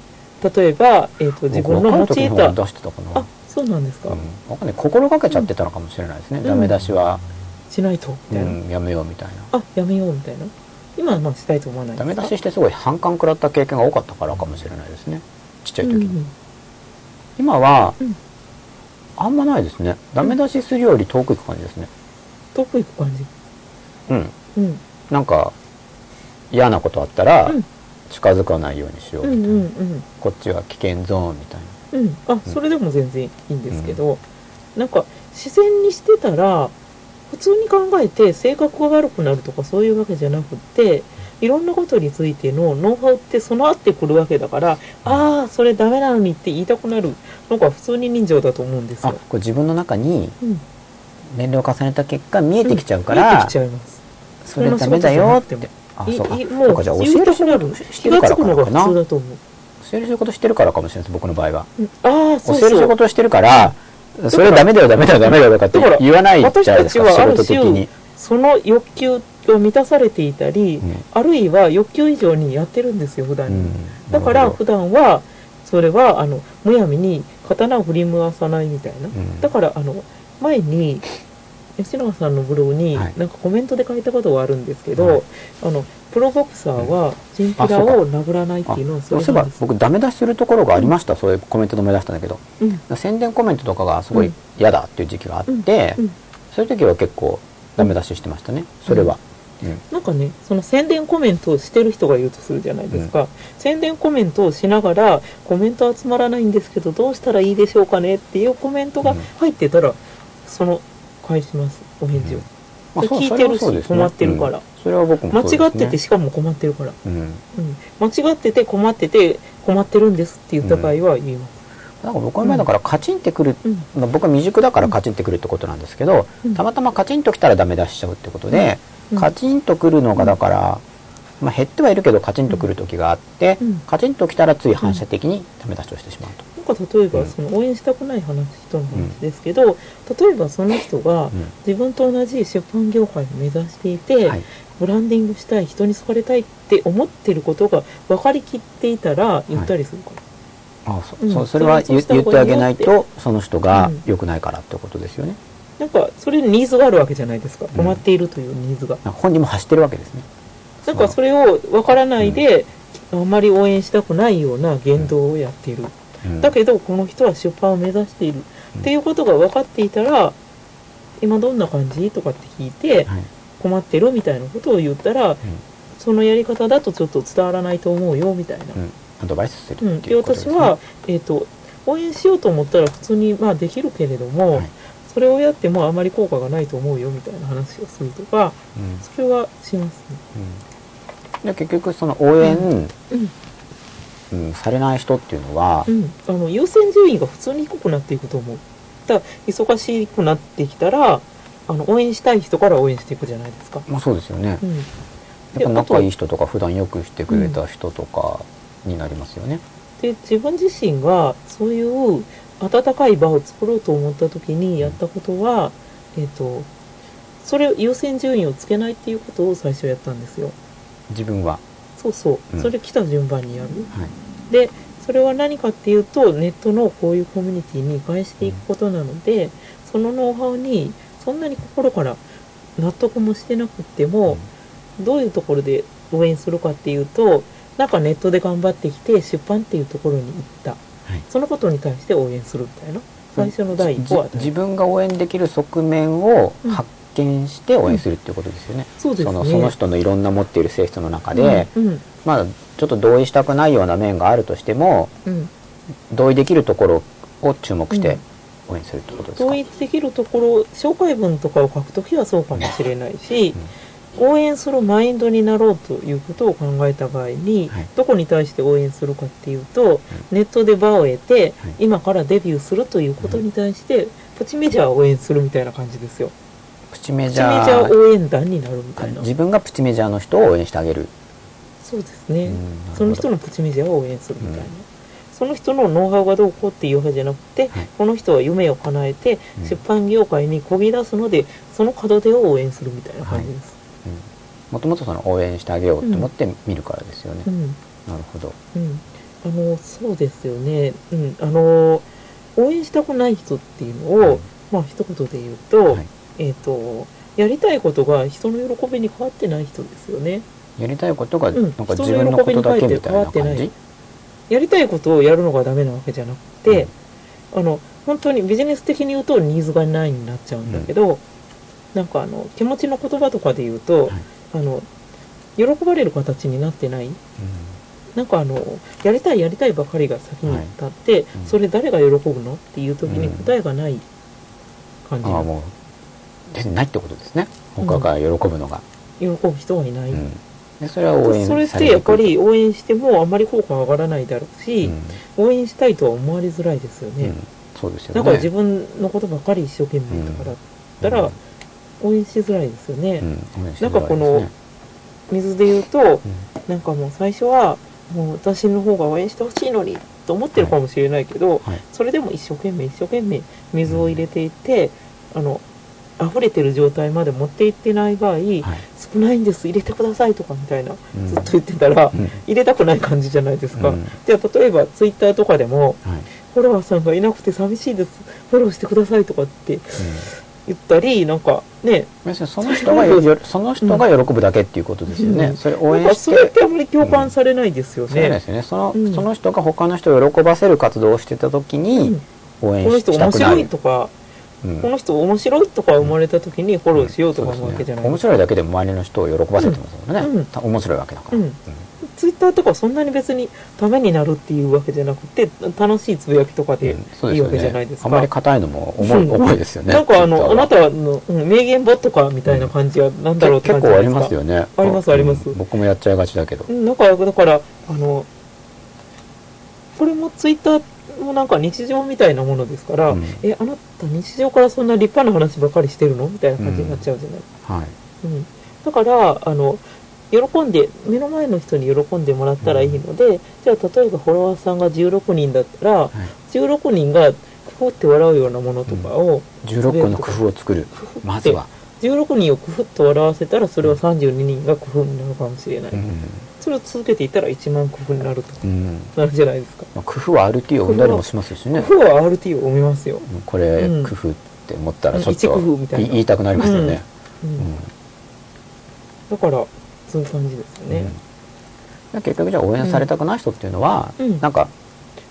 Speaker 3: 例えば、えー、と自分の用い
Speaker 2: 僕若い時の方が
Speaker 3: た
Speaker 2: 出してたかな
Speaker 3: あ。そうなんですか、
Speaker 2: うん、わかんない。心がけちゃってたのかもしれないですね。
Speaker 3: ん
Speaker 2: ダメ出しは、
Speaker 3: しないとみ
Speaker 2: う
Speaker 3: たいな、
Speaker 2: ん、やめようみたいな。
Speaker 3: あやめようみたいな今はまあしたいと思わない
Speaker 2: ダ
Speaker 3: で
Speaker 2: メ
Speaker 3: すか
Speaker 2: 出ししてすごい反感食らった経験が多かったからかもしれないですね。ちっちゃい時
Speaker 3: うん
Speaker 2: に。
Speaker 3: うん
Speaker 2: 今は、
Speaker 3: うん
Speaker 2: あんまないですね。ダメ出しするより遠く行く感じですね。
Speaker 3: 遠く行く感じ
Speaker 2: うん。
Speaker 3: うん
Speaker 2: なんか嫌なことあったら
Speaker 3: うん
Speaker 2: 近づかないようにしよう
Speaker 3: う
Speaker 2: み
Speaker 3: ん
Speaker 2: たいな、
Speaker 3: うんうん
Speaker 2: こっちは危険ゾーンみたいな
Speaker 3: うん、あそれでも全然いいんですけど、なんか自然にしてたら普通に考えて性格が悪くなるとかそういうわけじゃなくっていろんなことについてのノウハウって備わってくるわけだからああそれダメなのにって言いたくなるのが普通に人情だと思うんです
Speaker 2: あ
Speaker 3: よ
Speaker 2: こ。れ自分の中に
Speaker 3: うん、
Speaker 2: 年齢を重ねた結果見えてきちゃうか
Speaker 3: 見え
Speaker 2: ら、
Speaker 3: てきちゃいます。
Speaker 2: それダメだよっ
Speaker 3: こ
Speaker 2: て
Speaker 3: の仕事じゃなくても
Speaker 2: あ
Speaker 3: い
Speaker 2: そうか
Speaker 3: い
Speaker 2: そうかじゃあ教える仕事して
Speaker 3: 気
Speaker 2: る
Speaker 3: が
Speaker 2: か
Speaker 3: つ
Speaker 2: ら
Speaker 3: く
Speaker 2: か
Speaker 3: のが
Speaker 2: な
Speaker 3: 普通だと思う。
Speaker 2: 教える仕事してるからかもしれないです僕の場合は
Speaker 3: うんああ、そう
Speaker 2: 教える仕
Speaker 3: そう。
Speaker 2: 事してるからそれダメだよダメだよダメだよとかって
Speaker 3: だから
Speaker 2: 言わないじゃ
Speaker 3: 私
Speaker 2: ない
Speaker 3: た
Speaker 2: です
Speaker 3: ち
Speaker 2: か
Speaker 3: はあ
Speaker 2: 仕
Speaker 3: る
Speaker 2: 事的に
Speaker 3: 種、その欲求を満たされていたり、
Speaker 2: うん
Speaker 3: あるいは欲求以上にやってるんですよ、普段
Speaker 2: う
Speaker 3: に。
Speaker 2: ん、
Speaker 3: だか
Speaker 2: な
Speaker 3: ら
Speaker 2: るほ
Speaker 3: 普段はそれはあのむやみに刀を振り回さないみたいな、
Speaker 2: ん
Speaker 3: だからあの前に吉永さんのブログに
Speaker 2: はい
Speaker 3: なんかコメントで書いたことがあるんですけど、
Speaker 2: はい
Speaker 3: あのプロボクサーはチンピ
Speaker 2: あそ
Speaker 3: ラ
Speaker 2: うか
Speaker 3: を殴らないっていうのは
Speaker 2: どそういえ
Speaker 3: れな
Speaker 2: ば
Speaker 3: んです
Speaker 2: 僕ダメ出しするところがありました、そういうコメントで思い出したんだけど
Speaker 3: うん
Speaker 2: 宣伝コメントとかがすご
Speaker 3: う
Speaker 2: い
Speaker 3: ん
Speaker 2: 嫌だっていう時期があって、
Speaker 3: うんうん
Speaker 2: そういう時は結構ダメ出ししてましたねそれは、うん
Speaker 3: なんかねその宣伝コメントをしてる人がいるとするじゃないですか、宣伝コメントをしながらコメント集まらないんですけどどうしたらいいでしょうかねっていうコメントが入ってたら、その返しますお返事を。
Speaker 2: うんまあそう
Speaker 3: 聞い
Speaker 2: そ
Speaker 3: て
Speaker 2: れ
Speaker 3: る
Speaker 2: は
Speaker 3: し
Speaker 2: そうですね
Speaker 3: 困ってるから
Speaker 2: うんそれは僕もそうですね
Speaker 3: 間違っててしかも困ってるから、
Speaker 2: うん、
Speaker 3: うん、間違ってて困ってて困ってるんですって言った場合は言います、
Speaker 2: なんか僕の前だからカチンってくる、
Speaker 3: うん
Speaker 2: まあ僕は未熟だからカチンってくるってことなんですけど、
Speaker 3: うん
Speaker 2: たまたまカチンときたらダメ出しちゃうってことで、
Speaker 3: うん
Speaker 2: カチンとくるのがだから、まあ、減ってはいるけどカチンとくる時があって、
Speaker 3: うん
Speaker 2: カチンときたらつい反射的にダメ出しをしてしまうと。
Speaker 3: なんか例え
Speaker 2: う
Speaker 3: ば
Speaker 2: ん
Speaker 3: その応援したくない話人の話ですけど、例えばその人が
Speaker 2: うん
Speaker 3: 自分と同じ出版業界を目指していて、
Speaker 2: はい
Speaker 3: ブランディングしたい人に好かれたいって思ってることが分かりきっていたら言ったりするか
Speaker 2: あそ,、
Speaker 3: うん
Speaker 2: そそれは
Speaker 3: そう
Speaker 2: 言
Speaker 3: した
Speaker 2: 言っ
Speaker 3: 方が
Speaker 2: てあげない
Speaker 3: いいよ
Speaker 2: とその人が
Speaker 3: うん
Speaker 2: 良くないからってことですよね、
Speaker 3: ら、なんかそれにニーズがあるわけじゃないですか困っているというニーズが、
Speaker 2: なんか本人も走ってるわけですね
Speaker 3: なんかそれを分からないで、あんまり応援したくないような言動をやっている、
Speaker 2: うん
Speaker 3: だけどこの人は出版を目指している、
Speaker 2: うん
Speaker 3: っていうことが分かっていたら今どんな感じとかって聞いて
Speaker 2: はい
Speaker 3: 困ってるみたいなことを言ったら、そのやり方だとちょっと伝わらないと思うよみたいな、
Speaker 2: うん、アドバイスす
Speaker 3: う
Speaker 2: る
Speaker 3: ん、
Speaker 2: って
Speaker 3: で
Speaker 2: いうことで
Speaker 3: 私
Speaker 2: すね、
Speaker 3: は、えっと応援しようと思ったら普通にまあできるけれども、
Speaker 2: はい
Speaker 3: それをやってもあまり効果がないと思うよみたいな話をするとか
Speaker 2: うん
Speaker 3: それはしますね。
Speaker 2: で結局その応援、
Speaker 3: うん
Speaker 2: うんされない人っていうのは、
Speaker 3: うん、あの優先順位が普通に低くなっていくと思うだから忙しくなってきたらあの応援したい人から応援していくじゃないですか、
Speaker 2: まあそうですよね
Speaker 3: う、ん、
Speaker 2: やっぱ仲いい人とか普段よくしてくれた人とかになりますよね、
Speaker 3: で自分自身がそういう温かい場を作ろうと思った時にやったことは、えっとそれを優先順位をつけないっていうことを最初やったんですよ
Speaker 2: 自分は、
Speaker 3: そうそう、
Speaker 2: うん
Speaker 3: それ来た順番にやる
Speaker 2: はい
Speaker 3: でそれは何かっていうとネットのこういうコミュニティに返していくことなので、そのノウハウにそんなに心から納得もしてなくっても、どういうところで応援するかっていうとなんかネットで頑張ってきて出版っていうところに行った、
Speaker 2: い
Speaker 3: そのことに対して応援するみたいな最初の第一歩は
Speaker 2: じ自分が応援できる側面を発見して応援するっていうことですよね、
Speaker 3: そうです
Speaker 2: そ
Speaker 3: ね
Speaker 2: のその人のいろんな持っている性質の中で、
Speaker 3: うんうん
Speaker 2: まあちょっと同意したくないような面があるとしても
Speaker 3: うん
Speaker 2: 同意できるところを注目して応援するってことですか、
Speaker 3: 同意できるところ紹介文とかを書くときはそうかもしれないし、応援するマインドになろうということを考えた場合に、
Speaker 2: はい
Speaker 3: どこに対して応援するかっていうと、ネットで場を得て、
Speaker 2: はい
Speaker 3: 今からデビューするということに対して、プチメジャーを応援するみたいな感じですよ。
Speaker 2: プチメ
Speaker 3: プ
Speaker 2: ジ
Speaker 3: チメ
Speaker 2: ャ
Speaker 3: ジャ
Speaker 2: ー
Speaker 3: ー応援団になるみたいな。
Speaker 2: 自分がプチメジャーの人を応援してあげる、
Speaker 3: そうですね。
Speaker 2: うんなるほど
Speaker 3: その人のプチメジャーを応援するみたいな。
Speaker 2: うん
Speaker 3: その人のノウハウがどうこうっていうわけじゃなくて、
Speaker 2: はい
Speaker 3: この人は夢を叶えて、
Speaker 2: うん
Speaker 3: 出版業界にこぎ出すので、その門出を応援するみたいな感じです。
Speaker 2: うんもともとその応援してあげようと思って見るからですよね、
Speaker 3: うん
Speaker 2: なるほど、
Speaker 3: うん、あのそうですよね、うん、あの応援したくない人っていうのを、
Speaker 2: はい
Speaker 3: まあ一言で言うと,、
Speaker 2: はい
Speaker 3: えっとやりたいことが人の喜びに変わってない人ですよね
Speaker 2: やりたいことが
Speaker 3: うん
Speaker 2: なんか自分のことだけみたいな感
Speaker 3: 人の喜びに変えて変わってない
Speaker 2: じ、
Speaker 3: やりたいことをやるのがダメなわけじゃなくて、あの本当にビジネス的に言うとニーズがないになっちゃうんだけど、なんかあの気持ちの言葉とかで言う
Speaker 2: は
Speaker 3: と、
Speaker 2: い
Speaker 3: あの喜ばれる形になってない
Speaker 2: うん
Speaker 3: なんかあのやりたいやりたいばかりが先に立って、
Speaker 2: うん
Speaker 3: それ誰が喜ぶのっていう時に答えがない感じ
Speaker 2: あ
Speaker 3: が、
Speaker 2: あもう別にないってことですね他が喜ぶのが、
Speaker 3: 喜ぶ人はいない、
Speaker 2: うんでそれは応援
Speaker 3: それっ
Speaker 2: され
Speaker 3: てやっぱ
Speaker 2: くる
Speaker 3: り応援してもあんまり効果上がらないだろうし
Speaker 2: う、ん
Speaker 3: 応援したいとは思われづらいですよね、
Speaker 2: うんそうですよね
Speaker 3: なんか自分のことばかり一生懸命だから、だったら応援しづらいですよね、
Speaker 2: うんうん応援し
Speaker 3: な
Speaker 2: づ
Speaker 3: ん
Speaker 2: らい
Speaker 3: か
Speaker 2: ですね
Speaker 3: この水で言うと、なんかもう最初はもう私の方が応援してほしいのにと思ってるかもしれないけど、
Speaker 2: はい
Speaker 3: それでも一生懸命一生懸命水を入れていって、あの溢れてる状態まで持っていってない場合、
Speaker 2: はい
Speaker 3: 少ないんです入れてくださいとかみたいな、
Speaker 2: うん
Speaker 3: ずっと言ってたら、
Speaker 2: うん
Speaker 3: 入れたくない感じじゃないですか、
Speaker 2: うん
Speaker 3: じゃあ例えばツイッターとかでも
Speaker 2: はい
Speaker 3: フォロワーさんがいなくて寂しいですフォローしてくださいとかって言ったりなんかね
Speaker 2: 別にその人がよよその人が喜ぶだけっていうことですよね、
Speaker 3: うん
Speaker 2: それ応
Speaker 3: なん
Speaker 2: 援
Speaker 3: か
Speaker 2: し
Speaker 3: それっててあまり共感されないですよ
Speaker 2: そうで
Speaker 3: ね。
Speaker 2: すよねその,、
Speaker 3: うん
Speaker 2: その人が他の人を喜ばせる活動をしてた時に応援
Speaker 3: この
Speaker 2: し
Speaker 3: 人
Speaker 2: した
Speaker 3: 面
Speaker 2: くな
Speaker 3: 白い
Speaker 2: る、
Speaker 3: とか、
Speaker 2: うん
Speaker 3: この人面白いとか生まれた時にフォローしようとか思うわけじゃない、
Speaker 2: 面白いだけでも周りの人を喜ばせてますもんね、
Speaker 3: うん
Speaker 2: た面白いわけだから、
Speaker 3: うんツイッターとかそんなに別にためになるっていうわけじゃなくて楽しいつぶやきとかで
Speaker 2: そう
Speaker 3: い
Speaker 2: です
Speaker 3: いわ
Speaker 2: よ
Speaker 3: けじゃな
Speaker 2: ね
Speaker 3: いです
Speaker 2: あ
Speaker 3: か。
Speaker 2: まり硬いのも重い,、
Speaker 3: うん
Speaker 2: 重いですよね
Speaker 3: なんかあ
Speaker 2: Twitter
Speaker 3: の、
Speaker 2: は
Speaker 3: あなたの、うん名言ボットかみたいな感じはなんだろうって
Speaker 2: 結構
Speaker 3: 感じじ
Speaker 2: あり
Speaker 3: ゃないですか。
Speaker 2: ますよね
Speaker 3: ありますあります
Speaker 2: うん僕もやっちゃいがちだけど、
Speaker 3: うん。なんか、だから、あの、これもツイッターもなんか日常みたいなものですから、
Speaker 2: うん
Speaker 3: え、あなた日常からそんな立派な話ばかりしてるのみたいな感じになっちゃうじゃない
Speaker 2: はい
Speaker 3: うん、だからあの喜んで目の前の人に喜んでもらったらいいので、じゃあ例えばフォロワーさんが16人だったら、16人がクフって笑うようなものとかを、
Speaker 2: 16個の工夫を作る
Speaker 3: 工夫って
Speaker 2: まずは、
Speaker 3: 16人をクフッと笑わせたらそれは32人が工夫になるかもしれない、
Speaker 2: うん
Speaker 3: それを続けていたら1万工夫になるとか
Speaker 2: うん
Speaker 3: なるじゃないですか
Speaker 2: まあ工夫は RT を生んだりもしますし
Speaker 3: 工
Speaker 2: ね
Speaker 3: 夫は RT を埋めますよ、
Speaker 2: うんこれ
Speaker 3: うん
Speaker 2: 工夫って思ったらちょっ
Speaker 3: 一工
Speaker 2: と
Speaker 3: 夫みたい
Speaker 2: い
Speaker 3: な
Speaker 2: 言いたくなりますよね、
Speaker 3: う
Speaker 2: うんん
Speaker 3: だからそういう感じですよね、
Speaker 2: うん結局じゃあ応援されたくない人っていうのは、
Speaker 3: うん
Speaker 2: なんか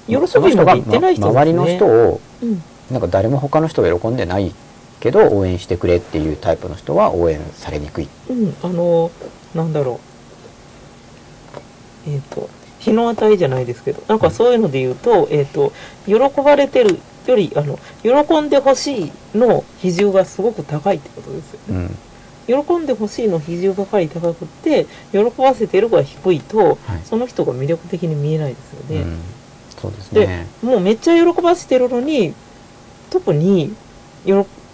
Speaker 3: 喜び
Speaker 2: その人が
Speaker 3: まで行ってない人ですね
Speaker 2: ま周りの人を
Speaker 3: うん
Speaker 2: なんか誰も他の人が喜んでないけど応援してくれっていうタイプの人は応援されにくい、
Speaker 3: うん、あの、なんだろう。えっ、と、日の値じゃないですけど、なんかそういうので言うと、えっ、と、喜ばれてるより、あの、喜んでほしいの比重がすごく高いってことですよね。
Speaker 2: うん
Speaker 3: 喜んでほしいの比重ばかり高くって、喜ばせてるが低いと、
Speaker 2: はい
Speaker 3: その人が魅力的に見えないですよね。
Speaker 2: うんそうです
Speaker 3: で
Speaker 2: ね
Speaker 3: もうめっちゃ喜ばせてるのに特に喜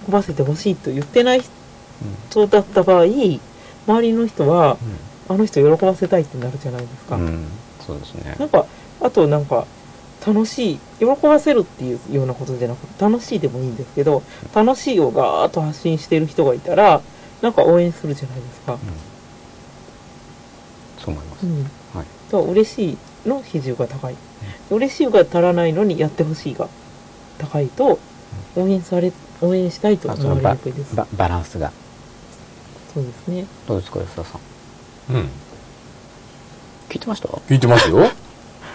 Speaker 3: ばせてほしいと言ってない人だった場合周りの人は、あの人喜ばせたいってなるじゃないです
Speaker 2: う
Speaker 3: か、
Speaker 2: ん、うんそうですね
Speaker 3: なんかあとなんか楽しい喜ばせるっていうようなことじゃなくて楽しいでもいいんですけど楽しいをガーッと発信してる人がいたらなんか応援するじゃないですか、
Speaker 2: そう思います、
Speaker 3: うん、だ
Speaker 2: はい
Speaker 3: から嬉しいの比重が高い嬉しいが足らないのにやってほしいが高いと応援され応援したいと
Speaker 2: あ
Speaker 3: 思
Speaker 2: その
Speaker 3: われ
Speaker 2: バ
Speaker 3: にくいです
Speaker 2: ババランスが
Speaker 3: そうですね
Speaker 2: どうですか安田さん
Speaker 1: うん。
Speaker 2: 聞いてました
Speaker 1: 聞いてますよ。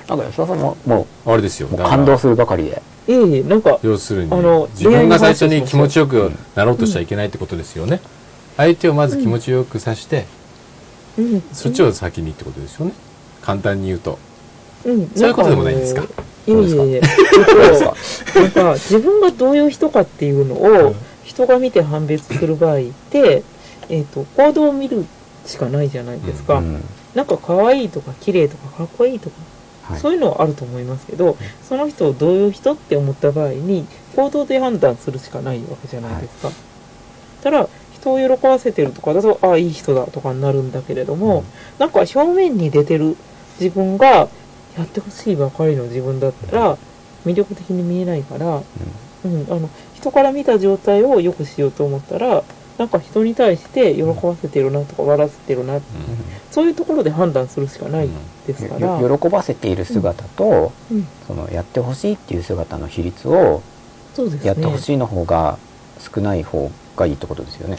Speaker 2: なんか安田さんもも
Speaker 1: あれですよ。
Speaker 2: うもう
Speaker 1: だから
Speaker 2: 感動するばかりで
Speaker 3: ええなんか
Speaker 1: 要するに
Speaker 3: あの
Speaker 1: 自分が最初に気持ちよくなろうとしちゃいけないってことですよね、相手をまず気持ちよくさして、
Speaker 3: うん
Speaker 1: そっちを先にってことですよね簡単に言うと
Speaker 3: うん
Speaker 1: そういうことでもないんですか
Speaker 3: いやいやいや
Speaker 2: か
Speaker 3: なんか自分がどういう人かっていうのを人が見て判別する場合って、えっと行動を見るしかないじゃないですか、
Speaker 2: うん
Speaker 3: なんか可愛いとか綺麗とかかっこいいとか
Speaker 2: はい
Speaker 3: そういうのはあると思いますけど、その人をどういう人って思った場合に、行動で判断するしかないわけじゃないですか。ただ、人を喜ばせてるとかだと、ああ、いい人だとかになるんだけれども、なんか表面に出てる自分が、やってほしいばかりの自分だったら、魅力的に見えないから、うん、あの、人から見た状態を良くしようと思ったら、なんか人に対して喜ばせてるなとか笑わせてるな、そういうところで判断するしかないですから。
Speaker 2: よよ喜ばせている姿と、
Speaker 3: うん
Speaker 2: そのやってほしいっていう姿の比率を
Speaker 3: そうですね。
Speaker 2: やってほしいの方が少ない方がいいってことですよね。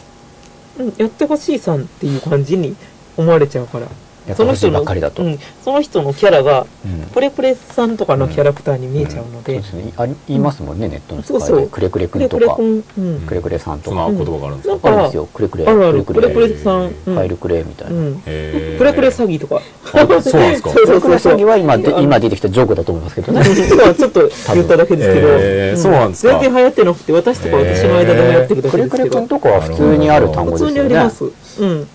Speaker 3: うん、やってほしいさんっていう感じに思われちゃうから。
Speaker 2: やってほしいばっかりだと。
Speaker 3: その人のうん、その人のキャラが、
Speaker 2: うん
Speaker 3: プレプレさんとかのキャラクターに見えちゃうので、
Speaker 2: うんそうですね。あり言いますもんね、ネットの世
Speaker 3: そう
Speaker 2: 界
Speaker 3: そ
Speaker 2: で
Speaker 3: う
Speaker 2: くれくれ
Speaker 3: ク
Speaker 2: く
Speaker 3: レ
Speaker 2: ん
Speaker 3: ク
Speaker 2: と
Speaker 3: レ
Speaker 2: か
Speaker 3: くん、うん
Speaker 2: くれくれさんと
Speaker 1: そ
Speaker 2: か
Speaker 1: の言葉があるんですか、
Speaker 3: う
Speaker 2: あ
Speaker 3: ん
Speaker 2: るんですよ。くれくれ
Speaker 3: あるある、
Speaker 2: く
Speaker 3: ク
Speaker 2: れ
Speaker 3: レ
Speaker 2: く
Speaker 3: ク
Speaker 2: れ
Speaker 3: レさん、うん、
Speaker 2: ファイルくれみたいな。
Speaker 3: うん、
Speaker 1: へー
Speaker 3: クレクレ詐欺とか。
Speaker 1: あそうなんですか
Speaker 3: [LAUGHS] そ
Speaker 2: く
Speaker 3: うそ
Speaker 2: れく
Speaker 3: うそ
Speaker 2: れ
Speaker 3: うそ
Speaker 2: 詐
Speaker 3: う
Speaker 2: 欺は今で今出てきたジョークだと思いますけどね。
Speaker 3: 今ちょっと言っただけですけど、
Speaker 1: へーそうなんですか
Speaker 3: 全然流行ってなくて、私とか私の間でもやってるだ
Speaker 2: く
Speaker 3: け
Speaker 2: れ
Speaker 3: です
Speaker 2: く
Speaker 3: け
Speaker 2: れく
Speaker 3: ど、
Speaker 2: んとかは普通にある単語で
Speaker 3: 普
Speaker 2: すよ
Speaker 3: 通
Speaker 2: ね。
Speaker 3: にあります。うん。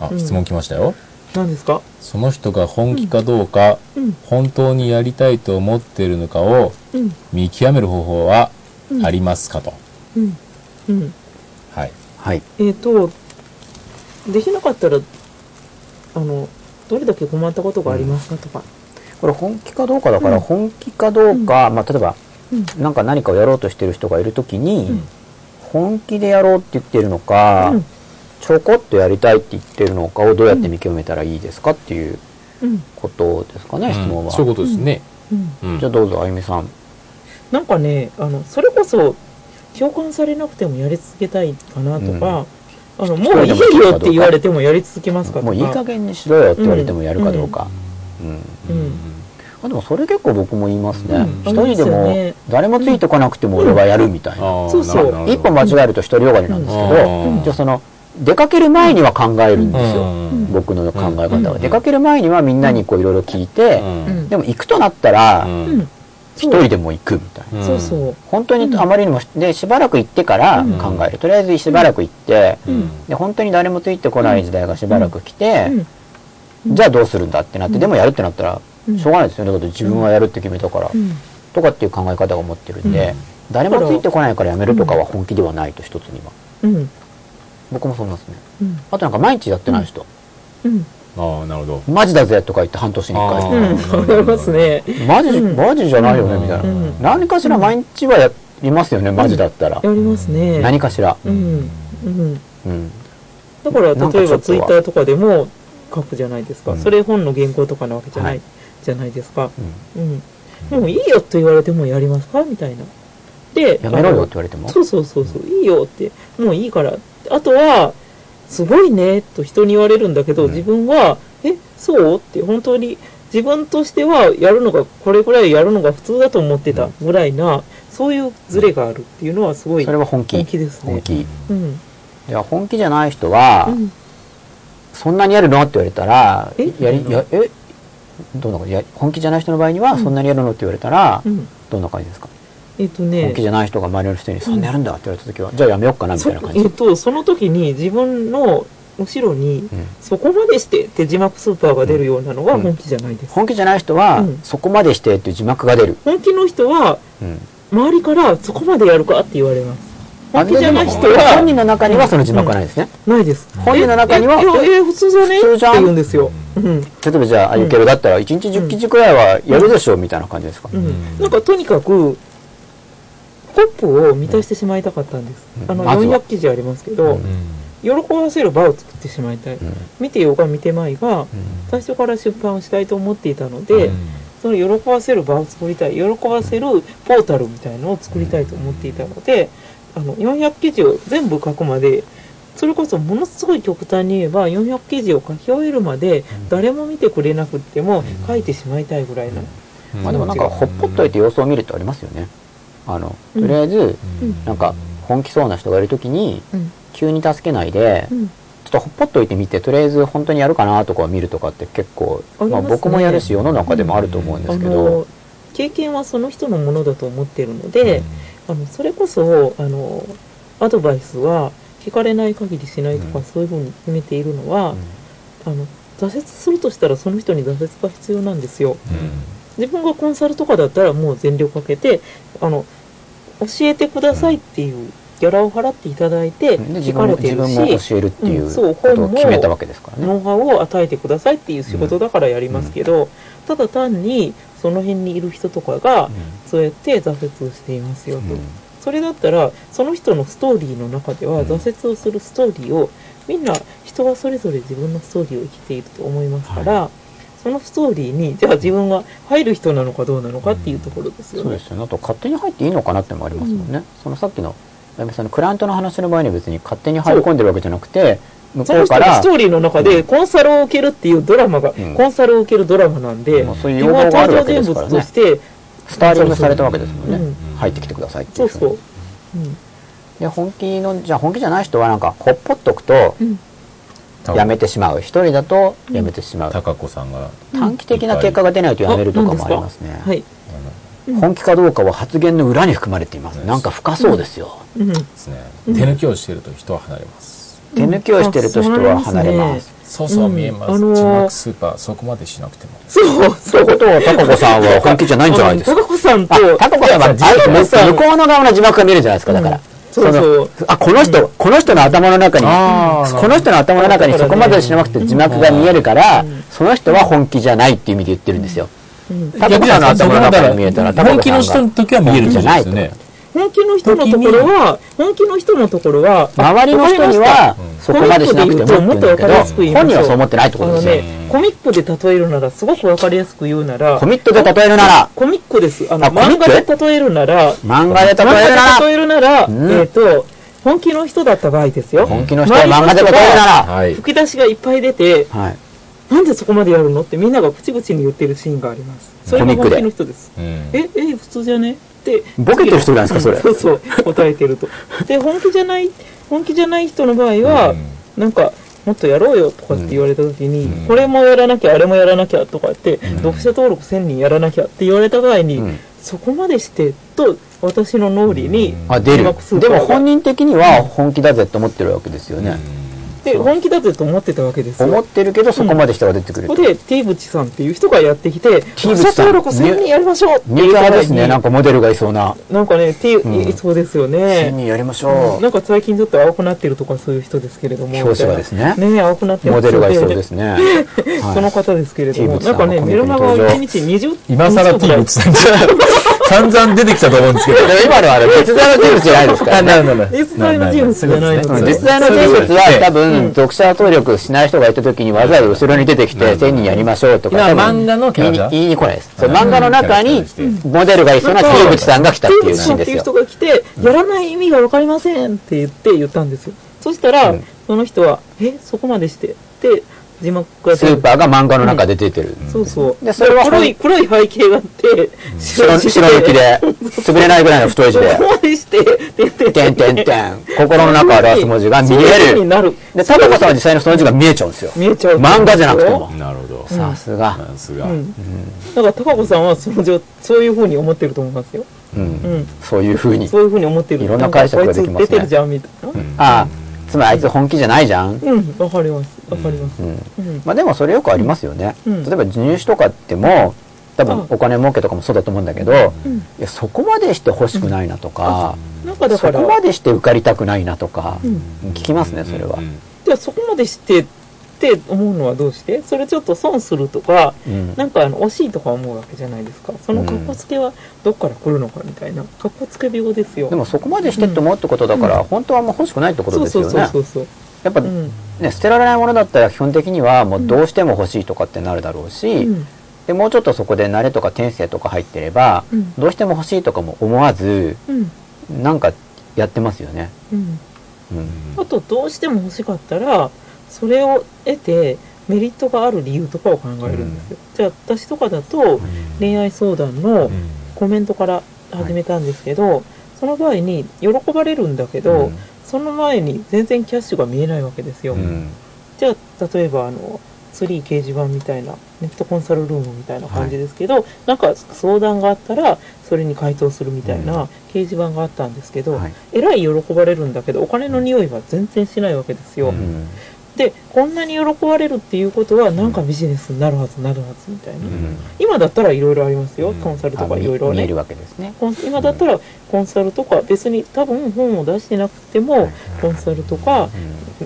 Speaker 4: あ、質問来ましたよ。
Speaker 3: 何ですか
Speaker 4: その人が本気かどうか、
Speaker 3: うん、
Speaker 4: 本当にやりたいと思っているのかを
Speaker 3: うん、
Speaker 4: 見極める方法は
Speaker 3: うん
Speaker 4: ありますかと。
Speaker 3: うん、うん。
Speaker 4: はい。
Speaker 2: はい。
Speaker 3: えっ、と、できなかったらあのどれだけ困ったことがありますかとか、
Speaker 2: これ本気かどうかだから、
Speaker 3: うん
Speaker 2: 本気かどうか、まあ、例えば
Speaker 3: うん
Speaker 2: なんか何かをやろうとしてる人がいるときに、
Speaker 3: うん
Speaker 2: 本気でやろうって言ってるのか、
Speaker 3: うん
Speaker 2: ちょこっとやりたいって言ってるのかをどうやって見極めたらいいですかっていう
Speaker 3: うん
Speaker 2: ことですかね、質問は。
Speaker 1: そういうことですね。
Speaker 3: うん、
Speaker 1: うん
Speaker 2: じゃあどうぞあゆみさん。
Speaker 3: なんかねあのそれこそ共感されなくてもやり続けたいかなとか、あのもういいよって言われてもやり続けますかとか
Speaker 2: もういい加減にしろよって言われてもやるかどうか。うん
Speaker 3: うん
Speaker 2: あでもそれ結構僕も言いますね。
Speaker 3: うん
Speaker 2: 一人で
Speaker 3: ありますよ
Speaker 2: も
Speaker 3: ね
Speaker 2: 誰もついてこなくても俺はやるみたい
Speaker 1: あ
Speaker 2: な。
Speaker 1: ー
Speaker 3: そうそう
Speaker 1: なるほど
Speaker 2: 一歩間違えると独りよがりなんですけ
Speaker 1: うん
Speaker 2: ど、
Speaker 1: うん
Speaker 2: じゃあその出かける前には考えるんですよ。
Speaker 1: うん
Speaker 2: 僕の考
Speaker 1: う
Speaker 2: え
Speaker 1: ん
Speaker 2: 方は。出かける前にはみんなにこういろいろ聞いて、
Speaker 1: うん
Speaker 2: でも行くとなったら、
Speaker 1: うん
Speaker 3: うん
Speaker 2: 一人でも行くみたいな。
Speaker 1: ん
Speaker 3: そうそう
Speaker 2: 本当にあまりにも、で、しばらく行ってから考える。とりあえずしばらく行って、
Speaker 3: うん
Speaker 2: で、本当に誰もついてこない時代がしばらく来
Speaker 3: う
Speaker 2: て
Speaker 3: ん、うん
Speaker 2: じゃあどうするんだってなって、
Speaker 3: うん
Speaker 2: でもやるってなったら、
Speaker 3: うん
Speaker 2: しょうがないですよね。だって自分はやるって決めたから、
Speaker 3: うん
Speaker 2: とかっていう考え方を持ってるんで、
Speaker 1: うん
Speaker 2: 誰もついてこないからやめるとかは本気ではないと、一つには。
Speaker 3: うん
Speaker 2: 僕もそうなんですね。
Speaker 3: うん
Speaker 2: あとなんか毎日やってない人、
Speaker 3: うん
Speaker 1: ああなるほど
Speaker 2: マジだぜとか言って半年に一
Speaker 1: あ
Speaker 2: 回
Speaker 1: ー。
Speaker 3: うん [LAUGHS] 思いますね
Speaker 2: マジ、
Speaker 3: うん
Speaker 2: マジじゃないよね、
Speaker 1: うん
Speaker 2: みたいな。
Speaker 3: うん
Speaker 2: 何かしら毎日はやりますよね、マジだったら。
Speaker 3: やりますね
Speaker 2: 何かしら。
Speaker 3: うんうん
Speaker 2: うん。
Speaker 3: だから
Speaker 2: なんか
Speaker 3: 例え
Speaker 2: ちょっとは
Speaker 3: ばツイッターとかでも書くじゃないですか、
Speaker 2: うん
Speaker 3: それ本の原稿とかなわけじゃない、
Speaker 2: はい
Speaker 3: じゃないですか、
Speaker 2: うん
Speaker 3: うん、でもいいよと言われてもやりますかみたいなで
Speaker 2: やめろ
Speaker 3: あ
Speaker 2: よ
Speaker 3: の
Speaker 2: って言われても。
Speaker 3: そうそうそうそういいよってもういいからあとはすごいねと人に言われるんだけど、
Speaker 2: うん
Speaker 3: 自分はえそうって本当に自分としてはやるのがこれぐらいやるのが普通だと思ってたぐらいな、そういうズレがあるっていうのはすごい
Speaker 2: それは本気。
Speaker 3: 本気ですね
Speaker 2: 本気。
Speaker 3: うん
Speaker 2: じゃあ本気じゃない人は、
Speaker 3: うん
Speaker 2: そんなにやるのって言われたら、
Speaker 3: え
Speaker 2: やり、や、えどんな感じや本気じゃない人の場合には、そんなにやるのって言われたら、
Speaker 3: うん
Speaker 2: どんな感じですか
Speaker 3: えっとね
Speaker 2: 本気じゃない人が周りの人に、そんなやるんだって言われた時は、じゃあやめよっかな、みたいな感じ。
Speaker 3: そえ
Speaker 2: う
Speaker 3: っと、その時に自分の後ろに、
Speaker 2: ん
Speaker 3: そこまでしてって字幕スーパーが出るようなのは
Speaker 2: うん
Speaker 3: 本気じゃないです。
Speaker 2: 本気じゃない人は
Speaker 3: うん、
Speaker 2: そこまでしてっていう字幕が出る。
Speaker 3: 本気の人は、
Speaker 2: うん。
Speaker 3: 周りからそこまでやるかって言われます。
Speaker 2: あ
Speaker 3: 本気じゃない人は
Speaker 2: 本人の中にはその字幕はないですね。
Speaker 3: ないです。
Speaker 2: 本人の中には
Speaker 3: えいやえ普通じゃね
Speaker 2: 普通じゃん
Speaker 3: って言うんですよ。うん。
Speaker 2: 例えばじゃあ、あゆけるだったら、1日10記事くらいはやるでしょ、みたいな感じですか。
Speaker 3: う
Speaker 1: うん
Speaker 3: ん。なんかとにかく、ポップを満たしてしまいたかったんです。
Speaker 2: うん
Speaker 3: あの、
Speaker 2: まずは
Speaker 3: 400記事ありますけど、
Speaker 2: うん
Speaker 3: 喜ばせる場を作ってしまいたい。
Speaker 2: うん
Speaker 3: 見てようが見てまいが、最初から出版をしたいと思っていたので、その喜ばせる場を作りたい喜ばせるポータルみたいのを作りたいと思っていたのであの400記事を全部書くまでそれこそものすごい極端に言えば400記事を書き終えるまで誰も見てくれなくっても書いてしまいたいぐらいの。
Speaker 2: まあでもなんか、ほっぽっといて様子を見るってありますよね。あの、とりあえず、なんか、本気そうな人がいるときに、
Speaker 3: うん
Speaker 2: 急に助けないで、ちょ
Speaker 3: ん
Speaker 2: っとほっぽっといてみて、とりあえず本当にやるかなとかを見るとかって結構、
Speaker 3: あり
Speaker 2: ま
Speaker 3: ま
Speaker 2: あ
Speaker 3: すね
Speaker 2: 僕もやるし、世の中でもあると思うんで
Speaker 3: あ
Speaker 2: すけど
Speaker 3: の、経験はその人のものだと思ってるので、あのそれこそあのアドバイスは聞かれない限りしないとか、
Speaker 2: うん
Speaker 3: そういうふうに決めているのは、
Speaker 2: うん
Speaker 3: あの挫折するとしたらその人に挫折が必要なんですよ自分がコンサルとかだったらもう全力かけてあの教えてくださいっていうギャラを払っていただい
Speaker 2: で
Speaker 3: て聞
Speaker 2: 自
Speaker 3: か
Speaker 2: 分も
Speaker 3: れて
Speaker 2: 自
Speaker 3: る
Speaker 2: 分
Speaker 3: し、
Speaker 2: も教えるっていううん
Speaker 3: そう
Speaker 2: ことを決めたわけですからね。
Speaker 3: ノウハウを与えてくださいっていう仕事だからやりますけど、ただ単にその辺にいる人とかがそうやって挫折をしていますよと、
Speaker 2: うん
Speaker 3: それだったらその人のストーリーの中では
Speaker 2: うん
Speaker 3: 挫折をするストーリーをみんな人はそれぞれ自分のストーリーを生きていると思いますから、そのストーリーにじゃあ自分が入る人なのかどうなのかっていうところですよ
Speaker 2: そうで
Speaker 3: ね。
Speaker 2: すよね。あと勝手に入っていいのかなってのもありますもんね。そのさっきのあやめさんのクライアントの話の場合には別に勝手に入り込んでるわけじゃなくて、向こ
Speaker 3: その
Speaker 2: う
Speaker 3: 人
Speaker 2: か
Speaker 3: の
Speaker 2: ら
Speaker 3: ストーリーの中
Speaker 2: う
Speaker 3: でコンサルを受けるっていうドラマが、
Speaker 2: うん
Speaker 3: コンサルを受けるドラマなんで、
Speaker 2: まあ
Speaker 3: 今
Speaker 2: そういう要望がある
Speaker 3: 登
Speaker 2: わ
Speaker 3: 場
Speaker 2: けです
Speaker 3: 人
Speaker 2: から
Speaker 3: 物と
Speaker 2: ね
Speaker 3: し。て、
Speaker 2: スターリングされたわけですもんね。
Speaker 3: うん
Speaker 2: 入ってきてくださいってい
Speaker 3: そううそう、
Speaker 2: で本気のじゃあ本気じゃない人はなんかほっぽっとくと
Speaker 3: うんうん
Speaker 2: やめてしまう。一人だとやめてしまう。
Speaker 4: 高子さんが
Speaker 2: 短期的な結果が出ないとやめるとかもありますね。
Speaker 3: はい、うん
Speaker 2: 本気かどうかは発言の裏に含まれています。
Speaker 4: うん
Speaker 2: なんか深そうですよ。
Speaker 3: うん、
Speaker 4: ですね
Speaker 1: 手抜きをしてると人は離れます
Speaker 2: 手抜きをしてると人は離れます。
Speaker 4: そうそう見えま
Speaker 3: あ
Speaker 4: す
Speaker 3: のー
Speaker 4: 字幕スーパーそこまでしなくても
Speaker 3: そう
Speaker 2: そう
Speaker 3: そ
Speaker 2: いううことは、タココさんは本気じゃないんじゃないです
Speaker 3: あの
Speaker 2: か。
Speaker 3: 高子さんと
Speaker 2: あ、タココさんは、あ
Speaker 3: 高子さ
Speaker 2: 向
Speaker 3: ん
Speaker 2: こうの側の字幕が見えるじゃないですか、だから。
Speaker 3: そうそう
Speaker 2: のあこの人、この人の頭の中に
Speaker 4: あー
Speaker 2: この人の頭の中に
Speaker 3: だ
Speaker 2: そ
Speaker 3: から
Speaker 2: こ
Speaker 3: ね
Speaker 2: までしなくて字幕が見えるから、
Speaker 3: うん
Speaker 2: その人は本気じゃないっていう意味で言ってるんですよ、
Speaker 3: うん
Speaker 2: タコさんの頭の中に見えたらタコさ
Speaker 4: 本
Speaker 2: んが
Speaker 4: 気の人の時は見えるってことですよね。
Speaker 3: 本気の人のところは本気の人のところは
Speaker 2: 周りの人にはそこまでしなくてもって言うんだけど本人はそう思ってないって
Speaker 3: あ
Speaker 2: こと
Speaker 3: の
Speaker 2: ですよ、
Speaker 3: ねコミックで例えるならすごくわかりやすく言うなら
Speaker 2: コミットで例えるなら
Speaker 3: コミックですあの
Speaker 2: あコミ
Speaker 3: 漫
Speaker 2: ック
Speaker 3: 画で例えるなら
Speaker 2: 漫画で例
Speaker 3: 漫
Speaker 2: えるな
Speaker 3: 画で
Speaker 2: ら
Speaker 3: 例えるなら、
Speaker 2: うん
Speaker 3: えっ、と本気の人だった場合ですよ
Speaker 2: 本気の人は漫画で例えるなら、
Speaker 1: はい。
Speaker 3: 吹き出しがいっぱい出て
Speaker 2: はい、
Speaker 3: なんでそこまでやるのってみんなが口々に言ってるシーンがありますそれが本気の人です
Speaker 1: うん
Speaker 3: ええ普通じゃねって
Speaker 2: ボケてる人じゃないですかそれ
Speaker 3: うんそうそう答えてるとで本気じゃない本気じゃない人の場合は、なんかもっとやろうよとかって言われた時に、
Speaker 1: うん
Speaker 3: これもやらなきゃあれもやらなきゃとかって、読者登録1000人やらなきゃって言われた場合に、
Speaker 2: うん
Speaker 3: そこまでしてと私の脳裏に、
Speaker 1: うん
Speaker 2: あ出る
Speaker 3: 字幕スーパ
Speaker 2: で
Speaker 3: ーが
Speaker 2: も本人的には本気だぜって思ってるわけですよね、
Speaker 3: で本気だぜと思ってたわけです
Speaker 2: 思っ
Speaker 3: よ
Speaker 2: てるけどそこまで人が出てくる
Speaker 3: そこで T ブチさんっていう人がやってきて「
Speaker 2: T
Speaker 3: 読
Speaker 2: ブチ
Speaker 3: 者
Speaker 2: さん
Speaker 3: 登録1000人やりましょう」って
Speaker 2: 人気
Speaker 3: いう
Speaker 2: 派ですね
Speaker 3: な
Speaker 2: なんかモデルがいそうな
Speaker 3: なんかね T、
Speaker 2: ん
Speaker 3: そうですよ
Speaker 2: 1
Speaker 3: ね
Speaker 2: 人やりましょ
Speaker 3: なんか最近ちょっと青くなってるとかそういう人ですけれども。
Speaker 2: 表紙がですね
Speaker 3: ねえ青くなって
Speaker 2: モデルがいそうですすね
Speaker 3: よね。その方ですけれども、
Speaker 2: T-Boots
Speaker 3: なんかね、
Speaker 2: さん
Speaker 3: メ
Speaker 2: の
Speaker 3: ル
Speaker 2: コメント
Speaker 3: マ
Speaker 2: に登
Speaker 3: ガ
Speaker 2: 場
Speaker 3: 1日20、
Speaker 1: 今更 T
Speaker 3: 20ぐらい
Speaker 1: ブツさんじゃん [LAUGHS] 散々出てきたと思うんですけど。
Speaker 2: でも今のはあれ実在の人物じゃないですからね
Speaker 1: なるほど。
Speaker 3: 実際の人物じゃないの
Speaker 1: そう
Speaker 3: で
Speaker 1: ですね
Speaker 2: 実際の人物は多分読者登録しない人がいた時にわざわざ後ろに出てきて1000人やりましょうとか多
Speaker 4: 今
Speaker 2: 分
Speaker 4: 漫画のキャラじゃん
Speaker 2: 言いに来ないですそう漫画の中にモデルがいそうな
Speaker 3: うん
Speaker 2: 手口さんが来たっていうシーン
Speaker 3: っ
Speaker 2: で
Speaker 3: て
Speaker 2: す
Speaker 3: いう人
Speaker 2: よ
Speaker 3: が来て、やらない意味がわかりませんって言って言ったんですよ。そしたら、その人は、え、そこまでして、で、字幕が
Speaker 2: ス
Speaker 3: 出る
Speaker 2: ーパーが漫画の中で出てる
Speaker 3: そうそう。
Speaker 2: でそれは
Speaker 3: 黒い、黒い背景があって、
Speaker 2: 白
Speaker 3: 地
Speaker 2: 白抜きで潰れないぐらいの太い字
Speaker 3: そ
Speaker 2: で [LAUGHS]
Speaker 3: こまでして、てんてん
Speaker 2: 点点点心の中を表す文字が見
Speaker 3: そういう
Speaker 2: え
Speaker 3: 風に
Speaker 2: る
Speaker 3: なる。
Speaker 2: でタバコさんは実際にその字が見えちゃうんですよ
Speaker 3: 見えちゃう。
Speaker 2: 漫画じゃなくても
Speaker 1: なるほど。
Speaker 2: さすが
Speaker 1: さすが
Speaker 3: う。ん。だから、高子さんはその状、そういうふうに思ってると思いますよ。
Speaker 2: うん
Speaker 3: うん。
Speaker 2: そういうふうに
Speaker 3: そういうふうに思ってる。
Speaker 2: いろんな解釈ができますね
Speaker 3: なんかこいつ出てるじゃん、みたいな。
Speaker 2: ああつまりあいつ本気じゃないじゃん
Speaker 3: うん、わかります。わかります。うん。
Speaker 2: まあでもそれよくありますよね、
Speaker 3: うん
Speaker 2: 例えば入試とかっても多分
Speaker 3: あ
Speaker 2: お金儲けとかもそうだと思うんだけど、
Speaker 3: ん
Speaker 2: いやそこまでして欲しくないなとか、
Speaker 3: なんかだか
Speaker 2: そ
Speaker 3: ら、
Speaker 2: こまでして受かりたくないなとか、
Speaker 3: うん
Speaker 2: 聞きますねそれは、
Speaker 3: じゃあそこまでしてって思うのはどうしてそれちょっと損するとか、
Speaker 2: うん
Speaker 3: なんかあの惜しいとか思うわけじゃないですか。その格好つけはどっから来るのかみたいな。格好つけ病ですよ。
Speaker 2: でもそこまでしてって思うってことだから、本当はあんま欲しくないってこと
Speaker 3: そう
Speaker 2: です
Speaker 3: そ
Speaker 2: よ
Speaker 3: う
Speaker 2: ね
Speaker 3: そうそうそう。
Speaker 2: やっぱ、
Speaker 3: うん。
Speaker 2: ね、捨てられないものだったら基本的にはもうどうしても欲しいとかってなるだろうし、
Speaker 3: うん
Speaker 2: でもうちょっとそこで慣れとか転生とか入ってれば、
Speaker 3: うん
Speaker 2: どうしても欲しいとかも思わず
Speaker 3: うん。
Speaker 2: なんかやってますよね。
Speaker 3: うん。
Speaker 2: うん
Speaker 3: あとどうしても欲しかったらそれを得てメリットがある理由とかを考えるんですよ、じゃあ私とかだと恋愛相談のコメントから始めたんですけど、その場合に喜ばれるんだけど、
Speaker 2: うん
Speaker 3: その前に全然キャッシュが見えないわけですよ、
Speaker 2: うん
Speaker 3: じゃあ例えばあのツリー掲示板みたいなネットコンサルルームみたいな感じですけど、なんか相談があったらそれに回答するみたいな掲示板があったんですけど、
Speaker 2: はい
Speaker 3: えらい喜ばれるんだけどお金の匂いは全然しないわけですよ、
Speaker 2: うん
Speaker 3: でこんなに喜ばれるっていうことはなんかビジネスになるはずなるはずみたいな、今だったらいろいろありますよ、
Speaker 1: うん
Speaker 3: コンサルと
Speaker 2: あ
Speaker 3: か
Speaker 2: 見
Speaker 3: いろいろ
Speaker 2: 見え
Speaker 3: ね
Speaker 2: るわけですね。
Speaker 3: コン今だったらコンサルとか別に多分本を出してなくてもコンサルとか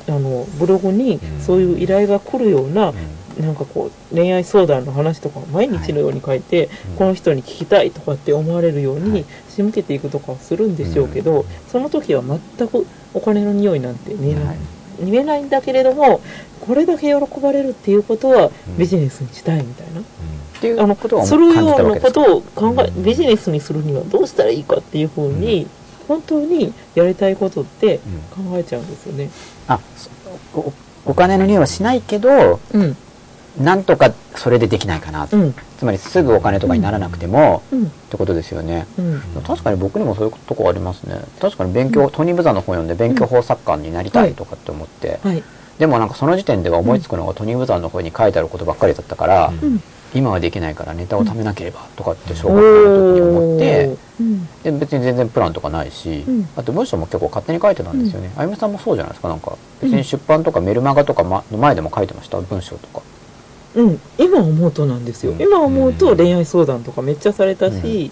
Speaker 3: あのブログにそういう依頼が来るようななんかこう恋愛相談の話とかを毎日のように書いて、この人に聞きたいとかって思われるように仕向けていくとかはするんでしょうけど、その時は全くお金の匂いなんて見えない、
Speaker 2: はい
Speaker 3: 見えないんだけれどもこれだけ喜ばれるっていうことは
Speaker 1: ん
Speaker 3: ビジネスにしたいみたいな、
Speaker 2: っていう
Speaker 3: あの
Speaker 2: ことを
Speaker 3: それ
Speaker 2: 感
Speaker 3: 以
Speaker 2: じた
Speaker 3: 外
Speaker 2: わ
Speaker 3: の
Speaker 2: けで
Speaker 3: こ
Speaker 2: すか。
Speaker 3: とを考えビジネスにするにはどうしたらいいかっていうふうに、本当にやりたいことって考えちゃうんですよね。
Speaker 2: あそおお金の匂いはしないけど
Speaker 3: うん、
Speaker 2: なんとかそれでできないかな、
Speaker 3: うん、
Speaker 2: つまりすぐお金とかにならなくても、
Speaker 3: うん、
Speaker 2: ってことですよね。
Speaker 3: うん、
Speaker 2: 確かに僕にもそういうとこありますね確かに勉強、トニー・ブザの本読んで勉強法作家になりたいとかって思って、
Speaker 3: はい、
Speaker 2: でもなんかその時点では思いつくのがトニー・ブザの本に書いてあることばっかりだったから、
Speaker 3: うん、
Speaker 2: 今はできないからネタを貯めなければとかって小学校の時に思って、
Speaker 3: おー、うん、
Speaker 2: で別に全然プランとかないし、
Speaker 3: うん
Speaker 2: あと文章も結構勝手に書いてたんですよね、あゆみさんもそうじゃないですかなんか別に出版とかメルマガとかまの前でも書いてました文章とか
Speaker 3: うん、今思うとなんですよ、
Speaker 1: うん
Speaker 3: 今思うと恋愛相談とかめっちゃされたし、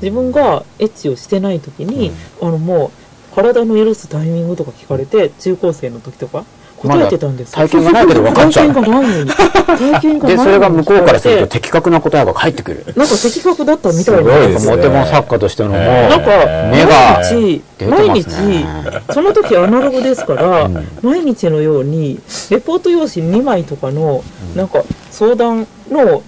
Speaker 3: 自分がエッチをしてない時に、あのもう体の許すタイミングとか聞かれて、中高生の時とか、
Speaker 2: まだ
Speaker 3: 答えてたんですよ
Speaker 2: 体験がないけど分かっちゃう
Speaker 3: 体験がないのに。体験がないのに。
Speaker 2: で、それが向こうからすると
Speaker 3: 聞かれて
Speaker 2: 的確な答えが返ってくる。
Speaker 3: なんか的確だったみたい
Speaker 1: すご
Speaker 3: な。
Speaker 1: い
Speaker 2: モ
Speaker 1: ですね
Speaker 2: テモン作家としてのもう、
Speaker 4: え
Speaker 3: なんか、
Speaker 2: 目が
Speaker 3: 毎日、
Speaker 2: 出てますね
Speaker 3: 毎日、その時アナログですから、毎日のように、レポート用紙2枚とかの、なんか、相談の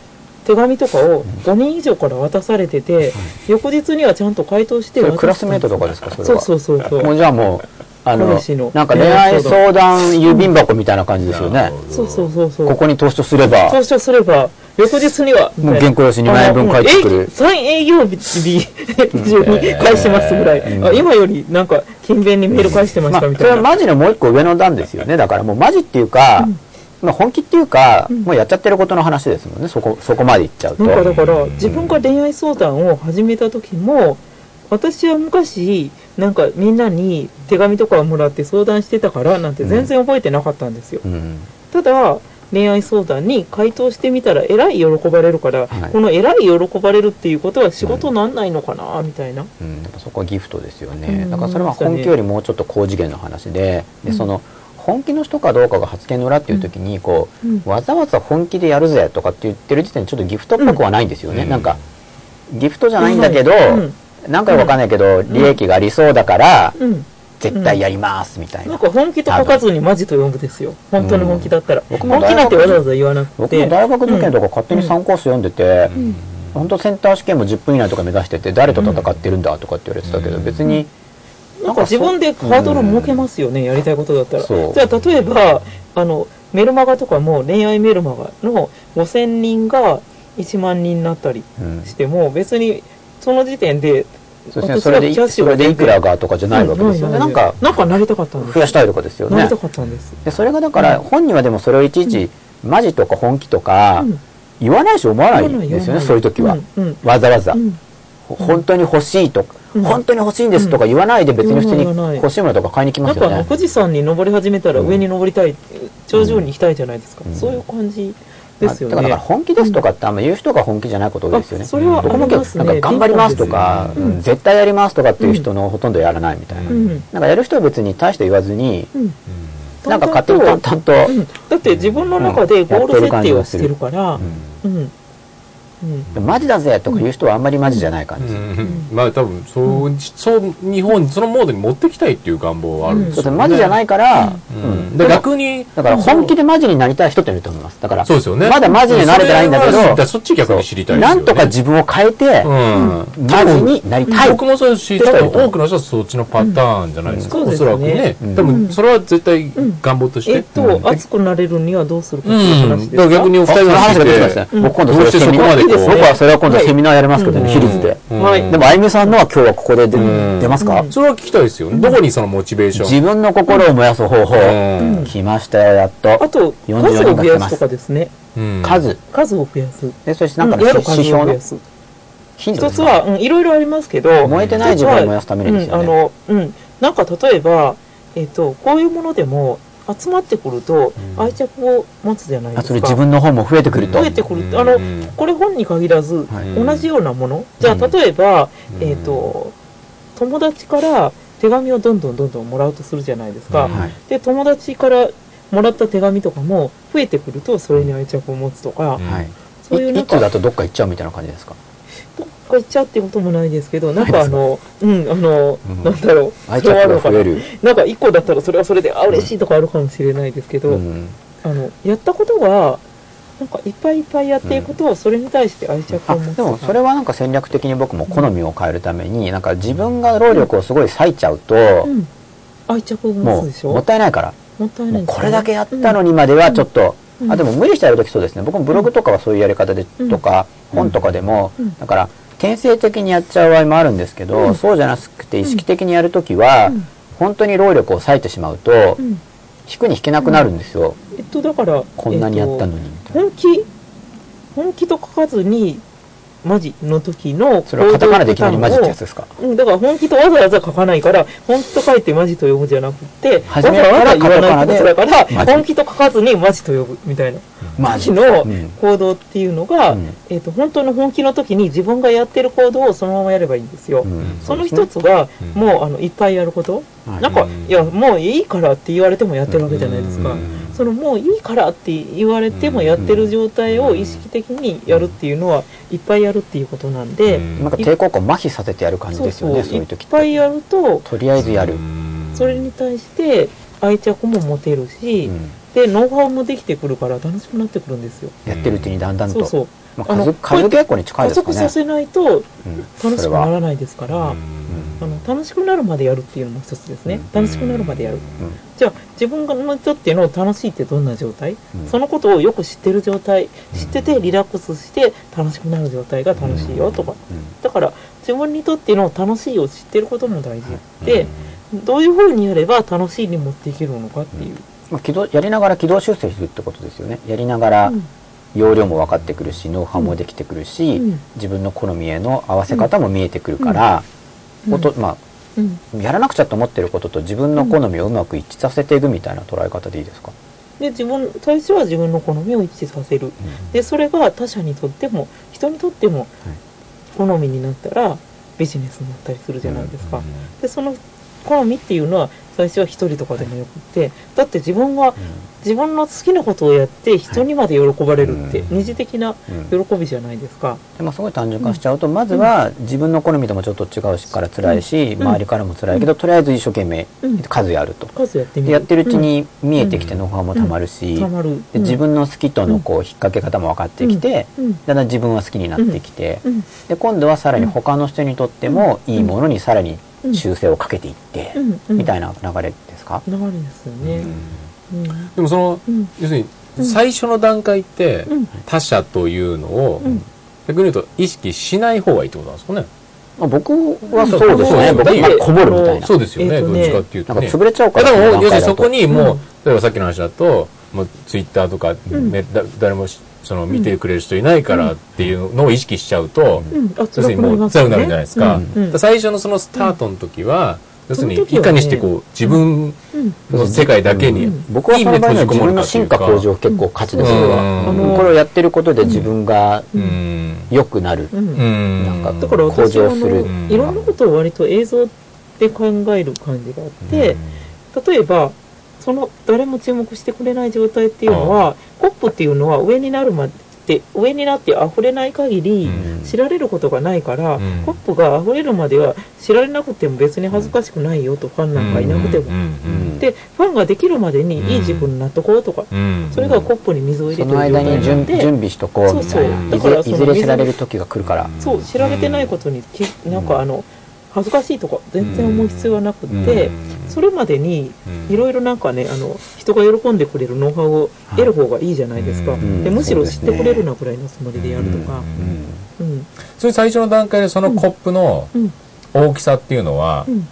Speaker 3: 手紙とかを5人以上から渡されてて、翌日にはちゃんと回答して
Speaker 2: そ
Speaker 3: 渡
Speaker 2: れ
Speaker 3: す
Speaker 2: クラスメートとかですか、それ
Speaker 3: そう
Speaker 2: は。
Speaker 3: そうそうそ
Speaker 2: も
Speaker 3: う。
Speaker 2: うじゃあもう、あの
Speaker 3: 彼氏の、
Speaker 2: なんか恋愛相談郵便箱みたいな感じですよね。
Speaker 3: そうそうそうそう。
Speaker 2: ここに投資すれば、
Speaker 3: 投書すれば、翌日には、
Speaker 2: もう原稿用紙2枚分返ってくる。
Speaker 3: 3営業日 [LAUGHS] 中に返してますぐらい、あ今よりなんか勤勉にメール返してま
Speaker 2: ま
Speaker 3: し
Speaker 2: あ、
Speaker 3: たみ
Speaker 2: そ
Speaker 3: た
Speaker 2: れはい
Speaker 3: な、
Speaker 2: マジのもう一個上の段ですよね。だからもうマジっていうか、まあ本気っていうか、もうやっちゃってることの話ですもんね。そこ、そこまでいっちゃうと。
Speaker 3: なんかだから自分が恋愛相談を始めた時も私は昔なんかみんなに手紙とかをもらって相談してたからなんて全然覚えてなかったんですよ、
Speaker 2: うん。
Speaker 3: ただ恋愛相談に回答してみたらえらい喜ばれるから、
Speaker 2: はい
Speaker 3: このえらい喜ばれるっていうことは仕事なんないのかなみたいな、
Speaker 2: うん、やっぱそこはギフトですよ
Speaker 3: う
Speaker 2: ね
Speaker 3: ん
Speaker 2: だからそれは本気よりもうちょっと高次元の話ででその本気の人かどうかが発言の裏っていう時にこう、
Speaker 3: うん
Speaker 2: わざわざ本気でやるぜとかって言ってる時点でちょっとギフトっぽくはないんですよね、
Speaker 4: うん
Speaker 2: なんかギフトじゃないんだけど、
Speaker 3: うん
Speaker 2: なんかわかんないけど、利益がありそうだから、
Speaker 3: うん
Speaker 2: 絶対やりますみたいな、
Speaker 3: なんか本気と書かずにマジと読むですよ。本当に本気だったら。
Speaker 2: 僕も
Speaker 3: 本気なんてわざわざ言わなく
Speaker 2: 僕も
Speaker 3: て。
Speaker 2: 大学受験とか勝手に3コース読んでて、本当センター試験も10分以内とか目指してて誰と戦ってるんだとかって言われてたけど、
Speaker 4: うん
Speaker 2: 別に、
Speaker 3: なんか自分でハードル設けますよね、やりたいことだったら。
Speaker 2: そう
Speaker 3: じゃあ例えば、あの、メルマガとかも恋愛メルマガの5000人が1万人になったり
Speaker 2: うん
Speaker 3: しても、別にその時点で、
Speaker 2: そうですね、それでい
Speaker 3: 私はキャッシ
Speaker 2: そ
Speaker 3: ュが
Speaker 2: れでいくらがとかじゃないわけですよね。
Speaker 3: う
Speaker 2: なんか
Speaker 3: なんかなりたかったんです
Speaker 2: 増やしたいとかですよ
Speaker 3: な
Speaker 2: ね
Speaker 3: りた。かったんです。
Speaker 2: でそれがだから本人はでもそれをいちいちマジとか本気とか
Speaker 3: うん
Speaker 2: 言わないし思わない
Speaker 3: 言わない
Speaker 2: ですよね。
Speaker 3: 言わない
Speaker 2: そういう時は
Speaker 3: うんうん
Speaker 2: わざわざ
Speaker 3: うん
Speaker 2: ほ本当に欲しいとか
Speaker 3: うん
Speaker 2: 本当に欲しいんですとか言わないで別に普通に
Speaker 3: 言わない言わない
Speaker 2: 欲しいものとか買いに来ま
Speaker 3: なん
Speaker 2: す
Speaker 3: か
Speaker 2: よ
Speaker 3: あの
Speaker 2: ね。
Speaker 3: 富士山に登り始めたら上に登りたい、頂上に行きたいじゃないですか、そういう感じですよ
Speaker 2: まあてかだから
Speaker 3: ね。
Speaker 2: 本気ですとかってあんま言う人が本気じゃないこと多いですよね。
Speaker 3: あそれはあ
Speaker 2: 僕も
Speaker 3: りま
Speaker 2: 結
Speaker 3: す
Speaker 2: 構
Speaker 3: ね
Speaker 2: なんか頑張りますとか、
Speaker 3: うん
Speaker 2: うん絶対やりますとかっていう人のほとんどやらないみたいな。
Speaker 3: うん
Speaker 2: なんかやる人は別に大して言わずに、
Speaker 3: うん
Speaker 2: なんか勝手に淡々と、
Speaker 3: うんだって自分の中でゴール設定をしてるから、うんうん
Speaker 2: マジだぜとか言う人はあんまりマジじゃない感じ。
Speaker 1: まあ多分そう、そう日本そのモードに持ってきたいっていう願望はあるんで
Speaker 2: そ
Speaker 1: す
Speaker 2: うで
Speaker 1: よ、ね
Speaker 2: すマジじゃないから、
Speaker 1: う
Speaker 2: うん
Speaker 1: ん、で逆に
Speaker 2: だから本気でマジになりたい人っていると思います。だから、
Speaker 1: そうですよね
Speaker 2: まだマジになれてないんだけ
Speaker 1: それは知りた
Speaker 2: ど、
Speaker 1: いそっち逆に知りたいです
Speaker 2: な
Speaker 1: よね
Speaker 2: んとか自分を変えて、
Speaker 1: うん
Speaker 2: マジになりたい。
Speaker 1: 僕もそうですし、多分多くの人はそっちのパターンじゃないですか、
Speaker 3: うん
Speaker 1: おそらくね
Speaker 2: う。ん
Speaker 1: 多分それは絶対
Speaker 3: ん
Speaker 1: 願望として。
Speaker 3: えっと、熱くなれるにはどうするかっていう
Speaker 1: う
Speaker 3: 話
Speaker 1: ん。
Speaker 3: です
Speaker 1: だか
Speaker 3: から
Speaker 1: 逆にお
Speaker 2: あ
Speaker 1: 二
Speaker 2: そ
Speaker 1: 人
Speaker 2: の
Speaker 1: が
Speaker 2: 話が出てきましたね。
Speaker 3: うん
Speaker 2: 僕今度
Speaker 1: どうして
Speaker 2: セミ
Speaker 1: そこまでこう
Speaker 2: 僕はそれは今度セミナーやりますけどね、
Speaker 1: うん
Speaker 2: ヒルズで。
Speaker 1: うん
Speaker 3: はい
Speaker 2: でも、あゆみさんのは今日はここで出
Speaker 1: うん
Speaker 2: 出ますか
Speaker 1: それは聞きたいですよね。どこにそのモチベーション。
Speaker 2: 自分の心を燃やす方法
Speaker 1: う。ん
Speaker 2: 来ましたよ、やっ
Speaker 3: あ
Speaker 2: と。
Speaker 3: と、
Speaker 2: 44
Speaker 3: 数を増やすとかですね。
Speaker 1: うん
Speaker 2: 数。
Speaker 3: 数を増やす。
Speaker 2: で、そしてなんか
Speaker 3: うんやる
Speaker 2: 指
Speaker 3: 数を
Speaker 2: 標
Speaker 3: 増
Speaker 2: の
Speaker 3: やす。
Speaker 2: 頻度で
Speaker 3: 一
Speaker 2: す
Speaker 3: つ
Speaker 2: か
Speaker 3: は、うん、いろいろありますけど、
Speaker 2: 燃えてない自分を燃やすためにですよね
Speaker 3: 一つはうん、あの、うん、なんか例えば、えっ、と、こういうものでも集まってくると愛着を持つじゃないで
Speaker 2: あそ
Speaker 3: すか。
Speaker 2: れ自分の方も増えてくると。
Speaker 3: 増えてくる。あの、これ本に限らず、
Speaker 1: はい
Speaker 3: 同じようなもの。じゃあ、例えば、えっ、と、友達から手紙をどんどんどんどんもらうとするじゃないですか。
Speaker 1: うんはい
Speaker 3: で、友達からもらった手紙とかも増えてくると、それに愛着を持つとか、
Speaker 1: うん
Speaker 2: はい。
Speaker 3: そういう
Speaker 2: い
Speaker 3: なん
Speaker 2: 一個だ
Speaker 3: か、
Speaker 2: とどっか行っちゃうみたいな感じですか
Speaker 3: どっか行っちゃうってこともないですけど、なんかあの、うん、あの、
Speaker 2: うん
Speaker 3: なんだろう、
Speaker 2: 愛
Speaker 3: それ
Speaker 2: 着
Speaker 3: はある
Speaker 2: が
Speaker 3: のか
Speaker 2: 増
Speaker 3: な
Speaker 2: え。る。
Speaker 3: なんか一個だったらそれはそれで、あ、嬉しいとかあるかもしれないですけど、
Speaker 2: うん
Speaker 3: あの、やったことが、なんかいっぱいいっぱいやっていくと、それに対して愛着
Speaker 2: あ
Speaker 3: を持つ
Speaker 2: でもそれ
Speaker 3: は、
Speaker 2: はなんか戦略的に僕も好みを変えるためになんか自分が労力をすごい割いちゃうと
Speaker 3: うん、愛着を持
Speaker 2: も
Speaker 3: つ
Speaker 2: う
Speaker 3: でしょ
Speaker 2: もったいないから
Speaker 3: もったいな
Speaker 2: も
Speaker 3: いうですね
Speaker 2: これだけやったのにまではちょっと
Speaker 3: うん
Speaker 2: あでも無理してやるときそうですね僕もブログとかはそういうやり方でとか本とかでも
Speaker 3: うん
Speaker 2: だから転生的にやっちゃう場合もあるんですけどそうじゃなくて意識的にやるときは
Speaker 3: うん
Speaker 2: 本当に労力を割いてしまうと
Speaker 3: うん
Speaker 2: 引くに引けなくなるんですよ
Speaker 3: えっとだから
Speaker 2: こんなにやったの
Speaker 3: え
Speaker 2: に
Speaker 3: っ
Speaker 2: みた
Speaker 3: と
Speaker 2: いな
Speaker 3: 本気本気と書かずに文字の時の
Speaker 2: それはカタカナでいきなり
Speaker 3: 行
Speaker 2: マ
Speaker 3: 動パ
Speaker 2: ジっ
Speaker 3: ターン
Speaker 2: て
Speaker 3: を
Speaker 2: やつですか
Speaker 3: うん、だから本気とわざわざ書かないから、本気と書いてマジと呼ぶじゃなくて、わ
Speaker 2: 初
Speaker 3: ざ
Speaker 2: めから
Speaker 3: わざ言わないってことだか
Speaker 2: カタカナ
Speaker 3: ら、
Speaker 2: でマジ
Speaker 3: 本気と書かずにマジと呼ぶみたいな。
Speaker 2: マジ
Speaker 3: の
Speaker 2: うん
Speaker 3: 行動っていうのが、
Speaker 2: うん
Speaker 3: えっ、と、本当の本気の時に自分がやってる行動をそのままやればいいんですよ。
Speaker 2: うん
Speaker 3: その一つが、
Speaker 1: うん
Speaker 3: もうあのいっぱいやること、
Speaker 2: はい
Speaker 3: なんか、
Speaker 1: うん
Speaker 3: いやもういいからって言われてもやってるわけじゃないですか、
Speaker 1: うん
Speaker 3: そのもういいからって言われてもやってる状態を意識的にやるっていうのはいっぱいやるっていうことなんで、
Speaker 2: なんか抵抗感を麻痺させてやる感じ
Speaker 3: そう
Speaker 2: ですよ
Speaker 3: そう
Speaker 2: ねそう
Speaker 3: い
Speaker 2: いう
Speaker 3: っ
Speaker 2: 時って
Speaker 3: ぱいやると
Speaker 2: とりあえずやる、
Speaker 3: それに対して愛着も持てるし、
Speaker 2: うん
Speaker 3: でノウハウもできてくるから楽しくなってくるんですよ、
Speaker 2: やってるうちにだんだんと、
Speaker 3: そうそう
Speaker 2: まあ、
Speaker 3: あ
Speaker 2: 数
Speaker 3: の
Speaker 2: 数稽古に近い
Speaker 3: 加
Speaker 2: ですか
Speaker 3: 速
Speaker 2: ね
Speaker 3: させないと
Speaker 2: うん
Speaker 3: 楽し
Speaker 2: それ
Speaker 3: くな
Speaker 2: は
Speaker 3: らないですから、あの楽しくなるまでやるっていうのも一つですね、
Speaker 2: うん
Speaker 3: 楽しくなるまでやる
Speaker 2: うん
Speaker 3: じゃあ自分がにとっての楽しいってどんな状態、
Speaker 2: うん
Speaker 3: そのことをよく知ってる状態知っててリラックスして楽しくなる状態が楽しいよとか、
Speaker 2: うん
Speaker 3: だから自分にとっての楽しいを知ってることも大事で、どういうふうにやれば楽しいに持っていけるのかっていう、
Speaker 2: まあ、軌道やりながら軌道修正するってことですよねやりながら
Speaker 3: うん
Speaker 2: 容量も分かってくるしノウハウもできてくるし、
Speaker 3: うん
Speaker 2: 自分の好みへの合わせ方も見えてくるから、
Speaker 3: うん
Speaker 2: ことま
Speaker 3: うん
Speaker 2: あ、やらなくちゃと思ってることと自分の好みをうまく一致させていくみたいな捉え方でいいですか、
Speaker 3: で自分最初は自分の好みを一致させるでそれが他者にとっても人にとっても好みになったらビジネスになったりするじゃないですか、でその好みっていうのは最初は一人とかでもよくって、だって自分が自分の好きなことをやって人にまで喜ばれるって、
Speaker 2: はい
Speaker 3: 二次的な
Speaker 2: うん
Speaker 3: 喜びじゃないですか、
Speaker 2: でまあ、すごい単純化しちゃうと、まずは自分の好みともちょっと違うしから辛いし、
Speaker 3: ん
Speaker 2: 周りからも辛いけど、とりあえず一生懸命
Speaker 3: うん
Speaker 2: 数やると、
Speaker 3: 数やってみ
Speaker 2: で
Speaker 3: る
Speaker 2: やってるうち
Speaker 3: うん
Speaker 2: に見えてきてノウハウもたまるし、
Speaker 3: たまる
Speaker 2: で自分の好きとのこう引っ掛け方も分かってきて、
Speaker 3: うんうん
Speaker 2: だんだん自分は好きになってきて、
Speaker 3: うん
Speaker 2: で今度はさらに他の人にとってもいいものにさらに修正をかけていって、
Speaker 3: うんうん
Speaker 2: みたいな流れですか、
Speaker 3: 流れですよねうん
Speaker 1: でもその
Speaker 3: うん
Speaker 1: 要するに最初の段階って
Speaker 3: うん
Speaker 1: 他者というのを
Speaker 3: うん
Speaker 1: 逆に言うと意識しない方がいいってことなんですかね
Speaker 2: まあ、僕はそうですね
Speaker 1: そう
Speaker 2: 僕
Speaker 1: そう
Speaker 2: まあこぼるみたいな
Speaker 1: そうですよね、
Speaker 3: えーと
Speaker 1: ど
Speaker 3: ね
Speaker 1: っちかっていう
Speaker 2: な
Speaker 1: と
Speaker 2: んか
Speaker 1: ね
Speaker 2: 潰れちゃう
Speaker 1: い
Speaker 2: か
Speaker 1: や
Speaker 2: ら
Speaker 1: でも
Speaker 2: の段
Speaker 1: 要するに
Speaker 2: 階だ
Speaker 1: そ
Speaker 2: と
Speaker 1: こにもう、
Speaker 3: うん
Speaker 1: 例えばさっきの話だともうツイッターとか、
Speaker 3: ん
Speaker 1: ねだ誰もしその見てくれる人いないからっていうのを意識しちゃうと、
Speaker 3: うんあ
Speaker 1: 要するにもう強くなるじゃないですか,、
Speaker 3: うんうん
Speaker 1: 最初のそのスタートの時は、要するに
Speaker 3: その時
Speaker 1: い
Speaker 3: はね
Speaker 1: かにしてこう自分
Speaker 3: うん
Speaker 1: の世界だけに、
Speaker 3: うん
Speaker 2: 僕はその場合には自分の進化向上
Speaker 1: う
Speaker 2: を結構価値ですよ、
Speaker 1: うん
Speaker 2: あの
Speaker 3: うん
Speaker 2: これをやってることで自分が
Speaker 1: ん
Speaker 2: 良くなる、
Speaker 3: うん
Speaker 1: うん
Speaker 2: なんか
Speaker 3: だから
Speaker 2: 向
Speaker 3: 私はあ
Speaker 2: 上する
Speaker 3: のいろんなことを割と映像で考える感じがあって、例えばその誰も注目してくれない状態っていうのはコップっていうのは上になるまで上になって溢れない限り
Speaker 1: うん
Speaker 3: 知られることがないから、
Speaker 1: うん
Speaker 3: コップが溢れるまでは知られなくても別に恥ずかしくないよとファンなんかいなくても、
Speaker 1: うん
Speaker 3: でファンができるまでにいい自分になっとこうとか、
Speaker 1: うん
Speaker 3: それがコップに水を入れ
Speaker 2: そ
Speaker 3: て
Speaker 2: の
Speaker 3: る状態
Speaker 2: 間に
Speaker 3: な
Speaker 2: 準
Speaker 3: んで
Speaker 2: 準備しとこうみたいな
Speaker 1: そう
Speaker 3: そうだから
Speaker 2: いずれ
Speaker 3: その
Speaker 2: いずれ知られる時が来るから、
Speaker 3: そう調べてないことにきなんかあの恥ずかしいとか全然思う必要はなくって、それまでにいろいろなんかねあの人が喜んでくれるノウハウを得る方がいいじゃないですか、
Speaker 1: はい
Speaker 2: うん
Speaker 3: でむしろ知っ
Speaker 2: そう
Speaker 3: て
Speaker 2: ですね
Speaker 3: くれるなぐらいのつもりでやるとか、うん
Speaker 1: それ最初の段階でそのコップの
Speaker 3: うん
Speaker 1: 大きさっていうのは、
Speaker 3: うん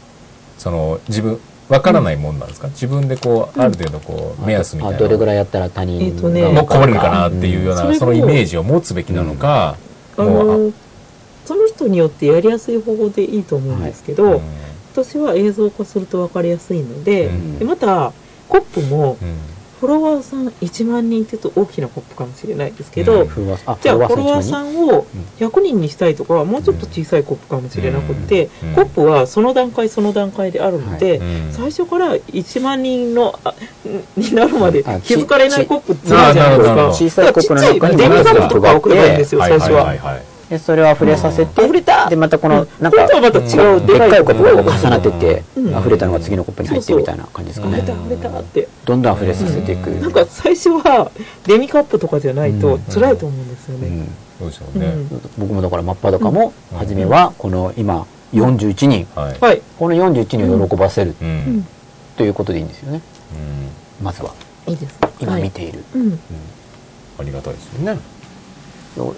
Speaker 1: その自分わからないもんなんですか、自分でこうある程度こう目安みたい
Speaker 2: あ
Speaker 1: な
Speaker 2: どれぐらいやったら他人
Speaker 3: えっとね
Speaker 2: が
Speaker 1: もうこぼれるかなっていうような、
Speaker 3: うん
Speaker 1: そのイメージを持つべきなのか、
Speaker 3: あ
Speaker 1: もう
Speaker 3: のその人によってやりやすい方法でいいと思うんですけど、
Speaker 1: あうん
Speaker 3: 私は映像化すると分かりやすいので,、
Speaker 1: うん
Speaker 3: でまたコップも
Speaker 1: うん
Speaker 3: フォロワーさん1万人って言うと大きなコップかもしれないですけど、
Speaker 1: うん
Speaker 2: フォロワーあ
Speaker 3: じゃあフォロワー
Speaker 2: さ
Speaker 3: さ
Speaker 2: ん
Speaker 3: んを100人にしたいとかはもうちょっと小さいコップかもしれなくって、
Speaker 1: うん
Speaker 3: コップはその段階その段階であるので、
Speaker 1: うん
Speaker 3: 最初から1万人のあんになるまで
Speaker 2: あ
Speaker 3: 気づかれない
Speaker 2: ち
Speaker 3: コップ作るじゃない
Speaker 1: あなるほどなるほど
Speaker 3: です
Speaker 2: 小さい
Speaker 3: か。
Speaker 2: コップの中に
Speaker 3: デミカップとか
Speaker 2: が
Speaker 3: 送ればいいんですよ、
Speaker 1: は
Speaker 3: 最
Speaker 1: い
Speaker 3: 初
Speaker 1: はいはい
Speaker 3: は。
Speaker 1: はい
Speaker 2: でそれを溢れさせて、
Speaker 3: 溢れた
Speaker 2: でまたこのなん
Speaker 3: これ
Speaker 2: か
Speaker 3: とはまた違
Speaker 2: でっ
Speaker 3: うで
Speaker 2: か
Speaker 3: か
Speaker 2: い
Speaker 3: い
Speaker 2: コ
Speaker 3: コ
Speaker 2: ッ
Speaker 3: ッ
Speaker 2: プ
Speaker 3: プ
Speaker 2: を
Speaker 3: を
Speaker 2: 重なってって、
Speaker 3: うん
Speaker 2: 溢れたのが次のコップに入って
Speaker 3: そうそう
Speaker 2: みたいな感じですかね、
Speaker 3: 溢れた溢れたって。
Speaker 2: どんどん溢れさせていく、
Speaker 3: なんか最初はデミカップとかじゃないと辛いと思うんですよ
Speaker 2: う
Speaker 3: ね。
Speaker 2: ん
Speaker 1: そうでしょう
Speaker 3: う
Speaker 1: ね、
Speaker 3: ん
Speaker 2: 僕もだから真っ裸も初めはこの今41人
Speaker 1: はい、
Speaker 3: はい。
Speaker 2: この41人を喜ばせる
Speaker 1: うん
Speaker 3: うん
Speaker 2: ということでいいんですよね
Speaker 1: うん
Speaker 2: まずはい
Speaker 3: いです。
Speaker 2: 今
Speaker 3: はい
Speaker 2: 見ている、
Speaker 3: うん。
Speaker 1: ありがたいですよね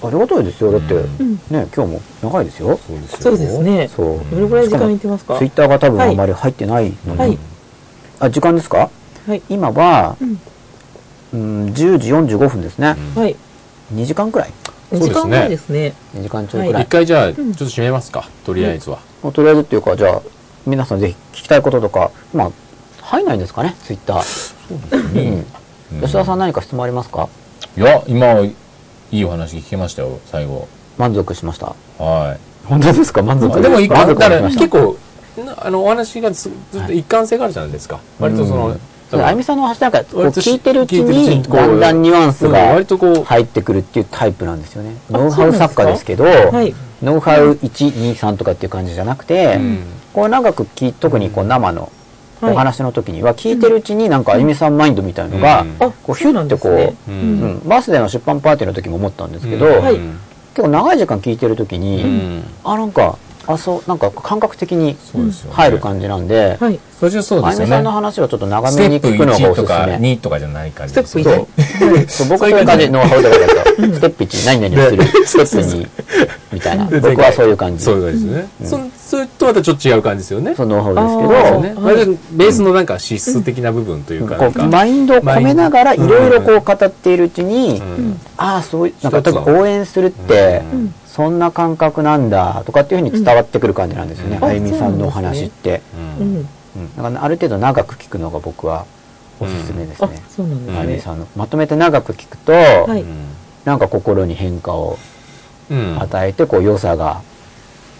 Speaker 2: ありがたいですよだって、
Speaker 1: う
Speaker 3: うん。
Speaker 2: ね今日も長いですよ
Speaker 1: そうですよ
Speaker 3: そうですね。
Speaker 2: そう
Speaker 3: どれぐらい時間いってますか
Speaker 2: ツイッターが多分あんまり入ってないのに、
Speaker 3: はい。
Speaker 2: あ時間ですか
Speaker 3: はい。
Speaker 2: 今は
Speaker 3: う、ん。
Speaker 2: うん、10時45分ですね、
Speaker 3: はい。
Speaker 2: 2時間くらい
Speaker 3: 2
Speaker 1: そうです
Speaker 3: 時
Speaker 1: ね
Speaker 3: 間前ですね。
Speaker 2: 2時間ちょいくらい
Speaker 1: 一、回じゃあ、ちょっと締めますか。とりあえずは。
Speaker 2: もうとりあえずっていうかじゃあ皆さんぜひ聞きたいこととかまあ入んないんですかねツイッター、うん吉田さん何か質問ありますか
Speaker 4: いや、今、いいお話聞けましたよ、最後。
Speaker 2: 満足しました
Speaker 4: は
Speaker 2: 本当ですか満足
Speaker 1: でも一貫、
Speaker 2: 満足
Speaker 1: だか
Speaker 2: し
Speaker 1: ら
Speaker 2: ま
Speaker 1: 結
Speaker 2: し
Speaker 1: 構、なあの、お話がずずっと一貫性があるじゃないですか。割とその、多分
Speaker 2: たあゆみさんのお話なんかこう
Speaker 1: 割とし
Speaker 2: 聞いてるうち
Speaker 1: 聞いてる
Speaker 2: に
Speaker 1: うちにこう
Speaker 2: だんだんニュアンス
Speaker 1: うん
Speaker 2: が
Speaker 1: 割とこう
Speaker 2: 入ってくるっていうタイプなんですよね
Speaker 3: あ
Speaker 2: ノウハウ作家ですけど
Speaker 3: はい
Speaker 2: ノウハウ123とかっていう感じじゃなくて、
Speaker 1: うん
Speaker 2: こう長く聞い特にこう生の
Speaker 3: はい
Speaker 2: お話の時には聞いてるうちになんかあゆみさんマインドみたいのが、
Speaker 1: うん
Speaker 3: あ、
Speaker 2: こうヒュッてこう
Speaker 3: そうなんですね
Speaker 1: うん
Speaker 2: うんバースデーの出版パーティーの時も思ったんですけど、
Speaker 1: うん
Speaker 3: はい
Speaker 1: うん
Speaker 2: 結構長い時間聞いてる時に、
Speaker 1: うん
Speaker 2: あなんかあそうなんか感覚的に
Speaker 4: うですよね
Speaker 2: 入る感じなんで、
Speaker 3: はい。
Speaker 4: い。そりゃそうで
Speaker 2: あゆ
Speaker 4: すよ
Speaker 2: みさんの
Speaker 4: ね。
Speaker 2: 話をちょっと長
Speaker 4: ス
Speaker 2: め
Speaker 4: テッ
Speaker 2: に
Speaker 4: プ
Speaker 2: 聞くのがお
Speaker 4: 1
Speaker 2: す
Speaker 4: と
Speaker 2: す
Speaker 4: か
Speaker 2: め。
Speaker 4: 2とかじゃない感じですよ
Speaker 3: ステ
Speaker 4: ね
Speaker 3: ッ。
Speaker 2: そう僕はそういう感じノウハウとかだとステップ1何々をするステップ2みた
Speaker 4: [LAUGHS]
Speaker 2: いな
Speaker 1: で
Speaker 2: 僕はそういう感じ
Speaker 1: そ
Speaker 2: そ
Speaker 1: いう
Speaker 2: う
Speaker 1: う感じですね。そそれとまたちょっと違う感じですよね。
Speaker 2: ノウハウ
Speaker 3: あ
Speaker 2: ですけ
Speaker 3: ー
Speaker 2: ど
Speaker 1: ね、割とベースのなんか資質的な部分というか、なん
Speaker 2: こう
Speaker 1: か、
Speaker 2: マインドを込めながらいろいろこう語っているうち
Speaker 1: う
Speaker 2: に、
Speaker 1: ん
Speaker 2: ああそういうなんか
Speaker 1: 一つの
Speaker 2: 多分応援するって、
Speaker 3: うん
Speaker 2: そんな感覚なんだとかっていうふうに伝わってくる感じなんですよね、
Speaker 1: うん
Speaker 2: あゆみさんのお話って、
Speaker 1: う
Speaker 3: うんん。
Speaker 2: うんだからある程度長く聞くのが僕はおすすめです
Speaker 3: あ
Speaker 2: ね、、
Speaker 3: そうなん
Speaker 1: うん
Speaker 2: あゆ
Speaker 3: で
Speaker 2: み
Speaker 3: すね。
Speaker 2: さんのまとめて長く聞くと、
Speaker 3: はいう
Speaker 2: なんか心に変化を
Speaker 1: うん
Speaker 2: 与えてこう良さが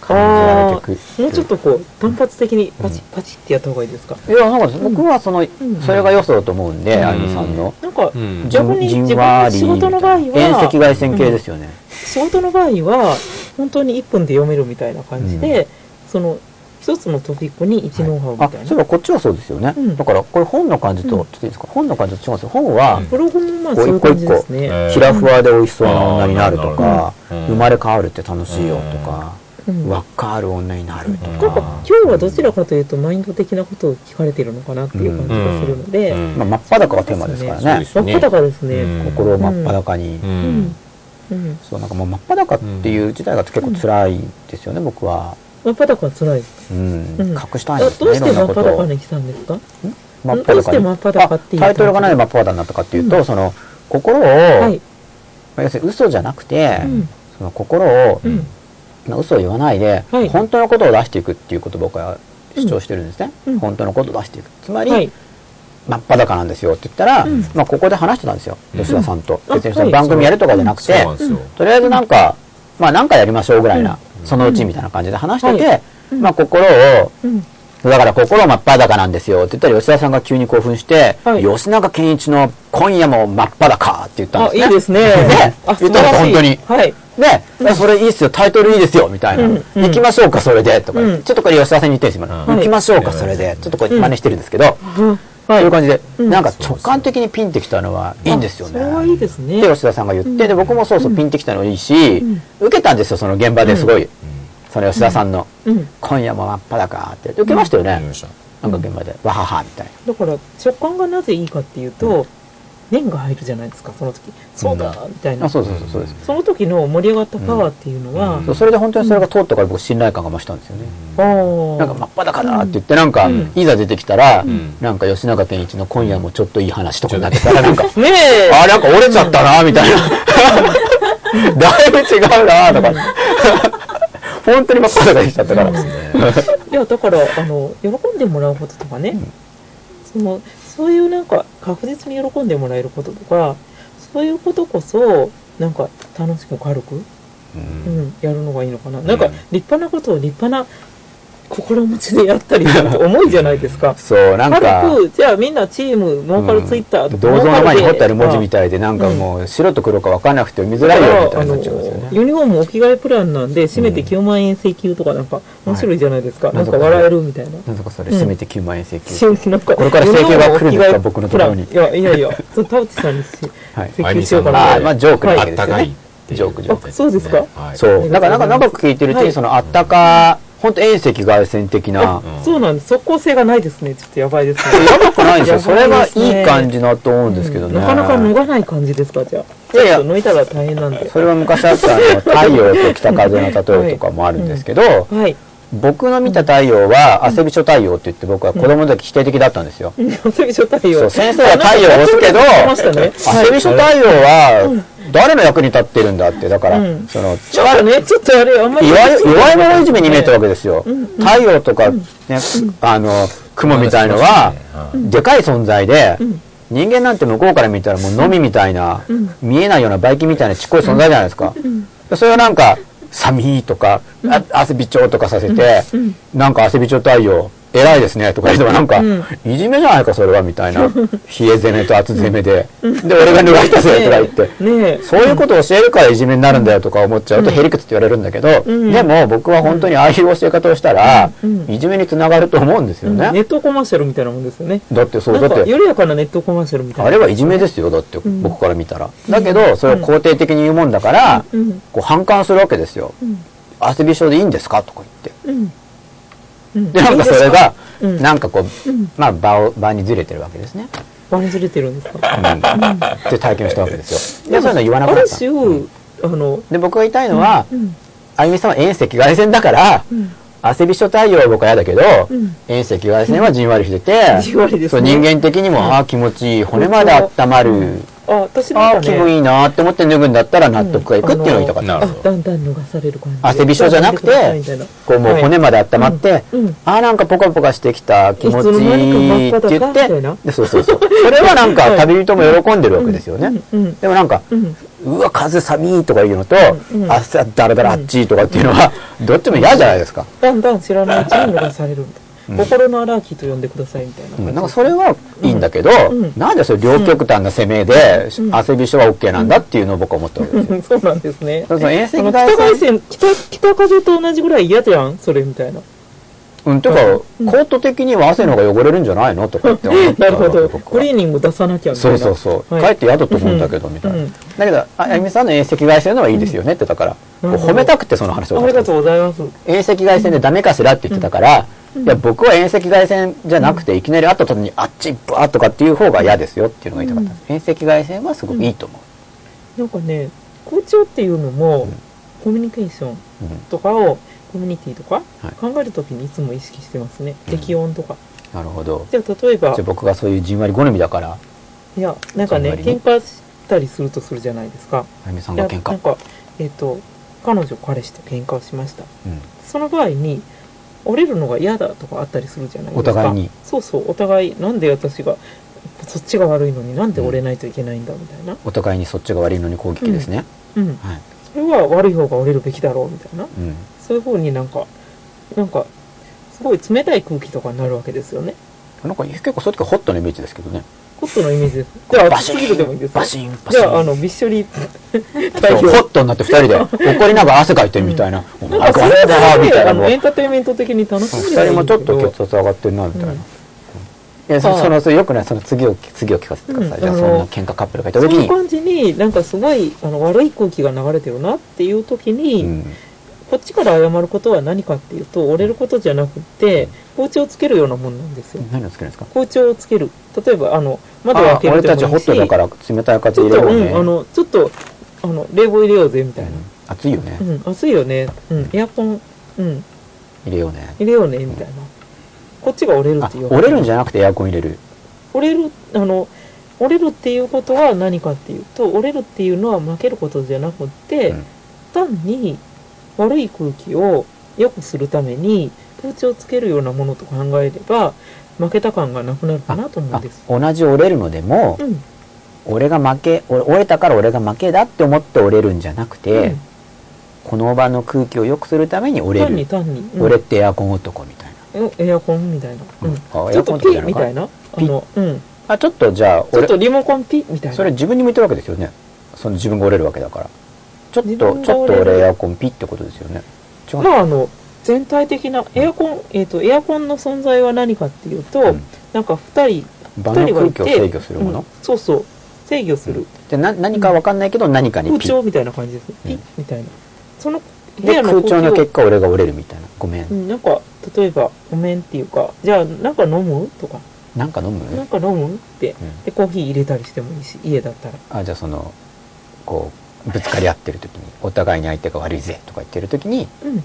Speaker 2: 感じられ
Speaker 3: あ
Speaker 2: てくる、
Speaker 3: ーもうちょっとこう、単発的にパチパチってやった方がいいですか。
Speaker 2: いやそうです僕はその、
Speaker 3: ん
Speaker 2: それが良さだと思うんで、あゆみさんの。
Speaker 3: なんか、
Speaker 1: うん
Speaker 2: じ
Speaker 3: じ
Speaker 2: ん
Speaker 3: ゃ逆に
Speaker 2: じん
Speaker 3: 自分
Speaker 2: わ
Speaker 3: の
Speaker 2: り
Speaker 3: 仕事の場合は
Speaker 2: 遠赤外線系ですよね、
Speaker 3: 仕事の場合は、本当に1分で読めるみたいな感じで、その、一つのトピックに1ノウハウみ
Speaker 2: あ
Speaker 3: たい
Speaker 2: そういえ
Speaker 3: な。
Speaker 2: ばこっちはそうですよね、
Speaker 3: うん
Speaker 2: だからこれ本の感じと、
Speaker 3: う
Speaker 2: ちょっといいですか本の感じと違うんですよ本は、
Speaker 3: ブログもまあそういう感じですね。
Speaker 4: えー
Speaker 2: ひらふわで美味しそうな女になるとか、
Speaker 4: うんうん
Speaker 2: 生まれ変わるって楽しいよとか、
Speaker 3: うん
Speaker 2: 輪っかある女になると
Speaker 3: なんか
Speaker 2: か、
Speaker 3: 今日はどちらかというとマインド的なことを聞かれてるのかなっていう感じがするので、
Speaker 1: うん
Speaker 2: まあ、真っ裸がテーマですから
Speaker 1: そう
Speaker 2: ね
Speaker 1: です
Speaker 3: 真っ裸です
Speaker 1: うん
Speaker 3: ね。
Speaker 2: 心を真っ裸に、
Speaker 1: う
Speaker 3: うんん。うん。
Speaker 2: そうなんかもう真っ裸っていう時代が結構辛いですよね、僕は、
Speaker 3: 真っ裸は辛いです。
Speaker 2: うん
Speaker 3: うん
Speaker 2: 隠した
Speaker 3: あ
Speaker 2: いん
Speaker 3: ど
Speaker 2: で
Speaker 3: う
Speaker 2: すねいろん
Speaker 3: して真
Speaker 2: な
Speaker 3: っ
Speaker 2: こと
Speaker 3: 裸
Speaker 2: を
Speaker 3: に来たんですか
Speaker 2: 真っ
Speaker 3: どうして真っ裸って
Speaker 2: にあ
Speaker 3: いう
Speaker 2: タイトルがなんで真っ裸になったかっていうと、
Speaker 3: うん
Speaker 2: その心を、
Speaker 3: はい。
Speaker 2: まあ要するに嘘じゃなくて、
Speaker 3: うん。
Speaker 2: その心を、
Speaker 3: うん。
Speaker 2: まあ嘘を言わないで、
Speaker 3: はい
Speaker 2: 本当のことを出していくっていうことを僕は主張してるんですね、
Speaker 3: うん
Speaker 2: 本当のことを出していくつまり、
Speaker 3: はい。
Speaker 2: 真っ裸なんですよって言ったら、
Speaker 3: うん
Speaker 2: まあ、ここで話してたんですよ、
Speaker 4: うん
Speaker 2: 吉田さんと、
Speaker 3: うん
Speaker 2: 別に
Speaker 3: あ
Speaker 2: その
Speaker 3: はい
Speaker 2: 番組やるとかじゃなく
Speaker 4: そ
Speaker 2: て
Speaker 4: う、なんですよ。
Speaker 2: とりあえずなんか、まあ、なんかやりましょうぐらいな、
Speaker 4: うん
Speaker 2: そのうちみたいな感じで話してて、
Speaker 3: はいうん
Speaker 2: まあ、心を
Speaker 3: うん。
Speaker 2: だから心は真っ裸なんですよって言ったら吉田さんが急に興奮して、
Speaker 3: はい
Speaker 2: 吉永健一の「今夜も真っ裸」って言ったん
Speaker 3: あ
Speaker 2: で、す
Speaker 3: い
Speaker 2: [LAUGHS] ね
Speaker 3: いですね。あ、
Speaker 2: 言ったら本当に
Speaker 3: はい。
Speaker 2: で、それいいっすよ、タイトルいいですよ、みたいな。
Speaker 3: うんうん
Speaker 2: 行きましょうか、それで、とか、
Speaker 3: うん
Speaker 2: ちょっとこれ吉田さんに言ってるんです、今。
Speaker 4: うん
Speaker 2: 行きましょうか、それで。ちょっとこれ真似してるんですけど、
Speaker 3: うん
Speaker 2: そういう感じで、
Speaker 3: うん
Speaker 2: なんか直感的にピンってきたのはいいんですよ
Speaker 3: それはいい
Speaker 2: ね。
Speaker 3: ですね
Speaker 2: で、。吉田さんが言って、で、僕もそうそう、ピンってきたのいいし、
Speaker 3: ん
Speaker 2: 受けたんですよ、その現場ですごい。その吉田さんの、
Speaker 3: うん。
Speaker 2: 今夜も真っ裸って。受けましたよ
Speaker 4: 見
Speaker 2: ね
Speaker 4: ま。した
Speaker 2: なんか現場で、わはは、みたいな。
Speaker 3: だから直感がなぜいいかっていうと、念が入るじゃないですか、その時。そうだ、みたいな。
Speaker 2: あ、
Speaker 3: そ
Speaker 2: そうそうそう、そうです。
Speaker 3: の時の盛り上がったパワーっていうのは
Speaker 4: うん、
Speaker 2: そうそれで本当にそれが通ったから僕信頼感が増したんですよね。
Speaker 3: あー
Speaker 2: なんか真っ裸だって言って、なんか、いざ出てきたら、なんか吉永健一の今夜もちょっといい話とかになってたら、なんか、
Speaker 3: ねえ
Speaker 2: あ、なんか折れちゃったな、みたい [LAUGHS] な。だいぶ違うな、とか。本当に真っ裸にしちゃったから。
Speaker 3: いやだからあの喜んでもらうこととかね、そのそういうなんか確実に喜んでもらえることとかそういうことこそなんか楽しく軽く、うんやるのがいいのかな、なんか立派なことを立派な心持ちでやったりすると思いじゃないですか
Speaker 2: そう、 [LAUGHS] なんか、
Speaker 3: 軽くじゃあみんなチーム儲かるツイッターとか
Speaker 2: 銅像の前に彫ってある文字み
Speaker 3: み
Speaker 2: たいで、なんかもう、白と黒か分かんなくて見づらいよ、みたいになっちゃうんですよね。
Speaker 3: ユニフォームお着替えプランなんで、せめて9万円請求とかなんか面白いじゃないですか。
Speaker 2: い
Speaker 3: なんか笑えるみたいな。
Speaker 2: なんとかそれ、せめて9万円請求。
Speaker 3: なんか
Speaker 2: これから請求が来るんですか僕のところに
Speaker 3: いやいや
Speaker 2: [LAUGHS]
Speaker 3: いや、その田淵さんにし
Speaker 2: はい
Speaker 3: 請求しようかな。
Speaker 2: まあ、まあ、ジョークな
Speaker 3: はい
Speaker 2: わ
Speaker 4: あ
Speaker 2: け
Speaker 4: っ
Speaker 2: です
Speaker 4: た
Speaker 2: よ
Speaker 4: かい
Speaker 2: ね
Speaker 4: っ。てい
Speaker 2: ジョークジョーク
Speaker 3: あそうですか
Speaker 4: はい
Speaker 2: そう。だからなんか長く聞いてるうち
Speaker 3: は
Speaker 2: に、
Speaker 3: い
Speaker 2: そのあったか、本当遠赤外線的な。
Speaker 3: あそうなんです。即効性がないですね。ちょっとやばいですね。
Speaker 2: やばくないんですよ。それが
Speaker 3: やばいですね
Speaker 2: いい感じだと思うんですけどね。
Speaker 3: なかなか脱がない感じですか、じゃあ。
Speaker 2: いやいや
Speaker 3: ちょっと脱いだら大変なんで。
Speaker 2: それは昔あったあの太陽と北風の例えとかもあるんですけど、
Speaker 3: はい。 [LAUGHS]
Speaker 2: 僕の見た太陽は汗びしょ太陽って言って僕は子供の時否定的だったんですよ、
Speaker 3: 汗びしょ太
Speaker 2: そう
Speaker 3: 陽。
Speaker 2: 先生は太陽を押すけど
Speaker 3: ましたね。
Speaker 2: 汗びしょ太陽は誰の役に立ってるんだってだから、
Speaker 3: うん
Speaker 2: その
Speaker 3: ちょっとね、ちょっとあれ、あんまり。
Speaker 2: 弱い弱い者いじめに見えたわけですよ、太陽とか、ねあの雲みたいのは、でかい存在で、人間なんて向こうから見たらもうのみみたいな、見えないようなバイキンみたいなちっこい存在じゃないですか、それをなんか「寒い」とか「あ汗びちょ」とかさせて、なんか「汗びちょ太陽偉いですね」とか言ってもなんか、いじめじゃないかそれは」みたい [LAUGHS] な冷え攻めと厚攻めで、で俺が脱がしたぜとか言って。
Speaker 3: ねえ。
Speaker 2: そういうことを教えるからいじめになるんだよとか思っちゃうとへりくつって言われるんだけど、でも僕は本当にああいう教え方をしたら、いじめにつながると思うんですよね。
Speaker 3: ネットコマーシャルみたいなもんですよね。
Speaker 2: だってそう、
Speaker 3: な
Speaker 2: だ
Speaker 3: んか、
Speaker 2: って、
Speaker 3: 緩やかなネットコマーシャルみたいな。
Speaker 2: あれはいじめですよ、だって僕から見たら。だけど、それを肯定的に言うもんだから、
Speaker 3: うん。
Speaker 2: こう反感するわけですよ。遊び症でいいんですかとか言って。
Speaker 3: うん。うん。
Speaker 2: で、なんかそれが、
Speaker 3: うん
Speaker 2: なんかこう、まあ場を、場にずれてるわけですね。
Speaker 3: バレずれてるんですか
Speaker 2: うんって体験したわけですよ。で、そういうの言わなく
Speaker 3: あ
Speaker 2: なっ
Speaker 3: る
Speaker 2: た
Speaker 3: 種、。あの、
Speaker 2: で、僕が言いたいのは、
Speaker 3: うん。
Speaker 2: あゆみさんは遠赤外線だから、
Speaker 3: ん
Speaker 2: 汗びしょ太陽は僕は嫌だけど、
Speaker 3: ん
Speaker 2: 遠赤外線はじんわりしてて、
Speaker 3: じんわりです
Speaker 2: そ
Speaker 3: ね
Speaker 2: う人間的にも、ああ気持ちいい骨まで温まる、
Speaker 3: あ、私
Speaker 2: あ
Speaker 3: なん
Speaker 2: あ
Speaker 3: か
Speaker 2: 気
Speaker 3: ね。
Speaker 2: 分いいなって思って脱ぐんだったら納得がいくっていうのが言いたかっ
Speaker 1: な
Speaker 2: た、
Speaker 1: る
Speaker 3: あ
Speaker 1: ほど
Speaker 3: だんだん脱がされる感じで
Speaker 2: 汗びしょじゃなくて
Speaker 3: だんだん脱がされるみ
Speaker 2: こ
Speaker 3: た
Speaker 2: うもう骨まで温まって、
Speaker 3: うんうん
Speaker 2: ああなんかポカポカしてきた気持ちいいって
Speaker 3: い
Speaker 2: 言っ
Speaker 3: つの間にか真っ裸みたいな
Speaker 2: てでそうそうそうそれはなんか旅人も喜んでるわけですよね、
Speaker 3: いなうん
Speaker 2: でもなんか、
Speaker 3: うん
Speaker 2: うわ風寒いとかいうのと、
Speaker 3: うんうん
Speaker 2: 朝だらだらあっちいとかっていうのは、どっちも嫌じゃないですか、
Speaker 3: だんだん知らないうちに脱がされるみたいな、心のアラーキーと呼んでくださいみたいな、
Speaker 2: うんなんかそれはいいんだけど、
Speaker 3: うん
Speaker 2: なんでそれ両極端な攻めで、汗びしょは OK なんだっていうのを僕は思ったわけですよ。
Speaker 3: [LAUGHS] そうなんですね
Speaker 2: そうそう遠
Speaker 3: あ
Speaker 2: 赤
Speaker 3: の
Speaker 2: 外
Speaker 3: 北外
Speaker 2: 線
Speaker 3: 線北北風と同じぐらい嫌じゃんそれみたいな
Speaker 2: うんとか、コート的には汗の方が汚れるんじゃないのとかって思った
Speaker 3: なるほど
Speaker 2: わけ僕
Speaker 3: ク
Speaker 2: は
Speaker 3: リーニング出さなきゃみたい
Speaker 2: そ
Speaker 3: な
Speaker 2: うそうそう、
Speaker 3: はい
Speaker 2: かえって嫌だと思うんだけど、みたいな、
Speaker 3: うん
Speaker 2: だけどあやみさんの遠赤外線のはいいですよねってだから、
Speaker 3: うん
Speaker 2: こう褒めたくてその話を
Speaker 3: ありがとうございます
Speaker 2: 遠赤外線でダメかしらって言ってたから、いや僕は遠赤外線じゃなくていきなり会った時にあっちバーとかっていう方が嫌ですよっていうのが言いたかった、です遠赤外線はすごくいいと思
Speaker 3: なんかね校長っていうのも、コミュニケーション
Speaker 2: う、うん
Speaker 3: とかをコミュニティとか、
Speaker 2: はい
Speaker 3: 考えるときにいつも意識してますね、
Speaker 2: うん
Speaker 3: 適温とか
Speaker 2: なるほど
Speaker 3: じゃあ例えば
Speaker 2: じゃあ僕がそういうじんわり好みだから
Speaker 3: いやなんかね
Speaker 2: じんわりね
Speaker 3: 喧嘩したりするとするじゃないですか
Speaker 2: あやみさん
Speaker 3: いや
Speaker 2: が喧
Speaker 3: な
Speaker 2: 嘩
Speaker 3: んかえっ、と彼女彼氏と喧嘩をしました
Speaker 2: うん
Speaker 3: その場合に折れるのが嫌だとかあったりするじゃないですか
Speaker 2: お互いに
Speaker 3: そうそうお互いなんで私がそっちが悪いのになんで折れないといけないんだみたいな
Speaker 2: お互いにそっちが悪いのに攻撃ですね、
Speaker 3: うん、
Speaker 2: はい、
Speaker 3: それは悪い方が折れるべきだろうみたいな
Speaker 2: うん、
Speaker 3: そういう風になんかなんかすごい冷たい空気とかになるわけですよね
Speaker 2: なんか結構そういう時はホットのイメージですけどね
Speaker 3: コットのイメージですじゃあ熱すぎるでもいいですよ
Speaker 2: バシンバシ
Speaker 3: じ
Speaker 2: ン
Speaker 3: ゃああのびっしょり
Speaker 2: そう
Speaker 3: 代表
Speaker 2: ホットになって二人で怒りながら汗かいてるみたいな「お
Speaker 3: なん
Speaker 2: 前
Speaker 3: かそ
Speaker 2: ガ
Speaker 3: れ
Speaker 2: ラだ
Speaker 3: は
Speaker 2: ー」みたい
Speaker 3: ね
Speaker 2: な
Speaker 3: あ
Speaker 2: も
Speaker 3: の
Speaker 2: う
Speaker 3: エンターテインメント的に楽しみ
Speaker 2: 二
Speaker 3: ではい
Speaker 2: 人
Speaker 3: いん
Speaker 2: もちょ
Speaker 3: だ
Speaker 2: っ
Speaker 3: け
Speaker 2: と
Speaker 3: ど
Speaker 2: 血圧上がってるなみたいな、
Speaker 3: うん
Speaker 2: えそ
Speaker 3: ああ
Speaker 2: そのそれよくないその次を次を聞かせてください、
Speaker 3: うん
Speaker 2: じゃあ
Speaker 3: あ
Speaker 2: そんな
Speaker 3: の
Speaker 2: 喧嘩カップルがいた
Speaker 3: そう
Speaker 2: 時
Speaker 3: いう
Speaker 2: に
Speaker 3: 感じになんかすごいあの悪い空気が流れてるなっていう時に、
Speaker 2: うん
Speaker 3: こっちから謝ることは何かっていうと折れることじゃなくって包丁をつけるようなもんなんですよ
Speaker 2: 何をつけるんですか
Speaker 3: 包丁をつける例えばあの窓を
Speaker 2: あ
Speaker 3: 開け
Speaker 2: 俺
Speaker 3: るで
Speaker 2: たちホ
Speaker 3: もい
Speaker 2: ッ
Speaker 3: いし
Speaker 2: トだから冷たい
Speaker 3: ち
Speaker 2: 風
Speaker 3: ょ
Speaker 2: 入
Speaker 3: っ
Speaker 2: れ
Speaker 3: と、
Speaker 2: よ
Speaker 3: う
Speaker 2: うね、
Speaker 3: ん、あのちょっとあの冷房入れようぜみたいな、
Speaker 2: 暑いよね、
Speaker 3: うん、暑いよね、うん、エアコン、うん、
Speaker 2: 入れようね
Speaker 3: 入れようねみたいなこっちが折れるっ
Speaker 2: あ
Speaker 3: ていう
Speaker 2: 折れるんじゃなくてエアコン入れる
Speaker 3: 折れるあの折れるっていうことは何かっていうと折れるっていうのは負けることじゃなくって、
Speaker 2: うん
Speaker 3: 単に悪い空気を良くするために空調をつけるようなものと考えれば負けた感がなくなるかなと思うん
Speaker 2: あ
Speaker 3: です。
Speaker 2: 同じ折れるのでも、
Speaker 3: うん、
Speaker 2: 俺が負け俺折れたから俺が負けだって思って折れるんじゃなくて、
Speaker 3: うん
Speaker 2: この場の空気を良くするために折れ
Speaker 3: 単
Speaker 2: る
Speaker 3: に単に、うん
Speaker 2: 俺ってエアコン男みたいな、
Speaker 3: エアコンみたいな、うん
Speaker 2: あ
Speaker 3: ちょっとピッみたい
Speaker 2: な
Speaker 3: なあ
Speaker 2: ピッ
Speaker 3: の、うん、
Speaker 2: あちょっとじゃあ
Speaker 3: ちょっ
Speaker 2: 俺
Speaker 3: とリモコンピッみたいな
Speaker 2: それ自分に向いてるわけですよねその自分が折れるわけだからちょっと
Speaker 3: 自
Speaker 2: ちょ
Speaker 3: 分
Speaker 2: っ
Speaker 3: が
Speaker 2: と
Speaker 3: 折れる
Speaker 2: 俺エアコンピってことですよね違う、
Speaker 3: まああの全体的なエアコン、えっとエアコンの存在は何かっていうと、
Speaker 2: うん
Speaker 3: なんか2人
Speaker 2: 場
Speaker 3: 二
Speaker 2: の
Speaker 3: 人が
Speaker 2: 空気を制
Speaker 3: いて
Speaker 2: 御するもの、
Speaker 3: うんそうそう制御する
Speaker 2: でな何かわかんないけど何かに
Speaker 3: 空
Speaker 2: ピッ
Speaker 3: 調みたいな感じですピッみたいなその部
Speaker 2: で
Speaker 3: 屋
Speaker 2: 空
Speaker 3: の
Speaker 2: 調
Speaker 3: 空
Speaker 2: の
Speaker 3: 気
Speaker 2: 結
Speaker 3: を
Speaker 2: 果俺が折れるみたいなごめん、
Speaker 3: うんなんか例えば「ごめん」っていうか「じゃあなんか飲む?」とか
Speaker 2: なんか飲む、
Speaker 3: 「なんか飲む?」って
Speaker 2: うん
Speaker 3: でコーヒー入れたりしてもいいし家だったら
Speaker 2: あじゃあその
Speaker 3: [LAUGHS]
Speaker 2: こうぶつかり合ってる時にお互いに相手が悪いぜとか言ってる時に
Speaker 3: うん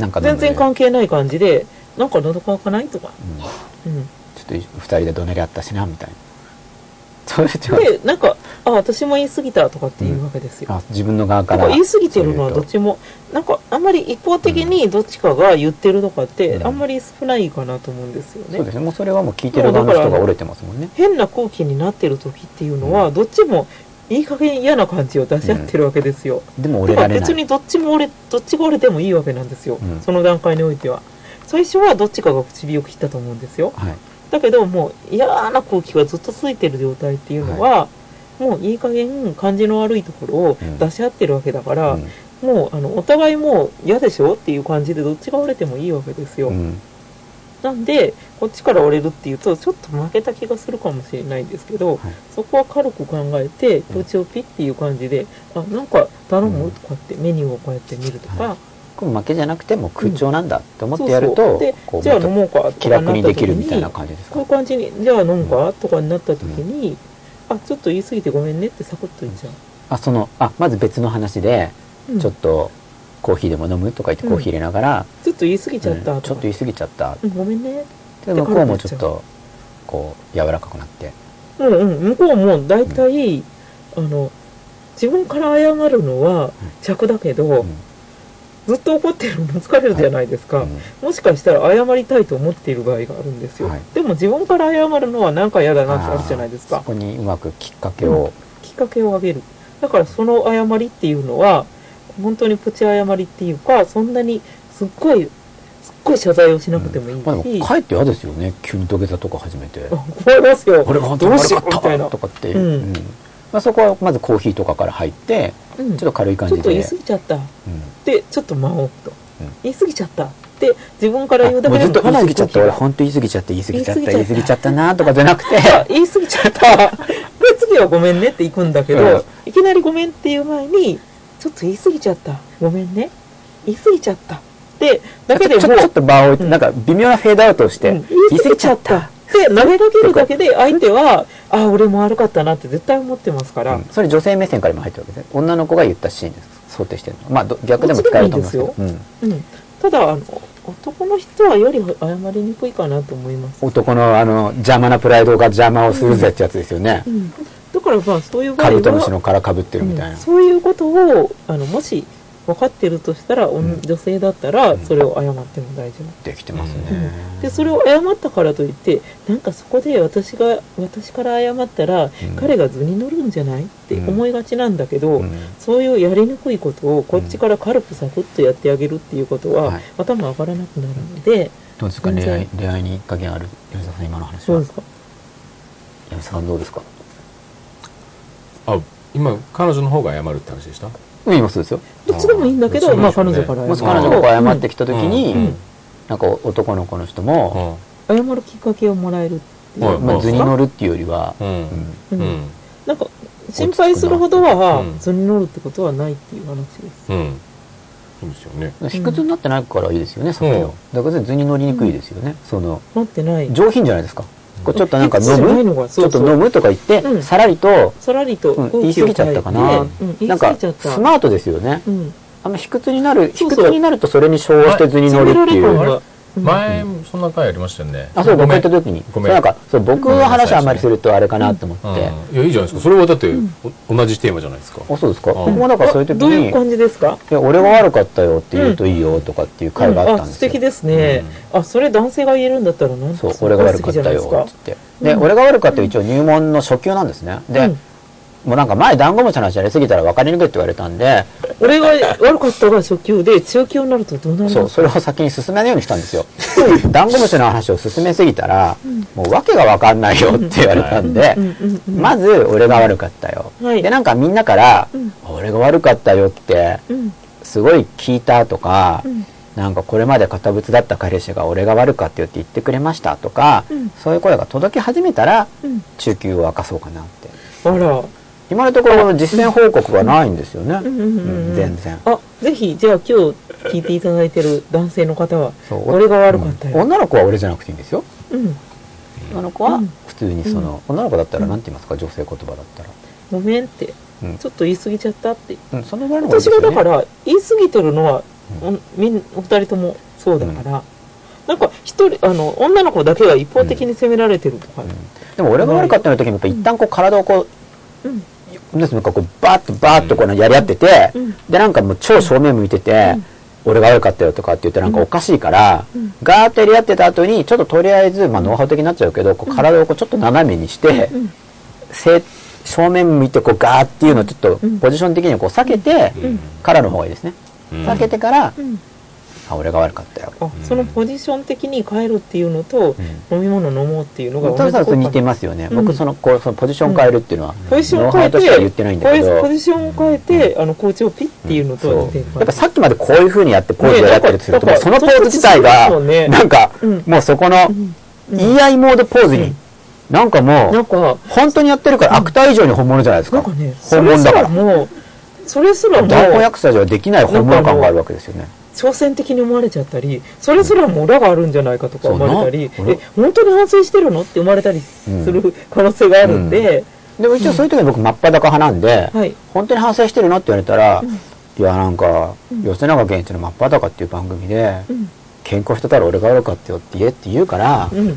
Speaker 2: なんか飲ん
Speaker 3: 全
Speaker 2: でね
Speaker 3: 然関係ない感じで、なんか喉乾かないとか。
Speaker 2: [LAUGHS]
Speaker 3: うん。
Speaker 2: ちょっと二人でどなり合ったしなみたいなそ [LAUGHS] れじゃ
Speaker 3: で、なんか、あ、私も言い過ぎたとかっていうわけですよ。
Speaker 2: あ自分の側か
Speaker 3: なん
Speaker 2: ら
Speaker 3: か言い過ぎてるのは
Speaker 2: そう
Speaker 3: ど
Speaker 2: い
Speaker 3: っ
Speaker 2: うと
Speaker 3: ちも、なんかあんまり一方的にどっちかが言ってるとかって、あんまり少ないかなと思うんですよ
Speaker 2: そう
Speaker 3: ね
Speaker 2: で。すねもうそれはもう聞いてる側の人が折れてますもんね
Speaker 3: 変な空気になってる時っていうのは、どっちもいい加減嫌な感じを出し合ってるわけですよ。
Speaker 2: でも折
Speaker 3: だ
Speaker 2: れ
Speaker 3: からら
Speaker 2: れない
Speaker 3: 別にどっちも俺どっちが折れてもいいわけなんですよ、
Speaker 2: うん
Speaker 3: その段階においては最初はどっちかが唇を切ったと思うんですよ
Speaker 2: はい
Speaker 3: だけどもう嫌な空気がずっとついてる状態っていうのは、もういい加減感じの悪いところを
Speaker 2: うん
Speaker 3: 出し合ってるわけだから、
Speaker 2: うん
Speaker 3: もうあのお互いもう嫌でしょっていう感じでどっちが折れてもいいわけですよ、
Speaker 2: うん
Speaker 3: なんでこっちから折れるっていうとちょっと負けた気がするかもしれないですけ
Speaker 2: は
Speaker 3: ど、
Speaker 2: い
Speaker 3: そこは軽く考えて空調ピッっていう感じで、あなんか頼むとかってメニューをこうやって見るとか、
Speaker 2: はこれ負けじゃなくてもう空調なんだって思っ
Speaker 3: そ
Speaker 2: て
Speaker 3: う
Speaker 2: やる
Speaker 3: そう
Speaker 2: と
Speaker 3: で
Speaker 2: こう
Speaker 3: じゃあ
Speaker 2: もっ
Speaker 3: 飲
Speaker 2: と
Speaker 3: もうかと
Speaker 2: 気
Speaker 3: かに
Speaker 2: 楽
Speaker 3: な
Speaker 2: に
Speaker 3: った
Speaker 2: で
Speaker 3: 時
Speaker 2: きるみ
Speaker 3: に
Speaker 2: たいな感じです
Speaker 3: こう
Speaker 2: か
Speaker 3: いう感じにじゃあ飲むかとかになった時に、あちょっと言い過ぎてごめんねってサクッと言っちゃう、
Speaker 2: あそのあまず別の話で
Speaker 3: うん
Speaker 2: ちょっとコーヒーでも飲むとか言ってコーヒー入れながら
Speaker 3: ちょっと言い過ぎちゃっ
Speaker 2: うん
Speaker 3: た
Speaker 2: ちょ
Speaker 3: と
Speaker 2: っと
Speaker 3: か、
Speaker 2: 言い過ぎちゃった
Speaker 3: うんごめんね
Speaker 2: で向こうもちょっとこう柔らかくなって
Speaker 3: うんうん向こうも大体、あの自分から謝るのは着だけど、
Speaker 2: うん
Speaker 3: ずっと怒ってるのも疲れるじゃないですか、
Speaker 2: うん
Speaker 3: もしかしたら謝りたいと思っている場合があるんですよ、
Speaker 2: はい
Speaker 3: でも自分から謝るのはなんか嫌だなってあ
Speaker 2: あ
Speaker 3: るじゃないですか
Speaker 2: ーそこにうまくきっかけを
Speaker 3: きっかけをあげるだからその誤りっていうのは本当にプチ誤りっていうかそんなにすっごいすっごい謝罪をしなくてもいいし、
Speaker 2: まあでもかえって嫌ですよね急に土下座とか始めて
Speaker 3: 困りますよ
Speaker 2: 俺が本当に
Speaker 3: どう
Speaker 2: 悪
Speaker 3: し
Speaker 2: か
Speaker 3: ようみたい
Speaker 2: っ
Speaker 3: な
Speaker 2: たとかって
Speaker 3: うん
Speaker 2: うんまあそこはまずコーヒーとかから入って
Speaker 3: うん
Speaker 2: ちょっと軽い感
Speaker 3: ちょ
Speaker 2: じ
Speaker 3: っ
Speaker 2: で
Speaker 3: と言い過ぎちゃった
Speaker 2: うん
Speaker 3: でちょっと間を置くと、
Speaker 2: うん
Speaker 3: 言い過ぎちゃったって自分から言うだ
Speaker 2: も
Speaker 3: け
Speaker 2: うず
Speaker 3: で
Speaker 2: っと
Speaker 3: か
Speaker 2: 言い
Speaker 3: な
Speaker 2: 過
Speaker 3: り
Speaker 2: ぎちゃった
Speaker 3: 空気
Speaker 2: 俺
Speaker 3: が
Speaker 2: 本当言い過ぎちゃって言い過ぎちゃった言
Speaker 3: 言い
Speaker 2: い
Speaker 3: 過
Speaker 2: 過
Speaker 3: ぎ
Speaker 2: ぎ
Speaker 3: ち
Speaker 2: ち
Speaker 3: ゃ
Speaker 2: ゃ
Speaker 3: っ
Speaker 2: ったなとかじゃなくて
Speaker 3: [LAUGHS] 言い過ぎちゃった。 [LAUGHS] で、次はごめんねって行くんだけど、
Speaker 2: うん
Speaker 3: いきなりごめんっていう前に、ちょっと言い過ぎちゃった。ごめんね。言い過ぎちゃった。で、だけで
Speaker 2: ちょ
Speaker 3: も
Speaker 2: ちょちょっと場を置いて
Speaker 3: うん
Speaker 2: なんか微妙なフェードアウトをし
Speaker 3: う
Speaker 2: て
Speaker 3: ん言い過ぎちゃった。で、投げかけるだけで相手は、あ、俺も悪かったなって絶対思ってますから、
Speaker 2: うんそれ女性目線からも入ってるわけですね女の子が言ったシーンです想定してるのまあど逆でも使えると思うんですけどうん
Speaker 3: うんただ、あの、男の人はより謝りにくいかなと思います。
Speaker 2: 男のあの邪魔なプライドが邪魔をするぜってやつですよね
Speaker 3: うんだからまあ、そういう場
Speaker 2: カ
Speaker 3: 合
Speaker 2: ブトムシ
Speaker 3: は、
Speaker 2: の殻かぶってるみたい
Speaker 3: うん
Speaker 2: な
Speaker 3: そういうことを、あの、もし、分かってるとしたら、おん女性だったら、それを謝っても大丈夫。
Speaker 2: できてます
Speaker 3: うん
Speaker 2: ね
Speaker 3: でそれを謝ったからといってなんかそこで私が私から謝ったら、彼が図に乗るんじゃないって思いがちなんだけど、
Speaker 2: うん
Speaker 3: そういうやりにくいことをこっちから軽くサクッとやってあげるっていうことは、
Speaker 2: はい
Speaker 3: 頭上がらなくなるので、
Speaker 2: どうですか恋
Speaker 3: 全
Speaker 2: 愛
Speaker 3: 然
Speaker 2: 恋愛に加減ある吉田さん今の話
Speaker 3: そ
Speaker 2: は
Speaker 3: う
Speaker 2: 吉
Speaker 3: ですか
Speaker 2: 田さんどうですか
Speaker 1: あ、今、彼女の方が謝るって話でした
Speaker 2: うん今そうですよ
Speaker 3: どっちでもいいんだけど、
Speaker 1: そう
Speaker 3: ま
Speaker 1: で
Speaker 3: あ
Speaker 1: すよ
Speaker 3: 彼
Speaker 1: ね
Speaker 3: 女から
Speaker 2: もし
Speaker 3: 謝
Speaker 1: まあ
Speaker 2: 彼
Speaker 3: る
Speaker 2: 女がこう謝ってきた時に、
Speaker 1: うん
Speaker 2: なんか男の子の人も、
Speaker 3: 謝るきっかけをもらえるっていう、
Speaker 1: はい
Speaker 2: まあ、
Speaker 1: はい
Speaker 2: 図に乗るっていうよりは、
Speaker 1: う
Speaker 2: うん
Speaker 1: ん。
Speaker 3: う
Speaker 1: うんん。
Speaker 3: なんか心配するほどは、
Speaker 1: うん
Speaker 3: 図に乗るってことはないっていう話です、
Speaker 1: うん。そうですよね。
Speaker 2: 卑屈になってないからいいですよね、そこ
Speaker 1: うん
Speaker 2: をだから図に乗りにくいですよね、その
Speaker 3: 持ってない
Speaker 2: 上品じゃないですか、こうちょっとなんか
Speaker 3: いくつ
Speaker 2: 飲
Speaker 3: じゃない
Speaker 2: む
Speaker 3: のが
Speaker 2: ち
Speaker 3: そ
Speaker 2: ょ
Speaker 3: う
Speaker 2: っと
Speaker 3: そう
Speaker 2: 飲むとか言って、
Speaker 3: うん
Speaker 2: さらりと、
Speaker 3: さらりと
Speaker 2: うん
Speaker 3: 空気を
Speaker 2: 言い過ぎちゃったかな
Speaker 3: 変えてうん言
Speaker 2: ないん
Speaker 3: 過
Speaker 2: か
Speaker 3: ぎちゃった
Speaker 2: スマートですよね、
Speaker 3: うん
Speaker 2: あんま卑屈になる
Speaker 3: そ
Speaker 2: 卑
Speaker 3: うそう
Speaker 2: 屈になるとそれに称して図に乗るっていう、
Speaker 1: あれ
Speaker 3: うん
Speaker 1: 前、そんな回ありましたよね。
Speaker 2: あそう僕行った時に
Speaker 1: ごめん
Speaker 2: なんかそう僕の話あんまりするとあれかなと思って、
Speaker 1: うんいや、いいじゃないですか。それはだって、お同じテーマじゃないですか。
Speaker 2: あそうですか、
Speaker 1: ん
Speaker 2: 僕もだからそういう時
Speaker 3: どうい
Speaker 2: に
Speaker 3: う感じですか
Speaker 2: いや俺が悪かったよって言うといいよとかっていう会があったんですよ、
Speaker 3: うんあ素敵ですね、あそれ男性が言えるんだったらなん
Speaker 2: そう俺が悪かったよって言ってで、俺が悪かったよ一応入門の初級なんですねで、
Speaker 3: うん
Speaker 2: もうなんか前ダンゴムシの話やりすぎたら分かりにくいって言われたんで、
Speaker 3: 俺が悪かったが初級で中級になるとどうなる
Speaker 2: そ
Speaker 3: の
Speaker 2: うそれを先に進めないようにしたんですよダンゴムシの話を進めすぎたら、もう訳が分かんないよって言われたんで、
Speaker 3: うんうん
Speaker 2: まず俺が悪かったよ、
Speaker 3: はい
Speaker 2: でなんかみんなから、俺が悪かったよって
Speaker 3: うん
Speaker 2: すごい聞いたとか、なんかこれまで堅物だった彼氏が俺が悪かったよって言ってくれましたとか、
Speaker 3: うん
Speaker 2: そういう声が届き始めたら、
Speaker 3: うん
Speaker 2: 中級を明かそうかなって
Speaker 3: あら
Speaker 2: 今のところ実践報告がないんですよね、
Speaker 3: うんうんうんうん
Speaker 2: 全然
Speaker 3: あぜひじゃあ今日聞いていただいてる男性の方は
Speaker 2: そう
Speaker 3: 俺が悪かった
Speaker 2: うん
Speaker 3: よ、
Speaker 2: 女の子は俺じゃなくていいんですよ
Speaker 3: うん、
Speaker 2: 女の子は普通にその、女の子だったら何て言いますか女性言葉だったら、
Speaker 3: ごめんって
Speaker 2: うん
Speaker 3: ちょっと言い過ぎちゃったって
Speaker 2: うん、そのぐらいの方がいい
Speaker 3: 私
Speaker 2: です
Speaker 3: が
Speaker 2: よ
Speaker 3: だ
Speaker 2: ね
Speaker 3: から言い過ぎてるのはおみんお二人ともそうだから、なんか一人あの女の子だけが一方的に責められてるとか、
Speaker 2: でも俺が悪かったような時にやっぱ一旦こう体をこう、
Speaker 3: うん
Speaker 2: なんていうかこうバーッとバーッとこうやり合ってて、
Speaker 3: うん
Speaker 2: でなんかもう超正面向いてて、俺が悪かったよとかって言ってなんかおかしいから、ガーッとやり合ってた後にちょっととりあえず、まあ、ノウハウ的になっちゃうけどこう体をこうちょっと斜めにして、正正面向いてこうガーッていうのをちょっとポジション的にはこう避けてからの方がいいですね、避けてから、
Speaker 3: うん
Speaker 2: あ俺が悪かったよ
Speaker 3: あそのポジション的に変えるっていうのと、飲み物飲もうっていうのが
Speaker 2: ただただ
Speaker 3: 効
Speaker 2: と
Speaker 3: 果
Speaker 2: 似てますよね、
Speaker 3: うん
Speaker 2: 僕そのこうそのポジション変えるっていうのは、
Speaker 3: ポジション
Speaker 2: ノ
Speaker 3: を
Speaker 2: ウハ
Speaker 3: 変え
Speaker 2: ウ
Speaker 3: て
Speaker 2: としては言ってないんだけど
Speaker 3: ポジションを変えて、あの校長をピッっていうのと
Speaker 2: そ
Speaker 3: は似
Speaker 2: う
Speaker 3: て
Speaker 2: や
Speaker 3: るか
Speaker 2: っ
Speaker 3: ら
Speaker 2: ぱさっきまでこういう風にやってポーズをやったりすると、
Speaker 3: ね
Speaker 2: もうそのポーズ自体
Speaker 3: ちょ
Speaker 2: が
Speaker 3: っとそうね
Speaker 2: なんか
Speaker 3: うん
Speaker 2: もうそこの言い合いモードポーズになんか
Speaker 3: な
Speaker 2: も
Speaker 3: んか
Speaker 2: う本当にやってるからアクター以上に本物じゃないです
Speaker 3: な
Speaker 2: か
Speaker 3: んかね
Speaker 2: 本物だから
Speaker 3: それすらもうそれ
Speaker 2: 大
Speaker 3: す
Speaker 2: 根
Speaker 3: らも
Speaker 2: 役者じゃできない本物感があるわけですよね
Speaker 3: 挑戦的に思われちゃったりそれすらも裏があるんじゃないかとか思われたり
Speaker 2: そうな
Speaker 3: え本当に反省してるのって思われたりする可能性があるんで、
Speaker 2: でも一応そういう時に僕真っ裸派なんで
Speaker 3: はい
Speaker 2: 本当に反省してるのって言われたらいやなんか吉永源一の「真っ裸」っていう番組で
Speaker 3: ん
Speaker 2: 健康してたら俺が悪かったよって言えって言うから
Speaker 3: うん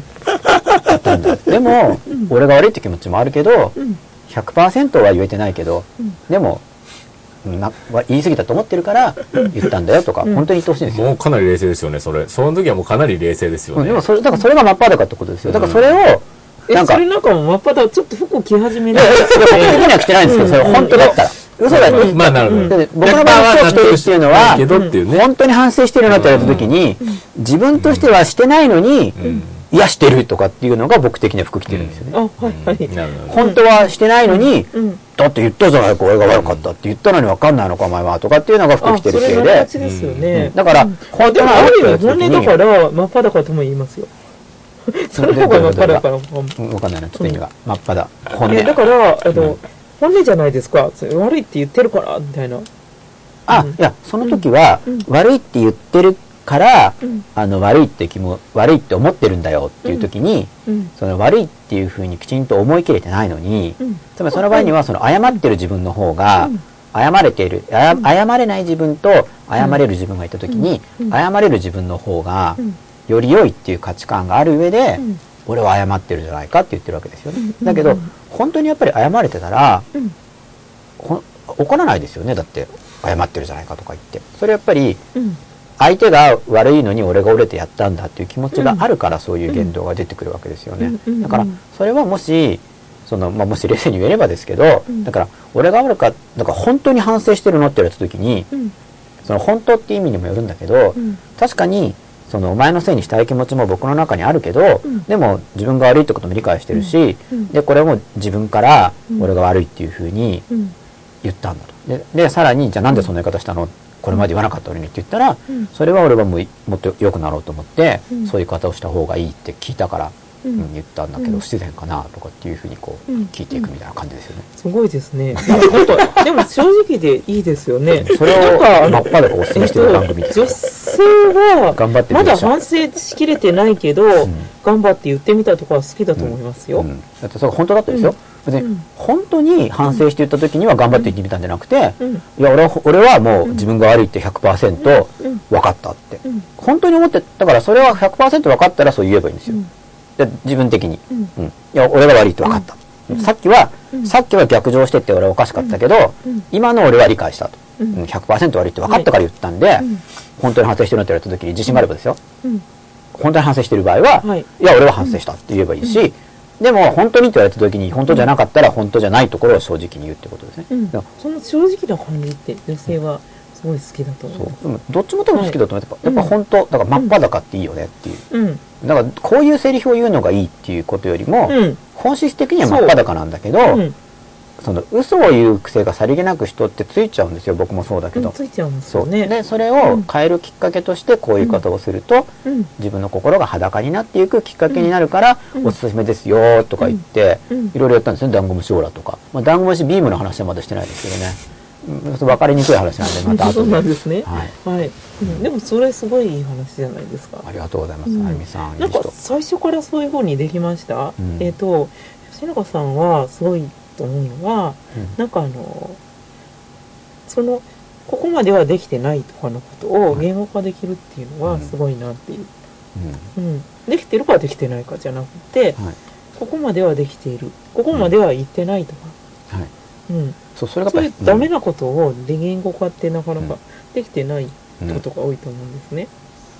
Speaker 2: だったんだでも、俺が悪いって気持ちもあるけど、
Speaker 3: ん
Speaker 2: 100%は言えてないけど、でもなは言い過ぎたと思ってるから言ったんだよとか、本当に言ってほしいんですよ、
Speaker 1: もうかなり冷静ですよね、それ。その時はもうかなり冷静ですよ
Speaker 2: うん
Speaker 1: ね。
Speaker 2: でもそれだからそれが真っ裸ってことですよだからそれを、
Speaker 3: え
Speaker 2: なんか
Speaker 3: それなんかもう真っ裸ちょっと服着始める
Speaker 2: 僕には来てないんですけどそれ本当だったら、嘘だと、
Speaker 1: まあ、なるほど。
Speaker 2: だって僕の場合は
Speaker 1: 100%
Speaker 2: 今日来てるっていうのは
Speaker 1: 納得してないけどっていうね。
Speaker 2: 本当に反省してるなって言われた時に、自分としてはしてないのに、いやしてるとかっていうのが僕的には服着てるんですよね、
Speaker 3: あはいはい、
Speaker 1: なるほど。
Speaker 2: 本当はしてないのに、
Speaker 3: うん
Speaker 2: だって言ったじゃないか俺が悪かったって言ったのに分かんないのかお前はとかっていうのが服
Speaker 3: あ
Speaker 2: 着て
Speaker 3: そ
Speaker 2: る
Speaker 3: れ
Speaker 2: 系
Speaker 3: なりが
Speaker 2: で
Speaker 3: ちですよね、
Speaker 2: だから本
Speaker 3: で
Speaker 2: 当
Speaker 3: も
Speaker 2: は
Speaker 3: あ
Speaker 2: 悪い
Speaker 3: る意
Speaker 2: やつ
Speaker 3: 味本音だから真っ裸とも言
Speaker 2: [LAUGHS]
Speaker 3: いますよその方が真っ裸なのかも
Speaker 2: 分かんないなちょっと意味が真っ裸本
Speaker 3: いやだ
Speaker 2: 音
Speaker 3: からあの、本音じゃないですかそれ悪いって言ってるからみたいな
Speaker 2: あいやその時は悪いって言ってるからあの悪いって気も悪いって思ってるんだよっていう時に
Speaker 3: うん
Speaker 2: その悪いっていうふうにきちんと思い切れてないのに
Speaker 3: ん
Speaker 2: つまりその場合にはその謝ってる自分の方が謝れているあや謝れない自分と謝れる自分がいた時に謝れる自分の方がより良いっていう価値観がある上で俺は謝ってるじゃないかって言ってるわけですよねだけど本当にやっぱり謝れてたらほ怒らないですよねだって謝ってるじゃないかとか言ってそれやっぱり
Speaker 3: うん
Speaker 2: 相手が悪いのに俺が折れてやったんだっていう気持ちがあるからそういう言動が出てくるわけですよね
Speaker 3: うんうん
Speaker 2: だからそれはもしその、まあ、もし冷静に言えればですけどだから俺が悪かだから本当に反省してるのって言われた時に
Speaker 3: ん
Speaker 2: その本当って意味にもよるんだけど確かにそのお前のせいにしたい気持ちも僕の中にあるけどでも自分が悪いってことも理解してるしでこれも自分から俺が悪いっていうふうに
Speaker 3: うん
Speaker 2: 言ったんだとででさらにじゃあなんでそんな言い方したのこれまで言わなかったのにって言ったら、それは俺はもういもっと良くなろうと思って、そういう言い方をした方がいいって聞いたから、うん言ったんだけど、不自然かなとかっていうふうにこう、聞いていくみたいな感じですよね、
Speaker 3: すごいですねなんかでも正直でいいですよね
Speaker 2: それ
Speaker 3: なん
Speaker 2: を
Speaker 3: かあの
Speaker 2: 真っ裸おすすめしてる番組
Speaker 3: え
Speaker 2: で
Speaker 3: っ
Speaker 2: す
Speaker 3: と
Speaker 2: よ
Speaker 3: 女性は
Speaker 2: 頑張って
Speaker 3: ま
Speaker 2: み
Speaker 3: だ
Speaker 2: ましょう
Speaker 3: 反省しきれてないけど、頑張って言ってみたとこは好きだと思いますよ、
Speaker 2: うん、だってそれ本当だったですよ、別に本当に反省して言った時には頑張って言ってみたんじゃなくて、
Speaker 3: ん
Speaker 2: いや俺は俺はもう自分が悪いって100%分かったって、本当に思ってだからそれは100%分かったらそう言えばいいんですよ、で自分的に、うんいや俺が悪いって分かった、さっきは、さっきは逆上してって俺はおかしかったけど、今の俺は理解したと、うん、100%悪いって分かったから言ったんで、本当に反省してるなって言われた時に自信があればですよ、本当に反省してる場合は、
Speaker 3: はい
Speaker 2: い、や俺は反省したって言えばいいし、でも本当にって言われた時に本当じゃなかったら本当じゃないところを正直に言うってことですね、
Speaker 3: うん
Speaker 2: だから
Speaker 3: その正直な感じって女性はすごい好きだと思い
Speaker 2: そう
Speaker 3: ます
Speaker 2: でもどっちも多分好きだと思うやっぱ、やっぱ本当だから真っ裸っていいよねっていう
Speaker 3: うん
Speaker 2: だからこういうセリフを言うのがいいっていうことよりも、
Speaker 3: うん
Speaker 2: 本質的には真っ裸なんだけど、
Speaker 3: うん
Speaker 2: その嘘を言う癖がさりげなく人ってついちゃうんですよ僕もそうだけど、
Speaker 3: ついちゃうんです
Speaker 2: そ
Speaker 3: よ
Speaker 2: う
Speaker 3: ね
Speaker 2: でそれを変えるきっかけとしてこういう言い方をすると、
Speaker 3: うん
Speaker 2: 自分の心が裸になっていくきっかけになるから、おすすめですよとか言って、いろいろやったんですねダンゴムシオーラとか、まあ、ダンゴムシビームの話はまだしてないですけどねうんちょっと分かりにくい話なんでまた後
Speaker 3: そう
Speaker 2: で
Speaker 3: なんですね。
Speaker 2: はい
Speaker 3: うんでもそれすごいいい話じゃないですか
Speaker 2: あ。りがとうございます、あゆみさんい
Speaker 3: ないんか
Speaker 2: 人
Speaker 3: 最初からそういう風にできました。
Speaker 2: うん
Speaker 3: えっ、と吉永さんはすごいと思うのは、
Speaker 2: うん
Speaker 3: なんかあのそのここまではできてないとかのことを言語化できるっていうのはすごいなっていう、うん、できてるかできてないかじゃなくて
Speaker 2: はい
Speaker 3: ここまではできているここまでは言ってないとか、
Speaker 2: はい
Speaker 3: うん、
Speaker 2: そうそれが
Speaker 3: そう
Speaker 2: や
Speaker 3: い
Speaker 2: っ
Speaker 3: う
Speaker 2: ぱり
Speaker 3: ダメなことをで言語化ってなかなかできてない
Speaker 2: うん
Speaker 3: ことが多いと思うんですね。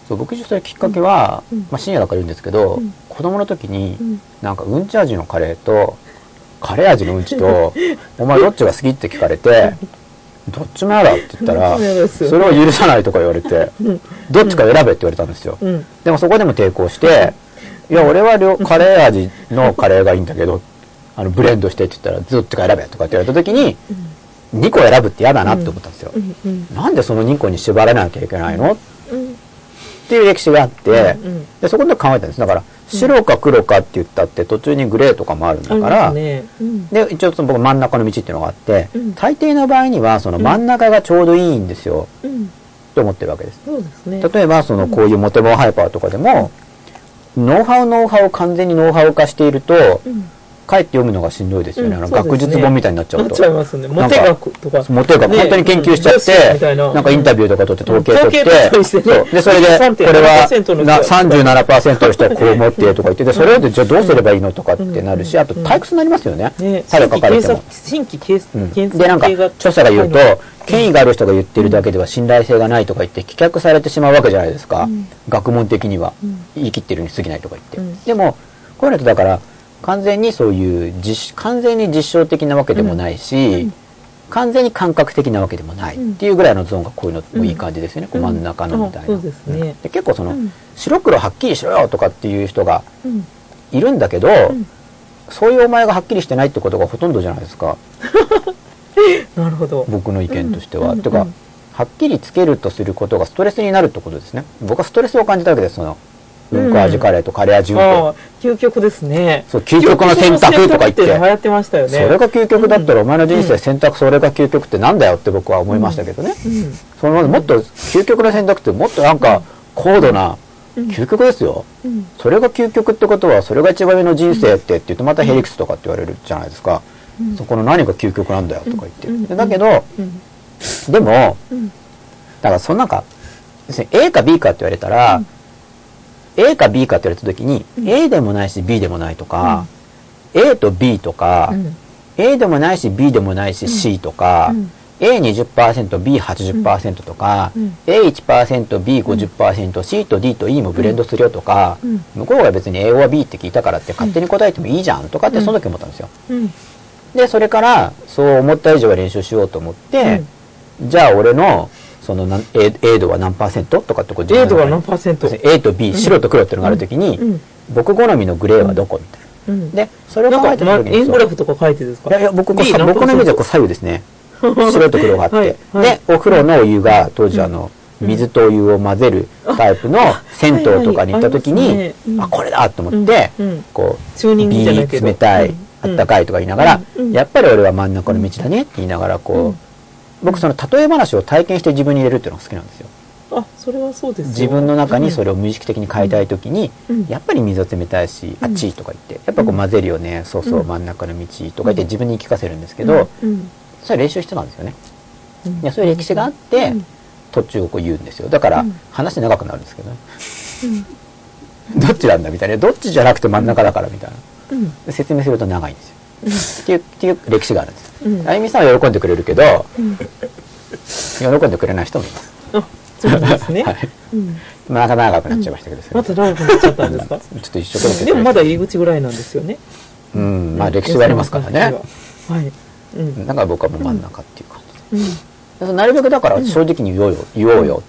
Speaker 2: そう僕自体きっかけは、
Speaker 3: うん
Speaker 2: まあ、深夜だから言うんですけど、
Speaker 3: うん
Speaker 2: 子供の時に、
Speaker 3: うん
Speaker 2: なんかうんち味のカレーとカレー味のうんち
Speaker 3: [LAUGHS]
Speaker 2: とお前どっちが好きって聞かれてどっちも嫌だって言った
Speaker 3: ど
Speaker 2: ら
Speaker 3: っちも嫌ですよ
Speaker 2: それを許さないとか言われて
Speaker 3: うん
Speaker 2: どっちか選べって言われたんですよ
Speaker 3: うん
Speaker 2: でもそこでも抵抗していや俺は両カレー味のカレーがいいんだけどあのブレンドしてって言ったらどっちか選べとかって言われた時に2個選ぶって嫌だなって思ったんですよ
Speaker 3: うんうん
Speaker 2: なんでその2個に縛られなきゃいけないのっ
Speaker 3: うん
Speaker 2: ていう歴史があって
Speaker 3: うんうん
Speaker 2: でそこで考えたんですだから白か黒かって言ったって途中にグレーとかもあるんだか
Speaker 3: あ
Speaker 2: ら
Speaker 3: りますねうん
Speaker 2: で一応その僕真ん中の道っていうのがあって、
Speaker 3: うん
Speaker 2: 大抵の場合にはその真ん中がちょうどいいんですよ、
Speaker 3: うん
Speaker 2: と思ってるわけです
Speaker 3: そうですね。
Speaker 2: 例えばそのこういうモテモンハイパーとかでも、ノウハウノウハウを完全にノウハウ化していると、
Speaker 3: うん
Speaker 2: かえって読むのがしんどいですよね、
Speaker 3: うん
Speaker 2: あの
Speaker 3: そう
Speaker 2: 学
Speaker 3: ですね
Speaker 2: 術本みたいになっちゃ
Speaker 3: な
Speaker 2: う
Speaker 3: っ
Speaker 2: と
Speaker 3: ちゃいますね。モテ学とか。
Speaker 2: モテが
Speaker 3: ね
Speaker 2: 本当に研究しちゃっ
Speaker 3: うん女子み
Speaker 2: て、
Speaker 3: たいな
Speaker 2: なんかインタビューとか取って統計取って、
Speaker 3: うん統計取ったりしてね
Speaker 2: そうで、それで、これは
Speaker 3: 3.7%の人
Speaker 2: な37%の人はこう思ってとか言って、でそれでじゃあどうすればいいのとかってなるし、あと退屈になりますよね
Speaker 3: ね、。
Speaker 2: ただ書かれても。
Speaker 3: 新規検
Speaker 2: う
Speaker 3: 索、
Speaker 2: ん
Speaker 3: 新規検
Speaker 2: で、なんか、著者が言うと、権威がある人が言ってるだけでは信頼性がないとか言って、棄却されてしまうわけじゃないですか。学問的には、言い切ってるに過ぎないとか言って。
Speaker 3: うん
Speaker 2: でも、こういうのってだから、完全にそういう実、完全に実証的なわけでもないし、完全に感覚的なわけでもないっていうぐらいのゾーンがこういうのもいい感じですよね、こう真ん中のみたいな。
Speaker 3: うんあそうですね
Speaker 2: んで結構その、
Speaker 3: うん
Speaker 2: 白黒はっきりしろよとかっていう人が
Speaker 3: うん
Speaker 2: いるんだけど、
Speaker 3: ん
Speaker 2: そういうお前がはっきりしてないってことがほとんどじゃないですか。
Speaker 3: なるほど。
Speaker 2: 僕の意見としては。
Speaker 3: うん
Speaker 2: て
Speaker 3: う
Speaker 2: か
Speaker 3: ん
Speaker 2: はっきりつけるとすることがストレスになるってことですね僕はストレスを感じたわけですその
Speaker 3: うん
Speaker 2: うんこ味カレーとカレー味うん
Speaker 3: ああ
Speaker 2: こ、
Speaker 3: 究極ですね。
Speaker 2: そう究極の選択とか言って
Speaker 3: 究極の選択いうの流行ってましたよね。
Speaker 2: それが究極だったらお前の人生選択それが究極ってなんだよって僕は思いましたけどね、
Speaker 3: うん
Speaker 2: そのもっと究極の選択ってもっとなんか高度な究極ですよ、
Speaker 3: うん
Speaker 2: それが究極ってことはそれが一番上の人生ってって言うとまたヘリクスとかって言われるじゃないですか、そこの何が究極なんだよとか言って、
Speaker 3: うん
Speaker 2: でだけど、
Speaker 3: ん
Speaker 2: でも、
Speaker 3: ん
Speaker 2: だからそのなんか要するに A か B かって言われたら、A か B かって言われた時に、A でもないし B でもないとか、A と B とか、
Speaker 3: うん。
Speaker 2: A でもないし B でもないし C とか、A20%B80% とか、A1%B50%、C と D と E もブレンドするよとか、向こうが別に A は B って聞いたからって勝手に答えてもいいじゃんとかってその時思ったんですよ。
Speaker 3: うん。
Speaker 2: でそれからそう思った以上は練習しようと思って、じゃあ俺のそのなん A, A 度は何パーセントとかってこう自
Speaker 3: デ
Speaker 2: 分
Speaker 3: ー
Speaker 2: の中
Speaker 3: トが
Speaker 2: に
Speaker 3: 何パーセント
Speaker 2: 要するに A と B、白と黒っていうのがある時に、
Speaker 3: うん
Speaker 2: 僕好みのグレーはどこみたいな。
Speaker 3: うん
Speaker 2: でそれを
Speaker 3: なん
Speaker 2: 考え
Speaker 3: か、
Speaker 2: た
Speaker 3: ま
Speaker 2: 時に
Speaker 3: 円グラフとか書いてですか
Speaker 2: いやいや僕こう
Speaker 3: B
Speaker 2: さ僕のイメージはこう
Speaker 3: 何
Speaker 2: 左右です
Speaker 3: [LAUGHS]
Speaker 2: ね白と黒があって、
Speaker 3: はいはい
Speaker 2: でお風呂のお湯が当時あの、水とお湯を混ぜるタイプの銭湯とかに行った時に、
Speaker 3: は
Speaker 2: あ
Speaker 3: いはいありますねうん
Speaker 2: これだと思って、
Speaker 3: うんうん
Speaker 2: こ
Speaker 3: チュー
Speaker 2: う
Speaker 3: ニングじゃないけ
Speaker 2: B
Speaker 3: ど
Speaker 2: 冷たい、
Speaker 3: うん
Speaker 2: あったかいとか言いながら、
Speaker 3: うんうん
Speaker 2: やっぱり俺は真ん中の道だねって言いながらこう、
Speaker 3: うん
Speaker 2: 僕その例え話を体験して自分に入れるっていうのが好きなんですよ。
Speaker 3: あ、それはそうですよ
Speaker 2: 自分の中にそれを無意識的に変えたい時に、
Speaker 3: うん
Speaker 2: やっぱり水は冷たいし、あっちいとか言ってやっぱこう混ぜるよね、そうそう真ん中の道とか言って自分に言い聞かせるんですけど、
Speaker 3: うん
Speaker 2: それ練習してたんですよね、
Speaker 3: うん
Speaker 2: いやそういう歴史があって、途中をこう言うんですよだから、話長くなるんですけどね、どっちなんだみたいなどっちじゃなくて真ん中だからみたいな、
Speaker 3: うん
Speaker 2: で説明すると長いんですよ、っていうっていう歴史があるんです、
Speaker 3: うん
Speaker 2: あゆみさんは喜んでくれるけど、喜んでくれない人もいます
Speaker 3: あ、そうで
Speaker 2: [LAUGHS]
Speaker 3: すね。うん
Speaker 2: なかなか長くなっちゃいましたけど、それ
Speaker 3: また長くなっちゃったんです
Speaker 2: [LAUGHS]
Speaker 3: か
Speaker 2: ちょっと一生懸命説明
Speaker 3: でもまだ入り口ぐらいなんですよね。
Speaker 2: うんまあ歴史がありますからね
Speaker 3: はい。うん。
Speaker 2: だから僕はもう真ん中っていう感じで、なるべくだから正直に言おうよ、言おうよ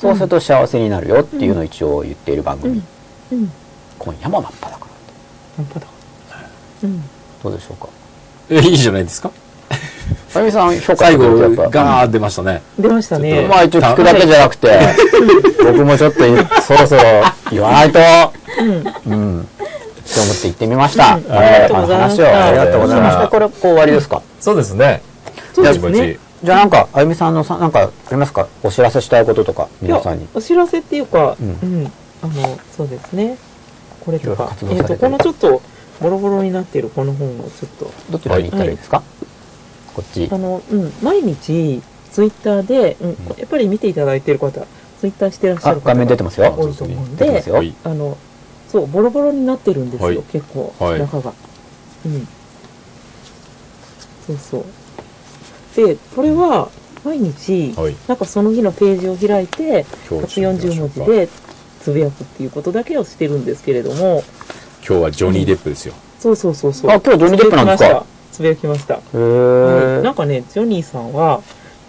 Speaker 2: そうすると幸せになるよっていうのを一応言っている番組、
Speaker 3: うん。
Speaker 2: 今夜も真っ裸だと
Speaker 3: なんかだ。うん。
Speaker 2: どうでしょうか
Speaker 1: え、いいじゃないですか
Speaker 2: あゆみさん評価
Speaker 1: 最
Speaker 2: してくれ
Speaker 1: 後
Speaker 2: てやっ、ぱ
Speaker 1: ガーッ出ましたね。
Speaker 3: 出ました
Speaker 1: ちょっ
Speaker 3: ね
Speaker 1: と。
Speaker 2: まあ一応聞くだけじゃなくて僕もちょっとそろそろ言わないとうん、って思って行ってみました、
Speaker 3: ありがとうございま
Speaker 2: 話
Speaker 3: した
Speaker 2: をありがとうございまし
Speaker 1: う
Speaker 2: た
Speaker 1: ん
Speaker 2: これこう終わりですか
Speaker 1: そうですね。
Speaker 3: そうです
Speaker 1: ぼちぼち
Speaker 3: ね。
Speaker 2: じゃあなんかあゆみさんのさなんかありますかお知らせしたいこととか
Speaker 3: いや
Speaker 2: 皆さんに
Speaker 3: お知らせっていうか、
Speaker 2: ん
Speaker 3: うん。あの、そうですね。これと
Speaker 2: いろいろ
Speaker 3: か
Speaker 2: 活、動さ
Speaker 3: え
Speaker 2: れ
Speaker 3: って
Speaker 2: る
Speaker 3: と、このちょっと、ボロボロになっているこの本をちょっと、
Speaker 2: どちらに行ったらいいですか、こっち
Speaker 3: あの、うん、毎日、ツイッターで、うんやっぱり見ていただいてる方ツイッターしてらっしゃ
Speaker 2: あ
Speaker 3: る方
Speaker 2: 画面出てますよ
Speaker 3: 多いと思うん
Speaker 2: 出て
Speaker 3: で
Speaker 2: ますよ
Speaker 1: い
Speaker 3: あのそうボロボロになってるんですよ、
Speaker 1: はい
Speaker 3: 結構、
Speaker 1: はい
Speaker 3: 中がうんそうそうでこれは毎日、
Speaker 1: はい
Speaker 3: なんかその日のページを開いて
Speaker 1: 表示してみ
Speaker 3: 140
Speaker 1: ま
Speaker 3: 文
Speaker 1: し
Speaker 3: 字
Speaker 1: ょうか
Speaker 3: でつぶやくっていうことだけをしてるんですけれども
Speaker 1: 今日はジョニー・デップですよ。
Speaker 3: そうそうそうそう
Speaker 2: あ今日ジョニーデップなんですか
Speaker 3: つぶやきましたつぶやきました
Speaker 2: へ
Speaker 3: うんな
Speaker 2: ー
Speaker 3: んかね、ジョニーさんは、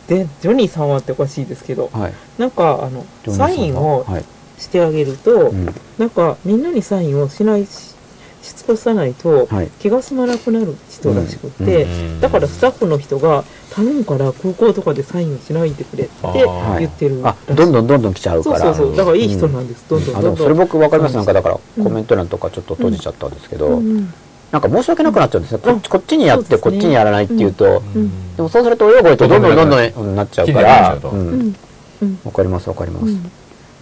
Speaker 3: で、ジョニーさんはっておかしいですけど、
Speaker 2: はい
Speaker 3: なんか、あの、
Speaker 2: ジョニーさんが
Speaker 3: サインを
Speaker 2: はい
Speaker 3: してあげると、
Speaker 2: うん
Speaker 3: なんか、みんなにサインをしないし、しつこさないと、
Speaker 2: はい
Speaker 3: 気が済まなくなる人らしくって、
Speaker 2: うん
Speaker 1: うん
Speaker 3: だからスタッフの人が、頼むから空港とかでサインをしないでくれって
Speaker 1: あー
Speaker 3: 言ってるら
Speaker 2: あ
Speaker 3: しい。
Speaker 2: どんどんどんどん来ちゃう
Speaker 3: そ
Speaker 2: か
Speaker 3: うそう
Speaker 2: ら
Speaker 3: そう、だからいい人なんです、どんどん
Speaker 2: あ
Speaker 3: ど
Speaker 2: で
Speaker 3: ん
Speaker 2: も
Speaker 3: どん。
Speaker 2: それ僕分かりますなんかだから
Speaker 3: うん
Speaker 2: コメント欄とかちょっと閉じちゃったんですけど、
Speaker 3: うんうん
Speaker 2: なんか申し訳なくなっちゃうんですよ、
Speaker 3: うん
Speaker 2: ここっちにやっ
Speaker 3: そうで
Speaker 2: て
Speaker 3: すね
Speaker 2: こっちにやらないっていうと、
Speaker 1: うん
Speaker 2: でもそうすると泳ごいとどんどんどんどんうんなっちゃうか
Speaker 1: 気にな
Speaker 2: ら
Speaker 1: っちゃうと
Speaker 2: う
Speaker 3: うんんうん
Speaker 2: わかりますわかります、
Speaker 3: うん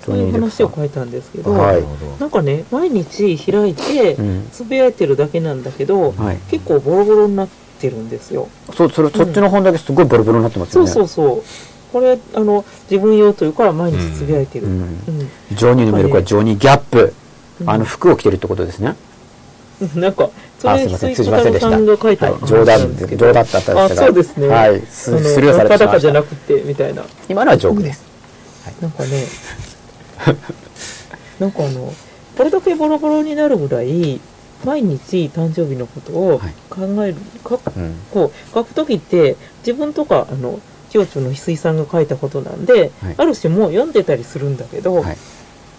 Speaker 3: そういう話を書いたんですけど、
Speaker 2: は
Speaker 1: な
Speaker 2: い
Speaker 1: るほど
Speaker 3: なんかね、毎日開いて
Speaker 2: うん、
Speaker 3: つぶやいてるだけなんだけど、
Speaker 2: はい
Speaker 3: 結構ボロボロになってるんですよ。
Speaker 2: そうそれそっちの本だけすごいボロボロになってます
Speaker 3: そ
Speaker 2: よ
Speaker 3: う
Speaker 2: ね
Speaker 3: そうそう。これ、あの、自分用というから毎日つぶやいてる。
Speaker 2: う
Speaker 3: うんん。
Speaker 2: ジョニーのメルクはジョニーギャップ、
Speaker 3: うん
Speaker 2: あの服を着てるってことですね、
Speaker 3: なんか、そ
Speaker 2: あ
Speaker 3: れ、
Speaker 2: すいません通
Speaker 3: 筒井
Speaker 2: じ
Speaker 3: 小
Speaker 2: ませんで
Speaker 3: 太
Speaker 2: した、は
Speaker 3: 郎さんが書いた
Speaker 2: い、冗
Speaker 3: 話なん
Speaker 2: 談
Speaker 3: で
Speaker 2: です
Speaker 3: け
Speaker 2: す
Speaker 3: ど
Speaker 2: 冗談だったんです
Speaker 3: あそうですね
Speaker 2: はい
Speaker 3: あ
Speaker 2: ス
Speaker 3: の
Speaker 2: スルーされてしま
Speaker 3: バカだ
Speaker 2: いま
Speaker 3: かじゃ
Speaker 2: し
Speaker 3: な
Speaker 2: た
Speaker 3: くて、みたいな。
Speaker 2: 今のはジョークです、
Speaker 3: なんかね、 [LAUGHS] なんかあの、これだけボロボロになるぐらい、毎日誕生日のことを
Speaker 2: はい
Speaker 3: 考える、か
Speaker 2: うん
Speaker 3: こう書くときって自分とかあの清張の翡翠さんが書いたことなんで、
Speaker 2: はい
Speaker 3: ある種もう読んでたりするんだけど、
Speaker 2: はい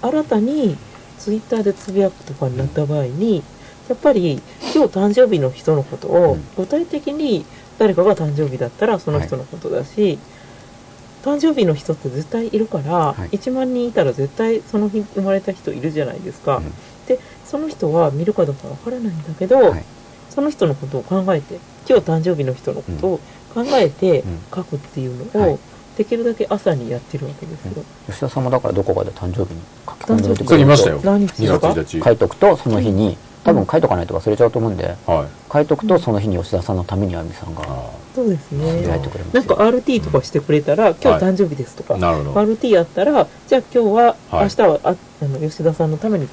Speaker 3: 新たにツイッターでつぶやくとかになった場合にやっぱり今日誕生日の人のこと
Speaker 2: う
Speaker 3: を
Speaker 2: ん
Speaker 3: 具体的に誰かが誕生日だったらその人のことだし、誕生日の人って絶対いるから、
Speaker 2: はい
Speaker 3: 1万人いたら絶対その日生まれた人いるじゃないですか。
Speaker 2: うん
Speaker 3: でその人は見るかどうかわからないんだけど、
Speaker 2: はい
Speaker 3: その人のことを考えて今日誕生日の人のことを考えて
Speaker 2: うん
Speaker 3: 書くっていう
Speaker 2: は
Speaker 3: の
Speaker 2: い
Speaker 3: をできるだけ朝にやってるわけですよ。
Speaker 2: 吉田さんもだからどこかで誕生日に書き込んでみて
Speaker 3: 誕生日
Speaker 1: 作りましたよ。
Speaker 3: 何日ですか
Speaker 1: 2月1
Speaker 2: 書
Speaker 1: 日。
Speaker 2: いとくとその日に多分書いとかないと忘れちゃうと思うんで
Speaker 1: はい。
Speaker 2: 書いとくとその日に吉田さんのためにあゆみさんが
Speaker 1: あ
Speaker 3: そうです
Speaker 2: 開い
Speaker 3: ね
Speaker 2: てくれます
Speaker 3: な
Speaker 2: よ
Speaker 3: んか RT とかしてくれたら、今日誕生日ですとか、
Speaker 1: ーなるほど。
Speaker 3: RT やったらじゃあ今日は、
Speaker 1: はい
Speaker 3: 明日はああの吉田さんのために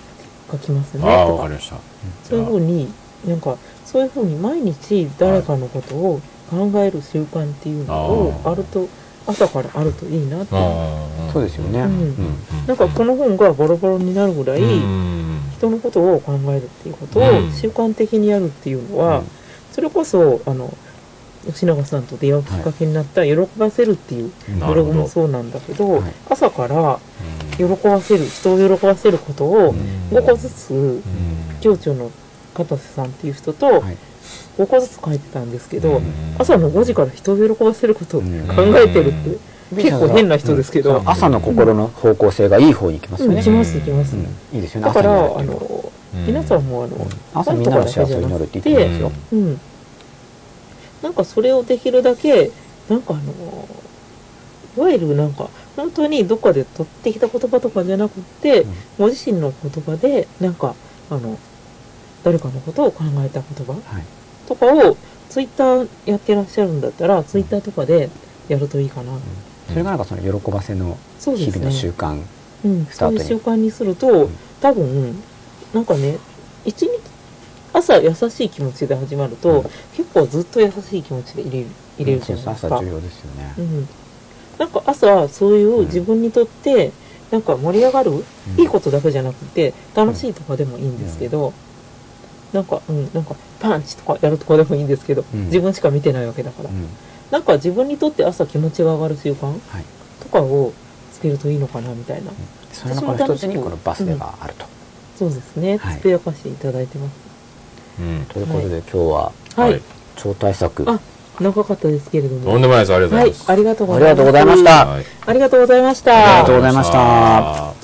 Speaker 3: 書きますね
Speaker 1: ああ、
Speaker 3: と
Speaker 1: わか
Speaker 3: か
Speaker 1: りました。
Speaker 3: そういうふうになんかそういうふうに毎日誰かのことを考える習慣っていうのを
Speaker 1: あー
Speaker 3: あると朝からあるといいなって、
Speaker 1: ああ
Speaker 2: そうですよね、
Speaker 3: うん
Speaker 1: うんう
Speaker 3: なんかこの本がボロボロになるぐらい、
Speaker 1: うん
Speaker 3: 人のことを考えるっていうことを
Speaker 1: うん
Speaker 3: 習慣的にやるっていうのは、
Speaker 2: うん
Speaker 3: それこそあの吉永さんと出会うきっかけになった「喜ばせる」っていう
Speaker 1: な
Speaker 3: ブ
Speaker 1: る
Speaker 3: ロ
Speaker 1: ほ
Speaker 3: グ
Speaker 1: ど
Speaker 3: もそうなんだけど、
Speaker 2: はい
Speaker 3: 朝から喜
Speaker 1: うん
Speaker 3: ばせる人を喜ばせることを5個ずつ
Speaker 1: うん
Speaker 3: 町長の片瀬さんっていう人と
Speaker 2: はい
Speaker 3: 5個ずつ書いてたんですけど、
Speaker 1: うん
Speaker 3: 朝の5時から人を喜ばせることを考えてるって、結構変な人ですけど、
Speaker 2: うん朝の心の方向性がいい方に行きますよ
Speaker 3: うん、
Speaker 2: ね
Speaker 3: 行き、ます行きます、
Speaker 2: うんいいですよね
Speaker 3: だから
Speaker 2: 朝に
Speaker 3: あ
Speaker 2: やるっていう
Speaker 3: の
Speaker 1: うん
Speaker 3: 皆さんもあの、
Speaker 2: 朝
Speaker 3: なん
Speaker 2: みん
Speaker 3: と
Speaker 2: なの
Speaker 3: かだけ
Speaker 2: 幸
Speaker 3: じ
Speaker 2: せ
Speaker 3: ゃ
Speaker 2: にな
Speaker 3: な
Speaker 2: る
Speaker 3: く
Speaker 2: って
Speaker 3: て
Speaker 2: 言ってますよ、
Speaker 3: うん、なんかそれをできるだけなんかあのいわゆるなんか本当にどっかで取ってきた言葉とかじゃなくって、
Speaker 2: うん
Speaker 3: ご自身の言葉でなんかあの誰かのことを考えた言葉
Speaker 2: はい
Speaker 3: とかをツイッターやってらっしゃるんだったらツイッターとかでやるといいかな、
Speaker 2: それがなんかその喜ばせの
Speaker 3: そうで
Speaker 2: 日
Speaker 3: す
Speaker 2: 々の
Speaker 3: ね
Speaker 2: 習慣、
Speaker 3: うん、
Speaker 2: スター
Speaker 3: そう
Speaker 2: ト
Speaker 3: いう
Speaker 2: に
Speaker 3: 習慣にすると、
Speaker 2: ん
Speaker 3: 多分なんかね一日朝優しい気持ちで始まると、
Speaker 2: うん
Speaker 3: 結構ずっと優しい気持ちで入れる入れるじ
Speaker 2: そ
Speaker 3: ゃ
Speaker 2: う
Speaker 3: ない
Speaker 2: そう
Speaker 3: です
Speaker 2: 朝
Speaker 3: か、
Speaker 2: 重要ですよね、
Speaker 3: うん、なんか朝そういう自分にとって、なんか盛り上がる、いいことだけじゃなくて楽しいとかでもいいんですけど、なんか、うん、なんかパンチとかやるとかでもいいんですけど、
Speaker 2: うん
Speaker 3: 自分しか見てないわけだから、
Speaker 2: うん
Speaker 3: なんか自分にとって朝気持ちが上がる習慣
Speaker 2: はい、
Speaker 3: とかをつけるといいのかなみたいな、
Speaker 2: その中の一つにこのバスデがあると、
Speaker 3: そうですね。
Speaker 2: はい
Speaker 3: つぶやかしていただいてます。
Speaker 1: うん
Speaker 2: ということで今日は
Speaker 3: はい。
Speaker 1: はい
Speaker 2: 超大作、
Speaker 3: あ、長かったですけれど
Speaker 1: とん
Speaker 3: も。
Speaker 1: でもないです。ありがとうご
Speaker 3: は
Speaker 1: ざいま。す。
Speaker 3: いありがとう
Speaker 2: あ
Speaker 3: ございま
Speaker 2: りがとうございま
Speaker 3: す。
Speaker 2: し。た、
Speaker 1: はい
Speaker 3: ありがとうございまし
Speaker 1: あ
Speaker 2: あ
Speaker 3: た
Speaker 2: りがとうございました
Speaker 1: りがとうございました。